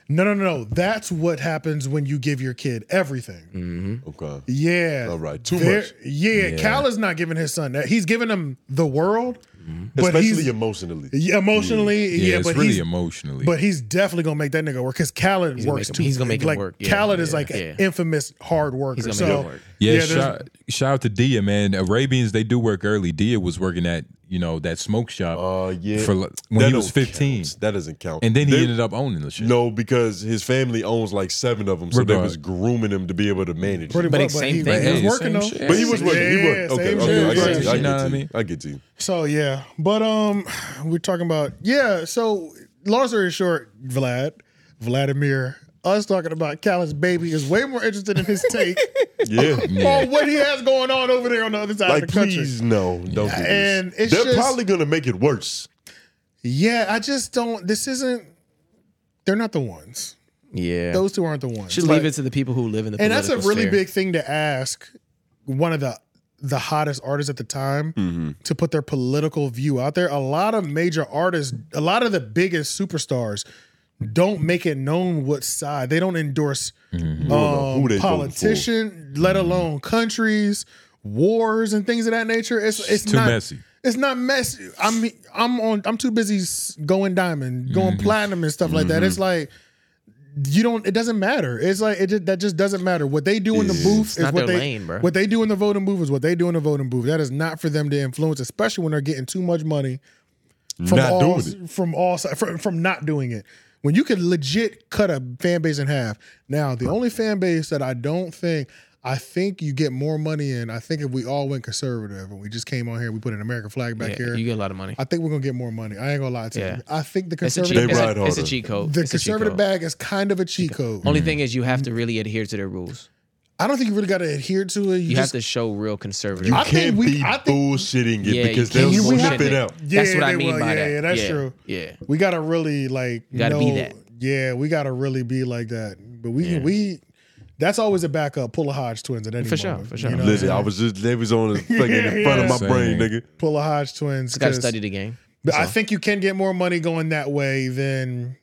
Speaker 1: No, no, no, no. That's what happens when you give your kid everything.
Speaker 4: Mm-hmm. Okay.
Speaker 1: Yeah.
Speaker 4: All right. Too
Speaker 1: There-
Speaker 4: much.
Speaker 1: Yeah,
Speaker 4: Yeah.
Speaker 1: Cal is not giving his son that. He's giving him the world, but
Speaker 4: Especially
Speaker 1: he's
Speaker 4: emotionally.
Speaker 1: Yeah, emotionally. Yeah,
Speaker 18: it's
Speaker 1: but
Speaker 18: really
Speaker 1: he's,
Speaker 18: emotionally.
Speaker 1: But he's definitely gonna make that nigga work because Khaled
Speaker 18: He's gonna make
Speaker 1: works
Speaker 18: him-
Speaker 1: too.
Speaker 18: he's gonna make him
Speaker 1: like,
Speaker 18: work, yeah,
Speaker 1: Khaled is like
Speaker 18: yeah.
Speaker 1: an infamous hard worker.
Speaker 18: He's
Speaker 1: so,
Speaker 18: Yeah,
Speaker 1: yeah, there's-
Speaker 18: shout, shout out to Dia, man. Arabians they do work early. Dia was working at you know that smoke shop. Oh
Speaker 4: Uh, yeah,
Speaker 18: for like, when
Speaker 4: That
Speaker 18: he was
Speaker 4: don't
Speaker 18: fifteen.
Speaker 4: count. That doesn't count.
Speaker 18: And then he
Speaker 4: They-
Speaker 18: ended up owning the shit.
Speaker 4: No, because his family owns like seven of them, so they
Speaker 18: Right.
Speaker 4: was grooming him to be able to manage.
Speaker 1: Pretty
Speaker 4: it.
Speaker 1: But much, it's but same he- thing. he was
Speaker 4: Hey,
Speaker 1: working,
Speaker 4: same
Speaker 1: though.
Speaker 4: shit. But he was working. he
Speaker 1: Yeah,
Speaker 4: worked. Okay,
Speaker 1: same
Speaker 4: okay, I
Speaker 1: shit.
Speaker 4: get you. I
Speaker 1: You know what I
Speaker 4: get you.
Speaker 1: mean?
Speaker 4: I get you.
Speaker 1: so yeah. But um we're talking about yeah, so long story short, Vlad, Vladimir, us talking about Khaled's baby is way more interested in his take
Speaker 4: Yeah.
Speaker 1: on what he has going on over there on the other side
Speaker 4: Like,
Speaker 1: of the country.
Speaker 4: please, no, don't do this.
Speaker 1: And it's
Speaker 4: They're
Speaker 1: just-
Speaker 4: probably gonna make it worse.
Speaker 1: Yeah, I just don't. This isn't. They're not the ones.
Speaker 5: Yeah.
Speaker 1: Those two aren't the ones.
Speaker 5: Should
Speaker 1: Like-
Speaker 5: leave it to the people who live in the.
Speaker 1: and that's a
Speaker 5: political
Speaker 1: really
Speaker 5: sphere.
Speaker 1: big thing to ask one of the the hottest artists at the time to put their political view out there. A lot of major artists, a lot of the biggest superstars, don't make it known what side they don't endorse
Speaker 4: know
Speaker 1: um,
Speaker 4: who they voting for.
Speaker 1: politician, let alone countries, wars, and things of that nature. It's it's,
Speaker 18: too
Speaker 1: not,
Speaker 18: messy.
Speaker 1: It's not messy. I'm I'm on. I'm too busy s- going diamond,
Speaker 5: Mm-hmm.
Speaker 1: going platinum, and stuff like that. It's like you don't it doesn't matter it's like it just, that just doesn't matter what they do in the
Speaker 5: Yeah.
Speaker 1: booth
Speaker 5: It's
Speaker 1: is
Speaker 5: not
Speaker 1: what
Speaker 5: their
Speaker 1: they
Speaker 5: lane, bro.
Speaker 1: what they do in the voting booth is what they do in the voting booth that is not for them to influence especially when they're getting too much money from
Speaker 4: Not
Speaker 1: all
Speaker 4: doing
Speaker 1: from all si- from, from not doing it when you can legit cut a fan base in half now the only fan base that i don't think I think you get more money in. I think if we all went conservative and we just came on here, we put an American flag back
Speaker 5: Yeah,
Speaker 1: here.
Speaker 5: you get a lot of money.
Speaker 1: I think we're gonna get more money. I ain't gonna lie to
Speaker 5: Yeah.
Speaker 1: you. I think the
Speaker 5: It's a
Speaker 1: conservative
Speaker 5: cheat- it's a-
Speaker 4: ride
Speaker 5: It's a
Speaker 4: harder.
Speaker 5: cheat code.
Speaker 1: the
Speaker 5: It's a cheat
Speaker 1: conservative
Speaker 5: code.
Speaker 1: bag is kind of a cheat code.
Speaker 5: Only thing is, you have to really adhere to their rules.
Speaker 1: I don't think you really got to adhere to it. You,
Speaker 5: You,
Speaker 1: just,
Speaker 5: have to show real conservative.
Speaker 4: You
Speaker 1: I think
Speaker 4: can't
Speaker 1: we-
Speaker 4: be
Speaker 1: I think-
Speaker 4: bullshitting it
Speaker 5: Yeah, you
Speaker 4: because they'll
Speaker 5: can't be
Speaker 4: snip
Speaker 5: bullshitting
Speaker 4: it
Speaker 5: it.
Speaker 4: out.
Speaker 1: Yeah,
Speaker 5: That's what I
Speaker 1: they
Speaker 5: mean
Speaker 1: will.
Speaker 5: by
Speaker 1: yeah,
Speaker 5: that.
Speaker 1: Yeah, that's
Speaker 5: Yeah,
Speaker 1: true.
Speaker 5: yeah.
Speaker 1: we gotta really like
Speaker 5: You gotta
Speaker 1: know,
Speaker 5: be that.
Speaker 1: Yeah, we gotta really be like that. But we we that's always a backup. Pull a Hodge twins at any
Speaker 5: For sure,
Speaker 1: moment,
Speaker 5: for sure.
Speaker 1: You know what
Speaker 4: Listen,
Speaker 1: I'm
Speaker 4: I
Speaker 1: saying?
Speaker 4: was just they was on the fucking in front of my
Speaker 1: Yeah.
Speaker 4: brain, nigga.
Speaker 1: pull a Hodge twins.
Speaker 5: Just gotta
Speaker 1: 'cause-
Speaker 5: study the game.
Speaker 1: But I
Speaker 5: So,
Speaker 1: think you can get more money going that way than.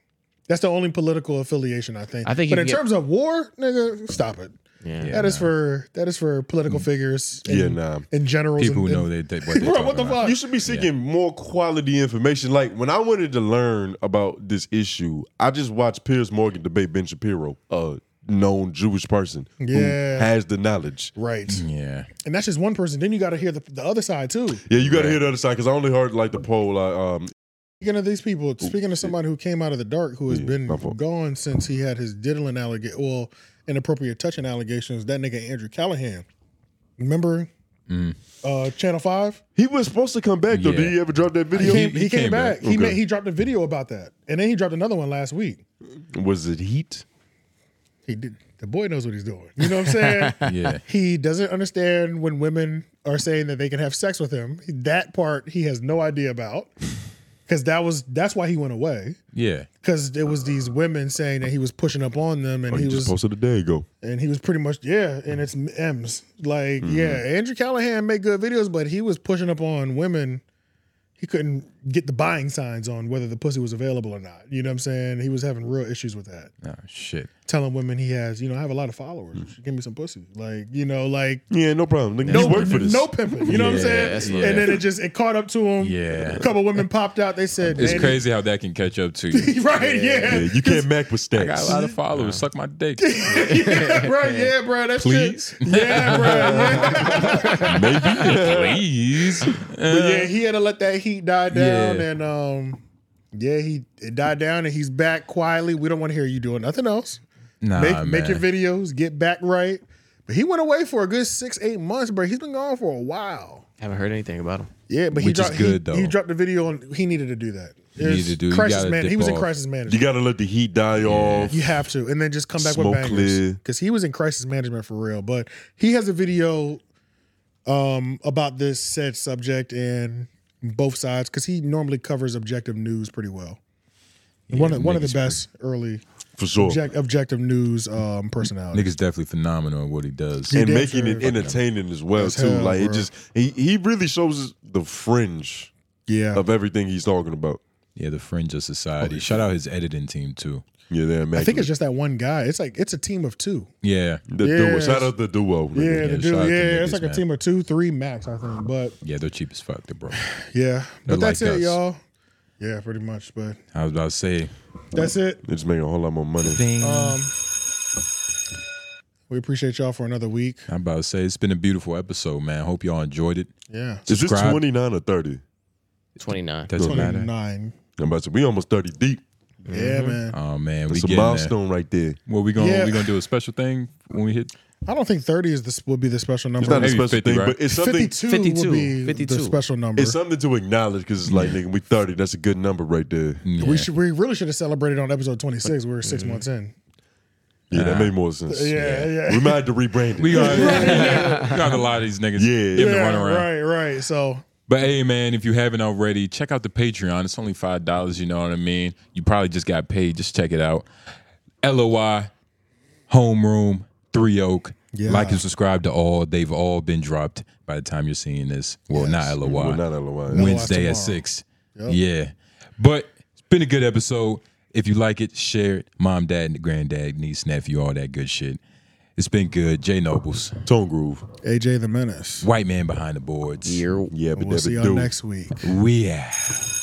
Speaker 1: That's the only political affiliation I think.
Speaker 5: I think you
Speaker 1: but in
Speaker 5: can get-
Speaker 1: terms of war, nigga, stop it.
Speaker 5: Yeah.
Speaker 1: That is for that is for political figures. And,
Speaker 4: Yeah, nah.
Speaker 1: And generals.
Speaker 18: Mm. People
Speaker 1: and,
Speaker 18: who know
Speaker 1: and-
Speaker 18: they, they what they
Speaker 1: Bro,
Speaker 18: talking
Speaker 1: what the
Speaker 18: about.
Speaker 1: fuck?
Speaker 4: You should be seeking more quality information. Like when I wanted to learn about this issue, I just watched Piers Morgan debate Ben Shapiro, a known Jewish person who
Speaker 1: Yeah.
Speaker 4: has the knowledge.
Speaker 1: Right.
Speaker 18: Yeah.
Speaker 1: And that's just one person. Then you got to hear the, the other side too.
Speaker 4: Yeah, you got to hear the other side because I only heard like the poll. I, um,
Speaker 1: Speaking of these people, speaking of somebody who came out of the dark, who has been gone since he had his diddling allegation, well, inappropriate touching allegations, that nigga Andrew Callahan. Remember uh, Channel Five.
Speaker 4: He was supposed to come back though.
Speaker 1: Yeah.
Speaker 4: Did he ever drop that
Speaker 1: He
Speaker 4: video?
Speaker 1: came, he came back. He
Speaker 4: Okay.
Speaker 1: made, he dropped a video about that, and then he dropped another one last week.
Speaker 4: was it Heat?
Speaker 1: He did. The boy knows what he's doing. You know what I'm saying?
Speaker 4: Yeah.
Speaker 1: He doesn't understand when women are saying that they can have sex with him. That part he has no idea about, because that was that's why he went away.
Speaker 2: Yeah.
Speaker 1: Because it was these women saying that he was pushing up on them, and
Speaker 4: Oh,
Speaker 1: he
Speaker 4: he
Speaker 1: was
Speaker 4: just posted a day ago.
Speaker 1: and he was pretty much yeah, and it's M's. Like
Speaker 4: Mhm.
Speaker 1: yeah, Andrew Callahan made good videos, but he was pushing up on women. He couldn't get the buying signs on whether the pussy was available or not. You know what I'm saying? He was having real issues with that.
Speaker 2: Oh shit.
Speaker 1: Telling women he has, you know, I have a lot of followers. You should give me some pussy. Like, you know, like
Speaker 4: Yeah, no problem. Nigga,
Speaker 1: no,
Speaker 4: you work for this.
Speaker 1: no pimping. You know what I'm
Speaker 2: Yeah,
Speaker 1: saying?
Speaker 2: that's
Speaker 1: And
Speaker 2: not-
Speaker 1: then it just it caught up to him.
Speaker 2: Yeah.
Speaker 1: A couple women popped out. They said,
Speaker 2: It's
Speaker 1: "Man,
Speaker 2: crazy how that can catch up to you.
Speaker 1: Right, yeah.
Speaker 4: you can't mac with
Speaker 2: I got a
Speaker 4: stacks.
Speaker 2: lot of followers. Suck my dick.
Speaker 1: yeah, bro. Yeah, bro. That's
Speaker 2: Please?
Speaker 1: Shit. Yeah, bro.
Speaker 2: Maybe. Please.
Speaker 1: But yeah, he had to let that heat die down,
Speaker 2: Yeah.
Speaker 1: and um, yeah, he it died down, and he's back quietly. We don't want to hear you doing nothing else.
Speaker 2: Nah,
Speaker 1: make, make your
Speaker 2: man.
Speaker 1: videos, get back right. But he went away for a good six, eight months, bro. He's been gone for a while.
Speaker 5: Haven't heard anything about him.
Speaker 1: Yeah, but he
Speaker 2: Which is
Speaker 1: dropped
Speaker 2: good,
Speaker 1: he,
Speaker 2: though.
Speaker 1: he dropped the video on. He needed to do that.
Speaker 2: He
Speaker 1: It was
Speaker 2: needed to do- you
Speaker 1: crisis
Speaker 2: gotta
Speaker 1: man. He
Speaker 2: dip
Speaker 1: was in
Speaker 2: off.
Speaker 1: crisis management.
Speaker 4: You gotta let the heat die off.
Speaker 1: You have to, and then just come back
Speaker 4: Smoke
Speaker 1: with bangers
Speaker 4: clear.
Speaker 1: because he was in crisis management for real. But he has a video um, about this said subject and both sides because he normally covers objective news pretty well. one of, one of the
Speaker 2: niggas
Speaker 1: best early
Speaker 4: For sure.
Speaker 1: object- objective news um, personality.
Speaker 2: Niggas definitely phenomenal at what he does.
Speaker 4: and making it entertaining as well
Speaker 1: As
Speaker 4: too.
Speaker 1: hell,
Speaker 4: like it
Speaker 1: bro.
Speaker 4: just he, he really shows us the fringe
Speaker 1: Yeah.
Speaker 4: of everything he's talking about.
Speaker 2: Yeah, the fringe of society. Shout out his editing team too.
Speaker 4: Yeah, they're
Speaker 1: I think it's just that one guy. It's like it's a team of two.
Speaker 2: Yeah.
Speaker 4: The
Speaker 1: Yeah,
Speaker 4: duo.
Speaker 1: it's-
Speaker 4: Shout out the duo.
Speaker 1: Yeah,
Speaker 4: nigga.
Speaker 1: the dude. Yeah,
Speaker 2: out to
Speaker 1: it's
Speaker 2: niggas,
Speaker 1: like a
Speaker 2: man.
Speaker 1: team of two, three max, I think. But
Speaker 2: Yeah, they're cheap as fuck, they're broke.
Speaker 1: yeah,
Speaker 2: They're
Speaker 1: but that's
Speaker 2: like
Speaker 1: it,
Speaker 2: us.
Speaker 1: y'all. Yeah, pretty much. But
Speaker 2: I was about to say.
Speaker 1: that's it.
Speaker 4: They just making a whole lot more money.
Speaker 1: Um,
Speaker 4: Mm.
Speaker 1: we appreciate y'all for another week.
Speaker 2: I'm about to say it's been a beautiful episode, man. Hope y'all enjoyed it.
Speaker 1: Yeah.
Speaker 4: Is this
Speaker 2: Subscribe.
Speaker 4: 29 or 30?
Speaker 5: 29.
Speaker 2: Doesn't matter.
Speaker 1: 29.
Speaker 4: I'm about to we almost 30 deep.
Speaker 1: Yeah, man.
Speaker 2: Oh man,
Speaker 4: That's
Speaker 2: we
Speaker 4: a
Speaker 2: getting
Speaker 4: milestone right there.
Speaker 2: There. Well, we gonna
Speaker 1: Yeah.
Speaker 2: we gonna do a special thing when we hit.
Speaker 1: I don't think 30 is this will be the special number.
Speaker 4: It's not a
Speaker 2: Maybe
Speaker 4: special
Speaker 2: 50,
Speaker 4: thing,
Speaker 2: right?
Speaker 4: but it's something
Speaker 1: 52, will be the special number.
Speaker 4: It's something to acknowledge because it's like nigga, we 30. That's a good number right there.
Speaker 1: We should we really should have celebrated on episode 26. We were 6 months in.
Speaker 4: Yeah, that made more sense.
Speaker 1: Yeah, yeah.
Speaker 4: We might have to rebrand it.
Speaker 2: We got we got a lot of these niggas.
Speaker 4: Yeah.
Speaker 2: giving
Speaker 1: Yeah,
Speaker 2: a run around.
Speaker 1: right, right. So
Speaker 2: But hey, man, if you haven't already, check out the Patreon. It's only five dollars. You know what I mean. You probably just got paid. Just check it out. Loi, homeroom, three oak.
Speaker 1: Yeah.
Speaker 2: Like and subscribe to all. They've all been dropped by the time you're seeing this. Well, not Loi.
Speaker 4: Well, not LOI.
Speaker 2: Wednesday
Speaker 1: tomorrow.
Speaker 2: at six.
Speaker 1: Yep.
Speaker 2: Yeah, but it's been a good episode. If you like it, share it. Mom, dad, granddad, niece, nephew, all that good shit. It's been good. Jay Nobles,
Speaker 4: Tone Groove.
Speaker 1: AJ the Menace.
Speaker 2: white man behind the boards.
Speaker 4: Yeah, but
Speaker 1: We'll
Speaker 4: never
Speaker 1: see y'all
Speaker 4: do.
Speaker 1: next week.
Speaker 2: We out.